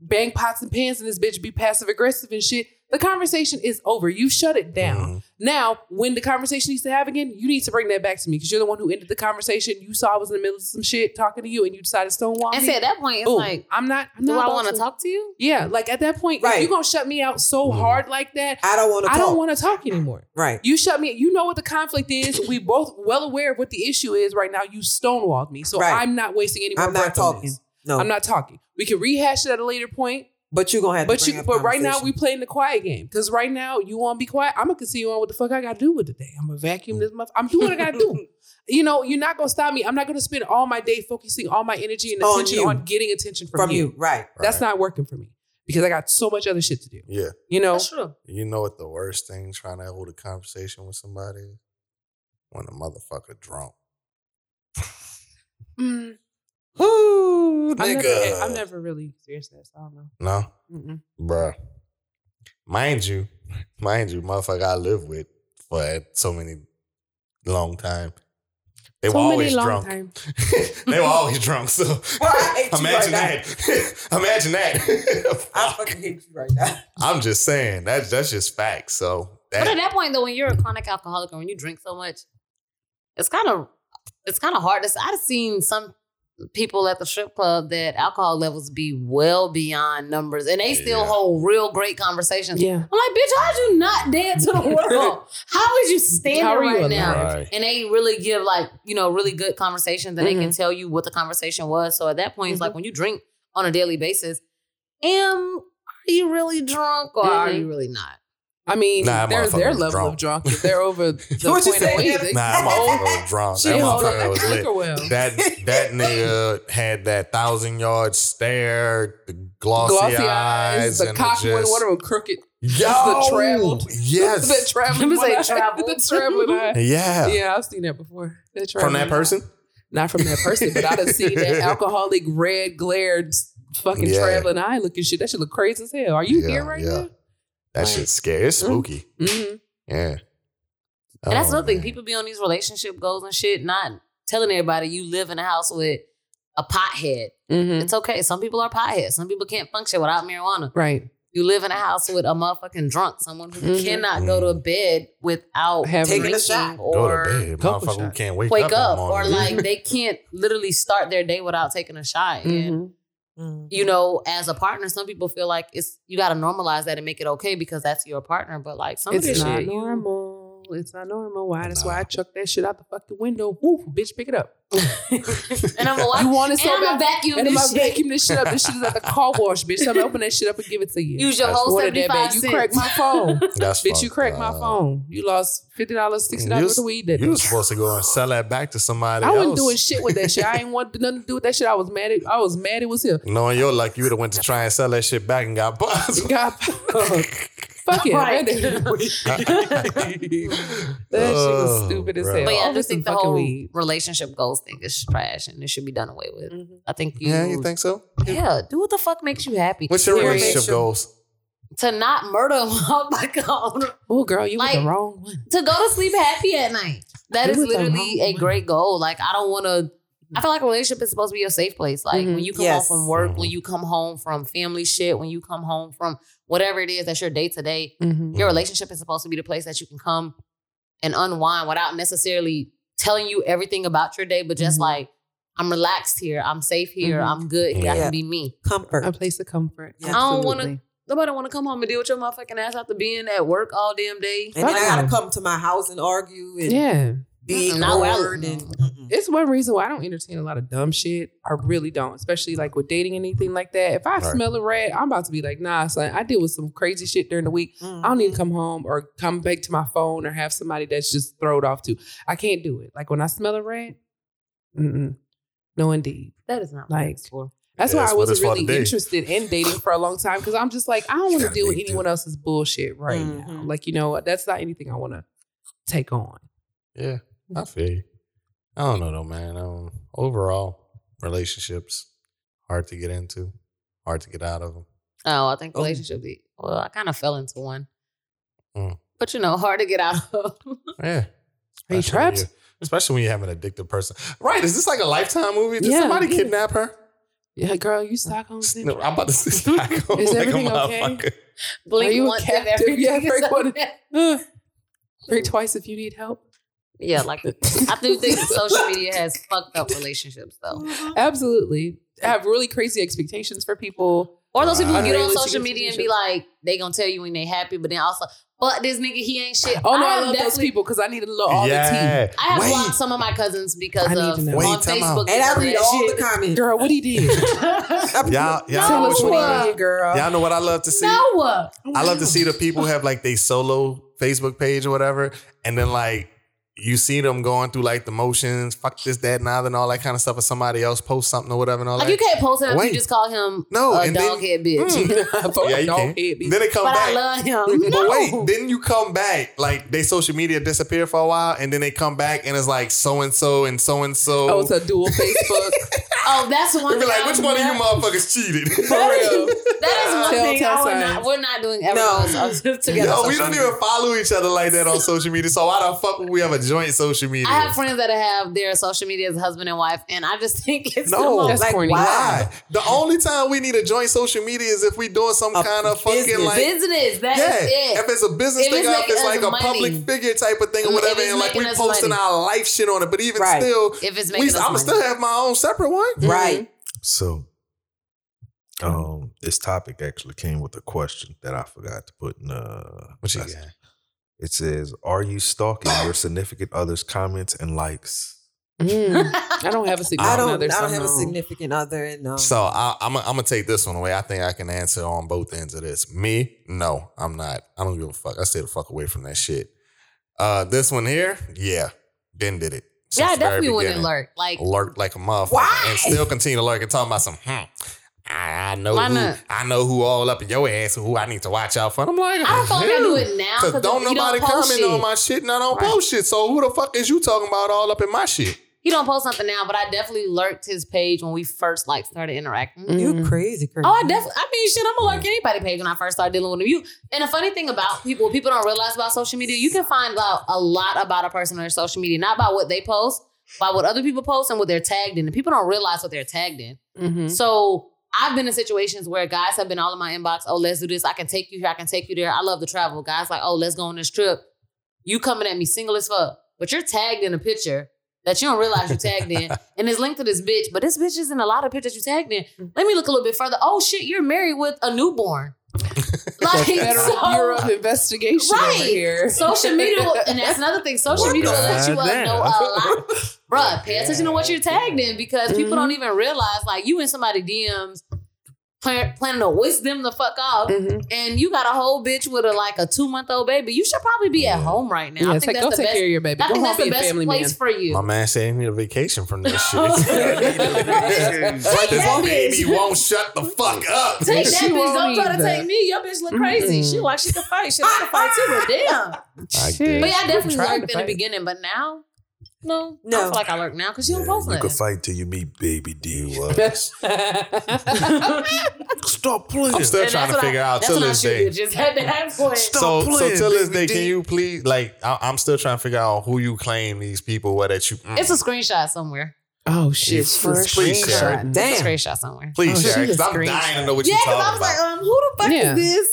[SPEAKER 2] bang pots and pans in this bitch, be passive aggressive and shit. The conversation is over. You shut it
[SPEAKER 1] Mm-hmm.
[SPEAKER 2] down. Now, when the conversation needs to have again, you need to bring that back to me because you're the one who ended the conversation. You saw I was in the middle of some shit talking to you, and you decided to stonewall
[SPEAKER 3] and
[SPEAKER 2] me.
[SPEAKER 3] see, at that point, it's
[SPEAKER 2] Boom.
[SPEAKER 3] like,
[SPEAKER 2] I'm not. I'm
[SPEAKER 3] do
[SPEAKER 2] not
[SPEAKER 3] I
[SPEAKER 2] about
[SPEAKER 3] want to talk to you?
[SPEAKER 2] Yeah, like at that point, if
[SPEAKER 6] Right.
[SPEAKER 2] you're gonna shut me out so hard like that,
[SPEAKER 6] I don't want to.
[SPEAKER 2] I don't want to talk anymore.
[SPEAKER 6] Right.
[SPEAKER 2] You shut me. You know what the conflict is. We both well aware of what the issue is right now. You stonewalled me, so
[SPEAKER 6] Right.
[SPEAKER 2] I'm not wasting any more.
[SPEAKER 6] I'm not
[SPEAKER 2] breath on
[SPEAKER 6] talking.
[SPEAKER 2] this.
[SPEAKER 6] No,
[SPEAKER 2] I'm not talking. We can rehash it at a later point,
[SPEAKER 6] But you're gonna have.
[SPEAKER 2] but
[SPEAKER 6] to bring
[SPEAKER 2] you.
[SPEAKER 6] up
[SPEAKER 2] But right now we
[SPEAKER 6] conversation.
[SPEAKER 2] playing the quiet game because right now you want to be quiet. I'm gonna continue on what the fuck I gotta do with the day. I'm gonna vacuum this month. I'm doing what I gotta do. You know, you're not gonna stop me. I'm not gonna spend all my day focusing all my energy and
[SPEAKER 6] On
[SPEAKER 2] attention
[SPEAKER 6] you.
[SPEAKER 2] on, getting attention from,
[SPEAKER 6] from
[SPEAKER 2] you.
[SPEAKER 6] you, right?
[SPEAKER 2] That's not working for me because I got so much other shit to do.
[SPEAKER 1] Yeah.
[SPEAKER 2] You know,
[SPEAKER 3] That's true.
[SPEAKER 1] You know what the worst thing trying to hold a conversation with somebody is? When a motherfucker drunk.
[SPEAKER 2] Mm,
[SPEAKER 1] Whoo,
[SPEAKER 2] I'm,
[SPEAKER 1] nigga.
[SPEAKER 2] never, I'm never really serious. at This I don't know.
[SPEAKER 1] No,
[SPEAKER 2] Mm-mm.
[SPEAKER 1] bruh. Mind you, mind you, motherfucker I live with for so many long time. They were always drunk.
[SPEAKER 2] time.
[SPEAKER 1] they were always drunk. So
[SPEAKER 6] Well, I hate you
[SPEAKER 1] imagine
[SPEAKER 6] right
[SPEAKER 1] that. imagine that.
[SPEAKER 6] I
[SPEAKER 1] Fuck.
[SPEAKER 6] fucking hate you right now.
[SPEAKER 1] I'm just saying that that's just facts. So
[SPEAKER 3] But at
[SPEAKER 1] that
[SPEAKER 3] that point, though, when you're a chronic alcoholic or when you drink so much, it's kind of it's kind of hard. It's, I've seen some people at the strip club that alcohol levels be well beyond numbers, and they still
[SPEAKER 1] Yeah.
[SPEAKER 3] hold real great conversations.
[SPEAKER 2] Yeah.
[SPEAKER 3] I'm like, bitch, how'd you not dead to the world? How is you standing
[SPEAKER 2] How are you
[SPEAKER 3] right
[SPEAKER 2] alive?
[SPEAKER 3] now?
[SPEAKER 1] Right.
[SPEAKER 3] And they really give like, you know, really good conversations and they
[SPEAKER 2] Mm-hmm.
[SPEAKER 3] can tell you what the conversation was. So at that point, it's like when you drink on a daily basis, am are you really drunk or are
[SPEAKER 2] Mhm.
[SPEAKER 3] you really not?
[SPEAKER 2] I mean,
[SPEAKER 1] Nah, that
[SPEAKER 2] there's their
[SPEAKER 1] motherfucker was
[SPEAKER 2] level of drunk. If they're over the
[SPEAKER 6] What you
[SPEAKER 2] point
[SPEAKER 6] say,
[SPEAKER 2] of weight,
[SPEAKER 6] Devin?
[SPEAKER 2] they-
[SPEAKER 1] nah, that motherfucker was drunk.
[SPEAKER 2] she
[SPEAKER 1] That
[SPEAKER 2] hold on
[SPEAKER 1] motherfucker
[SPEAKER 2] that
[SPEAKER 1] was lit.
[SPEAKER 2] liquor well.
[SPEAKER 1] That that nigga had that thousand yard stare, the glossy,
[SPEAKER 2] Glossy
[SPEAKER 1] eyes,
[SPEAKER 2] eyes, the
[SPEAKER 1] and
[SPEAKER 2] cock
[SPEAKER 1] the
[SPEAKER 2] one,
[SPEAKER 1] just,
[SPEAKER 2] one of them crooked.
[SPEAKER 1] Yo,
[SPEAKER 2] the traveled-
[SPEAKER 1] Yes,
[SPEAKER 2] the traveling.
[SPEAKER 3] Let me say
[SPEAKER 2] one eye.
[SPEAKER 3] traveled.
[SPEAKER 2] the traveling eye.
[SPEAKER 1] yeah.
[SPEAKER 2] Yeah, I've seen that before. That
[SPEAKER 1] From
[SPEAKER 2] traveling
[SPEAKER 1] that
[SPEAKER 2] eye.
[SPEAKER 1] person,
[SPEAKER 2] not from that person, but I've seen that alcoholic red glared fucking
[SPEAKER 1] Yeah.
[SPEAKER 2] traveling eye looking shit. That should look crazy as hell. Are you
[SPEAKER 1] Yeah,
[SPEAKER 2] here right
[SPEAKER 1] yeah.
[SPEAKER 2] now?
[SPEAKER 1] that shit's scary. It's
[SPEAKER 2] Mm.
[SPEAKER 1] spooky.
[SPEAKER 2] Mhm.
[SPEAKER 1] Yeah,
[SPEAKER 3] And that's
[SPEAKER 1] Oh,
[SPEAKER 3] another thing.
[SPEAKER 1] man.
[SPEAKER 3] People be on these relationship goals and shit, not telling everybody you live in a house with a pothead.
[SPEAKER 2] Mhm.
[SPEAKER 3] It's okay. Some people are potheads. Some people can't function without marijuana.
[SPEAKER 2] Right.
[SPEAKER 3] You live in a house with a motherfucking drunk, someone who
[SPEAKER 2] Mhm.
[SPEAKER 3] cannot go to bed without
[SPEAKER 2] Having-
[SPEAKER 3] drinking
[SPEAKER 6] Taking a shot.
[SPEAKER 1] go
[SPEAKER 3] or
[SPEAKER 1] to bed,
[SPEAKER 2] couple
[SPEAKER 1] motherfucker. Who
[SPEAKER 2] shots.
[SPEAKER 1] can't wake,
[SPEAKER 3] wake
[SPEAKER 1] up, in the
[SPEAKER 3] up, or
[SPEAKER 1] morning.
[SPEAKER 3] like they can't literally start their day without taking a shot. And
[SPEAKER 2] Mhm.
[SPEAKER 3] you know, as a partner, some people feel like it's you got to normalize that and make it okay because that's your partner. But like some of
[SPEAKER 2] It's
[SPEAKER 3] this
[SPEAKER 2] not
[SPEAKER 3] shit, you,
[SPEAKER 2] normal. It's not normal. Why? That's why
[SPEAKER 1] Nah.
[SPEAKER 2] I chucked that shit out the fucking window. Woo, bitch, pick it up.
[SPEAKER 3] and I'm like,
[SPEAKER 2] You want it
[SPEAKER 3] and
[SPEAKER 2] so
[SPEAKER 3] I'm
[SPEAKER 2] bad.
[SPEAKER 3] gonna vacuum
[SPEAKER 2] And if I
[SPEAKER 3] this shit.
[SPEAKER 2] vacuum this shit up, this shit is at the car wash, bitch. So I'm gonna open that shit up and give it to you.
[SPEAKER 3] Use your
[SPEAKER 1] That's
[SPEAKER 3] whole
[SPEAKER 2] What
[SPEAKER 3] seventy
[SPEAKER 2] that bad.
[SPEAKER 3] five
[SPEAKER 2] You
[SPEAKER 3] cents.
[SPEAKER 2] cracked my phone.
[SPEAKER 1] That's
[SPEAKER 2] bitch, you
[SPEAKER 1] fucked
[SPEAKER 2] cracked my
[SPEAKER 1] up.
[SPEAKER 2] phone. You lost $50, $60
[SPEAKER 1] You
[SPEAKER 2] worth
[SPEAKER 1] was-
[SPEAKER 2] of weed that
[SPEAKER 1] You
[SPEAKER 2] day.
[SPEAKER 1] was supposed to go and sell that back to somebody
[SPEAKER 2] I wasn't
[SPEAKER 1] else.
[SPEAKER 2] doing shit with that shit. I ain't want nothing to do with that shit. I was mad. At, I was mad it was here.
[SPEAKER 1] Knowing your luck, you would have went to try and sell that shit back and got bust.
[SPEAKER 2] God, fuck it.
[SPEAKER 3] Right.
[SPEAKER 2] That, shit was
[SPEAKER 1] Oh,
[SPEAKER 2] stupid as
[SPEAKER 1] bro.
[SPEAKER 2] hell.
[SPEAKER 3] But yeah, I
[SPEAKER 2] Over
[SPEAKER 3] just
[SPEAKER 2] some
[SPEAKER 3] think the
[SPEAKER 2] fucking
[SPEAKER 3] whole
[SPEAKER 2] weed.
[SPEAKER 3] relationship goals thing is trash and it should be done away with. I think you,
[SPEAKER 1] yeah, you think so?
[SPEAKER 3] yeah, do what the fuck makes you happy.
[SPEAKER 1] What's your
[SPEAKER 2] Yeah.
[SPEAKER 1] relationship goals?
[SPEAKER 3] to not murder a motherfucker,
[SPEAKER 2] Oh, girl, you were
[SPEAKER 3] Like-
[SPEAKER 2] the wrong one.
[SPEAKER 3] to go to sleep happy at night. That
[SPEAKER 2] You
[SPEAKER 3] is
[SPEAKER 2] was the
[SPEAKER 3] literally
[SPEAKER 2] wrong
[SPEAKER 3] a
[SPEAKER 2] one.
[SPEAKER 3] great goal. Like I don't want to. I feel like a relationship is supposed to be your safe place. Like
[SPEAKER 2] Mhm.
[SPEAKER 3] when you come
[SPEAKER 6] Yes.
[SPEAKER 3] home from work, when
[SPEAKER 1] Mhm.
[SPEAKER 3] you come home from family shit, when you come home from whatever it is that's your day to day.
[SPEAKER 2] Mhm.
[SPEAKER 3] your relationship is supposed to be the place that you can come and unwind without necessarily telling you everything about your day, but just
[SPEAKER 2] Mhm.
[SPEAKER 3] like, I'm relaxed here, I'm safe here,
[SPEAKER 2] Mhm.
[SPEAKER 3] I'm good here, I
[SPEAKER 6] Yeah.
[SPEAKER 3] can be me.
[SPEAKER 2] A
[SPEAKER 6] Comfort.
[SPEAKER 2] place of comfort.
[SPEAKER 6] I
[SPEAKER 3] don't wanna-
[SPEAKER 2] Absolutely.
[SPEAKER 3] Nobody wanna come home and deal with your motherfucking ass after being at work all damn day.
[SPEAKER 6] And then I
[SPEAKER 2] Fuck
[SPEAKER 6] gotta
[SPEAKER 2] no.
[SPEAKER 6] come to my house and argue and
[SPEAKER 2] Yeah,
[SPEAKER 6] big
[SPEAKER 3] Not well.
[SPEAKER 6] word and
[SPEAKER 2] It's one reason why I don't entertain a lot of dumb shit. I really don't, especially like with dating and anything like that. If I
[SPEAKER 1] Right.
[SPEAKER 2] smell a rat, I'm about to be like, nah, son, I deal with some crazy shit during the week. I don't need to come home or come back to my phone or have somebody that's just throwed off to. I can't do it. Like when I smell a rat, mm-mm. no, indeed.
[SPEAKER 3] That is not
[SPEAKER 2] Like-
[SPEAKER 3] like for.
[SPEAKER 2] That's
[SPEAKER 1] Yeah,
[SPEAKER 2] why
[SPEAKER 1] that's
[SPEAKER 2] I
[SPEAKER 1] what it's
[SPEAKER 2] wasn't
[SPEAKER 1] for
[SPEAKER 2] really
[SPEAKER 1] today.
[SPEAKER 2] interested in dating for a long time because I'm just like, I don't want to
[SPEAKER 4] gotta
[SPEAKER 2] deal with
[SPEAKER 4] date
[SPEAKER 2] anyone else's bullshit right now.
[SPEAKER 6] Mhm.
[SPEAKER 2] Like, you know, that's not anything I want to take on.
[SPEAKER 1] Yeah, I feel you. I don't know though, man. Um, overall, relationships hard to get into, hard to get out of them.
[SPEAKER 3] Oh, I think relationship. Be, well, I kind of fell into one,
[SPEAKER 1] Mm.
[SPEAKER 3] but you know, hard to get out of.
[SPEAKER 1] Yeah.
[SPEAKER 2] Are
[SPEAKER 1] Especially
[SPEAKER 2] you
[SPEAKER 1] when
[SPEAKER 2] trapped?
[SPEAKER 1] you- Especially when you have an addicted person. Right? Is this like a lifetime movie? Did
[SPEAKER 2] Yeah,
[SPEAKER 1] somebody
[SPEAKER 2] I get it.
[SPEAKER 1] kidnap her?
[SPEAKER 2] Yeah, girl, you Stockholm
[SPEAKER 1] No,
[SPEAKER 2] syndrome.
[SPEAKER 1] I'm about to sit back home
[SPEAKER 2] Is
[SPEAKER 1] like a
[SPEAKER 2] everything okay?
[SPEAKER 1] motherfucker.
[SPEAKER 3] Blink
[SPEAKER 2] Are you a
[SPEAKER 3] once and
[SPEAKER 2] captive?
[SPEAKER 3] everything
[SPEAKER 2] Yeah,
[SPEAKER 3] is
[SPEAKER 2] break one-
[SPEAKER 3] okay.
[SPEAKER 2] Ugh. Pray twice if you need help.
[SPEAKER 3] Yeah, like I do think that social media has fucked up relationships though.
[SPEAKER 6] Mm-hmm.
[SPEAKER 2] Absolutely. I have really crazy expectations for people.
[SPEAKER 3] Or those people who get on
[SPEAKER 2] Unrealistic
[SPEAKER 3] social media and be like, they gonna tell you when they happy, but then also, but this nigga, he ain't shit.
[SPEAKER 2] Oh, no, I,
[SPEAKER 3] have
[SPEAKER 2] love those
[SPEAKER 3] definitely-
[SPEAKER 2] people because I need to love all
[SPEAKER 1] yeah.
[SPEAKER 2] the
[SPEAKER 3] I have
[SPEAKER 1] Wait.
[SPEAKER 3] blocked some of my cousins because
[SPEAKER 2] I need
[SPEAKER 3] of
[SPEAKER 2] to know.
[SPEAKER 1] Wait,
[SPEAKER 3] on
[SPEAKER 1] time
[SPEAKER 3] Facebook.
[SPEAKER 1] out.
[SPEAKER 6] and I
[SPEAKER 3] because of
[SPEAKER 6] read
[SPEAKER 3] that
[SPEAKER 6] all
[SPEAKER 3] shit.
[SPEAKER 6] the comments.
[SPEAKER 2] tea. Girl, what he did.
[SPEAKER 1] Y'all, y'all,
[SPEAKER 3] No.
[SPEAKER 1] know what you
[SPEAKER 3] What?
[SPEAKER 1] wanna-
[SPEAKER 6] Hey, girl.
[SPEAKER 1] y'all know what I love to see?
[SPEAKER 3] No,
[SPEAKER 1] I love to see the people have like they solo Facebook page or whatever, and then like you see them going through like the motions, fuck this, that, and other, and all that kind of stuff. Or somebody else posts something or whatever, and all
[SPEAKER 3] like
[SPEAKER 1] that.
[SPEAKER 3] you can't post him.
[SPEAKER 1] Wait.
[SPEAKER 3] You just call him
[SPEAKER 1] No,
[SPEAKER 3] a
[SPEAKER 1] and then-
[SPEAKER 3] dog head bitch.
[SPEAKER 1] Mm. yeah, you
[SPEAKER 2] Dog
[SPEAKER 1] can.
[SPEAKER 2] head bitch.
[SPEAKER 1] Then it come
[SPEAKER 3] But
[SPEAKER 1] back.
[SPEAKER 3] I love him.
[SPEAKER 1] But
[SPEAKER 3] No.
[SPEAKER 1] wait, then you come back. Like they social media disappear for a while, and then they come back, and it's like so and so and so and so.
[SPEAKER 2] Oh, it's a dual Facebook.
[SPEAKER 3] Oh, that's one.
[SPEAKER 1] They be
[SPEAKER 3] thing
[SPEAKER 1] like,
[SPEAKER 3] I
[SPEAKER 1] which
[SPEAKER 3] would
[SPEAKER 1] one of you
[SPEAKER 3] not-
[SPEAKER 1] motherfuckers cheated?
[SPEAKER 2] For real.
[SPEAKER 3] That is one
[SPEAKER 2] Tell-
[SPEAKER 3] thing
[SPEAKER 2] tell
[SPEAKER 3] I would
[SPEAKER 2] signs.
[SPEAKER 3] not. We're not doing ever
[SPEAKER 6] No.
[SPEAKER 3] no. together.
[SPEAKER 1] Yo, we
[SPEAKER 3] social
[SPEAKER 1] don't
[SPEAKER 3] media.
[SPEAKER 1] even follow each other like that on social media. So why the fuck would we have a joint social media?
[SPEAKER 3] I have friends that have their social media as husband and wife, and I just think it's the
[SPEAKER 1] No,
[SPEAKER 3] most-
[SPEAKER 2] That's
[SPEAKER 6] like,
[SPEAKER 2] corny.
[SPEAKER 6] why?
[SPEAKER 1] Why? The only time we need a joint social media is if we doing some
[SPEAKER 6] A
[SPEAKER 1] kind of fucking
[SPEAKER 6] business.
[SPEAKER 1] like
[SPEAKER 3] business. That is
[SPEAKER 1] yeah.
[SPEAKER 3] it.
[SPEAKER 1] If it's a business
[SPEAKER 3] If
[SPEAKER 1] thing,
[SPEAKER 3] it's
[SPEAKER 1] or if
[SPEAKER 3] making
[SPEAKER 1] it's
[SPEAKER 3] us
[SPEAKER 1] like a
[SPEAKER 3] money.
[SPEAKER 1] public figure type of thing or
[SPEAKER 3] Mm, if
[SPEAKER 1] whatever,
[SPEAKER 3] it's
[SPEAKER 1] and like we
[SPEAKER 3] making us
[SPEAKER 1] posting
[SPEAKER 3] money.
[SPEAKER 1] our life shit on it. But even
[SPEAKER 6] Right.
[SPEAKER 1] still,
[SPEAKER 3] If it's
[SPEAKER 1] we,
[SPEAKER 3] making
[SPEAKER 1] I'm gonna
[SPEAKER 3] us money. Mm.
[SPEAKER 1] still have my own separate one.
[SPEAKER 6] Right.
[SPEAKER 4] So, um, this topic actually came with a question that I forgot to put in. Uh,
[SPEAKER 1] What you
[SPEAKER 4] I-
[SPEAKER 1] got?
[SPEAKER 4] It says, "Are you stalking your significant other's comments and likes?"
[SPEAKER 2] Mm. I don't have a significant
[SPEAKER 6] I don't.
[SPEAKER 2] other,
[SPEAKER 6] I
[SPEAKER 2] so
[SPEAKER 6] don't have a
[SPEAKER 2] Oh, no.
[SPEAKER 6] significant other, and um,
[SPEAKER 1] So I, I'm gonna take this one away. I think I can answer on both ends of this. Me, no, I'm not. I don't give a fuck. I stay the fuck away from that shit. Uh, this one here, yeah, Ben did it.
[SPEAKER 3] Yeah, I
[SPEAKER 1] Since the very
[SPEAKER 3] definitely wouldn't
[SPEAKER 1] beginning.
[SPEAKER 3] lurk. Like,
[SPEAKER 1] lurk like a motherfucker
[SPEAKER 6] Why?
[SPEAKER 1] and still continue to lurk and talking about some. Hmm, I, I know
[SPEAKER 3] Why
[SPEAKER 1] who
[SPEAKER 3] not?
[SPEAKER 1] I know who all up in your ass who I need to watch out for. I'm like,
[SPEAKER 3] I don't feel like I do it now
[SPEAKER 1] Cause
[SPEAKER 3] because
[SPEAKER 1] don't
[SPEAKER 3] he
[SPEAKER 1] nobody
[SPEAKER 3] don't post
[SPEAKER 1] comment
[SPEAKER 3] shit.
[SPEAKER 1] on my shit and I don't post shit. So who the fuck is you talking about all up in my shit?
[SPEAKER 3] He don't post something now, but I definitely lurked his page when we first like started interacting.
[SPEAKER 6] you
[SPEAKER 2] Mm.
[SPEAKER 6] crazy, crazy.
[SPEAKER 3] Oh, I definitely. I mean, shit, I'm gonna lurk anybody page when I first started dealing with them. You and the funny thing about people, people don't realize about social media. You can find out a lot about a person on their social media, not by what they post, by what other people post and what they're tagged in. And people don't realize what they're tagged in.
[SPEAKER 1] Mm-hmm.
[SPEAKER 2] Mhm.
[SPEAKER 3] So I've been in situations where guys have been all in my inbox. Oh, let's do this. I can take you here. I can take you there. I love to travel. Guys like, oh, let's go on this trip. You coming at me single as fuck, but you're tagged in a picture that you don't realize you tagged in, and it's linked to this bitch. But this bitch is in a lot of pictures you tagged in.
[SPEAKER 2] Mm.
[SPEAKER 3] Let me look a little bit further. Oh shit, you're married with a newborn. like
[SPEAKER 2] Federal Bureau of
[SPEAKER 3] so,
[SPEAKER 2] Investigation
[SPEAKER 3] Right.
[SPEAKER 2] over here.
[SPEAKER 3] social media, will- and that's another thing. Social media will let you uh,
[SPEAKER 4] Goddamn.
[SPEAKER 3] know a lot bruh, pay attention to what you're tagged in because people don't
[SPEAKER 2] Mm-hmm.
[SPEAKER 3] even realize like you in somebody DMs plan- planning to whisk them the fuck off.
[SPEAKER 2] Mhm.
[SPEAKER 3] And you got a whole bitch with a like a two month old baby. You should probably be at home right now.
[SPEAKER 2] Mm-hmm. Yeah,
[SPEAKER 3] I
[SPEAKER 2] it's
[SPEAKER 3] think
[SPEAKER 2] like, go
[SPEAKER 3] that's the
[SPEAKER 2] take
[SPEAKER 3] best.
[SPEAKER 2] care of your baby.
[SPEAKER 3] I
[SPEAKER 2] Go
[SPEAKER 3] think
[SPEAKER 2] home
[SPEAKER 3] that's
[SPEAKER 2] be
[SPEAKER 3] the
[SPEAKER 2] a
[SPEAKER 3] best
[SPEAKER 2] family man.
[SPEAKER 3] place for you.
[SPEAKER 1] My man said he need a vacation from this
[SPEAKER 3] Take
[SPEAKER 1] shit.
[SPEAKER 3] Take
[SPEAKER 1] this
[SPEAKER 3] that
[SPEAKER 1] baby
[SPEAKER 3] bitch.
[SPEAKER 1] won't shut the fuck up.
[SPEAKER 3] Take that
[SPEAKER 2] She
[SPEAKER 3] bitch.
[SPEAKER 2] won't
[SPEAKER 3] Don't try to
[SPEAKER 2] either.
[SPEAKER 3] take me. Your bitch look crazy.
[SPEAKER 2] Mm-mm.
[SPEAKER 3] She like she can fight. She like to fight too, but damn.
[SPEAKER 4] did.
[SPEAKER 3] But yeah, I definitely
[SPEAKER 2] Trying to
[SPEAKER 3] lurked in the
[SPEAKER 2] fight.
[SPEAKER 3] beginning, but now, no.
[SPEAKER 6] No.
[SPEAKER 3] I feel like I lurk now because you don't
[SPEAKER 4] Yeah,
[SPEAKER 3] post
[SPEAKER 4] you can
[SPEAKER 3] nothing.
[SPEAKER 4] fight till you meet Baby D.
[SPEAKER 1] Stop playing. I'm still
[SPEAKER 3] And
[SPEAKER 1] trying to
[SPEAKER 3] that's what I-
[SPEAKER 1] figure out
[SPEAKER 3] that's
[SPEAKER 1] till
[SPEAKER 3] when I
[SPEAKER 1] this
[SPEAKER 3] shoot
[SPEAKER 1] day.
[SPEAKER 3] bitches at that point.
[SPEAKER 1] so,
[SPEAKER 4] Stop
[SPEAKER 1] so
[SPEAKER 4] playing,
[SPEAKER 1] till this day,
[SPEAKER 4] baby
[SPEAKER 1] can
[SPEAKER 4] D.
[SPEAKER 1] you please like? I, I'm still trying to figure out who you claim these people were that you. mm.
[SPEAKER 3] It's a screenshot somewhere.
[SPEAKER 2] oh shit!
[SPEAKER 1] Please,
[SPEAKER 2] for
[SPEAKER 1] please,
[SPEAKER 2] sure.
[SPEAKER 1] Sarah.
[SPEAKER 3] It's a
[SPEAKER 6] Damn.
[SPEAKER 3] screenshot somewhere.
[SPEAKER 1] please
[SPEAKER 2] Oh, she
[SPEAKER 1] share because
[SPEAKER 2] just
[SPEAKER 1] I'm
[SPEAKER 2] screamed.
[SPEAKER 1] dying to know what
[SPEAKER 3] Yeah,
[SPEAKER 1] you're
[SPEAKER 3] because I
[SPEAKER 1] talking
[SPEAKER 3] was
[SPEAKER 1] about.
[SPEAKER 3] like, um, who the fuck
[SPEAKER 2] Yeah.
[SPEAKER 3] is this?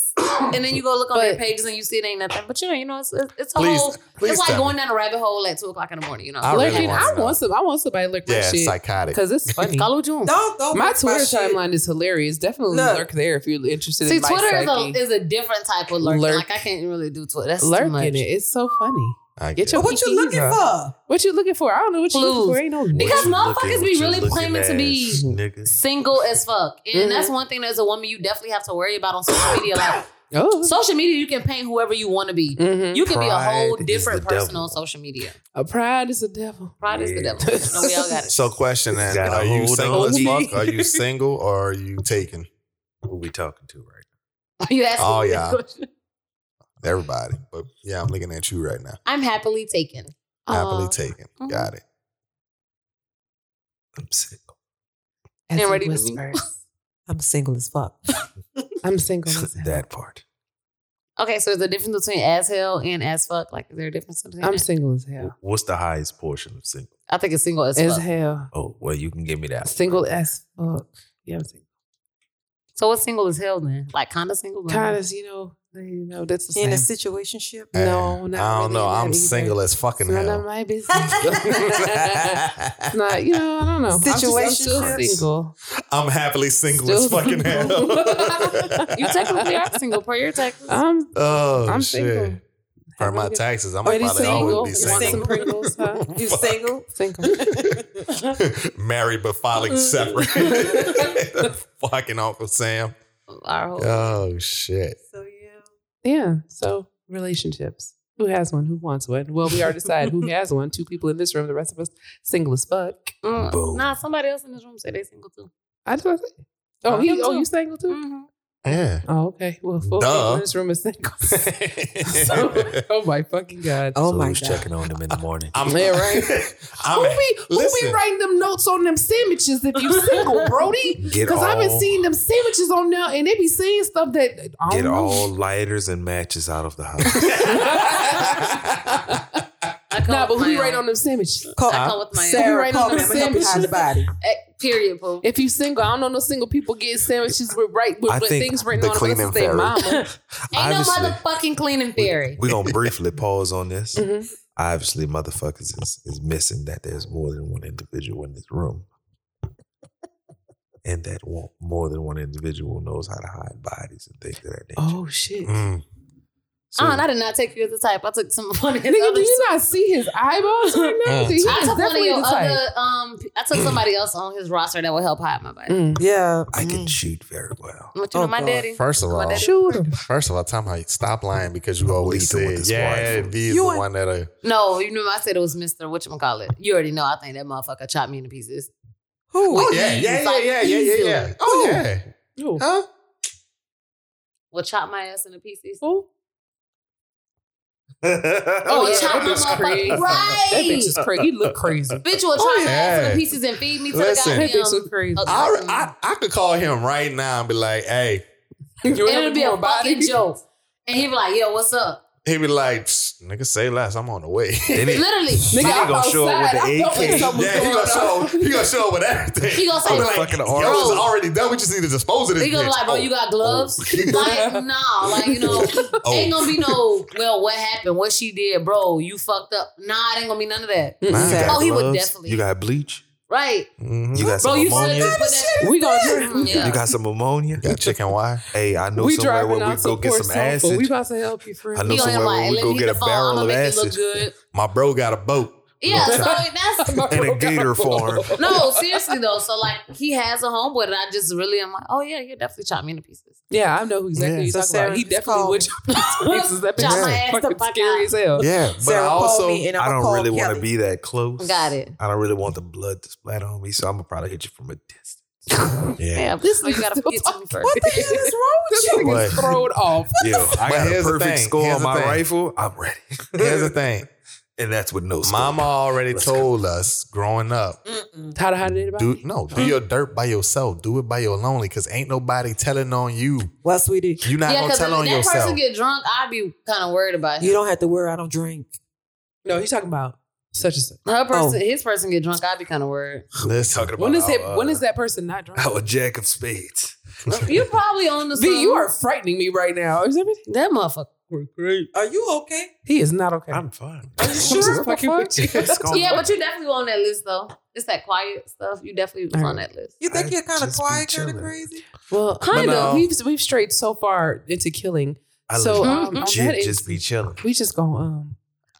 [SPEAKER 3] and then you go look on their
[SPEAKER 2] But-
[SPEAKER 3] pages and you see it ain't nothing. But you know, you know, it's it's, it's a
[SPEAKER 1] Please-
[SPEAKER 3] whole.
[SPEAKER 1] please
[SPEAKER 3] it's like
[SPEAKER 1] tell me.
[SPEAKER 3] going down a rabbit hole at two o'clock in the morning. You know,
[SPEAKER 1] I really
[SPEAKER 2] Lurking,
[SPEAKER 1] want
[SPEAKER 2] I
[SPEAKER 1] to know.
[SPEAKER 2] want some. I want somebody to lurk my
[SPEAKER 1] yeah,
[SPEAKER 2] shit
[SPEAKER 1] psychotic.
[SPEAKER 2] because it's funny.
[SPEAKER 3] Call what you want.
[SPEAKER 6] Don't don't
[SPEAKER 2] my
[SPEAKER 6] post
[SPEAKER 2] Twitter
[SPEAKER 6] shit.
[SPEAKER 2] timeline is hilarious. Definitely
[SPEAKER 6] Look.
[SPEAKER 2] lurk there if you're interested
[SPEAKER 3] See,
[SPEAKER 2] in my
[SPEAKER 3] Twitter is
[SPEAKER 2] psyche.
[SPEAKER 3] a, is a different type of lurking.
[SPEAKER 2] Lurk.
[SPEAKER 3] Like I can't really do Twitter. That's too
[SPEAKER 2] lurk
[SPEAKER 3] much.
[SPEAKER 2] in it. It's so funny.
[SPEAKER 4] I
[SPEAKER 2] Get
[SPEAKER 4] get
[SPEAKER 2] your
[SPEAKER 4] it.
[SPEAKER 6] What you
[SPEAKER 2] He's
[SPEAKER 6] looking
[SPEAKER 2] a-
[SPEAKER 6] for?
[SPEAKER 2] What you looking for? I don't know what you looking
[SPEAKER 3] Clues.
[SPEAKER 2] for. Ain't no
[SPEAKER 3] Because
[SPEAKER 4] What you
[SPEAKER 3] motherfuckers
[SPEAKER 4] looking-
[SPEAKER 3] be
[SPEAKER 4] what you
[SPEAKER 3] really
[SPEAKER 4] looking
[SPEAKER 3] claiming to
[SPEAKER 4] ass,
[SPEAKER 3] be
[SPEAKER 4] nigga.
[SPEAKER 3] single as fuck. And
[SPEAKER 2] Mhm.
[SPEAKER 3] that's one thing as a woman you definitely have to worry about on social media. Like
[SPEAKER 2] oh,
[SPEAKER 3] social media, you can paint whoever you want to be.
[SPEAKER 2] Mhm.
[SPEAKER 3] You can be a whole
[SPEAKER 4] Pride is
[SPEAKER 3] different
[SPEAKER 4] the
[SPEAKER 3] person
[SPEAKER 4] devil.
[SPEAKER 3] on social media.
[SPEAKER 2] a pride is a devil.
[SPEAKER 3] Pride is the
[SPEAKER 4] Yeah.
[SPEAKER 3] devil. No, we all got it.
[SPEAKER 1] So question then,
[SPEAKER 4] Gotta
[SPEAKER 1] are you
[SPEAKER 4] hold
[SPEAKER 1] single
[SPEAKER 4] on.
[SPEAKER 1] as fuck? Are you single or are you taken?
[SPEAKER 4] Who we talking to right
[SPEAKER 3] you asking
[SPEAKER 1] Oh,
[SPEAKER 3] me this
[SPEAKER 1] yeah.
[SPEAKER 3] question?
[SPEAKER 1] Everybody. But yeah, I'm looking at you right now.
[SPEAKER 3] I'm happily taken.
[SPEAKER 1] Happily
[SPEAKER 3] Aw.
[SPEAKER 1] taken.
[SPEAKER 2] mm-hmm.
[SPEAKER 3] Mhm.
[SPEAKER 1] Got it.
[SPEAKER 4] now? I'm single.
[SPEAKER 2] As
[SPEAKER 3] And
[SPEAKER 2] he
[SPEAKER 3] ready to meet.
[SPEAKER 2] whispers.
[SPEAKER 6] I'm single as fuck.
[SPEAKER 2] I'm single. as hell.
[SPEAKER 4] that part.
[SPEAKER 3] Okay, so is there a difference between as hell and as fuck? Like, is there a difference between?
[SPEAKER 2] I'm
[SPEAKER 3] that?
[SPEAKER 2] single as hell.
[SPEAKER 4] What's the highest portion of single?
[SPEAKER 3] I think it's single as,
[SPEAKER 2] As
[SPEAKER 3] fuck.
[SPEAKER 2] hell.
[SPEAKER 4] Oh, well, you can give me that.
[SPEAKER 2] Single as fuck. Yeah, I'm single.
[SPEAKER 3] So what's single as hell then? Like kind of single. but-
[SPEAKER 2] Kind of, you know, you know, that's the
[SPEAKER 6] In
[SPEAKER 2] same.
[SPEAKER 6] a situationship.
[SPEAKER 2] Yeah. No,
[SPEAKER 1] And
[SPEAKER 2] not
[SPEAKER 1] I don't
[SPEAKER 2] really
[SPEAKER 1] know.
[SPEAKER 2] that
[SPEAKER 1] I'm
[SPEAKER 2] either.
[SPEAKER 1] single as fucking
[SPEAKER 2] it's none of
[SPEAKER 1] hell.
[SPEAKER 2] my business. It's not, you know, I don't know. I'm just- I'm
[SPEAKER 6] Situationships.
[SPEAKER 2] still single.
[SPEAKER 1] I'm happily single
[SPEAKER 2] Still
[SPEAKER 1] as fucking
[SPEAKER 2] single.
[SPEAKER 1] hell.
[SPEAKER 3] You technically are single, per your taxes.
[SPEAKER 2] I'm
[SPEAKER 1] oh
[SPEAKER 2] I'm
[SPEAKER 1] shit!
[SPEAKER 2] single.
[SPEAKER 1] For my taxes, I'm
[SPEAKER 6] Already
[SPEAKER 1] probably
[SPEAKER 6] single.
[SPEAKER 1] always
[SPEAKER 2] Want
[SPEAKER 1] be
[SPEAKER 2] some
[SPEAKER 1] single.
[SPEAKER 2] Pringles? Huh?
[SPEAKER 6] You single?
[SPEAKER 2] Single.
[SPEAKER 1] Married but filing separate. fucking Uncle Sam.
[SPEAKER 3] Our whole-
[SPEAKER 1] Oh shit!
[SPEAKER 6] So yeah.
[SPEAKER 2] Yeah. So relationships. Who has one? Who wants one? Well, we already decided who has one. Two people in this room. The rest of us single as fuck.
[SPEAKER 3] Mm,
[SPEAKER 4] Boom.
[SPEAKER 3] Nah, somebody else in this room said they single too.
[SPEAKER 2] I just want to say. Oh, he,
[SPEAKER 3] Him
[SPEAKER 2] oh,
[SPEAKER 3] too.
[SPEAKER 2] you single too?
[SPEAKER 3] Mhm.
[SPEAKER 1] Yeah.
[SPEAKER 2] Oh, okay. Well, four
[SPEAKER 1] Duh.
[SPEAKER 2] people in this room is single. So- oh my fucking god.
[SPEAKER 6] Oh
[SPEAKER 4] so
[SPEAKER 6] my
[SPEAKER 4] who's
[SPEAKER 6] god.
[SPEAKER 4] checking on them in the morning?
[SPEAKER 1] I'm
[SPEAKER 2] Yeah, right.
[SPEAKER 1] I'm
[SPEAKER 2] who be who
[SPEAKER 1] listen.
[SPEAKER 2] be writing them notes on them sandwiches if you single, Brody?
[SPEAKER 4] Get
[SPEAKER 2] Because I've been
[SPEAKER 4] all-
[SPEAKER 2] seeing them sandwiches on now, and they be saying stuff that I
[SPEAKER 4] Get
[SPEAKER 2] don't know.
[SPEAKER 4] all lighters and matches out of the house.
[SPEAKER 3] I come
[SPEAKER 2] Nah,
[SPEAKER 3] with
[SPEAKER 2] but
[SPEAKER 3] my
[SPEAKER 2] we right
[SPEAKER 3] own.
[SPEAKER 2] on them sandwiches.
[SPEAKER 6] Call,
[SPEAKER 3] I come with my own.
[SPEAKER 2] Sarah,
[SPEAKER 6] Sarah,
[SPEAKER 2] right
[SPEAKER 6] call
[SPEAKER 2] on
[SPEAKER 6] me.
[SPEAKER 2] the
[SPEAKER 6] I'm gonna help you hide the
[SPEAKER 2] sandwiches.
[SPEAKER 6] body.
[SPEAKER 3] Eh, Period, boo.
[SPEAKER 2] If you single, I don't know no single people getting sandwiches with right with,
[SPEAKER 4] I
[SPEAKER 2] with
[SPEAKER 4] think
[SPEAKER 2] things written
[SPEAKER 1] the
[SPEAKER 2] on them unless
[SPEAKER 1] cleaning
[SPEAKER 2] it's their
[SPEAKER 1] fairy.
[SPEAKER 2] mama.
[SPEAKER 3] Ain't no
[SPEAKER 4] Obviously.
[SPEAKER 3] motherfucking cleaning theory.
[SPEAKER 4] We're gonna briefly pause on this.
[SPEAKER 2] Mhm.
[SPEAKER 4] Obviously, motherfuckers is, is missing that there's more than one individual in this room. And that one, more than one individual knows how to hide bodies and things of that nature.
[SPEAKER 2] Oh shit.
[SPEAKER 1] Mm.
[SPEAKER 4] So-
[SPEAKER 3] Aunt, Ah, I did not take you as a type. I took some of one of his
[SPEAKER 2] Nigga, do
[SPEAKER 3] others.
[SPEAKER 2] you not see his eyeballs right now?
[SPEAKER 1] Mm.
[SPEAKER 2] He is
[SPEAKER 3] I took one of
[SPEAKER 2] definitely
[SPEAKER 3] your
[SPEAKER 2] the type.
[SPEAKER 3] other. Um, I took somebody else on his roster that would help hide my body.
[SPEAKER 2] Mm.
[SPEAKER 6] Yeah.
[SPEAKER 4] I can shoot very well.
[SPEAKER 3] What you
[SPEAKER 6] Oh,
[SPEAKER 3] know, my
[SPEAKER 6] God.
[SPEAKER 3] daddy.
[SPEAKER 1] First of
[SPEAKER 3] My
[SPEAKER 1] all,
[SPEAKER 3] daddy-
[SPEAKER 2] Shoot him.
[SPEAKER 1] first of all, time how you stop lying because you always
[SPEAKER 4] Lethal with
[SPEAKER 1] said,
[SPEAKER 4] this
[SPEAKER 1] yeah,
[SPEAKER 4] wife.
[SPEAKER 1] V is
[SPEAKER 6] You
[SPEAKER 1] the
[SPEAKER 6] ain't-
[SPEAKER 1] one that uh, I.
[SPEAKER 3] No, you know, I said it was Mister. What you call it? You already know. I think that motherfucker chopped me into pieces.
[SPEAKER 6] Who?
[SPEAKER 3] Oh,
[SPEAKER 1] Yeah, yeah, yeah,
[SPEAKER 3] like
[SPEAKER 1] yeah, yeah, yeah,
[SPEAKER 3] easily.
[SPEAKER 1] yeah. Oh yeah.
[SPEAKER 2] Yo.
[SPEAKER 1] Huh?
[SPEAKER 3] Will chop my ass into pieces.
[SPEAKER 2] Oh,
[SPEAKER 3] Oh,
[SPEAKER 2] yeah,
[SPEAKER 3] chop
[SPEAKER 2] that
[SPEAKER 3] my
[SPEAKER 2] bitch crazy.
[SPEAKER 3] motherfucker.
[SPEAKER 2] That
[SPEAKER 3] Right.
[SPEAKER 2] bitch is crazy. You look crazy.
[SPEAKER 3] Bitch will chop
[SPEAKER 1] Oh,
[SPEAKER 3] my ass
[SPEAKER 1] yeah.
[SPEAKER 3] into pieces and feed me to
[SPEAKER 1] Listen.
[SPEAKER 3] the
[SPEAKER 2] That bitch
[SPEAKER 3] goddamn.
[SPEAKER 2] look crazy.
[SPEAKER 3] Okay.
[SPEAKER 1] I, I I could call him right now and be like, hey,
[SPEAKER 2] You
[SPEAKER 3] And it'll
[SPEAKER 2] ever
[SPEAKER 3] be
[SPEAKER 2] do
[SPEAKER 3] a
[SPEAKER 2] body?
[SPEAKER 3] fucking joke. And he'd be like, "Yo, what's up?"
[SPEAKER 1] he'd be like, "Psst, nigga, say less. I'm on the way.
[SPEAKER 4] Then it-
[SPEAKER 3] Literally,
[SPEAKER 2] Nigga,
[SPEAKER 4] He
[SPEAKER 2] I'm
[SPEAKER 4] gonna show up with
[SPEAKER 2] outside.
[SPEAKER 4] the
[SPEAKER 2] I know when
[SPEAKER 4] AK.
[SPEAKER 2] something's
[SPEAKER 1] yeah, he
[SPEAKER 2] going
[SPEAKER 1] gonna show
[SPEAKER 2] on.
[SPEAKER 1] he gonna show up with everything.
[SPEAKER 3] He gonna say,
[SPEAKER 1] I'm
[SPEAKER 4] Like,
[SPEAKER 1] like,
[SPEAKER 4] fucking
[SPEAKER 1] yo,
[SPEAKER 4] arms.
[SPEAKER 1] it's already done. We just need to dispose of this.
[SPEAKER 3] They gonna be
[SPEAKER 1] bitch.
[SPEAKER 3] like, bro,
[SPEAKER 1] Oh,
[SPEAKER 3] you got gloves? like, nah, like, you know,
[SPEAKER 1] Oh.
[SPEAKER 3] ain't gonna be no, well, what happened? What she did, bro, you fucked up. Nah, it ain't gonna be none of that.
[SPEAKER 4] Nah, you got
[SPEAKER 3] Oh, he would
[SPEAKER 4] gloves,
[SPEAKER 3] definitely-
[SPEAKER 4] You got bleach.
[SPEAKER 3] Right.
[SPEAKER 1] Mhm.
[SPEAKER 4] You got
[SPEAKER 3] Bro,
[SPEAKER 4] some
[SPEAKER 3] you should
[SPEAKER 4] ammonia.
[SPEAKER 3] have put
[SPEAKER 2] We gonna
[SPEAKER 3] that. Yeah.
[SPEAKER 4] You got some ammonia.
[SPEAKER 1] got chicken wire.
[SPEAKER 4] Hey, I know
[SPEAKER 2] we
[SPEAKER 4] somewhere
[SPEAKER 2] driving
[SPEAKER 4] where we
[SPEAKER 2] out
[SPEAKER 4] go
[SPEAKER 2] to
[SPEAKER 4] get
[SPEAKER 2] Port
[SPEAKER 4] some
[SPEAKER 2] Sulphur. We
[SPEAKER 4] acid.
[SPEAKER 2] about to help you, friend.
[SPEAKER 4] I know
[SPEAKER 3] He gonna have
[SPEAKER 4] somewhere
[SPEAKER 3] like,
[SPEAKER 4] where we
[SPEAKER 3] let me
[SPEAKER 4] go
[SPEAKER 3] hit
[SPEAKER 4] get
[SPEAKER 3] the
[SPEAKER 4] a
[SPEAKER 3] phone.
[SPEAKER 4] barrel
[SPEAKER 3] I'ma
[SPEAKER 4] of
[SPEAKER 3] make it
[SPEAKER 4] acid
[SPEAKER 3] look good.
[SPEAKER 1] My bro got a boat.
[SPEAKER 3] Yeah, so that's
[SPEAKER 4] and a gator farm.
[SPEAKER 3] no, seriously though. So like he has a homeboy that I just really am like, oh yeah, you definitely chop me into pieces.
[SPEAKER 2] Yeah, I know who exactly
[SPEAKER 1] Yeah.
[SPEAKER 2] you're
[SPEAKER 6] So
[SPEAKER 2] talking
[SPEAKER 6] Sarah
[SPEAKER 2] about. He
[SPEAKER 6] just
[SPEAKER 2] definitely
[SPEAKER 6] called.
[SPEAKER 2] would chop me to pieces. That bitch
[SPEAKER 3] Chop
[SPEAKER 2] is
[SPEAKER 3] my ass the
[SPEAKER 2] fucking
[SPEAKER 3] fuck
[SPEAKER 2] scary
[SPEAKER 3] out.
[SPEAKER 2] as hell.
[SPEAKER 1] Yeah, but I
[SPEAKER 6] Sarah
[SPEAKER 1] also
[SPEAKER 6] called me and
[SPEAKER 4] I
[SPEAKER 6] I'm
[SPEAKER 4] don't
[SPEAKER 6] call
[SPEAKER 4] really want
[SPEAKER 6] Kelly.
[SPEAKER 4] to be that close.
[SPEAKER 3] Got it.
[SPEAKER 4] I don't really want the blood to splat on me, so I'm gonna probably hit you from a distance.
[SPEAKER 3] Yeah,
[SPEAKER 1] yeah.
[SPEAKER 3] this Oh, you gotta get to me first.
[SPEAKER 2] What the hell is wrong with you?
[SPEAKER 1] But-
[SPEAKER 2] This nigga's thrown off.
[SPEAKER 4] Yo, I
[SPEAKER 1] But
[SPEAKER 4] got a
[SPEAKER 1] here's the
[SPEAKER 4] perfect
[SPEAKER 1] thing,
[SPEAKER 4] score
[SPEAKER 1] here's
[SPEAKER 4] on
[SPEAKER 1] the
[SPEAKER 4] my
[SPEAKER 1] thing.
[SPEAKER 4] rifle. I'm ready.
[SPEAKER 1] Here's the thing.
[SPEAKER 4] and that's with no score.
[SPEAKER 1] Mama already
[SPEAKER 4] Let's
[SPEAKER 1] told us growing up,
[SPEAKER 6] Mm-mm.
[SPEAKER 2] Tired of hiding it about
[SPEAKER 1] do
[SPEAKER 2] me?
[SPEAKER 1] no, do your dirt by yourself. Do it by your lonely, cause ain't nobody telling on you.
[SPEAKER 6] Well, sweetie,
[SPEAKER 1] You not
[SPEAKER 3] yeah,
[SPEAKER 1] gonna
[SPEAKER 3] because if
[SPEAKER 1] tell on
[SPEAKER 3] that
[SPEAKER 1] yourself.
[SPEAKER 3] person get drunk, I'd be kind of worried about
[SPEAKER 6] you
[SPEAKER 3] him.
[SPEAKER 6] don't have to worry. I don't drink.
[SPEAKER 2] No, he's talking about such and such.
[SPEAKER 3] Her person,
[SPEAKER 6] Oh.
[SPEAKER 3] his person get drunk, I'd be kind of worried.
[SPEAKER 1] Listen,
[SPEAKER 4] talking about
[SPEAKER 2] When is
[SPEAKER 4] our,
[SPEAKER 2] that?
[SPEAKER 4] uh,
[SPEAKER 2] When is that person not drunk?
[SPEAKER 4] Our jack of spades.
[SPEAKER 3] You probably on the.
[SPEAKER 2] V, you are frightening me right now. Is everything?
[SPEAKER 3] that motherfucker.
[SPEAKER 2] Great.
[SPEAKER 6] Are you okay?
[SPEAKER 2] He is not okay.
[SPEAKER 4] I'm fine.
[SPEAKER 2] I'm
[SPEAKER 3] sure?
[SPEAKER 2] just fucking with you.
[SPEAKER 4] It's gonna
[SPEAKER 3] Yeah,
[SPEAKER 4] work.
[SPEAKER 3] but you definitely on that list though. It's that quiet stuff. You definitely was on that list.
[SPEAKER 6] You think
[SPEAKER 4] I
[SPEAKER 6] you're kind of
[SPEAKER 4] just be
[SPEAKER 6] quiet, kind of
[SPEAKER 4] chilling.
[SPEAKER 6] crazy?
[SPEAKER 2] Well, kind of.
[SPEAKER 1] no.
[SPEAKER 2] We've we've strayed so far into killing.
[SPEAKER 4] I
[SPEAKER 2] so
[SPEAKER 4] legit
[SPEAKER 2] um, on that
[SPEAKER 4] just
[SPEAKER 2] is-
[SPEAKER 4] be chilling.
[SPEAKER 2] we just gonna um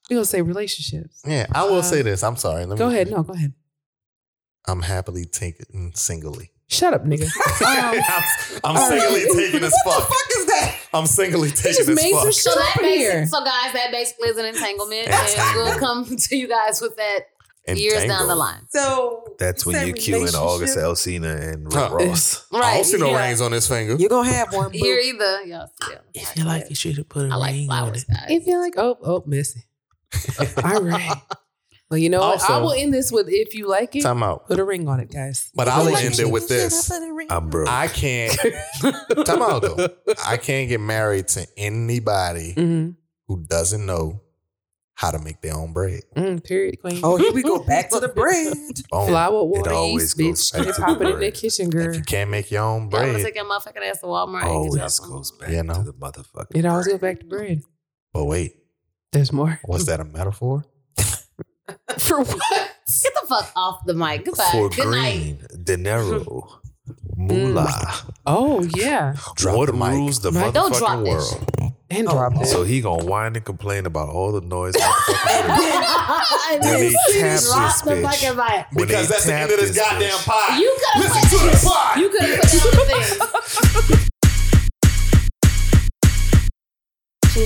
[SPEAKER 2] We're gonna say relationships.
[SPEAKER 1] Yeah, I will
[SPEAKER 2] Uh,
[SPEAKER 1] say this. I'm sorry. Let
[SPEAKER 2] Go
[SPEAKER 1] me,
[SPEAKER 2] ahead. No, go ahead.
[SPEAKER 1] I'm happily taken singly.
[SPEAKER 2] Shut up, nigga. Um,
[SPEAKER 1] I'm, I'm singly taken as
[SPEAKER 6] What the
[SPEAKER 1] fuck.
[SPEAKER 6] fuck is that?
[SPEAKER 1] I'm singly taken as
[SPEAKER 2] just made some
[SPEAKER 1] fuck.
[SPEAKER 2] shit
[SPEAKER 3] So that
[SPEAKER 2] up in here.
[SPEAKER 3] basic, so guys, that basically is an entanglement, and we'll come to you guys with that years down the
[SPEAKER 1] Entangled.
[SPEAKER 3] line.
[SPEAKER 6] So
[SPEAKER 4] That's when
[SPEAKER 6] said
[SPEAKER 4] you cue in August
[SPEAKER 6] relationship.
[SPEAKER 4] Alsina and
[SPEAKER 1] Huh.
[SPEAKER 4] Rick Ross.
[SPEAKER 3] Right?
[SPEAKER 1] I don't see no
[SPEAKER 3] yeah.
[SPEAKER 1] rings on this finger.
[SPEAKER 6] You're gonna have one. boo.
[SPEAKER 3] Here either. Yeah, yeah.
[SPEAKER 2] If you like, you
[SPEAKER 4] should have put
[SPEAKER 3] I like flowers, guys.
[SPEAKER 2] If you like, oh, oh, messy. All right. Well, you know what? I
[SPEAKER 1] Also-
[SPEAKER 2] will end this with if you like it,
[SPEAKER 1] Time out.
[SPEAKER 2] put a ring on it, guys.
[SPEAKER 1] But I will end it with this.
[SPEAKER 4] I'm broke.
[SPEAKER 1] I can't. Time out though. I can't get married to anybody
[SPEAKER 2] Mm-hmm.
[SPEAKER 1] who doesn't know how to make their own bread.
[SPEAKER 2] Mm, period, queen.
[SPEAKER 6] Oh, here we go back to the bread.
[SPEAKER 1] Boom.
[SPEAKER 2] Flour, water,
[SPEAKER 4] always
[SPEAKER 2] yeast, bitch.
[SPEAKER 4] goes
[SPEAKER 2] Get
[SPEAKER 4] back
[SPEAKER 2] it
[SPEAKER 4] to the
[SPEAKER 2] popping in the
[SPEAKER 4] bread.
[SPEAKER 2] kitchen,
[SPEAKER 1] If
[SPEAKER 2] girl.
[SPEAKER 1] you can't make your own
[SPEAKER 3] I'm gonna
[SPEAKER 1] bread,
[SPEAKER 3] take that motherfucking ass to Walmart.
[SPEAKER 1] Oh,
[SPEAKER 3] and get
[SPEAKER 4] Always
[SPEAKER 3] y'all
[SPEAKER 4] goes
[SPEAKER 3] some.
[SPEAKER 4] back
[SPEAKER 1] You know.
[SPEAKER 4] to the motherfucker.
[SPEAKER 2] It always goes back to bread.
[SPEAKER 1] but wait,
[SPEAKER 2] There's more.
[SPEAKER 1] was that a metaphor?
[SPEAKER 2] For what?
[SPEAKER 3] Get the fuck off the mic. Goodbye.
[SPEAKER 4] For
[SPEAKER 3] Good night.
[SPEAKER 4] green,
[SPEAKER 1] Mm.
[SPEAKER 4] dinero, moolah.
[SPEAKER 2] Oh, yeah.
[SPEAKER 1] Drop
[SPEAKER 4] what
[SPEAKER 1] the mic.
[SPEAKER 4] rules the
[SPEAKER 2] Mike,
[SPEAKER 3] don't drop
[SPEAKER 4] motherfucking
[SPEAKER 3] that
[SPEAKER 4] world?
[SPEAKER 2] And drop it.
[SPEAKER 4] So he gonna whine and complain about all the noise. motherfucking world.
[SPEAKER 3] Drop
[SPEAKER 4] When they tap this
[SPEAKER 3] the
[SPEAKER 4] bitch,
[SPEAKER 3] fucking mic.
[SPEAKER 4] When they tap bitch,
[SPEAKER 1] pie.
[SPEAKER 3] You could have
[SPEAKER 1] Listen to the pod.
[SPEAKER 3] You could have put that on the thing.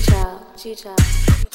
[SPEAKER 5] G Child, G Child.